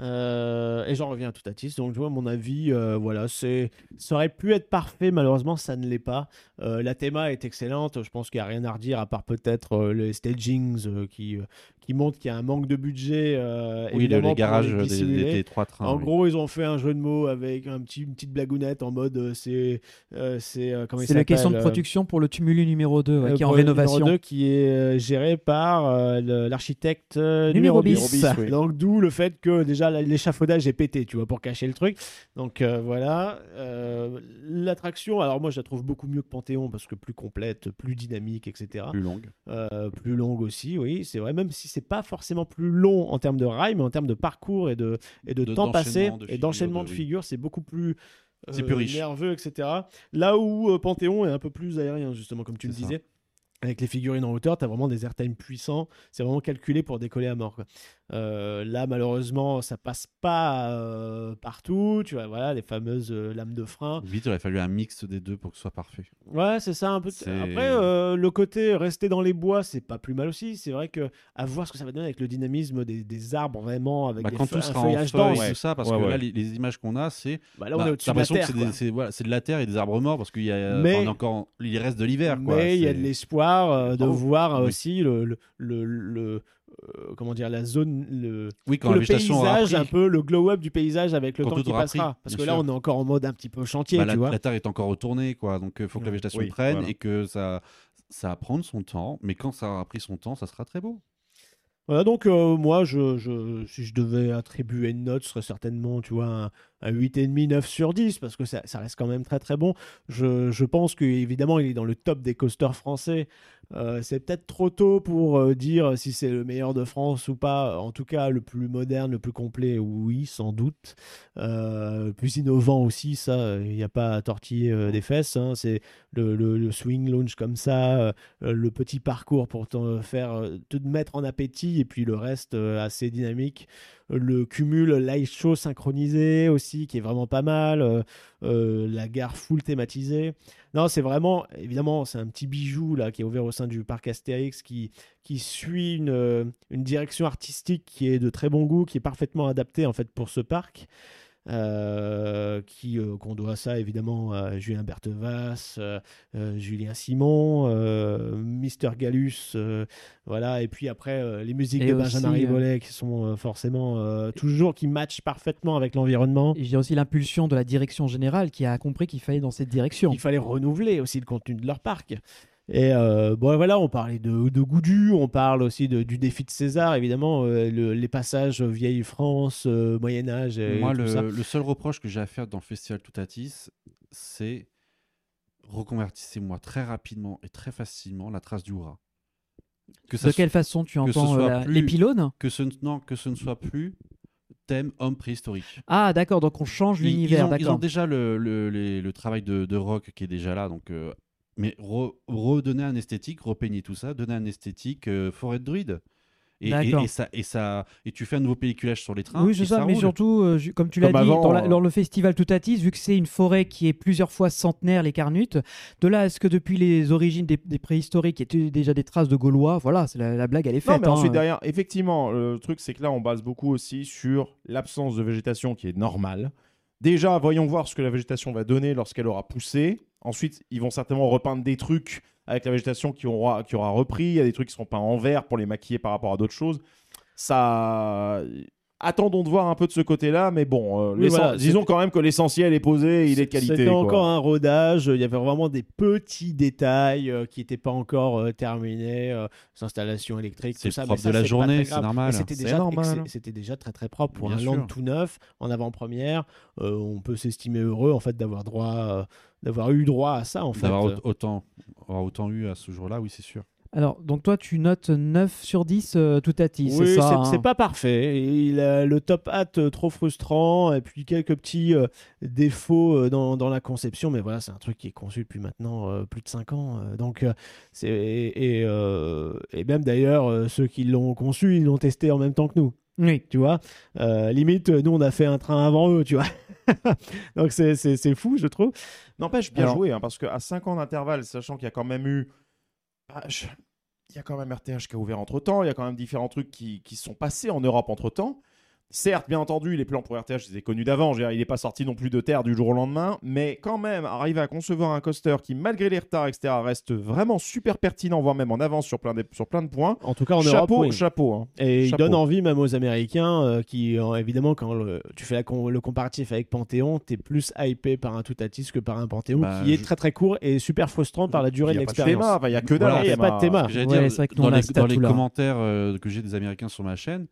S8: Euh, et j'en reviens à Toutatis. Donc, tu vois, mon avis, euh, voilà, c'est, ça aurait pu être parfait. Malheureusement, ça ne l'est pas. Euh, la théma est excellente. Je pense qu'il n'y a rien à redire, à part peut-être euh, les stagings euh, qui, euh, qui montrent qu'il y a un manque de budget. euh,
S7: Oui, le-
S8: évidemment,
S7: les
S8: pour
S7: garages des,
S8: piscines
S7: des-
S8: et-
S7: des trois trains.
S8: en
S7: hein, oui.
S8: gros, ils ont fait un jeu de mots avec un petit, une petite blagounette en mode euh, c'est. euh, c'est euh, comment il
S9: C'est la
S8: s'appelle,
S9: question de
S8: euh,
S9: production pour le Tumulu numéro 2
S8: euh,
S9: qui est en
S8: pour le numéro
S9: rénovation.
S8: deux, qui est euh, géré par euh, le- l'architecte euh,
S9: Numéro
S8: numéro
S9: bis.
S8: 10.
S9: Numéro bis, oui.
S8: Donc, d'où le fait que déjà la- l'échafaudage est pété, tu vois, pour cacher le truc. Donc, euh, voilà. Euh, L'attraction, alors moi, je la trouve beaucoup mieux que Panthéon parce que plus complète, plus dynamique, etc.
S7: Plus longue.
S8: Euh, plus longue aussi, oui, c'est vrai. Même si c'est pas forcément plus long en termes de rail, mais en termes de parcours et de, et de,
S7: De-
S8: temps passé
S7: d'enchaînement de
S8: et
S7: figures,
S8: d'enchaînement
S7: de-
S8: de
S7: oui.
S8: figures, c'est beaucoup plus. euh,
S7: C'est plus riche.
S8: nerveux, etc. Là où euh, Panthéon est un peu plus aérien, justement, comme tu le
S7: C'est ça.
S8: disais, avec les figurines en hauteur, tu as vraiment des airtime puissants. C'est vraiment calculé pour décoller à mort. quoi. Euh, là, malheureusement, ça passe pas euh, partout. Tu vois, voilà, les fameuses euh, lames de frein.
S7: Vite, il aurait fallu un mix des deux pour que ce soit parfait.
S8: Ouais, c'est ça un peu.
S7: C'est-
S8: Après, euh, le côté rester dans les bois, c'est pas plus mal aussi. C'est vrai que à voir ce que ça va donner avec le dynamisme des, des arbres vraiment, avec
S7: Bah,
S8: des
S7: quand
S8: feu-
S7: tout
S8: un
S7: sera en
S8: feuillage
S7: feuille,
S8: dense.
S7: tout ça, parce
S6: Ouais,
S7: que
S6: ouais.
S7: là, les, les images qu'on a, c'est.
S8: Bah, là, on est au-dessus
S7: t'as
S8: de la
S7: l'impression que
S8: terre,
S7: c'est des-
S8: quoi.
S7: c'est voilà, c'est de la terre et des arbres morts, parce qu'il y a
S8: Mais-
S7: enfin, on a encore, il reste de l'hiver. quoi,
S8: Mais il y a
S7: c'est-
S8: de l'espoir euh, de
S7: Oh,
S8: voir euh,
S7: oui.
S8: aussi le, le, le- le- euh, comment dire la zone le,
S7: Oui, quand la
S8: le
S7: végétation aura
S8: paysage un
S7: repris.
S8: peu le glow up du paysage avec le
S7: Quand
S8: temps
S7: tout
S8: qui
S7: aura
S8: passera
S7: pris,
S8: parce que
S7: bien
S8: là
S7: sûr.
S8: on est encore en mode un petit peu chantier
S7: Bah,
S8: tu
S7: la,
S8: vois
S7: la terre est encore retournée, quoi. Donc, il faut que la
S8: Ouais.
S7: végétation
S6: Oui,
S7: prenne
S6: voilà.
S7: et que ça, ça va prendre son temps. Mais quand ça aura pris son temps, ça sera très beau.
S8: Voilà, donc euh, moi, je, je- si je devais attribuer une note, ce serait certainement, tu vois, un, un 8,5, 9 sur 10, parce que ça, ça reste quand même très très bon. Je, je pense qu'évidemment, il est dans le top des coasters français. Euh, c'est peut-être trop tôt pour euh, dire si c'est le meilleur de France ou pas. En tout cas, le plus moderne, le plus complet, oui, sans doute. Euh, le plus innovant aussi, ça, euh, il n'y a pas à tortiller euh, des fesses. hein. C'est le, le- le swing launch comme ça, euh, euh, le petit parcours pour te faire euh, te mettre en appétit et puis le reste euh, assez dynamique Euh, le cumul live show synchronisé aussi qui est vraiment pas mal euh, euh, la gare full thématisée non c'est vraiment évidemment c'est un petit bijou là qui est ouvert au sein du parc Astérix qui qui suit une, euh, une direction artistique qui est de très bon goût qui est parfaitement adaptée en fait pour ce parc euh, qui euh, qu'on doit ça évidemment à Julien Berthevas, euh, euh, Julien Simon, euh, Mister Gallus, euh, voilà, et puis après euh, les musiques
S9: Et
S8: de Benjamin
S9: aussi, euh,
S8: Rivollet qui sont euh, forcément euh, toujours qui matchent parfaitement avec l'environnement.
S9: Et j'ai aussi l'impulsion de la direction générale qui a compris qu'il fallait dans cette direction.
S8: Il fallait renouveler aussi le contenu de leur parc. Et euh, bon, voilà, on parlait de, de Goudu, on parle aussi de- du défi de César, évidemment, euh, le- les passages vieille France, euh, Moyen Âge, et
S7: Moi,
S8: tout
S7: le,
S8: ça.
S7: le seul reproche que j'ai à faire dans Festival Toutatis, c'est reconvertissez-moi très rapidement et très facilement la trace du Hura. Que ça
S9: De
S7: se-
S9: quelle façon tu
S7: que ce
S9: entends euh,
S7: soit
S9: la-
S7: plus-
S9: les pylônes
S7: que ce, ne- non, que ce ne soit plus thème homme préhistorique.
S9: Ah, d'accord, donc on change
S7: Ils- ils
S9: l'univers,
S7: ont- Ils, ont
S9: d'accord.
S7: déjà le, le- les- le travail de, de rock qui est déjà là, donc. euh, mais re- redonner un esthétique, repeigner tout ça, donner un esthétique euh, forêt de druide. Et, et-
S9: D'accord.
S7: et ça, et, ça, et tu fais un nouveau pelliculage sur les
S8: Hein,
S7: trains.
S9: Oui, c'est
S7: et
S9: ça, mais
S7: roule.
S9: surtout, euh, ju- comme tu l'as dit,
S6: Comme avant,
S9: dans, la-
S6: euh,
S9: dans le festival Toutatis, vu que c'est une forêt qui est plusieurs fois centenaire, les Carnutes, de là à ce que depuis les origines des, des préhistoriques, il y ait déjà des traces de Gaulois, voilà, c'est la, la blague, elle est
S6: Non,
S9: faite.
S6: mais
S9: hein.
S6: ensuite, derrière, effectivement, le truc, c'est que là, on base beaucoup aussi sur l'absence de végétation qui est normale. Déjà, voyons voir ce que la végétation va donner lorsqu'elle aura poussé. Ensuite, ils vont certainement repeindre des trucs avec la végétation qui aura, qui aura repris. Il y a des trucs qui seront peints en vert pour les maquiller par rapport à d'autres choses. Ça. Attendons de voir un peu de ce côté-là, mais bon, euh,
S8: Oui,
S6: l'essen-
S8: voilà,
S6: disons
S8: c'était-
S6: quand même que l'essentiel est posé, il est de qualité.
S8: C'était
S6: quoi.
S8: encore un rodage. Il y avait vraiment des petits détails euh, qui n'étaient pas encore euh, terminés. euh, les installations électriques,
S7: C'est
S8: tout
S7: le
S8: ça. mais
S7: propre
S8: ça,
S7: de la
S8: pas
S7: journée,
S8: très
S7: c'est
S8: grave.
S7: normal.
S8: Et C'était
S7: C'est
S8: déjà, hein.
S7: normal. hein.
S8: ex- c'était déjà très très propre pour
S7: Bien
S8: un land
S7: sûr.
S8: tout neuf en avant-première. Euh, on peut s'estimer heureux en fait d'avoir droit, euh, d'avoir eu droit à ça en fait.
S7: D'avoir
S8: Euh,
S7: au- autant, avoir autant eu à ce jour-là, oui, c'est sûr.
S9: Alors, donc toi, tu notes 9 sur 10 euh, Toutatis,
S8: oui,
S9: c'est
S8: c'est
S9: ça hein.
S8: c'est pas parfait. Et Il a le top hat euh, trop frustrant et puis quelques petits euh, défauts euh, dans, dans la conception. Mais voilà, c'est un truc qui est conçu depuis maintenant euh, plus de 5 ans. euh, donc, euh, c'est et, et, euh, et même d'ailleurs, euh, ceux qui l'ont conçu, ils l'ont testé en même temps que nous.
S9: Oui.
S8: Tu vois, Euh, limite, euh, nous on a fait un train avant eux, tu vois. Donc c'est- c'est c'est fou, je trouve.
S6: N'empêche, bien
S8: Alors-
S6: joué, hein, parce qu'à 5 ans d'intervalle, sachant qu'il y a quand même eu. Ah, je- Il y a quand même RTH qui a ouvert entre temps, il y a quand même différents trucs qui, qui se sont passés en Europe entre temps. Certes, bien entendu, les plans pour RTH, étaient connus d'avant. Je veux dire, Il n'est pas sorti non plus de terre du jour au lendemain. Mais quand même, arriver à concevoir un coaster qui, malgré les retards, etc., reste vraiment super pertinent, voire même en avance sur plein, des- sur plein de points.
S8: En tout cas, en
S6: chapeau,
S8: Europe, oui.
S6: chapeau. hein.
S8: Et il
S6: Chapeau.
S8: donne envie même aux Américains euh, qui, euh, évidemment, quand le- tu fais la com- le comparatif avec Panthéon, t'es plus hypé par un Toutatis que par un Panthéon
S7: Bah,
S8: qui
S7: je-
S8: est très très court et super frustrant par la durée
S6: Il
S8: de
S6: n'y a pas de théma,
S8: l'expérience.
S6: enfin, il n'y a que dalle. hein.
S7: Voilà,
S6: en
S8: il n'y a
S6: théma.
S8: pas de théma.
S7: J'allais
S9: Ouais,
S7: dire,
S9: c'est vrai que nous,
S7: dans,
S9: on a
S7: les,
S9: cette
S7: dans les
S9: atout-là.
S7: commentaires euh, que j'ai des Américains sur ma chaîne,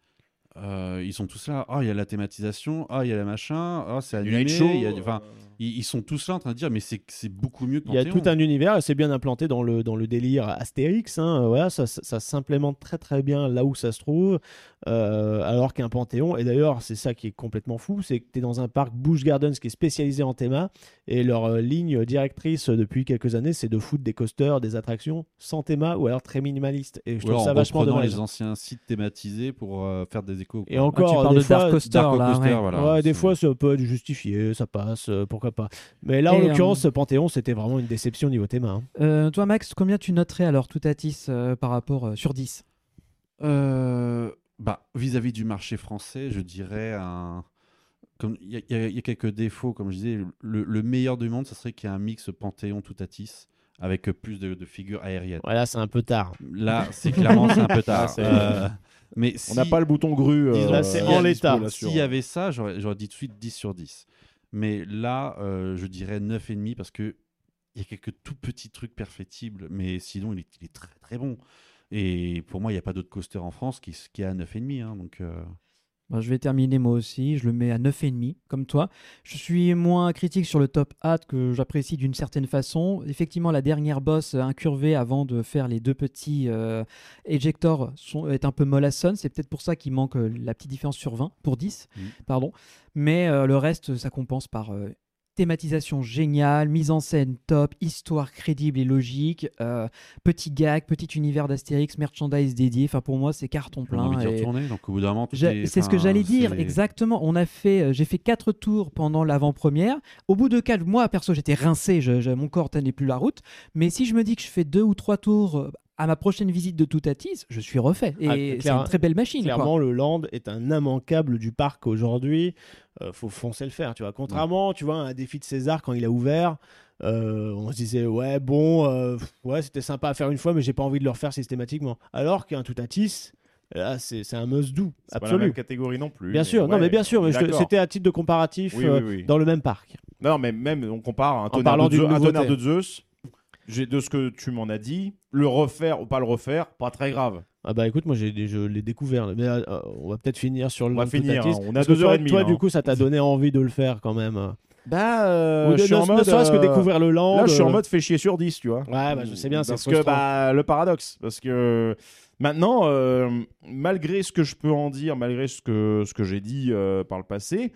S7: euh, ils sont tous là. Ah, il y a la thématisation. Ah, il y a la machin. Ah, c'est animé.
S6: Night Show,
S7: il y a- enfin,
S6: euh,
S7: ils, ils sont tous là en train de dire, mais c'est c'est beaucoup mieux que
S8: Il y a
S7: Panthéon.
S8: tout un univers et c'est bien implanté dans le, dans le délire Astérix. hein, euh, voilà, ça, ça- ça s'implémente très très bien là où ça se trouve. euh, alors qu'un Panthéon, et d'ailleurs c'est ça qui est complètement fou, c'est que tu es dans un parc Busch Gardens qui est spécialisé en théma et leur euh, ligne directrice euh, depuis quelques années c'est de foutre des coasters, des attractions sans théma ou alors très minimaliste. Et je
S7: Ou
S8: trouve
S7: alors,
S8: ça
S7: en
S8: vachement
S7: reprenant
S8: dommage.
S7: les anciens sites thématisés pour euh, faire des échos.
S8: Et
S7: quoi.
S9: Ah,
S8: encore,
S9: tu parles
S8: des
S9: de Dark
S8: fois-
S9: Coaster,
S7: Dark
S9: là.
S7: Coaster,
S9: ouais.
S7: voilà.
S8: ouais, des
S7: C'est-
S8: fois, ça peut être justifié, ça passe, euh, pourquoi pas. Mais là, en
S9: Et,
S8: l'occurrence,
S9: euh,
S8: ce Panthéon, c'était vraiment une déception niveau théma. hein.
S9: Euh, toi, Max, combien tu noterais alors Toutatis euh, par rapport euh, sur 10
S7: Euh, bah, vis-à-vis du marché français, je dirais un. Comme il y, a- il y a- il y a quelques défauts, comme je disais, le, le meilleur du monde, ça serait qu'il y ait un mix Panthéon tout avec plus de, de figures aériennes.
S8: Voilà, c'est un peu tard.
S7: Là, c'est clairement c'est un peu
S6: Ah,
S7: tard.
S6: c'est-
S7: Euh, mais si,
S6: On n'a pas le bouton grue.
S7: Disons,
S8: là, c'est
S6: euh,
S8: en
S6: dispo,
S8: l'état.
S6: là, sur-
S7: s'il y avait ça, j'aurais j'aurais dit tout de suite 10 sur 10. Mais là, euh, je dirais 9,5 parce que il y a quelques tout petits trucs perfectibles, mais sinon, il est, il est très très bon. Et pour moi, il n'y a pas d'autre coaster en France qui, qui est à 9,5. Hein, donc. euh,
S9: Bah, Je vais terminer moi aussi, je le mets à 9,5 comme toi. Je suis moins critique sur le top hat que j'apprécie d'une certaine façon. Effectivement, la dernière bosse incurvée avant de faire les deux petits euh, éjecteurs sont, est un peu mollassonne. C'est peut-être pour ça qu'il manque euh, la petite différence sur 20, pour 10,
S7: Mhm.
S9: pardon. Mais euh, le reste, ça compense par euh, thématisation géniale, mise en scène top, histoire crédible et logique, euh, petit gag, petit univers d'Astérix, merchandise dédié. Enfin, pour moi, c'est carton
S7: On a
S9: plein.
S7: envie d'y
S9: et-
S7: retourner, donc au bout d'un moment, tout
S9: J'a-
S7: est-
S9: C'est ce que
S7: enfin,
S9: j'allais dire,
S7: c'est-
S9: exactement. On a fait, euh, j'ai fait quatre tours pendant l'avant-première. Au bout de quatre, moi perso, j'étais rincé, je- je- mon corps tenait plus la route. Mais si je me dis que je fais deux ou trois tours euh, à ma prochaine visite de Toutatis, je suis refait. Et
S8: Ah,
S9: c'est
S8: clair-
S9: une très belle machine. quoi.
S8: Clairement, le land est un immanquable du parc aujourd'hui. Euh, faut foncer le faire, tu vois. Contrairement, tu vois, à un défi de César quand il a ouvert, euh, on se disait ouais bon, euh, pff, ouais c'était sympa à faire une fois, mais j'ai pas envie de le refaire systématiquement. Alors qu'un tout à 10, là c'est c'est un must do
S6: C'est pas la
S8: absolu.
S6: même catégorie non plus.
S8: Bien sûr, non
S6: ouais,
S8: mais bien sûr, mais je te-
S6: d'accord.
S8: c'était à titre de comparatif
S6: Oui,
S8: euh,
S6: oui, oui.
S8: dans le même parc.
S6: Non, mais même on compare un
S8: parlant
S6: tonnerre, de
S8: d'une
S6: Zeus, un
S8: nouveauté.
S6: tonnerre de Zeus. J'ai de ce que tu m'en as dit, le refaire ou pas le refaire, pas très grave.
S8: Ah bah écoute, moi j'ai, je l'ai découvert. là. Mais euh, euh, on va peut-être finir sur le.
S6: On va
S8: Land Toutatis.
S6: finir, hein. On a
S8: Parce que
S6: deux heures
S8: toi-
S6: et demie,
S8: Toi,
S6: là, hein.
S8: du coup, ça t'a donné envie de le faire quand même.
S6: Bah,
S8: Ou de-
S6: je suis
S8: ne,
S6: en
S8: ne
S6: mode.
S8: serait-ce que
S6: euh,
S8: découvrir le land.
S6: Là, je suis en
S8: euh,
S6: mode fait chier sur 10, tu vois.
S8: Ouais, bah, je sais bien, c'est
S6: Parce que
S8: frustrant.
S6: bah, le paradoxe, parce que maintenant, euh, malgré ce que je peux en dire, malgré ce que, ce que j'ai dit euh, par le passé,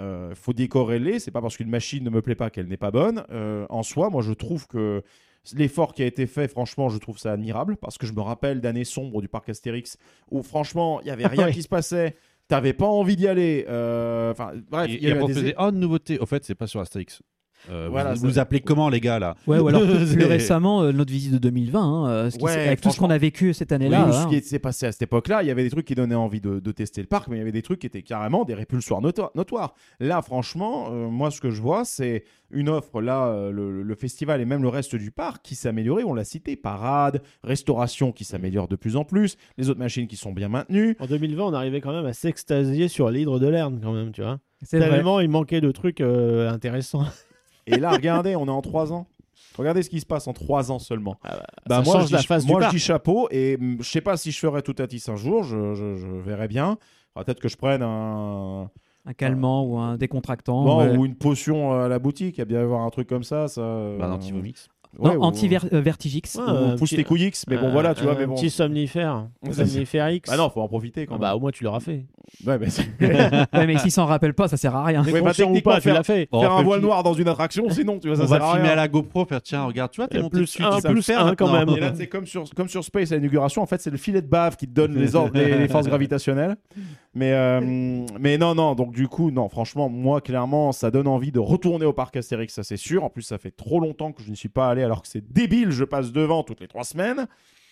S6: euh, faut décorréler. C'est pas parce qu'une machine ne me plaît pas qu'elle n'est pas bonne. Euh, en soi, moi, je trouve que l'effort qui a été fait, franchement, je trouve ça admirable parce que je me rappelle d'années sombres du parc Astérix où, franchement, il y avait rien
S8: Oui.
S6: qui se passait. T'avais pas envie d'y aller. euh, Enfin, bref,
S7: Et,
S6: il y a eu
S7: on
S6: des-
S7: faisait, oh, une nouveauté. Au fait, c'est pas sur Asterix. Euh,
S6: Voilà,
S7: vous
S6: ça-
S7: vous appelez comment, les gars, là
S9: Ouais, ou alors plus,
S7: C'est-
S9: plus récemment, euh, notre visite de 2020, hein, euh, ce qui
S6: Ouais,
S9: s'est- avec tout ce
S6: franchement.
S9: qu'on a vécu cette
S6: Oui,
S9: année-là.
S6: ou
S9: hein.
S6: ce qui s'est passé à cette époque-là, il y avait des trucs qui donnaient envie de, de tester le parc, mais il y avait des trucs qui étaient carrément des répulsoires noto- notoires. Là, franchement, euh, moi, ce que je vois, c'est une offre, là, euh, le, le festival et même le reste du parc qui s'est amélioré, on l'a cité, parade, restauration qui s'améliore de plus en plus, les autres machines qui sont bien maintenues.
S8: En 2020, on arrivait quand même à s'extasier sur l'hydre de l'Erne, quand même, tu vois.
S9: C'est vrai.
S8: Tellement il manquait de trucs euh, intéressants.
S6: Et là, regardez, on est en trois ans. Regardez ce qui se passe en trois ans seulement.
S8: Bah, ça
S6: moi,
S8: change
S6: je dis,
S8: la face du
S6: moi, je
S8: parc.
S6: dis chapeau et mm, je sais pas si je ferai tout à 10 un jour, je, je- je verrai bien. Faudra Peut-être que je prenne un,
S9: Un calmant ou un décontractant.
S6: Non,
S9: ouais.
S6: ou une potion euh, à la boutique, il y a bien y avoir un truc comme ça. ça euh,
S7: Bah, Antivomix.
S9: Non, euh,
S6: ouais, ou-
S9: anti-vertigix.
S8: Ouais,
S6: ou
S8: un
S6: pousse
S8: petit-
S6: tes couilles X, mais bon,
S8: Un-
S6: voilà, tu vois,
S8: Euh, un
S6: mais bon.
S8: Petit somnifère.
S6: C'est-
S8: somnifère X.
S6: Bah non, faut en profiter quand
S8: Ah
S6: même.
S8: bah, au moins, tu l'auras fait.
S6: Ouais, mais c'est-
S9: mais s'ils s'en rappellent pas, ça sert à rien.
S6: Ouais, bah,
S8: Conscient ou
S6: techniquement,
S8: pas, tu
S6: faire-
S8: l'as fait.
S7: Oh,
S6: faire un
S7: petit-
S6: voile noir dans une attraction, sinon, tu vois, ça
S7: on va
S6: sert
S7: le
S6: à
S7: filmer à
S6: rien.
S7: la GoPro, faire tiens, regarde, tu vois, t'es
S8: Et
S7: monté
S8: plus
S7: dessus.
S8: un,
S7: tu sais.
S8: plus un,
S7: maintenant.
S8: quand même.
S6: Et là, c'est comme sur, comme sur Space à l'inauguration, en fait, c'est le filet de bave qui te donne les ordres, les, les forces gravitationnelles. Mais, euh, mais non, non, donc du coup, non, franchement, moi, clairement, ça donne envie de retourner au parc Astérix, ça c'est sûr. En plus, ça fait trop longtemps que je n'y suis pas allé, alors que c'est débile, je passe devant toutes les trois semaines,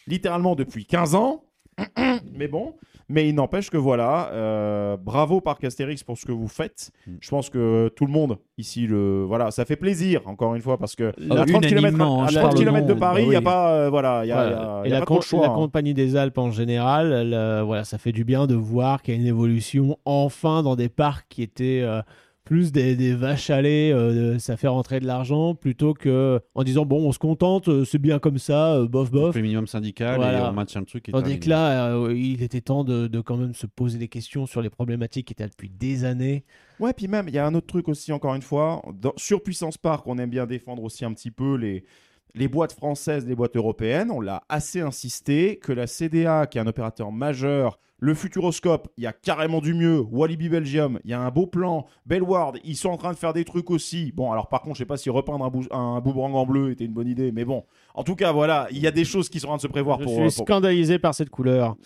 S6: littéralement depuis 15 ans. mais bon, mais il n'empêche que voilà, euh, bravo Parc Astérix pour ce que vous faites.
S7: Mm.
S6: Je pense que tout le monde ici, le voilà, ça fait plaisir encore une fois parce que
S9: Ah,
S6: à 30 km,
S9: unanimement, hein, je parle au
S6: de
S9: nom,
S6: Paris, il
S9: bah
S6: n'y a
S9: oui.
S6: pas euh, voilà, il y a, il y a-
S8: Voilà.
S6: il
S8: et
S6: y a
S8: la,
S6: pas
S8: com-
S6: trop de choix.
S8: la
S6: hein.
S8: compagnie des Alpes en général, elle, euh, voilà, ça fait du bien de voir qu'il y a une évolution enfin dans des parcs qui étaient euh, plus des, des vaches à lait, euh, de- ça fait rentrer de l'argent plutôt que en disant bon, on se contente, euh, c'est bien comme ça, euh, bof
S7: On
S8: bof.
S7: fait le minimum syndical et
S8: Voilà.
S7: on maintient le truc. et
S8: Tandis
S7: terminé.
S8: que là, euh, il était temps de, de quand même se poser des questions sur les problématiques qui étaient là depuis des années.
S6: Ouais, puis même, il y a un autre truc aussi, encore une fois, dans, sur Puissance Park, on aime bien défendre aussi un petit peu les, les boîtes françaises, les boîtes européennes. On l'a assez insisté que la CDA, qui est un opérateur majeur, le Futuroscope, il y a carrément du mieux. Walibi Belgium, il y a un beau plan. Bellward, ils sont en train de faire des trucs aussi. Bon, alors par contre, je sais pas si repeindre un, bou- un boomerang en bleu était une bonne idée, mais bon. En tout cas, voilà, il y a des choses qui sont en train de se prévoir
S8: Je
S6: pour.
S8: suis
S6: euh, pour-
S8: scandalisé par cette couleur.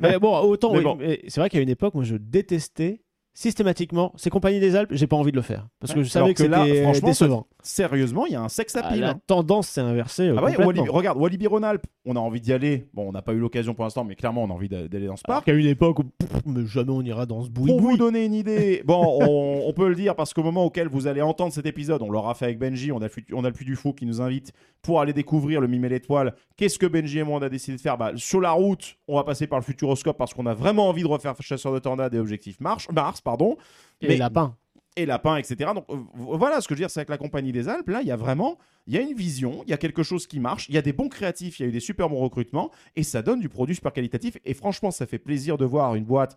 S8: mais bon, autant.
S6: Mais
S8: oui,
S6: bon.
S8: mais C'est vrai qu'à une époque, moi, je détestais systématiquement ces compagnies des Alpes. J'ai pas envie de le faire parce que je
S6: Ouais.
S8: savais
S6: Alors
S8: que
S6: que là,
S8: c'était
S6: franchement, ça-
S8: décevant.
S6: Sérieusement, il y a un sex
S8: Ah,
S6: appeal.
S8: la
S6: hein.
S8: tendance s'est inversée. euh,
S6: Ah ouais,
S8: complètement.
S6: Walibi- regarde, Walibi Rhône-Alpes, on a envie d'y aller. Bon, on n'a pas eu l'occasion pour l'instant, mais clairement, on a envie d'a- d'aller dans ce
S8: Alors
S6: parc.
S8: qu'à une époque où pff, mais jamais on ira dans ce bout.
S6: Pour vous donner une idée, bon, on, on peut le dire parce qu'au moment auquel vous allez entendre cet épisode, on l'aura fait avec Benji, on a, le fut- on a le Puy du Fou qui nous invite pour aller découvrir le Mime et l'Étoile. Qu'est-ce que Benji et moi on a décidé de faire Bah, Sur la route, on va passer par le Futuroscope parce qu'on a vraiment envie de refaire Chasseur de Tornades et Objectif Marche, Mars, pardon
S8: Et
S6: Mais-
S8: lapin.
S6: et lapins, etc. Donc euh, v- voilà ce que je veux dire, c'est avec la compagnie des Alpes, là, il y a vraiment, il y a une vision, il y a quelque chose qui marche, il y a des bons créatifs, il y a eu des super bons recrutements, et ça donne du produit super qualitatif. Et franchement, ça fait plaisir de voir une boîte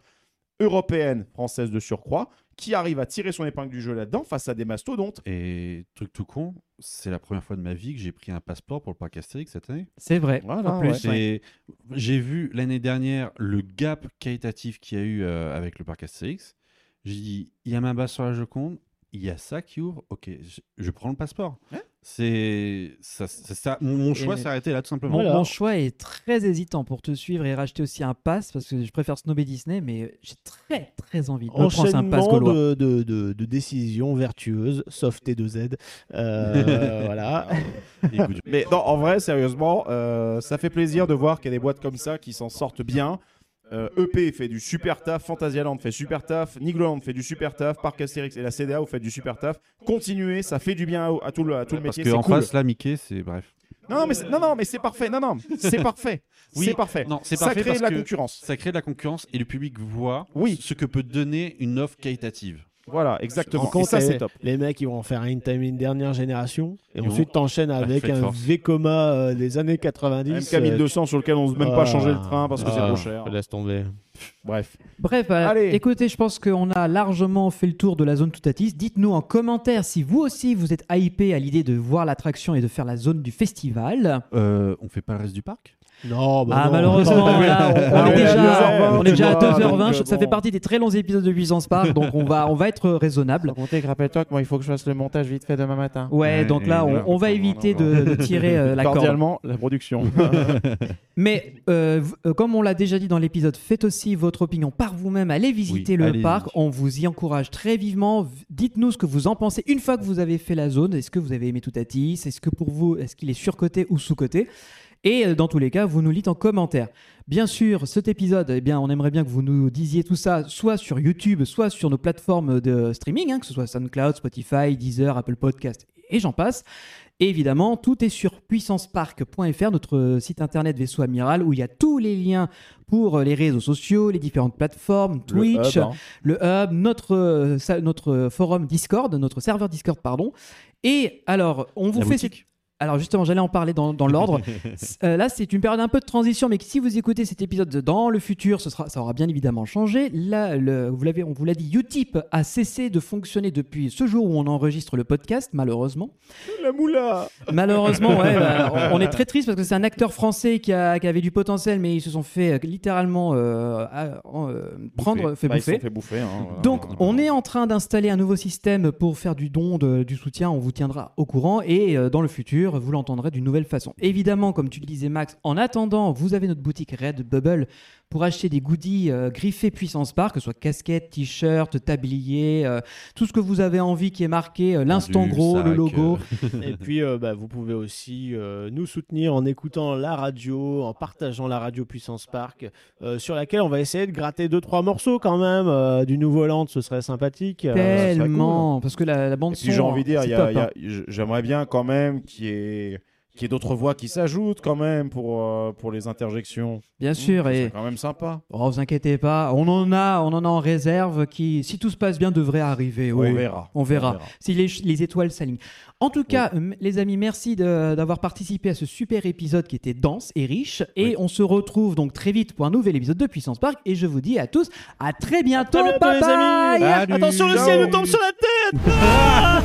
S6: européenne, française de surcroît, qui arrive à tirer son épingle du jeu là-dedans face à des mastodontes.
S7: Et truc tout con, c'est la première fois de ma vie que j'ai pris un passeport pour le parc Astérix cette année.
S9: C'est vrai.
S6: Voilà,
S9: En plus,
S6: ouais.
S7: C'est- J'ai vu l'année dernière le gap qualitatif qu'il y a eu euh, avec le parc Astérix. J'ai dit, il y a ma base sur la Joconde, il y a ça qui ouvre, ok, je, je prends le passeport.
S6: Ouais.
S7: C'est ça, c'est ça. Mon, mon choix s'est arrêté là tout simplement.
S9: Mon,
S8: Voilà.
S9: mon choix est très hésitant pour te suivre et racheter aussi un pass parce que je préfère snobber Disney, mais j'ai très très envie de me prendre un pass
S8: Enchaînement
S9: gaulois.
S8: de, de, de, de décisions vertueuses, sauf T2Z. Euh, voilà.
S7: Et écoute, je-
S6: Mais non, en vrai, sérieusement, euh, ça fait plaisir de voir qu'il y a des boîtes comme ça qui s'en sortent bien. Euh, EP fait du super taf, Fantasialand fait super taf, Nigloland fait du super taf, Parc Astérix et la CDA vous faites du super taf. Continuez, ça fait du bien à, à tout le, à tout le
S7: parce
S6: métier.
S7: qu'en
S6: c'est cool.
S7: face, là, Mickey, c'est bref.
S6: Non, non, mais c'est- non, non, mais c'est parfait. Non, non, c'est parfait.
S7: Oui,
S6: c'est parfait.
S7: non, c'est
S6: ça
S7: parfait
S6: crée
S7: parce
S6: de la
S7: que-
S6: concurrence.
S7: Ça crée de la concurrence et le public voit
S6: Oui.
S7: ce que peut donner une offre qualitative.
S6: Voilà, exactement.
S8: Compte,
S6: Et ça,
S8: eh,
S6: c'est top.
S8: Les mecs, ils vont en faire un time une dernière génération. Et,
S7: Ils Ah,
S8: ensuite, t'enchaînes avec
S7: faites
S8: un
S7: force.
S8: V-Coma euh, des années euh, 90.
S6: MK 1200 sur lequel on ne même pas changer le train parce que c'est trop cher.
S8: Ah, Laisse tomber.
S6: Bref.
S9: Bref, euh,
S6: Allez.
S9: écoutez, je pense qu'on a largement fait le tour de la zone toutatis. Dites-nous en commentaire si vous aussi vous êtes hypé à l'idée de voir l'attraction et de faire la zone du festival.
S7: Euh, on fait pas le reste du parc
S8: Non, bah
S9: ah,
S8: non.
S9: malheureusement, là, on,
S6: Ah
S9: on est
S6: ouais,
S9: déjà,
S6: 2h20,
S9: on est déjà à
S6: tu vois,
S9: 2h20.
S6: donc,
S9: Ça fait
S6: bon.
S9: partie des très longs épisodes de Puissance Park, donc on va, on va être raisonnable.
S6: rappelle-toi que moi, il faut que je fasse le montage vite fait demain matin.
S9: Ouais,
S7: Ouais,
S9: donc
S7: et
S9: là, on,
S7: voilà.
S9: on va éviter de, de tirer euh, la corde.
S6: Cordialement, la production.
S9: Mais euh, v- euh, comme on l'a déjà dit dans l'épisode, faites aussi votre opinion par vous-même. Allez visiter
S7: Oui,
S9: le
S7: allez-y.
S9: parc. On vous y encourage très vivement. V- Dites-nous ce que vous en pensez une fois que vous avez fait la zone. Est-ce que vous avez aimé Toutatis Est-ce que pour vous, est-ce qu'il est surcoté ou sous-coté et euh, dans tous les cas, vous nous dites en commentaire. Bien sûr, cet épisode, eh bien, on aimerait bien que vous nous disiez tout ça, soit sur YouTube, soit sur nos plateformes de streaming, hein, que ce soit SoundCloud, Spotify, Deezer, Apple Podcast, et j'en passe. Et évidemment, tout est sur puissancepark.fr, notre site internet vaisseau amiral, où il y a tous les liens pour euh, les réseaux sociaux, les différentes plateformes, Twitch,
S6: Le hub, hein.
S9: le hub, notre, euh, sa- notre euh, forum Discord, notre serveur Discord, pardon. Et alors, on vous
S7: La
S9: fait.
S7: boutique.
S9: Alors justement, j'allais en parler dans, dans l'ordre. S- euh, là, c'est une période un peu de transition, mais que si vous écoutez cet épisode dans le futur, ce sera, ça aura bien évidemment changé. Là, le- vous l'avez, on vous l'a dit, Utip a cessé de fonctionner depuis ce jour où on enregistre le podcast, malheureusement.
S6: La moula.
S9: Malheureusement, ouais, bah, on on est très triste parce que c'est un acteur français qui, a- qui avait du potentiel, mais ils se sont fait euh, littéralement euh, à- en, euh, prendre, fait
S6: Bah, ils se
S9: bouffer.
S6: sont fait bouffer. hein, voilà.
S9: Donc, on est en train d'installer un nouveau système pour faire du don, de- du soutien. On vous tiendra au courant et euh, dans le futur, vous l'entendrez d'une nouvelle façon. Évidemment, comme tu le disais, Max, en attendant, vous avez notre boutique Redbubble pour acheter des goodies euh, griffés Puissance Park, que ce soit casquette, t-shirt, tablier, euh, tout ce que vous avez envie qui est marqué, euh, l'instant
S7: Pendule,
S9: gros, le
S7: sac,
S6: euh,
S9: logo.
S8: Et puis, euh, bah, vous pouvez aussi euh, nous soutenir en écoutant la radio, en partageant la radio Puissance Park, euh, sur laquelle on va essayer de gratter deux trois morceaux quand même euh, du nouveau Land, ce serait sympathique. Euh,
S9: Tellement, parce que la, la
S6: Et
S9: bande son.
S6: puis j'ai envie de dire,
S9: c'est
S6: il y a-
S9: top,
S6: il y a-
S9: hein.
S6: j- j'aimerais bien quand même qu'il y ait, qu'il y ait d'autres voix qui s'ajoutent quand même pour, euh, pour les interjections.
S9: Bien sûr,
S6: Mmh, C'est
S9: et
S6: quand même sympa.
S9: oh, vous inquiétez pas, on en a, on en a en réserve qui, si tout se passe bien, devrait arriver. oui.
S6: On verra.
S9: On verra. si les, ch- les étoiles s'alignent. En tout cas, euh, les amis, merci de- d'avoir participé à ce super épisode qui était dense et riche. Et on se retrouve donc très vite pour un nouvel épisode de Puissance Park. Et je vous dis à tous à très bientôt.
S8: très bientôt,
S9: bye
S8: les amis.
S9: bye.
S8: Attention, le ciel nous tombe sur la tête. Ah